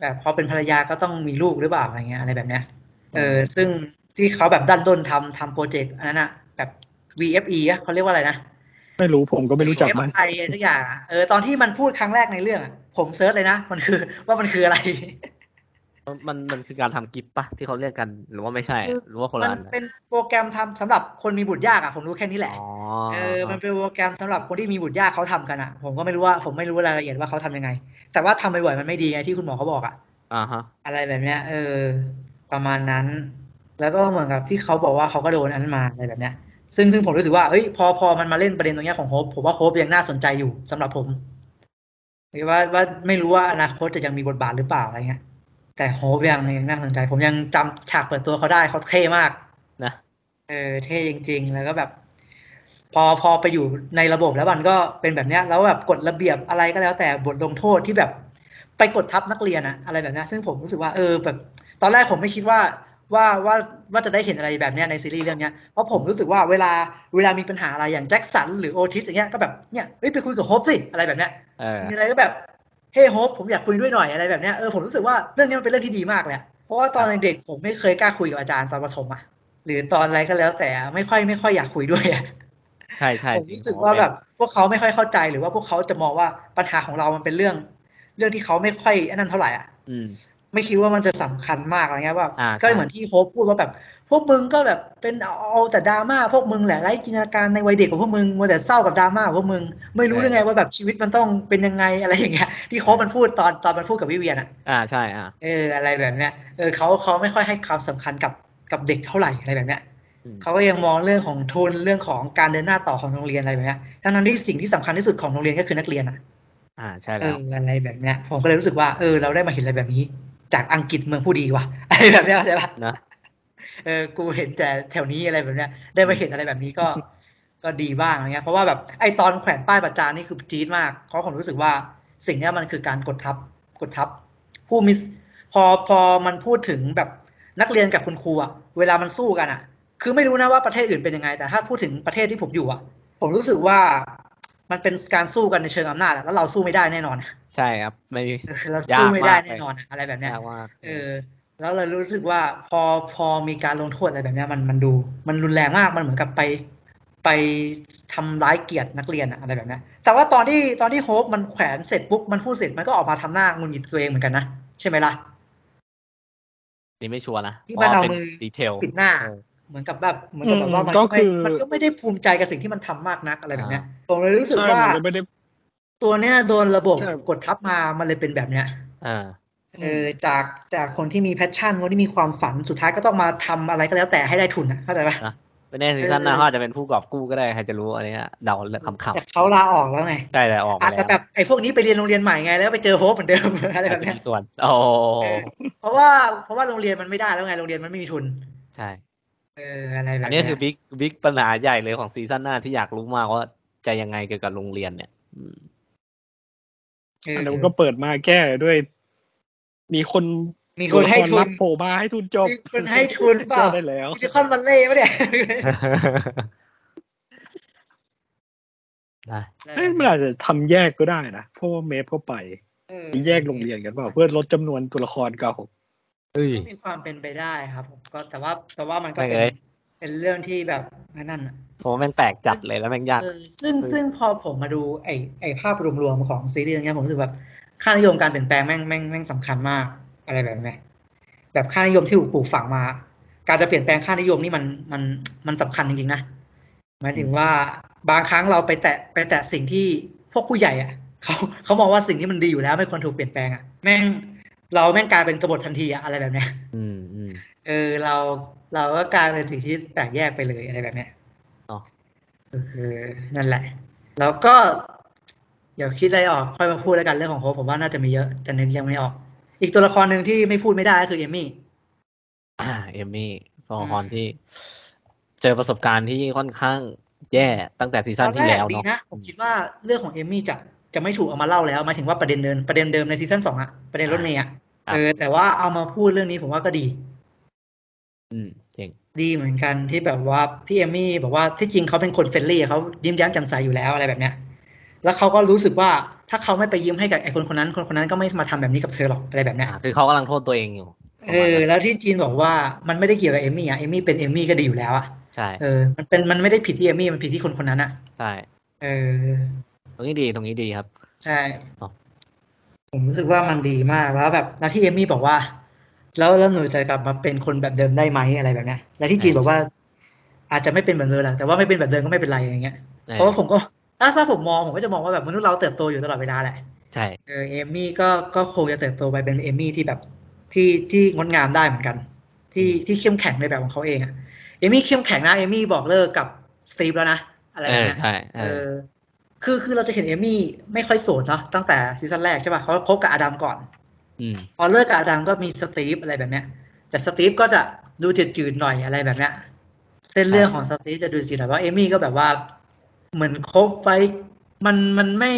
Speaker 2: แบบพอเป็นภรรยาก็ต้องมีลูกหรือเปล่าอะไรเงี้ยอะไรแบบเนี้ยเออซึ่งที่เขาแบบดันด้นทำทำโปรเจกต์อันนั้นอะแบบ VFE อะเขาเรียกว่าอะไรนะ
Speaker 3: ไม่รู้ผมก็ไม่รู้จักมัน
Speaker 2: FI อะไรสักอย่างอะเออตอนที่มันพูดครั้งแรกในเรื่องอะผมเซิร์ชเลยนะ มันคือ ว่ามันคืออะไร
Speaker 1: มันมันคือการทำกิฟต์ปะที่เขาเรียกกันหรือว่าไม่ใช่หรือว่าคนละ
Speaker 2: มั
Speaker 1: อันอะ
Speaker 2: เป็นโปรแกรมทำสำหรับคนมีบุตรยากอะผมรู้แค่นี้แหละ
Speaker 1: อ๋อ
Speaker 2: เออ มันเป็นโปรแกรมสำหรับคนที่มีบุตรยากเขาทำกันอะผมก็ไม่รู้ว่าผมไม่รู้รายละเอียดว่าเขาทำยังไง แต่ว่าทำบ่อยๆมันไม่ดีไงที่คุณหมอเขาบอกอะ
Speaker 1: อ่าฮะ
Speaker 2: อะไรแบบเนี้ย เออ ประมาณนั้น แล้วก็เหมือนกับที่เขาบอกว่าเขาก็โดนอันนั้นมาอะไรแบบเนี้ย ซึ่งซึ่งผมรู้สึกว่าเอ้ยพอพอมันมาเล่นประเด็นตรงเนี้ยของโฮปผมว่าโฮปยังน่าสนใจอยู่สำหรับผมว่าว่าไม่รู้ว่าอนาคตจะยังมีบทบาทหรือเปล่าอะไรเงี้ย แต่โฮปยังยังน่าสนใจ ผมยังจำฉากเปิดตัวเขาได้เขาเท่มาก
Speaker 1: นะ
Speaker 2: เออเท่จริง ๆ แล้วก็แบบ พอพอไปอยู่ในระบบแล้วมันก็เป็นแบบเนี้ย แล้วแบบกฎระเบียบอะไรก็แล้วแต่บทลงโทษที่แบบไปกดทับนักเรียนอะอะไรแบบเนี้ยซึ่งผมรู้สึกว่าเออแบบ ตอนแรกผมไม่คิดว่าว่าว่าว่าจะได้เห็นอะไรแบบเนี้ยในซีรีส์เรื่องเนี้ยเพราะผมรู้สึกว่าเวลาเวลามีปัญหาอะไรอย่างแจ็คสันหรือโอทิสอย่างเงี้ยก็แบบเนี่ยเฮ้ยไปคุยกับโฮปสิอะไรแบบเนี้ย
Speaker 1: เออ
Speaker 2: มีอะไรก็แบบเฮ้ยโฮปผมอยากคุยด้วยหน่อยอะไรแบบเนี้ยเออผมรู้สึกว่าเรื่องนี้มันเป็นเรื่องที่ดีมากเลยอะเพราะว่าตอนเด็กๆผมไม่เคยกล้าคุยกับอาจารย์ตอนประถมอะหรือตอนอะไรก็แล้วแต่อะไม่ค่อยไม่ค่อยอยากคุยด้วยอะ
Speaker 1: ใช่ใช่
Speaker 2: ผม
Speaker 1: จง
Speaker 2: รู้สึก
Speaker 1: ผม
Speaker 2: ว่า
Speaker 1: เป็น
Speaker 2: แบบพวกเขาไม่ค่อยเข้าใจหรือว่าพวกเขาจะมองว่าปัญหาของเรามันเป็นเรื่อง เรื่องที่เขาไม่ค่อยไอ้นั่นเท่าไหร่อ่ะ
Speaker 1: อืม
Speaker 2: ไม่คิดว่ามันจะสำคัญมากอะไรเงี้ยว่า
Speaker 1: อ่า
Speaker 2: ก็
Speaker 1: ใช่
Speaker 2: เหมือนที่โฮปพูดว่าแบบ พวกมึงก็แบบเป็นเอาแต่ดราม่าพวกมึงแหละไร้จินตนาการในวัยเด็กของพวกมึงมัวแต่เศร้ากับดราม่าของพวกมึงไม่รู้ได้ไงว่าแบบชีวิตมันต้องเป็นยังไงอะไรอย่างเงี้ยที่โฮปมันพูดตอนตอนมันพูดกับวิเวียนอ่ะ
Speaker 1: อ่าใช่อ่า
Speaker 2: เอออะไรแบบเนี้ยเออเขาเขาไม่ค่อยให้ความสำคัญกับกับเด็กเท่าไหร่อะไรแบบเนี้ย
Speaker 1: อืม
Speaker 2: เขาก็ยังมองเรื่องของทุนเรื่องของการเดินหน้าต่อของโรงเรียนอะไรแบบเนี้ยทั้งนั้นที่สิ่งที่สำคัญที่สุดของโรงเรียนก็คือนักเรียนอ่ะ
Speaker 1: อ่าใช่
Speaker 2: เอ
Speaker 1: แล้ว
Speaker 2: ออะไรแบบเนี้ยผมก็เลยรู้สึกว่าเออเราได้มาเห็นอะไรแบบนี้ จากอังกฤษเมืองผู้ดีว่ะ อะไรแบบเนี้ยเข้าใจปะ
Speaker 1: นะ
Speaker 2: เออกูเห็นแต่แถวนี้อะไรแบบเนี้ย ได้มาเห็นอะไรแบบนี้ก็ ก็ดีบ้างอะไรเงี้ยเพราะว่าแบบไอตอนแขวนป้ายประจานนี่คือจี๊ดมากเพราะผมรู้สึกว่าสิ่งเนี้ยมันคือการกดทับกดทับ ผู้มิสพอพอมันพูดถึงแบบนักเรียนกับคุณครูอะเวลามันสู้กันอะคือไม่รู้นะว่าประเทศอื่นเป็นยังไง แต่ถ้าพูดถึงประเทศที่ผมอยู่อะผมรู้สึกว่ามันเป็นการสู้กันในเชิงอำนาจอะแล้วเราสู้ไม่ได้แน่นอนอะ
Speaker 1: ใช่ครับ ไม่มี
Speaker 2: เออเราสู้ไม่ได้
Speaker 1: ยากมากเลย
Speaker 2: แน่นอนอะอะไรแบบเนี้ย
Speaker 1: ยากมาก
Speaker 2: เออแล้วเรารู้สึกว่าพอพอมีการลงโทษอะไรแบบเนี้ยมันมันดู มันรุนแรงมากมันเหมือนกับไป ไปทำร้ายเกียรตินักเรียนอะอะไรแบบเนี้ยแต่ว่าตอนที่ตอนที่โฮปมันแขวนเสร็จปุ๊บมันพูดเสร็จมันก็ออกมาทำหน้างุนหงิดตัวเองเหมือนกันนะใช่ไหมล่ะ
Speaker 1: นี่ไม่ชัวร์นะ
Speaker 2: ที่บ้านเรา
Speaker 1: พะว่ป็
Speaker 2: มือ
Speaker 1: ดีเทล
Speaker 2: ปิดหน้า
Speaker 1: เออ
Speaker 2: เหมือนกับแบบเหมือนกับแบบว่ามัน
Speaker 3: อืม
Speaker 2: ก็
Speaker 3: ก็
Speaker 2: ไม่
Speaker 3: คือ
Speaker 2: มันก็ไม่ได้ภูมิใจกับสิ่งที่มันทำมากนักอะไรแบบเนี้ยผมเลยรู้สึก
Speaker 3: ใช่
Speaker 2: ว่า
Speaker 3: มันก็ไม่ได้
Speaker 2: ตัวเนี้ยโดนระบบ
Speaker 3: ใช่
Speaker 2: กดทับมามันเลยเป็นแบบเนี้ย
Speaker 1: อ่า
Speaker 2: เออจากจากคนที่มีแพชชั่นคนที่มีความฝันสุดท้ายก็ต้องมาทำอะไรก็แล้วแต่ให้ได้ทุนนะเข้าใจปะ
Speaker 1: อ่ะ ไม่แน่ซีซั่นหน้า
Speaker 2: เออ
Speaker 1: เขาอาจจะเป็นผู้กอบกู้ก็ได้ใครจะรู้อันเนี้ยเดาเรื่องคำ
Speaker 2: แต่
Speaker 1: ขำ
Speaker 2: เขาลาออกแล้วไง
Speaker 1: ใช่แต่ออกไป
Speaker 2: อาจ
Speaker 1: แล้
Speaker 2: จะ
Speaker 1: ว
Speaker 2: แบบไอ้พวกนี้ไปเรียนโรงเรียนใหม่ไงแล้วไปเจอโฮปเหมือนเดิม อะไร
Speaker 1: อาจ
Speaker 2: แบบ
Speaker 1: จะ
Speaker 2: เนี้ย
Speaker 1: มีส่วน โอ้โห
Speaker 2: เพราะว่าเพราะว่าโรงเรียนมันไม่ได้แล้วไงโรงเรียนมันไม่มีทุน
Speaker 1: ใช่
Speaker 2: เอออะไรแบบ
Speaker 1: อัน
Speaker 2: เนี้
Speaker 1: นี้
Speaker 2: ย
Speaker 1: คือบิ๊กบิ๊กปัญหาใหญ่เลยของซีซั่นหน้าที่อยากรู้มากว่าจะยังไงเกี่ยวกับโรงเรียนเนี่ยอืม
Speaker 2: เออ
Speaker 3: อันนั้นก็เปิดมาแก้ด้วย มีคน
Speaker 2: มีคนให้
Speaker 3: ตัวละค
Speaker 2: ทุ
Speaker 3: รรับ
Speaker 2: น
Speaker 3: โผล่มาให้ทุนจบ
Speaker 2: มีคนให้ทุนเปล่า
Speaker 3: แก้ได้แล้ว
Speaker 2: ซิคอนวันเล่ปะเนี่ย
Speaker 1: นะ
Speaker 3: เอ้ยมันอาจจะทำแยกก็ได้นะเพราะว่าเมฟเข้าไป
Speaker 2: เออ
Speaker 3: แยกโรงเรียนกันเปล่าเพื่อลดจำนวนตัวละครเก่า
Speaker 1: เอ้ย
Speaker 2: ก็มีความเป็นไปได้ครับผมก็แต่ว่าแต่ว่ามันก็
Speaker 1: ไม่
Speaker 2: เป็น
Speaker 1: เลย
Speaker 2: เป็นเรื่องที่แบบนั่นน่ะ
Speaker 1: ผมว่าแม่งแปลกจัดเลยแล้วแม่งยาก
Speaker 2: เออซึ่ง
Speaker 1: คือ
Speaker 2: ซึ่งพอผมมาดูไอไอภาพรวมๆของซีรีส์เรื่องเนี้ยผมรู้สึกแบบค่านิยมการเปลี่ยนแปลงแม่งแม่งแม่งสำคัญมากอะไรแบบเนี้ยแบบค่านิยมที่ถูกปลูกฝังมา การจะเปลี่ยนแปลงค่านิยมนี่มันมันมันสำคัญจริงๆนะหมายถึงว่าบางครั้งเราไปแตะไปแตะสิ่งที่พวกผู้ใหญ่อะเขาเขามองว่าสิ่งที่มันดีอยู่แล้วไม่ควรถูกเปลี่ยนแปลงอะแม่งเราแม่งกลายเป็นกบฏทันทีอะอะไรแบบเนี้ย
Speaker 1: อืมอืม
Speaker 2: เออเราเราก็กลายเป็นสิ่งที่แตกแยกไปเลยอะไรแบบเนี้ย
Speaker 1: อ๋อ
Speaker 2: เออนั่นแหละ แล้วก็เดี๋ยวคิดอะไรออกค่อยมาพูดแล้วกันเรื่องของโฮปผมว่าน่าจะมีเยอะแต่นึกยังไม่ออก อีกตัวละครหนึ่งที่ไม่พูดไม่ได้ก็คือเอมมี่
Speaker 1: อ่าเอมมี่ซอฮอน
Speaker 2: อืม
Speaker 1: ที่ เจอประสบการณ์ที่ค่อนข้างแย่ตั้งแต่ซี
Speaker 2: ต
Speaker 1: ซั่
Speaker 2: อน นแร
Speaker 1: ที่
Speaker 2: ก
Speaker 1: แล้ว
Speaker 2: ดี
Speaker 1: เนาะ
Speaker 2: นะผมคิดว่าเรื่องของเอมมี่จะจะไม่ถูกเอามาเล่าแล้วหมายถึงว่าประเด็นเดิมประเด็นเดิมในซีซั่นสองอะประเด็นรถเมย์อะเออแต่ว่าเอามาพูดเรื่องนี้ผมว่าก็ดี
Speaker 1: อืมเจ๋ง
Speaker 2: ดีเหมือนกันที่แบบว่าที่เอมมี่บอกว่าที่จริงเขาเป็นคนเฟรนลี่เขายิ้มแย้มแจ่มใสอยู่แล้วอะไรแบบเนี้ย แล้วเขาก็รู้สึกว่าถ้าเขาไม่ไปยิ้มให้กับไอ้คนคนนั้น คนคนนั้นก็ไม่มาทำแบบนี้กับเธอหรอกอะไรแบบเนี้ย
Speaker 1: อ่าคือเขากำลังโทษตัวเองอยู่ประ
Speaker 2: เอ
Speaker 1: มาณ
Speaker 2: อ
Speaker 1: นั้น
Speaker 2: แล้วที่จีนบอกว่ามันไม่ได้เกี่ยวกับเอมมี่อ่ะเอมมี่เป็นเอมมี่ก็ดีอยู่แล้วอ่ะ
Speaker 1: ใช่
Speaker 2: เออมันเป็นมันไม่ได้ผิดที่เอมมี่มันผิดที่คนคนนั้นอ่ะ
Speaker 1: ใช่
Speaker 2: เออ
Speaker 1: ตรงนี้ดีตรงนี้ดีครับ
Speaker 2: ใช่
Speaker 1: อ๋อ
Speaker 2: ผมรู้สึกว่ามันดีมากแล้วแบบแล้วที่เอมมี่บอกว่า แล้วแล้วหนูจะกลับมาเป็นคนแบบเดิมได้ไหมอะไรแบบเนี้ยแล้วที่จีนบอกว่า อาจจะไม่เป็นแบบเดิมหรอกแต่ว่าไม่เป็นแบบเดิมก็ไม่เป็นไรอย่างเงี้ย
Speaker 1: ออ
Speaker 2: เพราะว่าผมก็ถ้าถ้าผมมองผมก็จะมองว่าแบบมนุษย์เราเติบโตอยู่ตลอดเวลาแหละ
Speaker 1: ใช่
Speaker 2: เออเอมมี่ก็ก็คงจะเติบโตไปเป็นเอมมี่ที่แบบที่ที่งดงามได้เหมือนกัน ที่ที่เข้มแข็งในแบบของเขาเองอะเอมมี่เข้มแข็งนะเอมมี่บอกเลิกกับสตีฟแล้วนะอะไร
Speaker 1: เออ
Speaker 2: แบบเนี้ย
Speaker 1: ใช่เอ
Speaker 2: เอ
Speaker 1: อ
Speaker 2: อคือคือเราจะเห็นเอมมี่ไม่ค่อยโสดเนาะตั้งแต่ซีซั่นแรกใช่ป่ะเขาคบกับอดัมก่อน
Speaker 1: อืม
Speaker 2: พอเลิกกับอดัมก็มีสตีฟอะไรแบบเนี้ย แต่สตีฟก็จะดูจืดๆหน่อยอะไรแบบเนี้ยเส้นเรื่องของสตีฟจะดูจืดหน่อยเพราะเอมี่ก็แบบว่า เหมือนคบไว้ มันมันไม่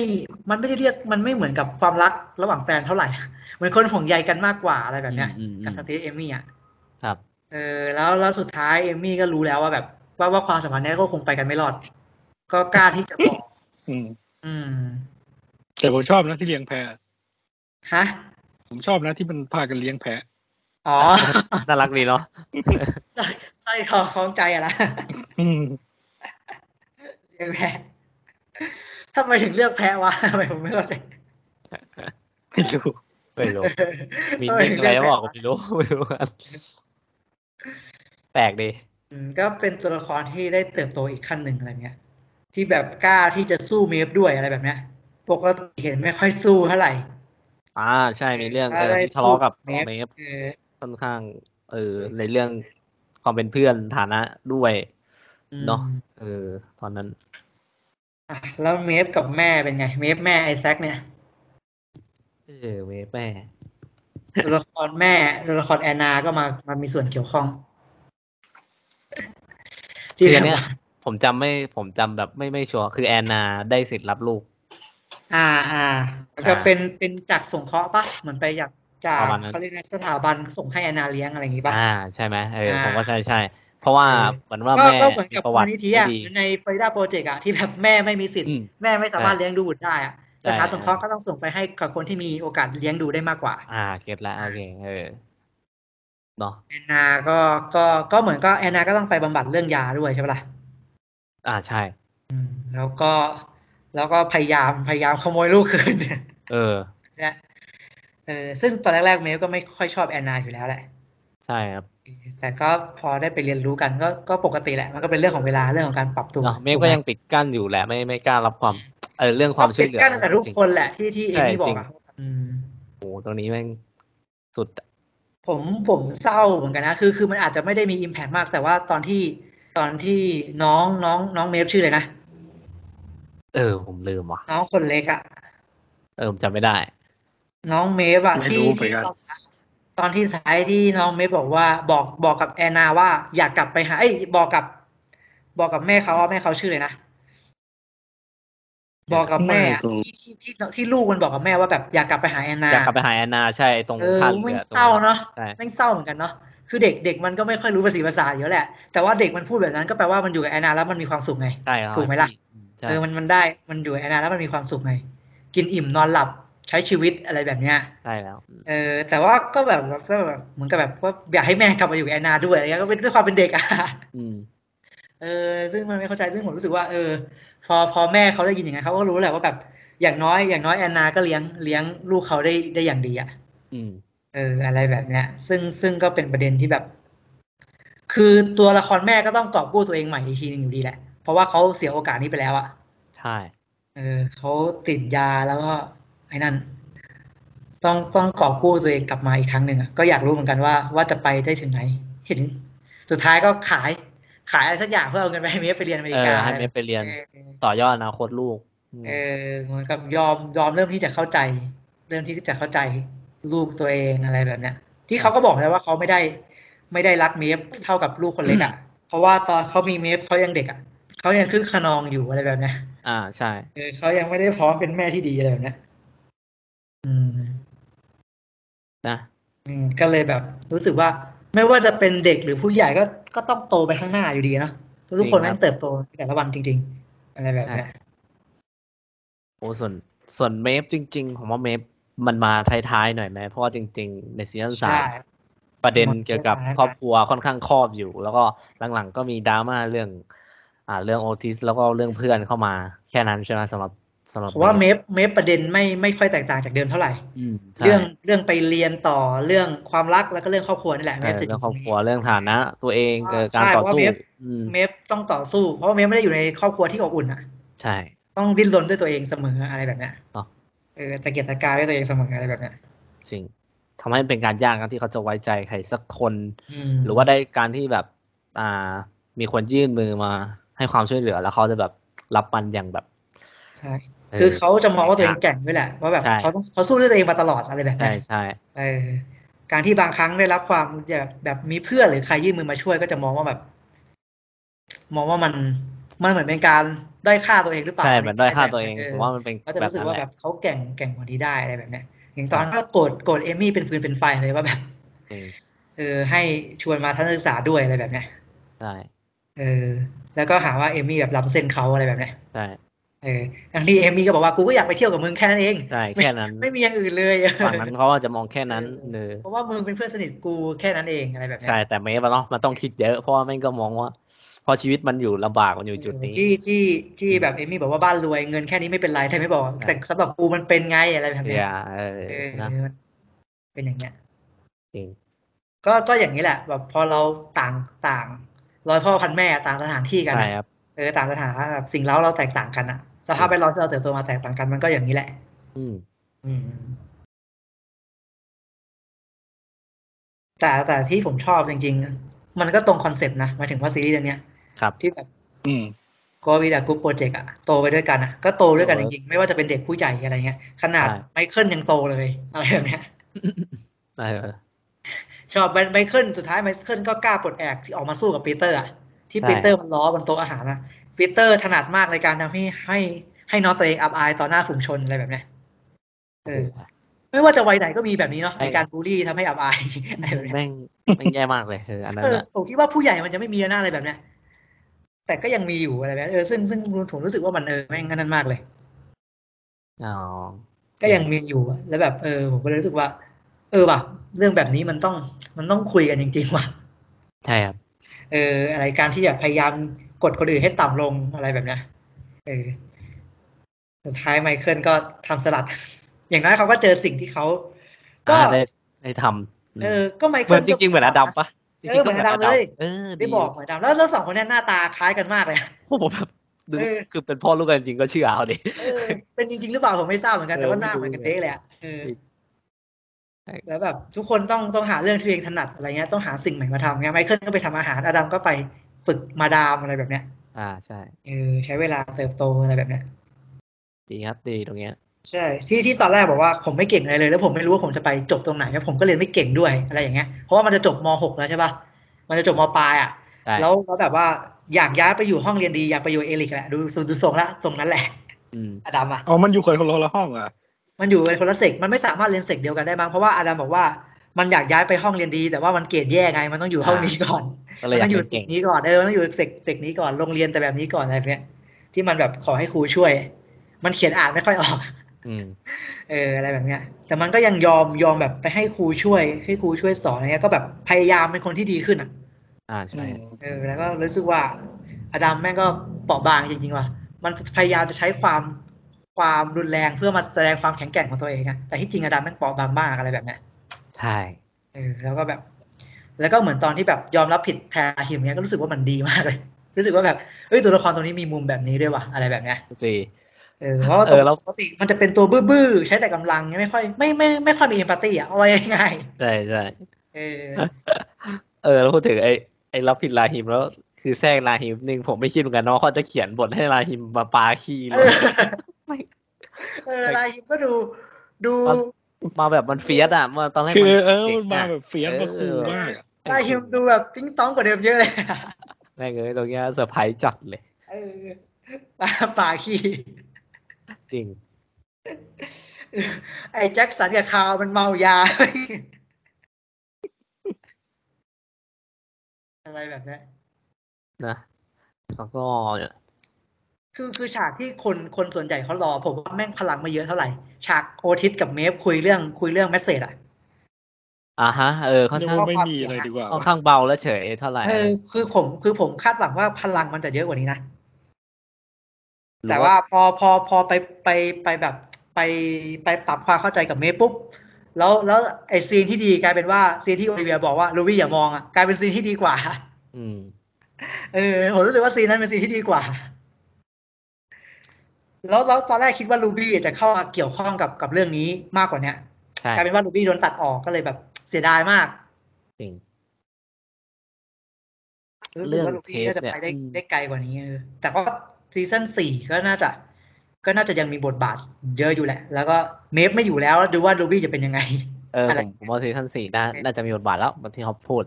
Speaker 2: มันไม่ได้เรียกมันไม่เหมือนกับความรักระหว่างแฟนเท่าไหร่ เหมือนคนห่วงใยกันมากกว่าอะไรแบบเนี้ย
Speaker 1: อืมอืมอืม
Speaker 2: กับสตีฟเอมี่อ่ะ
Speaker 1: ครับ
Speaker 2: เออแล้วแล้วสุดท้ายเอมี่ก็รู้แล้วว่าแบบ ว่าว่าความสัมพันธ์เนี้ยก็คงไปกันไม่รอด ก็กล้าที่จะบอก
Speaker 3: อืม
Speaker 2: อืม
Speaker 3: แต่ผมชอบนะที่เลี้ยงแพะ
Speaker 2: ฮะ
Speaker 3: ผมชอบนะที่มันพากันเลี้ยงแพะ
Speaker 2: อ๋ อ
Speaker 1: น่ารักดีเนาะ
Speaker 2: ใส่ใส่คอคล้องใจอะ นะ
Speaker 3: อืม
Speaker 2: เลี้ยงแพะทำไมถึงเลือกแพะวะ ทำไมผมไม่เข้าใจ
Speaker 3: ไม่รู้
Speaker 1: ไม่รู้ มี
Speaker 2: ทำไม
Speaker 1: มี
Speaker 2: ถึง
Speaker 1: อะ
Speaker 2: เลื
Speaker 1: ไร
Speaker 2: อก
Speaker 1: จะ
Speaker 2: แพะ
Speaker 1: บอกก็
Speaker 2: วะ
Speaker 1: ไม่รู้ ไม่รู้ครับแปลกดี
Speaker 2: อืมก็เป็นตัวละครที่ได้เติบโตอีกขั้นหนึ่งอะไรเงี้ย ที่แบบกล้าที่จะสู้เมฟด้วยอะไรแบบเนี้ยปกติเห็นไม่ค่อยสู้เท่าไหร่
Speaker 1: อ่า ใช่ มีเรื่อง
Speaker 2: ถ้า
Speaker 1: เออ
Speaker 2: ได้
Speaker 1: ที่ทะเลาะ
Speaker 2: สู้
Speaker 1: กับ
Speaker 2: เมฟ
Speaker 1: เมฟ
Speaker 2: เออ
Speaker 1: ค่อนข้าง เออ ในเรื่องความเป็นเพื่อนฐานะด้วย
Speaker 2: อืม
Speaker 1: เนาะ เออ ตอนนั้น
Speaker 2: อ่ะแล้วเมฟกับแม่เป็นไง เมฟแม่ไอแซคเนี่ย
Speaker 1: เออเมฟแม่
Speaker 2: ตัวละครแม่ตัวละครแอนนาก็มามามีส่วนเกี่ยวข้อง
Speaker 1: คื
Speaker 2: ที่
Speaker 1: อ
Speaker 2: แบ
Speaker 1: อัน
Speaker 2: บ
Speaker 1: เนี้ย
Speaker 2: ว่า
Speaker 1: ผมจำไม่ผมจำแบบไม่ไม่ชัวร์คือแอนนาได้สิทธิ์รับลูก
Speaker 2: อ่าอ่าแล้วก็
Speaker 1: อ่า
Speaker 2: เป็นเป็นจากสงเคราะห์ปะเหมือนไปจากจา
Speaker 1: ป
Speaker 2: ก
Speaker 1: ระมาณนั้น
Speaker 2: เขาเรียกนะสถาบันส่งให้แอนนาเลี้ยงอะไรอย่างงี้ปะ
Speaker 1: อ่า ใช่ไหมเออ
Speaker 2: อ่า
Speaker 1: ผมว่าใช่ใช่ เพราะว่า
Speaker 2: เออ
Speaker 1: เหมือนว่า
Speaker 2: ก็
Speaker 1: แม่
Speaker 2: ก็เหมือน
Speaker 1: มี
Speaker 2: กับ
Speaker 1: ประ
Speaker 2: มู
Speaker 1: วั
Speaker 2: ล
Speaker 1: ติ
Speaker 2: นิธิ
Speaker 1: ไม่
Speaker 2: อ่ะ
Speaker 1: ดี
Speaker 2: ในฟลอริดาโปรเจกต์อ่ะที่แบบแม่ไม่มีสิทธิ์
Speaker 1: อืม
Speaker 2: แม่ไม่สามารถเลี้ยงดูบุตรได้อ่ะ
Speaker 1: ใช่
Speaker 2: สถานสงเคราะห์ก็ต้องส่งไปให้กับคนที่มีโอกาสเลี้ยงดูได้มากกว่า
Speaker 1: อ่า เก็ตละโอเค เออ เนาะ
Speaker 2: แอนนาก็ก็ก็เหมือนก็แอนนาก็ต้องไปบำบัดเรื่องยาด้วยใช่ปะล่ะ
Speaker 1: อ่า ใช่
Speaker 2: อืมแล้วก็แล้วก็พยายามพยายามขโมยลูกคืนเนี่ย
Speaker 1: เออ
Speaker 2: นะเออซึ่งตอนแรกๆเมลก็ไม่ค่อยชอบแอนนาอยู่แล้วแหละ
Speaker 1: ใช่ครับ
Speaker 2: แต่ก็พอได้ไปเรียนรู้กันก็ก็ปกติแหละ มันก็เป็นเรื่องของเวลาเรื่องของการปรับตัว
Speaker 1: เนาะเมฆ
Speaker 2: ถู
Speaker 1: ก็
Speaker 2: ไห
Speaker 1: ยังปิดกั้นอยู่แหละไม่ไม่กล้ารับความ เออเรื่องความช่วยเหลือ
Speaker 2: ก็ปิดกั้นกับทุก
Speaker 1: จริง
Speaker 2: คนแหละที่ที่เอ
Speaker 1: ใช่
Speaker 2: มี่บอ
Speaker 1: จริ
Speaker 2: ก
Speaker 1: ง
Speaker 2: อะอืม
Speaker 1: โอ้โหตรงนี้แม่งสุดอะ
Speaker 2: ผมผมเศร้าเหมือนกันนะคือคือมันอาจจะไม่ได้มีอิมแพ t มาก แต่ว่าตอนที่ตอนที่น้องน้องน้องเมฟชื่อเลยนะ
Speaker 1: เออ ผมลืมว่ะ
Speaker 2: น้องคนเล็กอะ
Speaker 1: เออผมจำไม่ได้
Speaker 2: น้องเมฟอะ
Speaker 3: ไม่รู้
Speaker 2: ที่
Speaker 3: เหมือน
Speaker 2: ที่
Speaker 3: กัน
Speaker 2: ตอนตอนที่ท้ายที่น้องเมฟบอกว่าบอกบอกกับแอนนาว่าอยากกลับไปหาเอ้ยบอกกับ บอกกับแม่เขาว่าแม่เขาชื่อเลยนะบอกกับแม่อะ
Speaker 3: ไม่รู้
Speaker 2: ที่ที่ที่ที่ลูกมันบอกกับแม่ว่าแบบอยากกลับไปหาแอนนา
Speaker 1: อยากกลับไปหาแอนนาใช่ตรง
Speaker 2: เออ
Speaker 1: ท่าเรื
Speaker 2: แม่
Speaker 1: อง ตร
Speaker 2: เศ
Speaker 1: ง
Speaker 2: ร้า
Speaker 1: นั้น
Speaker 2: เนาะ
Speaker 1: ใช่
Speaker 2: แม่งเศร้าเหมือนกันเนาะคือเด็กเด็กมันก็ไม่ค่อยรู้ภาษีภาษาเยอะแหละ แต่ว่าเด็กมันพูดแบบนั้นก็แปลว่ามันอยู่กับแอนนาแล้วมันมีความสุขไง
Speaker 1: ใช่ครับ
Speaker 2: ถูกไหมล่ะ
Speaker 1: ใช่
Speaker 2: เออมันมันได้มันอยู่กับแอนนาแล้วมันมีความสุขไงกินอิ่มนอนหลับใช้ชีวิตอะไรแบบเนี้ย
Speaker 1: ใช่แล้วอืม
Speaker 2: เออแต่ว่าก็แบบก็แบบเหมือนกับแบบว่าอยากให้แม่กลับมาอยู่กับแอนนาด้วยอะไรเงี้ยก็เป็นด้วยความเป็นเด็กอ่ะ
Speaker 1: อืม
Speaker 2: เออซึ่งมันไม่เข้าใจซึ่งผมรู้สึกว่าเออ พอพอแม่เขาได้ยินอย่างนั้นเขาก็รู้แหละว่าแบบอย่างน้อยอย่างน้อยแอนนาก็เลี้ยงเลี้ยงลูกเขาได้ได้อย่างดีอ่ะ
Speaker 1: อืม
Speaker 2: เอออะไรแบบเนี้ย ซึ่งซึ่งก็เป็นประเด็นที่แบบ คือตัวละครแม่ก็ต้องกอบกู้ตัวเองใหม่อีกทีหนึงอยู่ดีแหละ เพราะว่าเขาเสียโอกาสนี้ไปแล้วอ่ะ
Speaker 1: ใช่
Speaker 2: เออเขาติดยาแล้วก็ไอ้นั่น ต้องต้องกอบกู้ตัวเองกลับมาอีกครั้งหนึ่งอะก็อยากรู้เหมือนกันว่าว่าจะไปได้ถึงไหน เห็น สุดท้ายก็ขายขายอะไรสักอย่างเพื่อเอาเงินไปให้เมฟไปเรียนอเม
Speaker 1: เอ
Speaker 2: ริกา
Speaker 1: อให้เมฟไปเรียน
Speaker 2: เออ
Speaker 1: ต่อยอดอนาคตลูกอืม
Speaker 2: เออเหมือนกับยอมยอมเริ่มที่จะเข้าใจ เริ่มที่จะเข้าใจลูกตัวเองอะไรแบบเนี้ย ที่เขาก็บอกแล้วว่าเขาไม่ได้ ไม่ได้รักเมฟเท่ากับลูกคนเล็กอ่ะ เพราะว่าตอนเขามีเมฟเขายังเด็กอ่ะเขายังคึกขนองอยู่อะไรแบบเนี้ย
Speaker 1: อ่าใช่
Speaker 2: เออเขายังไม่ได้พร้อมเป็นแม่ที่ดีอะไรแบบเนี้ยอืม
Speaker 1: นะ
Speaker 2: อืมก็เลยแบบรู้สึกว่าไม่ว่าจะเป็นเด็กหรือผู้ใหญ่ก็ก็ต้องโตไปข้างหน้าอยู่ดีเนอะทุกๆคน
Speaker 1: จริงครับ
Speaker 2: แม่งเติบโตแต่ละวันจริง ๆ อะไรแบบเนี้ย
Speaker 1: โอ้ส่วนส่วนเมฟจริง ๆ ผมว่าเมฟมันมาท้ายๆหน่อยไหมเพราะว่าจริง ๆ ในซีซั่นสา
Speaker 2: ใช่
Speaker 1: มประเด็นเกี่ยวกับ
Speaker 2: หมดเวลา
Speaker 1: ครอบครัวค่อนข้างครอบอยู่ แล้วก็หลังๆก็มีดราม่าเรื่อง อ่า เรื่องโอทิสแล้วก็เรื่องเพื่อนเข้ามาแค่นั้นใช่ไหมสำหรับสำหรับ
Speaker 2: เพราะว่าเมฟเมฟประเด็นไม่ไม่ค่อยแตกต่างจากเดิมเท่าไหร่
Speaker 1: อืมใช่
Speaker 2: เรื่องเรื่องไปเรียนต่อเรื่องความรักแล้วก็เรื่องครอบครัวนี่แหละ
Speaker 1: เอ
Speaker 2: เมฟ
Speaker 1: อ
Speaker 2: จะ
Speaker 1: เรื่องครอบครั
Speaker 2: ยู่
Speaker 1: ว
Speaker 2: ตงนี้
Speaker 1: เรื่องฐานะ ตัวเองเออการ
Speaker 2: ใช่
Speaker 1: ต่อ
Speaker 2: เพราะว่า
Speaker 1: สู้
Speaker 2: เมฟ
Speaker 1: อืม
Speaker 2: เมฟต้องต่อสู้ เพราะว่าเมฟไม่ได้อยู่ในครอบครัวที่อบอุ่นอ่ะ
Speaker 1: ใช่
Speaker 2: ต้องดิ้นรนด้วยตัวเองเสมออะไรแบบเนี้ย
Speaker 1: เนอะ
Speaker 2: เออตะเกียกตะกายด้วยตัวเองเสมออะไรแบบเนี้ย
Speaker 1: จริงทำให้เป็นการยากครับที่เขาจะไว้ใจใครสักคน
Speaker 2: อืม
Speaker 1: หรือว่าได้การที่แบบอ่ามีคนยื่นมือมาให้ความช่วยเหลือ แล้วเขาจะแบบรับมันอย่างแบบ
Speaker 2: ใช่
Speaker 1: เออ
Speaker 2: คือเขาจะมองว่าตัวเองแกร่งด้วยแหละ ว่าแบบ
Speaker 1: ใช่
Speaker 2: เขาต้องเขาสู้ด้วยตัวเองมาตลอดอะไรแบบ
Speaker 1: ใช่
Speaker 2: เนี้ย
Speaker 1: ใช่
Speaker 2: เออ การที่บางครั้งได้รับความแบบแบบมีเพื่อนหรือใครยื่นมือมาช่วยก็จะมองว่าแบบ มองว่ามัน มันเหมือนเป็นการด้อยค่าตัวเองหรือเปล่า
Speaker 1: ใช่เหมือนด้อยค่าตัวเอง
Speaker 2: อ
Speaker 1: ผมว่ามันเป็น
Speaker 2: เขาจะ
Speaker 1: แบบ
Speaker 2: รู้สึก
Speaker 1: นั้น
Speaker 2: ว่า
Speaker 1: แห
Speaker 2: แบ
Speaker 1: ละ
Speaker 2: บเขาแก่งแก่งกว่านี้ได้อะไรแบบเนี้ยอย่างตอนก็โกรธโกรธเอมี่เป็นฟืนเป็นไฟเลยว่าแบบ
Speaker 1: เออ
Speaker 2: เออให้ชวนมาทัศนศึกษาด้วยอะไรแบบเนี้ย
Speaker 1: ใช่
Speaker 2: เออแล้วก็หาว่าเอมี่แบบล้ำเส้นเขาอะไรแบบเนี้ย
Speaker 1: ใช่
Speaker 2: เออทั้งที่เอมี่ก็บอกว่ากูก็อยากไปเที่ยวกับมึงแค่นั้นเอง
Speaker 1: ใช่แค่นั้น
Speaker 2: ไม่มีอย่างอื่นเลย
Speaker 1: ฝั่งนั้นเขาอาจจะมองแค่นั้นเนอ
Speaker 2: เพราะว่ามึงเป็นเพื่อนสนิทกูแค่นั้นเองอะไรแบบเนี้ย
Speaker 1: ใช่แต่เมฟอะเนาะมันต้องคิดเยอะเพราะว่าแม่งก็มองว่า พอชีวิตมันอยู่ลำบากมันอยู่จุดนี้
Speaker 2: ที่ที่ที่แบบเอมี่บอกว่าบ้านรวยเงินแค่นี้ไม่เป็นไรแต่ไม่บอก แต่สำหรับกูมันเป็นไงอะไรแบบเนี้ย
Speaker 1: เย่าเออ
Speaker 2: เออ
Speaker 1: นะ
Speaker 2: มันเป็นอย่างเนี้ย
Speaker 1: จริง
Speaker 2: ก็ก็อย่างนี้แหละ แบบพอเราต่างต่างร้อยพ่อพันแม่ต่างสถานที่กัน
Speaker 1: ใช่
Speaker 2: อะ
Speaker 1: ครับ
Speaker 2: เออต่างสถานแบบสิ่งเล้าเราแตกต่างกันอะสภาพแวดล้อมที่เราเติบโตมาแตกต่างกันมันก็อย่างนี้แหละ
Speaker 1: อืม
Speaker 2: อืม แต่แต่ที่ผมชอบจริงๆ มันก็ตรงคอนเซปต์นะหมายถึงว่าซีรีส์เรื่องเนี้ย
Speaker 1: ครับ
Speaker 2: ที่แบบ
Speaker 3: อืม
Speaker 2: โกวีดากรุ๊ปโปรเจกต์อะโตไปด้วยกันอะก็โตด้วยกัน
Speaker 1: โต
Speaker 2: จริงๆ ไม่ว่าจะเป็นเด็กผู้ใหญ่อะไรเงี้ย ขนาด
Speaker 1: ใช่
Speaker 2: ไมเคิลยังโตเลยอะไรแบบเนี้ย
Speaker 1: เออ
Speaker 2: ชอบไมเคิลสุดท้ายไมเคิลก็กล้าปลดแอกที่ออกมาสู้กับปีเตอร์อะที่
Speaker 1: ใช่
Speaker 2: ปีเตอร์มันล้อบนโต๊ะอาหารอะปีเตอร์ถนัดมากในการทำให้ให้ให้น้องตัวเองอับอายต่อหน้าฝูงชนอะไรแบบเนี้ยเออ ไม่ว่าจะวัยไหนก็มีแบบนี้เนาะในการบูลลี่ทำให้อับอาย อะไรแบบเนี้ย
Speaker 1: แม่งแม่งแย่มากเลยเอออันนั้
Speaker 2: เอนอ
Speaker 1: อะ
Speaker 2: ผมคิดว่าผู้ใหญ่มันจะไม่มีหน้าอะไรแบบเนี้ยแต่ก็ยังมีอยู่อะไรแบบเนี้ยเออซึ่งซึ่งผมรู้สึกว่ามันเออแม่งนั่นมากเลย
Speaker 1: อ๋อ
Speaker 2: ก็ยังมีอยู่อะแล้วแบบเออผมก็เลยรู้สึกว่า เออว่ะเรื่องแบบนี้มันต้องมันต้องคุยกันจริงๆว่ะ
Speaker 1: ใช่ครับ
Speaker 2: เอออะไรการที่แบบพยายามกดคนอื่นให้ต่ำลงอะไรแบบเนี้ยเออสุดท้ายไมเคิลก็ทำสลัด อย่างน้อยเขาก็เจอสิ่งที่เขาก็
Speaker 1: อ่าได้ได้ทำ
Speaker 2: เออก็ไม
Speaker 1: เหมื
Speaker 2: เคิ
Speaker 1: อ
Speaker 2: ล
Speaker 1: นจริงๆเหมือนอดัมปะจริงๆก็
Speaker 2: เออเหมือนอดัมเลย
Speaker 1: เออ
Speaker 2: ได้บอกเหมือนดำแล้วแล้วสองคนเนี้หน้าตาคล้ายกันมากเลยอะ
Speaker 1: โอ้โหแบบดู
Speaker 2: เออ
Speaker 1: คือเป็นพ่อลูกกันจริงก็เชื่อเอาดิ
Speaker 2: เออเป็นจริง ๆ หรือเปล่าผมไม่ทราบเหมือนกัน
Speaker 1: เออ
Speaker 2: แต่ว่าหน้าเหมือนกันเด้เลยอะเออ
Speaker 1: จริงใช่
Speaker 2: แล้วแบบทุกคนต้องต้องหาเรื่องที่ตัวเองถนัดอะไรเงี้ยต้องหาสิ่งใหม่มาทำเงี้ยไมเคิลก็ไปทำอาหารอดัมก็ไปฝึกมาดามอะไรแบบเนี้ย
Speaker 1: อ่าใช่
Speaker 2: เออใช้เวลาเติบโตอะไรแบบเนี้ย
Speaker 1: ดีครับดีตรงเนี้ย
Speaker 2: ใช่ที่ที่ตอนแรกบอกว่าผมไม่เก่งอะไรเลย แล้วผมไม่รู้ว่าผมจะไปจบตรงไหนแล้วผมก็เรียนไม่เก่งด้วยอะไรอย่างเงี้ยเพราะว่ามันจะจบม .6 แล้วใช่ปะมันจะจบมปลายอ่ะ
Speaker 1: ใช่
Speaker 2: แล้วแล้วแบบว่าอยากย้ายไปอยู่ห้องเรียนดีอยากไปอยู่เอลิกแหละดูดูดูทรงละทรงนั้นแหละ
Speaker 1: อืม
Speaker 2: อดัมอ่ะ
Speaker 3: อ๋อมันอยู่คนละห้องอ่ะ
Speaker 2: มันอยู่ในคนละเซกมันไม่สามารถเรียนเซกเดียวกันได้มั้งเพราะว่าอดัมบอกว่ามันอยากย้ายไปห้องเรียนดี แต่ว่ามันเกรดแย่ไงมันต้องอยู่ห้องนี้ก่อน
Speaker 1: ก็เลย
Speaker 2: มัน
Speaker 1: อยาก
Speaker 2: ต้องอยู่
Speaker 1: เรียนเก่
Speaker 2: เซก
Speaker 1: ง
Speaker 2: นี้ก่อนเออมันต้องอยู่เซกเซกนี้ก่อนโรงเรียนแต่แบบนี้ก่อนอะไรแบบเนี้ยที่มันแบบขอให้ครูช่วย มันเขียนอ่านไม่ค่อยออก
Speaker 1: อืม
Speaker 2: เอออะไรแบบเนี้ย แต่มันก็ยังยอมยอมแบบไปให้ครูช่วย ให้ครูช่วยสอนอะไรเงี้ยก็แบบพยายามเป็นคนที่ดีขึ้นอ่ะ
Speaker 1: อ่าใช่
Speaker 2: เออแล้วก็รู้สึกว่าอดัมแม่งก็เปราะบางจริงๆว่ะมันพยายามจะใช้ความความรุนแรงเพื่อมาแสดงความแข็งแกร่งของตัวเองอะแต่ที่จริงอดัมแม่งเปราะบางมากอะไรแบบเนี้ย
Speaker 1: ใช่
Speaker 2: เออแล้วก็แบบ แล้วก็เหมือนตอนที่แบบยอมรับผิดแทนอาฮิมเนี้ยก็รู้สึกว่ามันดีมากเลย รู้สึกว่าแบบเอ้ยตัวละครตัวนี้มีมุมแบบนี้ด้วยว่ะอะไรแบบเนี้ย
Speaker 1: ดี
Speaker 2: เออเพราะว่า
Speaker 1: เออแล้ว
Speaker 2: ปกติมันจะเป็นตัวบื้อๆใช้แต่กำลังไม่ค่อยไม่ไม่ไม่ค่อยมีเอมพัตตีอ่ะเอาไว้ง่าย
Speaker 1: ใช่ใช่
Speaker 2: ๆเอ อ
Speaker 1: เออแล้วพูดถึงไอ้ไอ้รับผิดลาฮิมแล้วคือแทรกลาฮิมหนึ่งผมไม่คิดเหมือนกันนะว่าเขาจะเขียนบทให้ลาฮิมมาปาขี้ล
Speaker 2: เอง อเออลายฮิมก็ดูดู
Speaker 1: ตอน มาแบบมันเฟียสอ่ะมาตอนแรก
Speaker 3: คือ
Speaker 1: มัน
Speaker 3: เออ
Speaker 1: จ๋ง
Speaker 3: มันมา
Speaker 1: ะ
Speaker 3: แบบเฟียสมาคูลมากอะ
Speaker 2: ลายฮิมดูแบบจิ้งต้องกว่าเดิมเยอะเลย
Speaker 1: แม่งเอ้ยตรงเนี้ยเซอร์ไพรส์จัดเลย
Speaker 2: เออปลาปลาขี้
Speaker 1: จริง
Speaker 2: ไอ้แจ็คสันกับคาวมันเมายา อะไรแบบเนี้ย
Speaker 1: นะ แล้วก็
Speaker 2: คือคือฉากที่คนคนส่วนใหญ่เขารอ ผมว่าแม่งพลังไม่เยอะเท่าไหร่ ฉากโอทิสกับเมฟคุยเรื่องคุยเรื่องแมสเซจอะ
Speaker 1: อ่าฮะ เออค่อน
Speaker 3: เรียก
Speaker 1: ข้าง
Speaker 3: ว่าไม่มีเลยดีกว่า
Speaker 1: ค่อนข้างเบาและเฉยเท่าไหร่
Speaker 2: เออคือผมคือผมคาดหวังว่าพลังมันจะเยอะกว่านี้นะ
Speaker 1: หรือ
Speaker 2: แต่ว่าพอพอพอไปไปไปแบบไปไปปรับความเข้าใจกับเมย์ปุ๊บ แล้วแล้วไอซีนที่ดีกลายเป็นว่าซีนที่โอลิเวียบอกว่าลูวี่อย่ามองอ่ะกลายเป็นซีนที่ดีกว่า
Speaker 1: อืม
Speaker 2: เออผมรู้สึกว่าซีนนั้นเป็นซีนที่ดีกว่า แล้วแล้วตอนแรกคิดว่าลูบี้จะเข้ามาเกี่ยวข้องกับกับเรื่องนี้มากกว่าเนี้ย
Speaker 1: ใช่
Speaker 2: กลายเป็นว่าลูบี้โดนตัดออกก็เลยแบบเสียดายมาก
Speaker 1: จริง
Speaker 2: รู้สึกว่าลูบี้น่าจะไปได้ได้ไกลกว่านี้เออแต่ก็ซีซั่นสี่ก็น่าจะ ก็น่าจะยังมีบทบาทเยอะอยู่แหละ แล้วก็เมฟไม่อยู่แล้วแล้วดูว่าลูบี้จะเป็นยังไง
Speaker 1: เออ
Speaker 2: อะไร
Speaker 1: ผมผมว่าซีซั่นสี่น่า
Speaker 2: เออ
Speaker 1: น่าจะมีบทบาทแล้วเหมือนที่เขาพูด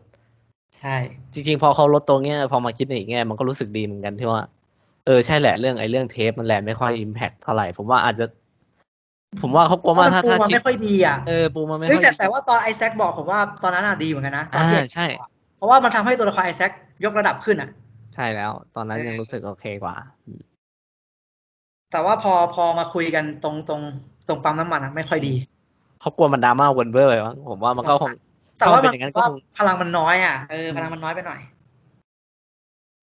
Speaker 2: ใช่
Speaker 1: จริงๆ พอเขาลดตรงเนี้ย พอมาคิดในอีกแง่มันก็รู้สึกดีเหมือนกันที่ว่า เออใช่แหละเรื่องไอ้เรื่องเทปมันแหละไม่ค่อยอิมแพคเท่าไหร่ ผมว่าอาจจะ ผมว่าเขากลัวว่าถ้า
Speaker 2: ปู
Speaker 1: ถ้า
Speaker 2: มัน
Speaker 1: คิด
Speaker 2: ไม่ค่อยดีอ่ะ
Speaker 1: เออปูมันไม่
Speaker 2: เฮ้ย
Speaker 1: ค่อยดี
Speaker 2: แต่แต่ว่าตอนไอแซคบอกผมว่าตอนนั้นอ่ะดีเหมือนกันนะตอนที่
Speaker 1: อ่า
Speaker 2: Isaac
Speaker 1: ใช่
Speaker 2: บอกอะเพราะว่ามันทำให้ตัวละครไอแซคยกระดับขึ้นอ่ะ
Speaker 1: ใช่แล้ว ตอนนั้นยังรู้สึกโอเคกว่า
Speaker 2: แต่ว่าพอพอมาคุยกันตรงตรงตรงปั๊มน้ำมันอ่ะไม่ค่อยดี
Speaker 1: เขากลัวมันดราม่าเวนเบอร์ไปมั้งผมว่ามันก็คง
Speaker 2: แต่ว่า
Speaker 1: ถ้ามันเป็อ
Speaker 2: มัน
Speaker 1: ย่างนั้นก็
Speaker 2: ว่า
Speaker 1: คง
Speaker 2: พลังมันน้อยอ่ะเออ
Speaker 1: อืม
Speaker 2: พลังมันน้อยไปหน่อย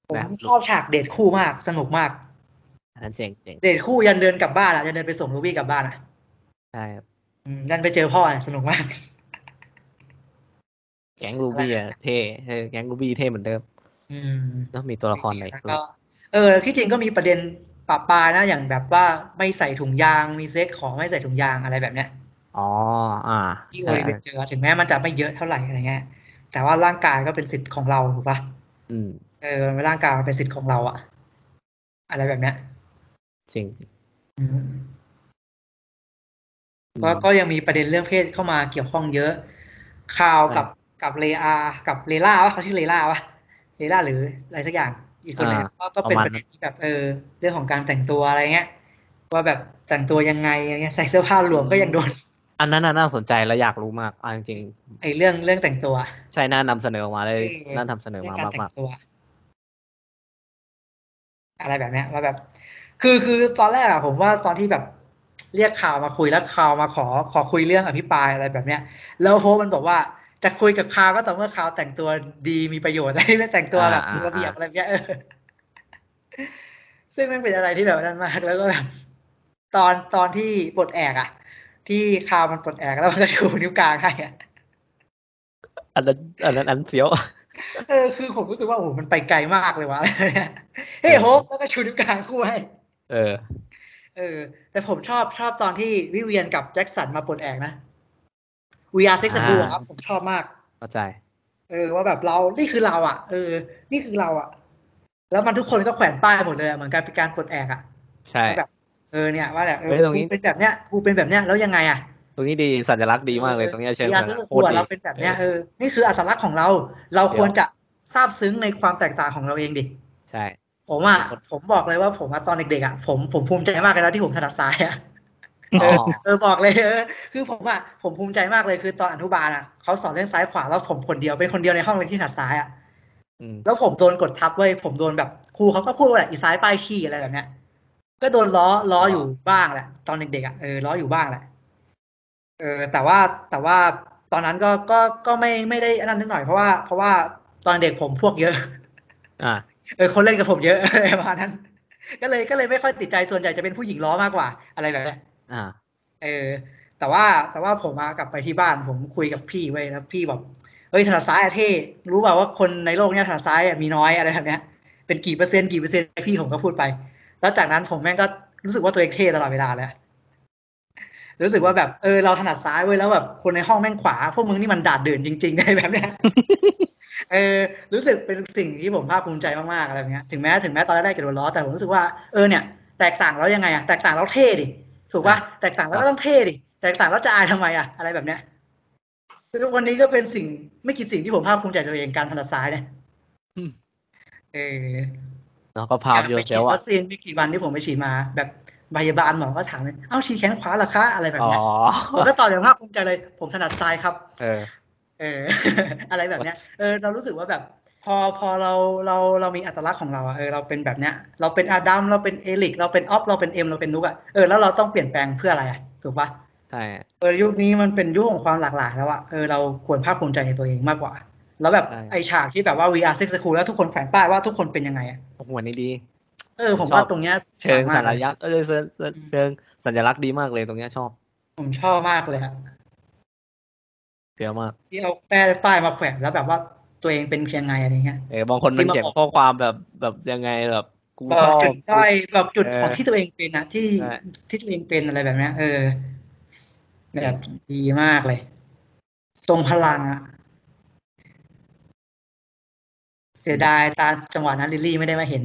Speaker 2: ผม
Speaker 1: นะ
Speaker 2: ชอบฉากเดทคู่มากสนุกมาก
Speaker 1: อันนั้นเจ๋งเจ๋ง
Speaker 2: เดทคู่ยันเดินกลับบ้านอ่ะยันเดินไปส่งลูบี้กลับบ้านอ่ะ
Speaker 1: ใช่ครับ
Speaker 2: อืมยันไปเจอพ่ออะสนุกมาก
Speaker 1: แก๊งรูบี้อะเท่เออแก๊งรูบี้เท่เหมือนเดิม
Speaker 2: อืม
Speaker 1: ต้องมีตัวละครไหน
Speaker 2: แล้ว
Speaker 1: ตัว
Speaker 2: ก็เออที่จริงก็มีประเด็นปะปานะอย่างแบบว่าไม่ใส่ถุงยางมีเซ็กของไม่ใส่ถุงยางอะไรแบบเนี้ย
Speaker 1: อ๋ออ่า
Speaker 2: ที่โอ
Speaker 1: ใช่
Speaker 2: ลิเวียเจอถึงแม้มันจะไม่เยอะเท่าไหร่อะไรเงี้ยแต่ว่าร่างกายก็เป็นสิทธิ์ของเราถูกปะ
Speaker 1: อืม
Speaker 2: เออร่างกายมันเป็นสิทธิ์ของเราอะอะไรแบบเนี้ย
Speaker 1: จริง
Speaker 2: อืม
Speaker 1: อืม
Speaker 2: ก็ก็ยังมีประเด็นเรื่องเพศเข้ามาเกี่ยวข้องเยอะข่าว
Speaker 1: ใช่
Speaker 2: กับกับเลอา กับเลล่าวะเขาชื่อเลล่าวะเลล่าหรืออะไรสักอย่างอีกคนหนึงก็ก็เป็นประเด็นที่แบบเออ เรื่องของการแต่งตัวอะไรเงี้ย ว่าแบบแต่งตัวยังไงอะไรเงี้ยใส่เสื้อผ้าหลวมก็ยังโดน
Speaker 1: อันนั้นน่ะน่าสนใจและอยากรู้มากเอาจริง
Speaker 2: ไอ้เรื่องเรื่องแต่งตัว
Speaker 1: ๆใช่น่านำเสนอออกมาเลย
Speaker 2: เออ
Speaker 1: น่านำเสนอ
Speaker 2: เรื่อ
Speaker 1: มาง
Speaker 2: การ
Speaker 1: มากมา
Speaker 2: แต่
Speaker 1: ง ก
Speaker 2: ตัว อะไรแบบเนี้ยว่าแบบ คือคือตอนแรกอะผมว่าตอนที่แบบเรียกข่าวมาคุยแล้วข่าวมาขอขอคุยเรื่องอภิปรายอะไรแบบเนี้ย แล้วโฮปมันบอกว่าจะคุยกับข่าวก็ต่อเมื่อข่าวแต่งตัวดีมีประโยชน์ ไม่แต่งตัวแบบดูระเบียบอะไรแบบเนี้ย เออซึ่งมันเป็นอะไรที่แบบนั้นมากแล้วก็แบบตอนตอนที่ปลดแอกอะที่ข่าวมันปลดแอกแล้วมันก็ชูนิ้วกลางให้อะ
Speaker 1: อันนั้นอันนั้นอันเฟี้ยว
Speaker 2: เออคือผมรู้สึกว่าโอ้โหมันไปไกลมากเลยวะ เฮ้ยโฮปแล้วก็ชูนิ้วกลางคู่ให้
Speaker 1: เออ
Speaker 2: เออ แต่ผมชอบชอบตอนที่วิเวียนกับแจ็คสันมาปลดแอกนะ We are sex and
Speaker 1: อ่า
Speaker 2: blue อะครับ ผมชอบมาก
Speaker 1: เข้าใจ
Speaker 2: เออ ว่าแบบเรานี่คือเราอ่ะ เออ นี่คือเราอ่ะ แล้วมันทุกคนก็แขวนป้ายหมดเลยอะเหมือนการเป็นการปลดแอกอ่ะ
Speaker 1: ใช่
Speaker 2: ว่าแบบ เออเนี่ยว่าแบบเออ
Speaker 1: เฮ้ยตรงนี้
Speaker 2: กูเป็นแบบเนี้ยกูเป็นแบบเนี้ยแล้วยังไงอ่ะ
Speaker 1: ตรงนี้ดีสัญลักษณ์ดีมากเลยตรงเนี้ยเชิญ
Speaker 2: ยาซื้อขวดเราเป็นแบบเนี้ยเออนี่คืออัตลักษณ์ของเรา เราควรจะซาบซึ้งในความแตกต่างของเราเองดิ
Speaker 1: ใช่
Speaker 2: ผมอ่ะผมบอกเลยว่าผมอะตอนเด็กๆอ่ะผมผมภูมิใจมากเลยนะที่ผมถนัดซ้ายอ่ะ
Speaker 1: อ๋อ
Speaker 2: เออบอกเลยเออ คือผมอ่ะผมภูมิใจมากเลยคือตอนอนุบาลอ่ะเขาสอนเรื่องซ้ายขวาแล้วผมคนเดียวเป็นคนเดียวในห้องเลยที่ถนัดซ้ายอ่ะ
Speaker 1: อืม
Speaker 2: แล้วผมโดนกดทับเว้ยผมโดนแบบครูเขาก็พูดว่าอีซ้ายป้ายขี้อะไรแบบเนี้ยก็โดนล้อล้ออยู่บ้างแหละ ตอนเด็กๆอ่ะเออล้ออยู่บ้างแหละเออแต่ว่าแต่ว่าตอนนั้นก็ก็ก็ไม่ไม่ได้อันนั่นนิดหน่อยเพราะว่าเพราะว่าตอนเด็กผมพวกเยอะ
Speaker 1: อ่า
Speaker 2: เออคนเล่นกับผมเยอะ อะไรประมาณนั้น ก็เลยก็เลยไม่ค่อยติดใจส่วนใหญ่จะเป็นผู้หญิงล้อมากกว่า อะไรแบบเนี้ย
Speaker 1: อ่า
Speaker 2: เออ แต่ว่าแต่ว่าผมมากลับไปที่บ้านผมคุยกับพี่ไว้ยแล้วพี่บอกเฮ้ยถนัดซ้ายอะเท่รู้เปล่าว่าคนในโลกเนี้ยถนัดซ้ายอะมีน้อยอะไรแบบเนี้ยเป็นกี่เปอร์เซ็นต์กี่เปอร์เซ็นต์พี่ผมก็พูดไป แล้วจากนั้นผมแม่งก็รู้สึกว่าตัวเองเท่ตลอดเวลาเลยรู้สึกว่าแบบเออเราถนัดซ้ายเว้ยแล้วแบบคนในห้องแม่งขวาพวกมึงนี่มันดาดเดินจริงๆอะไรแบบเนี้ย เออรู้สึกเป็นสิ่งที่ผมภาคภูมิใจมากๆอะไรแบบเงี้ยถึงแม้ถึงแม้ตอนแรกๆจะโดนล้อแต่ผมรู้สึกว่าเออเนี่ยแตกต่างแล้วยังไงอะแตกต่างแล้วเท่ดิถูกปะ
Speaker 1: อ่ะ
Speaker 2: แตกต่างแล้วก็ต้องเท่ดิแตกต่างแล้วจะอายทำไมอะอะไรแบบเนี้ยทุกวันนี้ก็เป็นสิ่งไม่กี่สิ่งที่ผมภาคภูมิใจตัวเองการถนัดซ้ายเนี่ย
Speaker 1: อืม
Speaker 2: เออ
Speaker 1: แล้วก็พา
Speaker 2: กา
Speaker 1: พ
Speaker 2: ร
Speaker 1: โย
Speaker 2: ไป
Speaker 1: เซ
Speaker 2: ฉีด
Speaker 1: ล
Speaker 2: วั
Speaker 1: อ่ะ
Speaker 2: คซีนไม่กี่วันที่ผมไปฉีดมา แบบพยาบาลหมอก็ถามเลยเอ้าฉีดแขนขวาเหรอคะอะไรแบบ
Speaker 1: อ๋อ
Speaker 2: เนี้ยผมก็ตอบอย่างภาคภูมิใจเลย ผมถนัดซ้ายครับ
Speaker 1: เออ
Speaker 2: เออ อะไรแบบเนี้ยเออเรารู้สึกว่าแบบ พอพอเราเราเรามีอัตลักษณ์ของเราอะเออเราเป็นแบบเนี้ย เราเป็นอาดัมเราเป็นเอลิกเราเป็นออฟเราเป็นเอ็มเราเป็นนุกอะเออแล้วเราต้องเปลี่ยนแปลงเพื่ออะไรอะถูกปะ
Speaker 1: ใช่
Speaker 2: เออยุคนี้มันเป็นยุคของความหลากหลายแล้วอะเออเราควรภาคภูมิใจในตัวเองมากกว่า แล้วแบบ
Speaker 1: ใช่
Speaker 2: ไอฉากที่แบบว่า VR Sex School แล้วทุกคนแฝงป้ายว่าทุกคนเป็นยังไงอะ
Speaker 1: โอ้โหอันนี้ดี
Speaker 2: เออผม
Speaker 1: ช
Speaker 2: ว่า
Speaker 1: อบ
Speaker 2: ตรงเนี้ย
Speaker 1: เชิง
Speaker 2: มาก
Speaker 1: สั
Speaker 2: เล
Speaker 1: ญ
Speaker 2: ย
Speaker 1: ลักษณ์เออเชิงเชิงเชิงสัญลักษณ์ดีมากเลยตรงเนี้ยชอบ
Speaker 2: ผมชอบมากเลยอะ
Speaker 1: เฟี้ยวมาก
Speaker 2: ที่เอาแป้ายป้ายมาแขวนแล้วแบบว่าตัวเองเป็นยังไงอะไรเงี้ย
Speaker 1: เออบางคนมันเขียนข้อความแบบแบบยังไงแบบกู
Speaker 2: บอ
Speaker 1: ช
Speaker 2: ก
Speaker 1: อบ
Speaker 2: จุดด้อยบอกจุด
Speaker 1: เออ
Speaker 2: ของที่ตัวเองเป็นนะที่
Speaker 1: ใช่
Speaker 2: ที่ตัวเองเป็นอะไรแบบเนี้ยเออแบบดีมากเลยทรงพลังอะเสียดายตามจังหวะนั้นลิลลี่ไม่ได้มาเห็น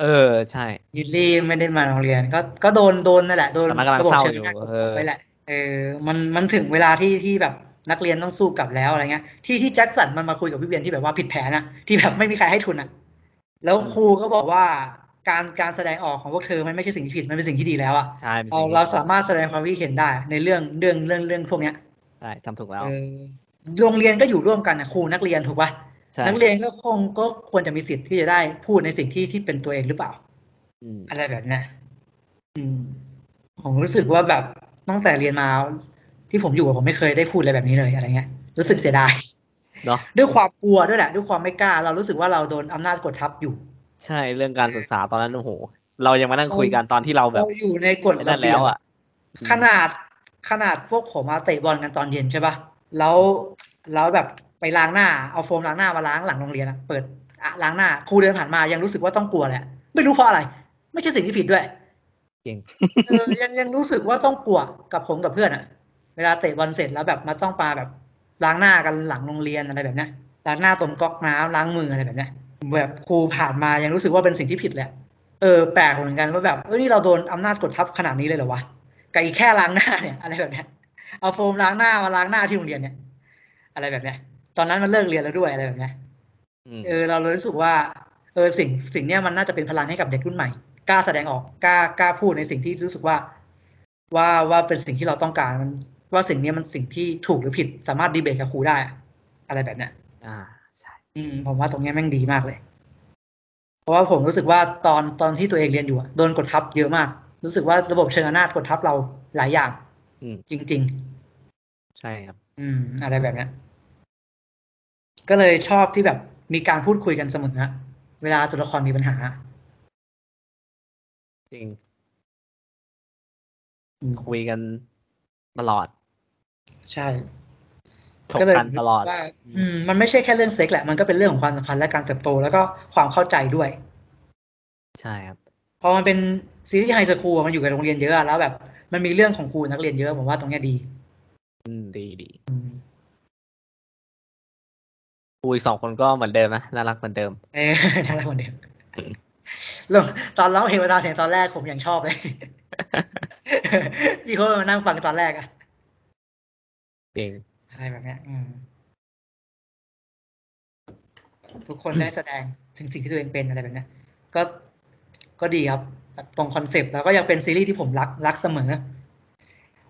Speaker 1: เออใช่
Speaker 2: ลิลลี่ไม่ได้มาโรงเรียน ก็ก็โดนโดนนั่นแหละโดน
Speaker 1: ตอนนั้นกำลัง
Speaker 2: ระบบ
Speaker 1: เศร้า
Speaker 2: เชิง
Speaker 1: อยู่
Speaker 2: หน้ากด
Speaker 1: เออ
Speaker 2: ไปแหละเออมันมันถึงเวลาที่ที่แบบนักเรียนต้องสู้กลับแล้วอะไรเงี้ยที่ที่แจ็คสันมันมาคุยกับพี่เวียนที่แบบว่าผิดแผนนะที่แบบไม่มีใครให้ทุนอะแล้วครูก็บอกว่า การการแสดงออกของพวกเธอมันไม่ใช่สิ่งที่ผิดมันเป็นสิ่งที่ดีแล้วอะ
Speaker 1: ใช่ป็น
Speaker 2: เรา
Speaker 1: สิ่งที่
Speaker 2: เราสามารถแสดงความคิดเห็นได้ในเรื่องเรื่องเรื่องเรื่องพวกเนี้ย
Speaker 1: ใช่ทำถูกแล้ว
Speaker 2: เออโรงเรียนก็อยู่ร่วมกันนะครูนักเรียนถูกปะ
Speaker 1: ใช่
Speaker 2: นักเรียนก็คงก็ควรจะมีสิทธิ์ที่จะได้พูดในสิ่งที่ที่เป็นตัวเองหรือเปล่า
Speaker 1: อืม
Speaker 2: อะไรแบบเนี้ยอืม ผมรู้สึกว่าแบบตั้งแต่เรียนมาที่ผมอยู่อะผมไม่เคยได้พูดอะไรแบบนี้เลยอะไรเงี้ย รู้สึกเสียดาย
Speaker 1: เนาะ
Speaker 2: ด้วยความกลัวด้วยแหละ ด้วยความไม่กล้า เรารู้สึกว่าเราโดนอำนาจกดทับอยู่
Speaker 1: ใช่เรื่องการศึกษาตอนนั้นโอ้โหเรายังมานั่งคุยกันตอนที่เราแบบ
Speaker 2: เราอยู่ในกฎ
Speaker 1: ไอ้
Speaker 2: ระ
Speaker 1: นั่น
Speaker 2: เบี
Speaker 1: แล้
Speaker 2: ยว บ
Speaker 1: อ่ะ
Speaker 2: ขนาดขนาดพวกผมมาเตะบอลกันตอนเย็นใช่ปะ่ะ แล้วแล้วแบบไปล้างหน้าเอาโฟมล้างหน้ามาล้างหลังโรงเรียนอะเปิดอะล้างหน้าครูเดินผ่านมายังรู้สึกว่าต้องกลัวแหละ ไม่รู้เพราะอะไร ไม่ใช่สิ่งที่ผิดด้วย
Speaker 1: เก่ง
Speaker 2: เออ ยังยังรู้สึกว่าต้องกลัวกับผมกับเพื่อนอะเวลาเตะบอลเสร็จแล้วแบบมาต้องปาแบบล้างหน้ากันหลังโรงเรียนอะไรแบบเนี้ยล้างหน้าตรงก๊อกน้ำล้างมืออะไรแบบเนี้ยแบบครูผ่านมายังรู้สึกว่าเป็นสิ่งที่ผิดแหละเออแปลกเหมือนกันว่าแบบเออนี่เราโดนอำนาจกดทับขนาดนี้เลยเหรอวะ กับอีกแค่ล้างหน้าเนี่ย อะไรแบบเนี้ยเอาโฟมล้างหน้ามาล้างหน้าที่โรงเรียนเนี่ย อะไรแบบเนี้ย ตอนนั้นมันเลิกเรียนแล้วด้วยอะไรแบบเนี้ย
Speaker 1: อืม
Speaker 2: เออเราเลยรู้สึกว่าเออสิ่งสิ่งเนี้ยมันน่าจะเป็นพลังให้กับเด็กรุ่นใหม่กล้าแสดงออกกล้ากล้าพูดในสิ่งที่รู้สึกว่า ว่าว่าเป็นสิ่งที่เราต้องการมันว่าสิ่งเนี้ยมันสิ่งที่ถูกหรือผิด สามารถดีเบตกับครูได้อะอะไรแบบเนี้ย
Speaker 1: อ่าใช่
Speaker 2: อืมผมว่าตรงเนี้ยแม่งดีมากเลย เพราะว่าผมรู้สึกว่าตอนตอนที่ตัวเองเรียนอยู่อะโดนกดทับเยอะมาก รู้สึกว่าระบบเชิงอำนาจกดทับเราหลายอย่าง
Speaker 1: อืม
Speaker 2: จริง
Speaker 1: ใช่ครับ
Speaker 2: ๆ อืม อะไรแบบเนี้ยก็เลยชอบที่แบบมีการพูดคุยกันเสมอนะเวลาตัวละครมีปัญหา
Speaker 1: จริง
Speaker 2: อืม
Speaker 1: คุยกันตลอด
Speaker 2: ใช่
Speaker 1: ถก
Speaker 2: ก็เลย
Speaker 1: กันตลอด
Speaker 2: รู้สึกว่าอืม มันไม่ใช่แค่เรื่องเซ็กแหละ มันก็เป็นเรื่องของความสัมพันธ์และการเติบโต แล้วก็ความเข้าใจด้วย
Speaker 1: ใช่ครับ
Speaker 2: พอมันเป็นซีรีส์ไฮสคูลอะมันอยู่กับโรงเรียนเยอะอะแล้วแบบ มันมีเรื่องของครูนักเรียนเยอะ ผมว่าตรงเนี้ยดี
Speaker 1: อืมดีดี
Speaker 2: อืม
Speaker 1: คุยสองคนก็เหมือนเดิมนะน่ารักเหมือนเดิม
Speaker 2: เอ อน่ารักเหมือนเดิมลงตอนร้องเพลงประธานเสียงตอนแรกผมยังชอบเลย พี่เขามานั่งฟังตอนแรกอะ
Speaker 1: จริง
Speaker 2: อะไรแบบเนี้ยอืมทุกคนได้แสดงถึงสิ่งที่ตัวเองเป็นอะไรแบบเนี้ยก็ก็ดีครับแบบตรงคอนเซปต์แล้วก็ยังเป็นซีรีส์ที่ผมรักรักเสมอ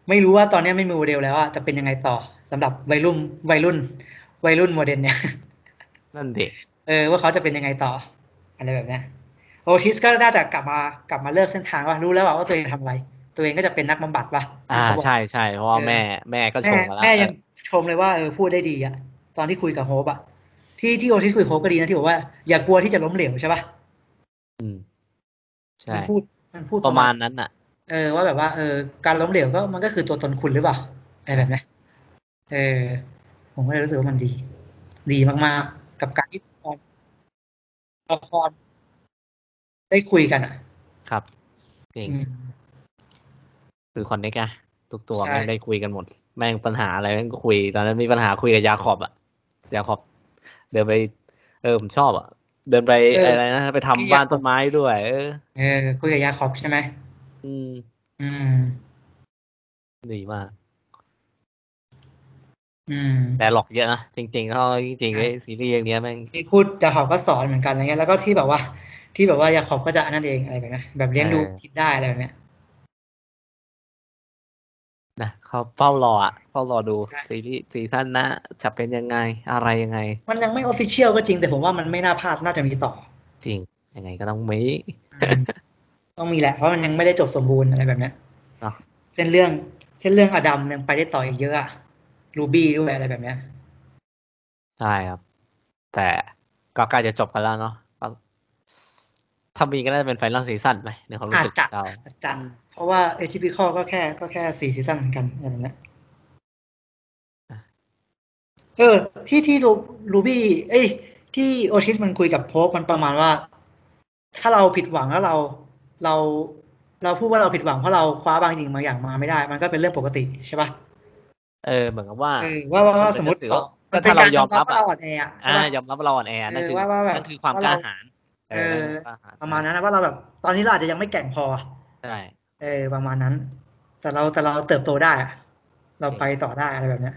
Speaker 2: ไม่รู้ว่าตอนเนี้ยไม่มีโมเดลแล้วอะจะเป็นยังไงต่อสำหรับวัยรุ่นวัยรุ่น วัยรุ่นโมเดลเนี่ย
Speaker 1: นั่นเด็ก
Speaker 2: เออว่าเขาจะเป็นยังไงต่อ อะไรแบบเนี้ยโอทิสก็น่าจะกลับมากลับมาเลิกเส้นทางว่ารู้แล้วว่าว่าตัวเองทำอะไร ตัวเองก็จะเป็นนักบำบัดว่ะ
Speaker 1: อ่า
Speaker 2: เขบอก
Speaker 1: ใช่ใช่เพราะว่าแม่แม่ก็ช
Speaker 2: แม่
Speaker 1: มมาแล้ว
Speaker 2: แม่ยังชมเลยว่าเออพูดได้ดีอะตอนที่คุยกับโฮปอะที่ที่โอทิสคุยกับโฮปก็ดีนะที่บอกว่าอย่ากลัวที่จะล้มเหลวใช่ปะ
Speaker 1: อืมใช่
Speaker 2: มันพูดมันพูด
Speaker 1: ประมาณนั้นน่ะ
Speaker 2: เออว่าแบบว่าเออการล้มเหลวก็มันก็คือตัวตนคุณหรือเปล่าอะไรแบบเนี้ยเออผมก็เลยรู้สึกว่ามันดี ดีมากๆ กับการที่ละครได้คุยกันอะ
Speaker 1: ครับจริง
Speaker 2: อืม
Speaker 1: คือคอนเนกอะทุกตัว
Speaker 2: ใช่
Speaker 1: แม่งได้คุยกันหมด แม่งปัญหาอะไรแม่งก็คุย ตอนนั้นมีปัญหาคุยกับยาขอบอะยาขอบ เดินไป เออผมชอบอะเดินไป
Speaker 2: เอออ
Speaker 1: อะไรนะไปทำ
Speaker 2: ที่ยาขอบ
Speaker 1: บ้านต้นไม้ด้วย เออ
Speaker 2: เออคุยกับยาขอบใช่ไหม
Speaker 1: อืม
Speaker 2: อืม
Speaker 1: ดีมาก
Speaker 2: อืม
Speaker 1: แต่หลอกเยอะนะจริงๆแล้วจริงๆ
Speaker 2: ใช่
Speaker 1: ไอ้ซีรีส์เรื่องเนี้ยแม่ง
Speaker 2: ที่พูดยาขอบก็สอนเหมือนกันอะไรเงี้ยแล้วก็ที่แบบว่า ที่แบบว่ายาขอบก็จะอันนั้นเองอะไรแบบเนี้ยแบบเลี้ยงดู
Speaker 1: เออ
Speaker 2: คิดได้อะไรแบบเนี้ย
Speaker 1: นะเขาเฝ้ารออะเฝ้ารอดู
Speaker 2: ใช่
Speaker 1: ซีรีส์ซีซั่นหนะจะเป็นยังไงอะไรยังไง
Speaker 2: มันยังไม่ออฟฟิเชียลก็จริงแต่ผมว่ามันไม่น่าพลาดน่าจะมีต่อ
Speaker 1: จริงยังไงก็ต้องมี
Speaker 2: อืม ต้องมีแหละเพราะมันยังไม่ได้จบสมบูรณ์อะไรแบบเนี้ย
Speaker 1: เนาะ
Speaker 2: เส้นเรื่องเส้นเรื่องอดัมยังไปได้ต่ออีกเยอะอะรูบี้ด้วยอะไรแบบเนี้ย
Speaker 1: ใช่ครับ แต่ก็ใกล้จะจบกันแล้วเนาะก็ถ้ามีก็น่าจะเป็นไฟนอลซีซั่นไหมในความรู้สึก
Speaker 2: อาจจะ
Speaker 1: เรา
Speaker 2: อาจจะเพราะว่าเอชิพิคอก็แค่ก็แค่สี่ซีซั่นเหมือนกันอะไรแบบเนี้ยเออ ที่ที่รูรูบี้เอ้ย ที่โอทิสมันคุยกับโพกมันประมาณว่า ถ้าเราผิดหวังแล้วเราเรา เราพูดว่าเราผิดหวังเพราะเราคว้าบางสิ่งบางอย่างมาไม่ได้ มันก็เป็นเรื่องปกติใช่ป่ะ
Speaker 1: เออเหมือนกับว่า
Speaker 2: เออว่าว่าว่าสมมติ
Speaker 1: มันเป็นสื่อ
Speaker 2: มันเป็น
Speaker 1: ถ้าเรา
Speaker 2: การ
Speaker 1: ย
Speaker 2: ย
Speaker 1: อ
Speaker 2: อ
Speaker 1: ม
Speaker 2: ม
Speaker 1: รั
Speaker 2: รับบ
Speaker 1: อะ
Speaker 2: ว่าเราอ่อนแออะใช่
Speaker 1: อ่า
Speaker 2: ป่ะ
Speaker 1: ยอมรับว่าเราอ่อนแอนั่นคือ
Speaker 2: เออว่าว่าแบบ
Speaker 1: นั่นคือความกล้าหาญ
Speaker 2: เออ
Speaker 1: นั่นคืกล้าหาญ
Speaker 2: ประมาณนั้นนะว่าเราแบบ ตอนนี้เราอาจจะยังไม่แกร่งพอ
Speaker 1: ใช่
Speaker 2: เออประมาณนั้น แต่เราแต่เราเติบโตได้อะเราไปต่อได้อะไรแบบเนี้ย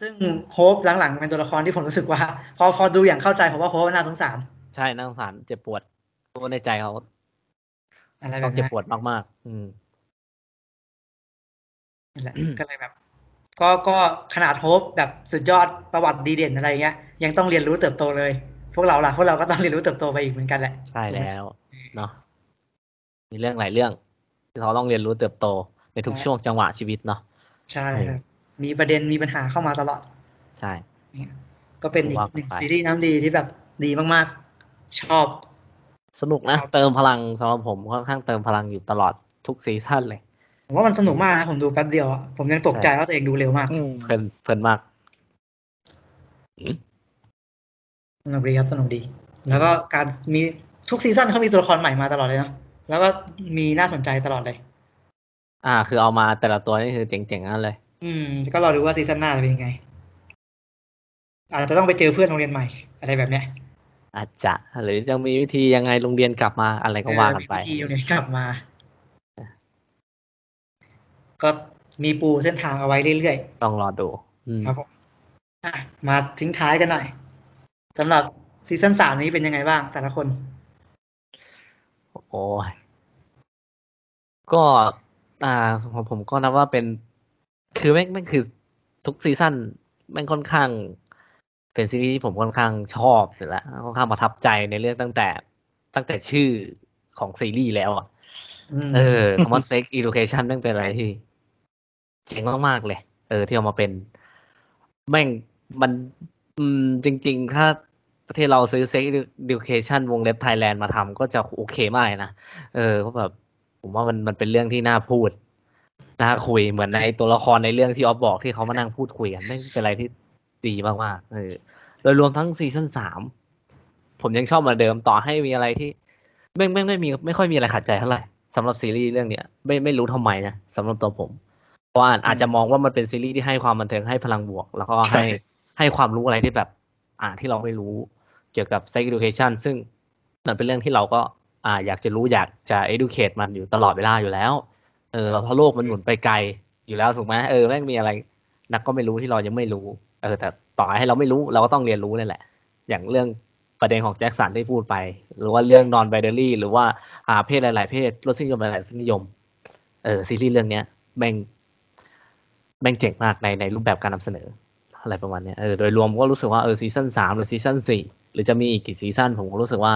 Speaker 2: ซึ่งโฮปหลังๆเป็นตัวละครที่ผมรู้สึกว่า พอพอดูอย่างเข้าใจผมว่าโฮปน่าสงสาร
Speaker 1: ใช่น่าสงสารเจ็บปวดตัวในใจเขา
Speaker 2: อะไรแบ
Speaker 1: ต้อบ งเจ็บ
Speaker 2: นั้น
Speaker 1: ปวดมากๆ อืม
Speaker 2: นั่นแหละก็เลยแบบ ก็ก็ขนาดโฮปแบบสุดยอดประวัติดีเด่นอะไรเงี้ย ยังต้องเรียนรู้เติบโตเลย พวกเราล่ะพวกเราก็ต้องเรียนรู้เติบโตไปอีกเหมือนกันแหละ
Speaker 1: ใช่แล้วเนาะมีเรื่องหลายเรื่อง ที่เขาต้องเรียนรู้เติบโตในทุก
Speaker 2: ใช่
Speaker 1: ช่วงจังหวะชีวิตเนาะ
Speaker 2: ใช่
Speaker 1: อืม
Speaker 2: ครับมีประเด็นมีปัญหาเข้ามาตลอด
Speaker 1: ใช่
Speaker 2: ก็เป็นอีก
Speaker 1: ว่ากัน
Speaker 2: หนึ่ง
Speaker 1: ไป
Speaker 2: ซีรีส์น้ำดีที่แบบดีมากๆ ชอบ
Speaker 1: สนุกนะ
Speaker 2: ครับ
Speaker 1: เติมพลังสำหรับผมค่อนข้างเติมพลังอยู่ตลอดทุกซีซั่นเลย
Speaker 2: ผมว่ามันสนุกมากนะผมดูแป๊บเดียวอะผมยังตกใจว่าตัวเองดูเร็วมาก
Speaker 3: อืม
Speaker 1: เพลินเพลินมาก
Speaker 2: สนุกดีครับสนุกดี แล้วก็การมีทุกซีซั่นเขามีตัวละครใหม่มาตลอดเลยเนอะแล้วก็มีน่าสนใจตลอดเลย
Speaker 1: อ่า คือเอามาแต่ละตัวนี่คือเจ๋งๆทั้งนั่นเลย
Speaker 2: อืม ก็รอดูว่าซีซั่นหน้าจะเป็นยังไง อาจจะต้องไปเจอเพื่อนโรงเรียนใหม่ อะไรแบบเนี้ย
Speaker 1: อาจจะหรือจะมีวิธียังไงโรงเรียนกลับมาอะไรก็ว่ากันไป
Speaker 2: เออมีวิธีโรงเรียนกลับมา ก็มีปูเส้นทางเอาไว้เรื่อย
Speaker 1: ต้องรอดู อืม
Speaker 2: ๆครับผมอ่ะมาทิ้งท้ายกันหน่อยสำหรับซีซั่นสามนี้เป็นยังไงบ้าง แต่ละคน
Speaker 1: โอ้ยก็ อ่าผมผมก็นับว่าเป็น คือแม่งแม่งคือทุกซีซั่นแม่งค่อนข้าง เป็นซีรีส์ที่ผมค่อนข้างชอบอยู่แล้วค่อนข้างประทับใจในเรื่องตั้งแต่ ตั้งแต่ชื่อของซีรีส์แล้วอ่ะ
Speaker 2: อืม
Speaker 1: เออ Common Sex Education แม่งเป็นอะไรที่เจ๋งมาก ๆ เลย เออ ที่เอามาเป็น แม่งมัน อืม จริง ๆ ถ้าประเทศเราซื้อ Sex Education วงเล็บ Thailand มาทำก็จะโอเคมากเลยนะ เออก็แบบ ผมว่ามันมันเป็นเรื่องที่น่าพูด น่าคุยเหมือนในตัวละครในเรื่องที่ออฟบอกที่เขามานั่งพูดคุยกันแม่งเป็นอะไรที่ดีมากๆเออ โดยรวมทั้งซีซั่นสามผมยังชอบเหมาเดิมต่อให้มีอะไรที่ ไม่ไม่ไม่มีไม่ค่อยมีอะไรขัดใจเท่าไหร่สำหรับซีรีส์เรื่องเนี้ยไม่ไม่รู้ทำไมนะสำหรับตัวผม เพราะว่าอาจจะมองว่ามันเป็นซีรีส์ที่ให้ความบันเทิงให้พลังบวก แล้วก็ให้ให้ความรู้อะไรที่แบบ อ่าที่เราไม่รู้เกี่ยวกับ sex education ซึ่งมันเป็นเรื่องที่เราก็ อ่า อยากจะรู้อยากจะ educate มันอยู่ตลอดเวลาอยู่แล้ว เออเพราะโลกมันหมุนไปไกลอยู่แล้วถูกไหมเออแม่งมีอะไร นักก็ไม่รู้ที่เรายังไม่รู้ เออ แต่ต่อให้เราไม่รู้เราก็ต้องเรียนรู้นั่นแหละ อย่างเรื่องประเด็นของแจ็คสันที่พูดไป หรือว่าเรื่องนอนไบเดอรี่หรือว่าอ่าเพศหลาย ๆ เพศรสนิยมหลายๆรสนิยม เออซีรีส์เรื่องเนี้ยแม่งแม่งเจ๋งมากในในรูปแบบการนำเสนอ อะไรประมาณเนี้ยเออโดยรวมก็รู้สึกว่าเออซีซั่นสามหรือซีซั่นสี่หรือจะมีอีกกี่ซีซั่นผมก็รู้สึกว่า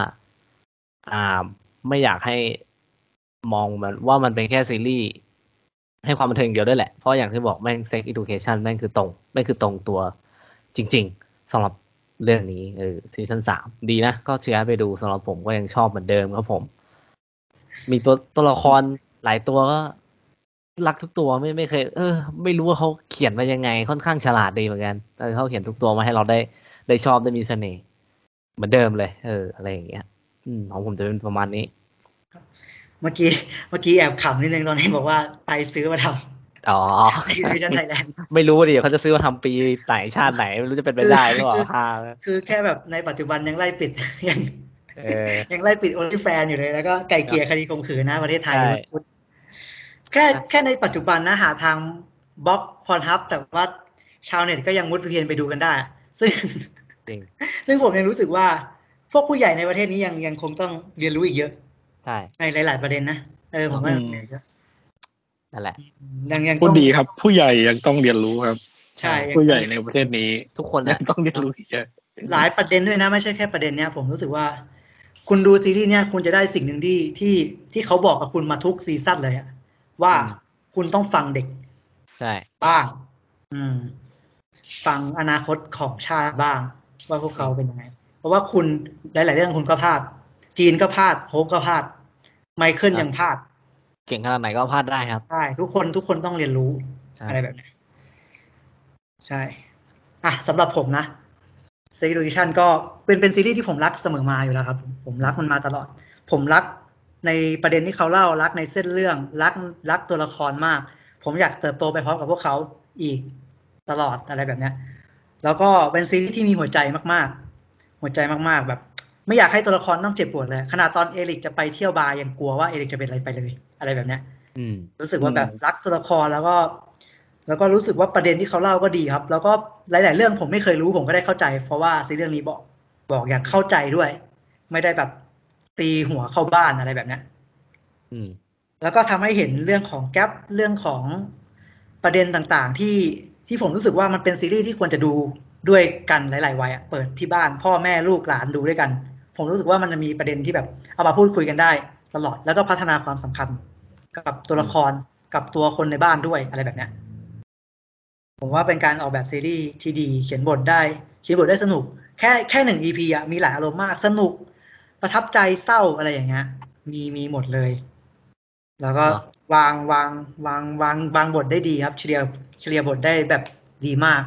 Speaker 1: อ่าไม่อยากให้มองมันว่ามันเป็นแค่ซีรีส์ให้ความบันเทิงเดียวด้วยแหละ เพราะอย่างที่บอกแม่ง sex education แม่งคือตรงแม่งคือตรงตัวจริง ๆสำหรับเรื่องนี้เออซีซั่นสามดีนะ ก็เชียร์ให้ไปดูสำหรับผมก็ยังชอบเหมือนเดิมครับผม มีตัวตัวละครหลายตัวก็รักทุกตัวไม่ไม่เคย เออ ไม่รู้ว่าเขาเขียนมายังไง ค่อนข้างฉลาดดีเหมือนกันเออเขาเขียนทุกตัวมาให้เราได้ ได้ชอบได้มีเสน่ห์เหมือนเดิมเลย เออ อะไรอย่างเงี้ย อืมของผมจะเป็นประมาณนี้
Speaker 2: เมื่อกี้เมื่อกี้แอบขำนิดนึงตอนที่บอกว่าไปซื้อมาท
Speaker 1: อ๋อ
Speaker 2: ำ ซีรีส์ไทยแลนด์
Speaker 1: ไม่รู้ดิเขาจะซื้อมาทำปีไหนชาติไหน ไม่รู้จะเป็นไปได้หรือเปล่า
Speaker 2: คือ
Speaker 1: ฮา
Speaker 2: คือแค่แบบในปัจจุบันยังไล่ปิด ยัง
Speaker 1: เออ
Speaker 2: ยังไล่ปิดโอลิแฟนอยู่เลยแล้วก็ไก่เกลียคดีข่มขืนนะประเทศไทย
Speaker 1: ใช่
Speaker 2: วันพุธแค่แค่ในปัจจุบันนะหาทางบล็อกพรทับ แต่ว่าชาวเน็ตก็ยังมุดเพียนไปดูกันได้ ซึ่ง
Speaker 1: จริง
Speaker 2: ซึ่งผมยังรู้สึกว่า พวกผู้ใหญ่ในประเทศนี้ยังยังคงต้องเรียนรู้อีกเยอะ
Speaker 1: ใช่
Speaker 2: ในหลาย ๆ ประเด็นนะเออผมว่า
Speaker 3: อืม
Speaker 1: นั่นแหละ
Speaker 2: ยังยัง
Speaker 3: พู
Speaker 2: ต้
Speaker 3: ด
Speaker 2: อง
Speaker 3: ดีครับ ผู้ใหญ่ยังต้องเรียนรู้ครับ
Speaker 2: ใช่ยัง
Speaker 3: ผู้ให
Speaker 2: ต้
Speaker 3: ญ่
Speaker 2: อง
Speaker 3: ในประเทศนี้
Speaker 1: ทุกคน
Speaker 3: ยั
Speaker 1: นะ
Speaker 3: งต้องเรียนรู้อีกเยอะ
Speaker 2: หลายประเด็นด้วยนะ ไม่ใช่แค่ประเด็นเนี้ยผมรู้สึกว่า คุณดูซีรีส์เนี้ยคุณจะได้สิ่งหนึ่งที่ที่ที่เขาบอกกับคุณมาทุกซีซั่นเลยอะว่า
Speaker 3: อืม
Speaker 2: คุณต้องฟังเด็ก
Speaker 1: ใช่
Speaker 2: บ้าง อืม ฟังอนาคตของชาติบ้าง ว่าพวกเขาเป็นยังไง เพราะว่าคุณหลาย ๆ เรื่องคุณก็พลาด จีนก็พลาดโฮปก็พลาด ไมเคิล
Speaker 1: ครับ
Speaker 2: ยังพลาด
Speaker 1: เก่งขนาดไหนก็พลาดได้ครับ
Speaker 2: ใช่ทุกคนทุกคนต้องเรียนรู้
Speaker 1: ใช่
Speaker 2: อะไรแบบเนี้ยใช่ อ่ะสำหรับผมนะ Sex Education ก็เป็นเป็นซีรีส์ที่ผมรักเสมอมาอยู่แล้วครับ ผมผมรักมันมาตลอด ผมรักในประเด็นที่เขาเล่ารักในเส้นเรื่อง รักรักตัวละครมาก ผมอยากเติบโตไปพร้อมกับพวกเขาอีกตลอดอะไรแบบเนี้ย แล้วก็เป็นซีรีส์ที่มีหัวใจมากๆ หัวใจมากๆ แบบ ไม่อยากให้ตัวละครต้องเจ็บปวดเลยขนาดตอนเอริกจะไปเที่ยวบาร์ยังกลัวว่าเอริกจะเป็นอะไรไปเลย อะไรแบบเนี้ย
Speaker 1: อืม
Speaker 2: รู้สึกว่า
Speaker 3: อืม
Speaker 2: แบบรักตัวละครแล้วก็ แล้วก็รู้สึกว่าประเด็นที่เขาเล่าก็ดีครับ แล้วก็หลาย ๆ เรื่องผมไม่เคยรู้ผมก็ได้เข้าใจ เพราะว่าซีรีส์เรื่องนี้บอกบอกอย่างเข้าใจด้วย ไม่ได้แบบตีหัวเข้าบ้านอะไรแบบเนี้ย
Speaker 1: อืม
Speaker 2: แล้วก็ทำให้เห็นเรื่องของแกลเรื่องของประเด็นต่างๆ ที่ที่ผมรู้สึกว่ามันเป็นซีรีส์ที่ควรจะดูด้วยกันหลายๆวัยอะเปิดที่บ้าน พ่อแม่ลูกหลานดูด้วยกัน ผมรู้สึกว่ามันมีประเด็นที่แบบ เอามาพูดคุยกันได้ตลอดแล้วก็พัฒนาความสัมพันธ์กับตัวละครกับตัวคนในบ้านด้วยอะไรแบบเนี้ย ผมว่าเป็นการออกแบบซีรีส์ที่ดี เขียนบทได้เขียนบทได้สนุก แค่แค่หนึ่ง EP อะมีหลายอารมณ์มากสนุก ประทับใจเศร้าอะไรอย่างเงี้ยมีมีหมดเลย แล้วก็
Speaker 1: เนอะ
Speaker 2: วางวางวางวางวางบทได้ดีครับเฉลี่ยเฉลี่ยบทได้แบบดีมาก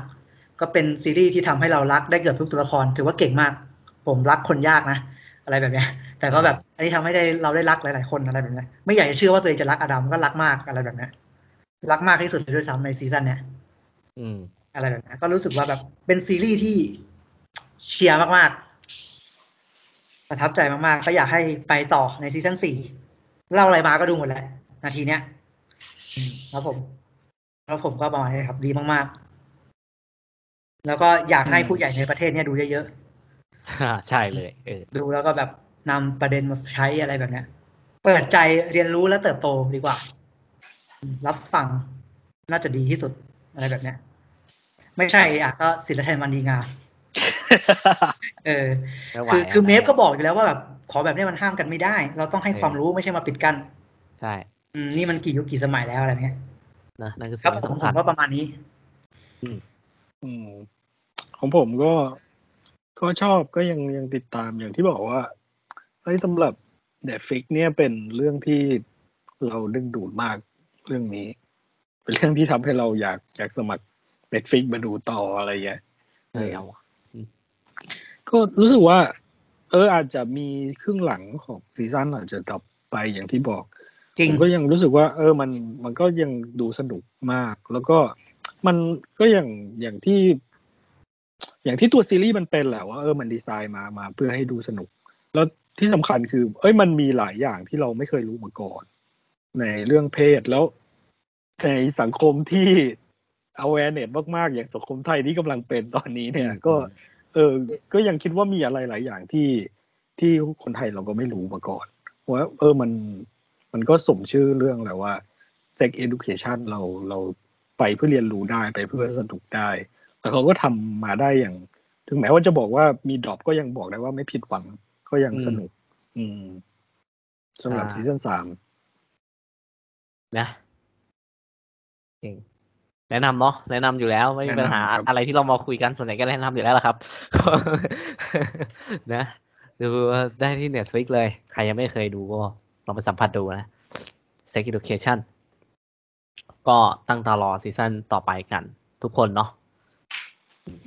Speaker 2: ก็เป็นซีรีส์ที่ทำให้เรารักได้เกือบทุกตัวละคร ถือว่าเก่งมาก ผมรักคนยากนะ อะไรแบบเนี้ย แต่ก็แบบอันนี้ทำให้ได้เราได้รักหลาย ๆ คนอะไรแบบเนี้ยไม่อยากจะเชื่อว่าตัวเองจะรักอดัมก็รักมากอะไรแบบเนี้ยรักมากที่สุดเลยด้วยซ้ำในซีซั่นเนี้ย
Speaker 1: อืม
Speaker 2: อะไรแบบนั้นก็รู้สึกว่าแบบเป็นซีรีส์ที่เชียร์มาก ๆ ประทับใจมาก ๆ ก็อยากให้ไปต่อในซีซั่นสี่เล่าอะไรมาก็ดูหมดแหละนาทีเนี้ยอืมครับผมแล้วผมก็ประมาณนี้ครับดีมาก ๆ แล้วก็อยากให้ผู้ใหญ่ในประเทศเนี่ยดูเยอะ
Speaker 1: อ่าใช่เลย เออ
Speaker 2: ๆ ดูแล้วก็แบบนำประเด็นมาใช้อะไรแบบเนี้ย เปิดใจเรียนรู้และเติบโตดีกว่า รับฟังน่าจะดีที่สุดอะไรแบบเนี้ย ไม่ใช่อ่ะก็ศิลธรรมอันดีงาม เออ
Speaker 1: ไม่ไหว
Speaker 2: คือ
Speaker 1: อะ
Speaker 2: คือเมฟก็บอกอยู่แล้วว่าแบบของแบบเนี้ยมันห้ามกันไม่ได้ เราต้องให้
Speaker 1: เออ
Speaker 2: ความรู้ไม่ใช่มาปิดกัน
Speaker 1: ใช่
Speaker 2: อืมนี่มันกี่ยุคกี่สมัยแล้วอะไรเงี้ย
Speaker 1: นะนั่นคือ
Speaker 2: ครั
Speaker 1: สิ่ง
Speaker 2: บ
Speaker 1: ที่
Speaker 2: ผม
Speaker 1: สำ
Speaker 2: ผ
Speaker 1: คัญ
Speaker 2: มก็ประมาณนี้
Speaker 3: อืมของผมก็ก็ชอบก็ยังยังติดตามอย่างที่บอกว่าเฮ้ยสำหรับเดฟิกเนี่ยเป็นเรื่องที่เราดึงดูดมากเรื่องนี้ เป็นเรื่องที่ทำให้เราอยากอยากสมัครเดฟิกมาดูต่ออะไรอย่างเงี้ย
Speaker 1: เออเอาว่ะ
Speaker 3: ก็รู้สึกว่า เอออาจจะมีครึ่งหลังของซีซั่นอาจจะดรอปไปอย่างที่บอก
Speaker 2: จริง
Speaker 3: ผมก็ยังรู้สึกว่า เออมันมันก็ยังดูสนุกมาก แล้วก็มันก็อย่างอย่างที่ อย่างที่ตัวซีรีส์มันเป็นแหละว่าเออมันดีไซน์มามาเพื่อให้ดูสนุก แล้วที่สำคัญคือ เอ้ยมันมีหลายอย่างที่เราไม่เคยรู้มาก่อน ในเรื่องเพศแล้วในสังคมที่ awareness มากๆ อย่างสังคมไทยที่กำลังเป็นตอนนี้เนี่ย ก็ เออ ก็ยังคิดว่ามีอะไรหลายอย่างที่ที่คนไทยเราก็ไม่รู้มาก่อนว่าเออมันมันก็สมชื่อเรื่องแหละว่า sex education เราเราไปเพื่อเรียนรู้ได้ไปเพื่อสนุกได้ แต่เขาก็ทำมาได้อย่าง ถึงแม้ว่าจะบอกว่ามีดรอปก็ยังบอกได้ว่าไม่ผิดหวังก็ยัง
Speaker 1: อืม
Speaker 3: สนุก อืมสำหรับซีซั่นสาม
Speaker 1: นะจริงแนะนำเนาะแนะนำอยู่แล้วไม่มี
Speaker 3: แนะนำ
Speaker 1: ปัญหา
Speaker 3: ครับ
Speaker 1: อะไรที่เรามาคุยกันส่วนใหญ่ก็แนะนำอยู่แล้วล่ะครับ นะดูได้ที่เน็ตฟลิกเลย ใครยังไม่เคยดูก็ลองไปสัมผัสดูนะ Sex Education ก็ตั้งตารอซีซั่นต่อไปกัน ทุกคนเนาะ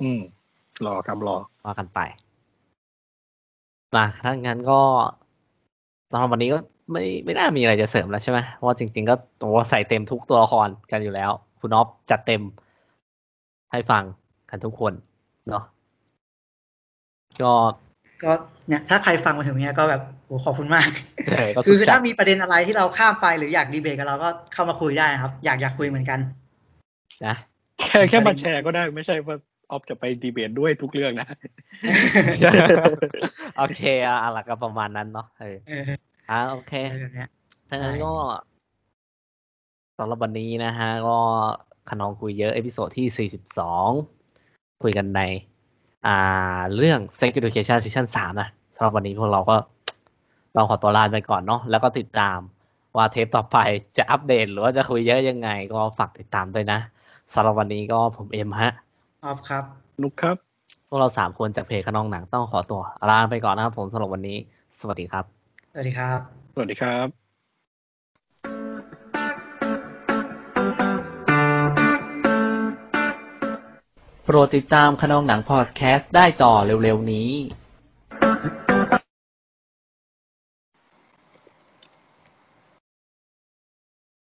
Speaker 3: อืม รอครับรอ
Speaker 1: ว่ากันไปมาถ้างั้นก็สำหรับวันนี้ก็ไม่ไม่น่ามีอะไรจะเสริมแล้วใช่ไหมเพราะว่าจริง ๆ ก็ตัวใส่เต็มทุกตัวละครกันอยู่แล้ว คุณอ๊อฟจัดเต็ม ให้ฟังกันทุกคนเนาะก็
Speaker 2: ก็เนี่ยถ้าใครฟังมาถึงเนี้ยก็แบบโหขอบคุณมาก
Speaker 1: เออก็
Speaker 2: คื
Speaker 1: สุด
Speaker 2: อ
Speaker 1: จัด
Speaker 2: ถ้ามีประเด็นอะไรที่เราข้ามไปหรืออยากดีเบตกับเราก็เข้ามาคุยได้นะครับ อยากอยากคุยเหมือนกัน
Speaker 1: นะ
Speaker 3: แค่แค่มาแชร์ก็ได้ไม่ใช่ว่าออฟจะไปดีเบตด้วยทุกเรื่องนะ
Speaker 1: โอเคอ่ะเอาละก็ประมาณนั้นเนาะเออ
Speaker 2: เออ
Speaker 1: อ่ะโอเค
Speaker 2: อะไรแบบเนี้ย
Speaker 1: ถ้างั้น
Speaker 2: ได้
Speaker 1: ก็สำหรับวันนี้นะฮะ ก็ขนองคุยเยอะ เอพิโซดที่ 42 คุยกันใน อ่า เรื่อง Sex Education Season 3 นะสำหรับวันนี้พวกเราก็ ต้องขอตัวลาไปก่อนเนาะแล้วก็ติดตามว่าเทปต่อไปจะอัปเดตหรือว่าจะคุยเยอะยังไง ก็ฝากติดตามด้วยนะสำหรับวันนี้ก็ผมเอ็มฮะ
Speaker 2: ออฟครับ
Speaker 3: นุกครับ
Speaker 1: พวกเราสามคนจากเพจขนองหนังต้องขอตัวลาไปก่อนนะครับผมสำหรับวันนี้ สวัสดีครับ
Speaker 2: สวัสดีครับ
Speaker 3: สวัสดีครับ
Speaker 1: โปรดติดตามขนองหนังพอดแคสต์ได้ต่อเร็วๆนี้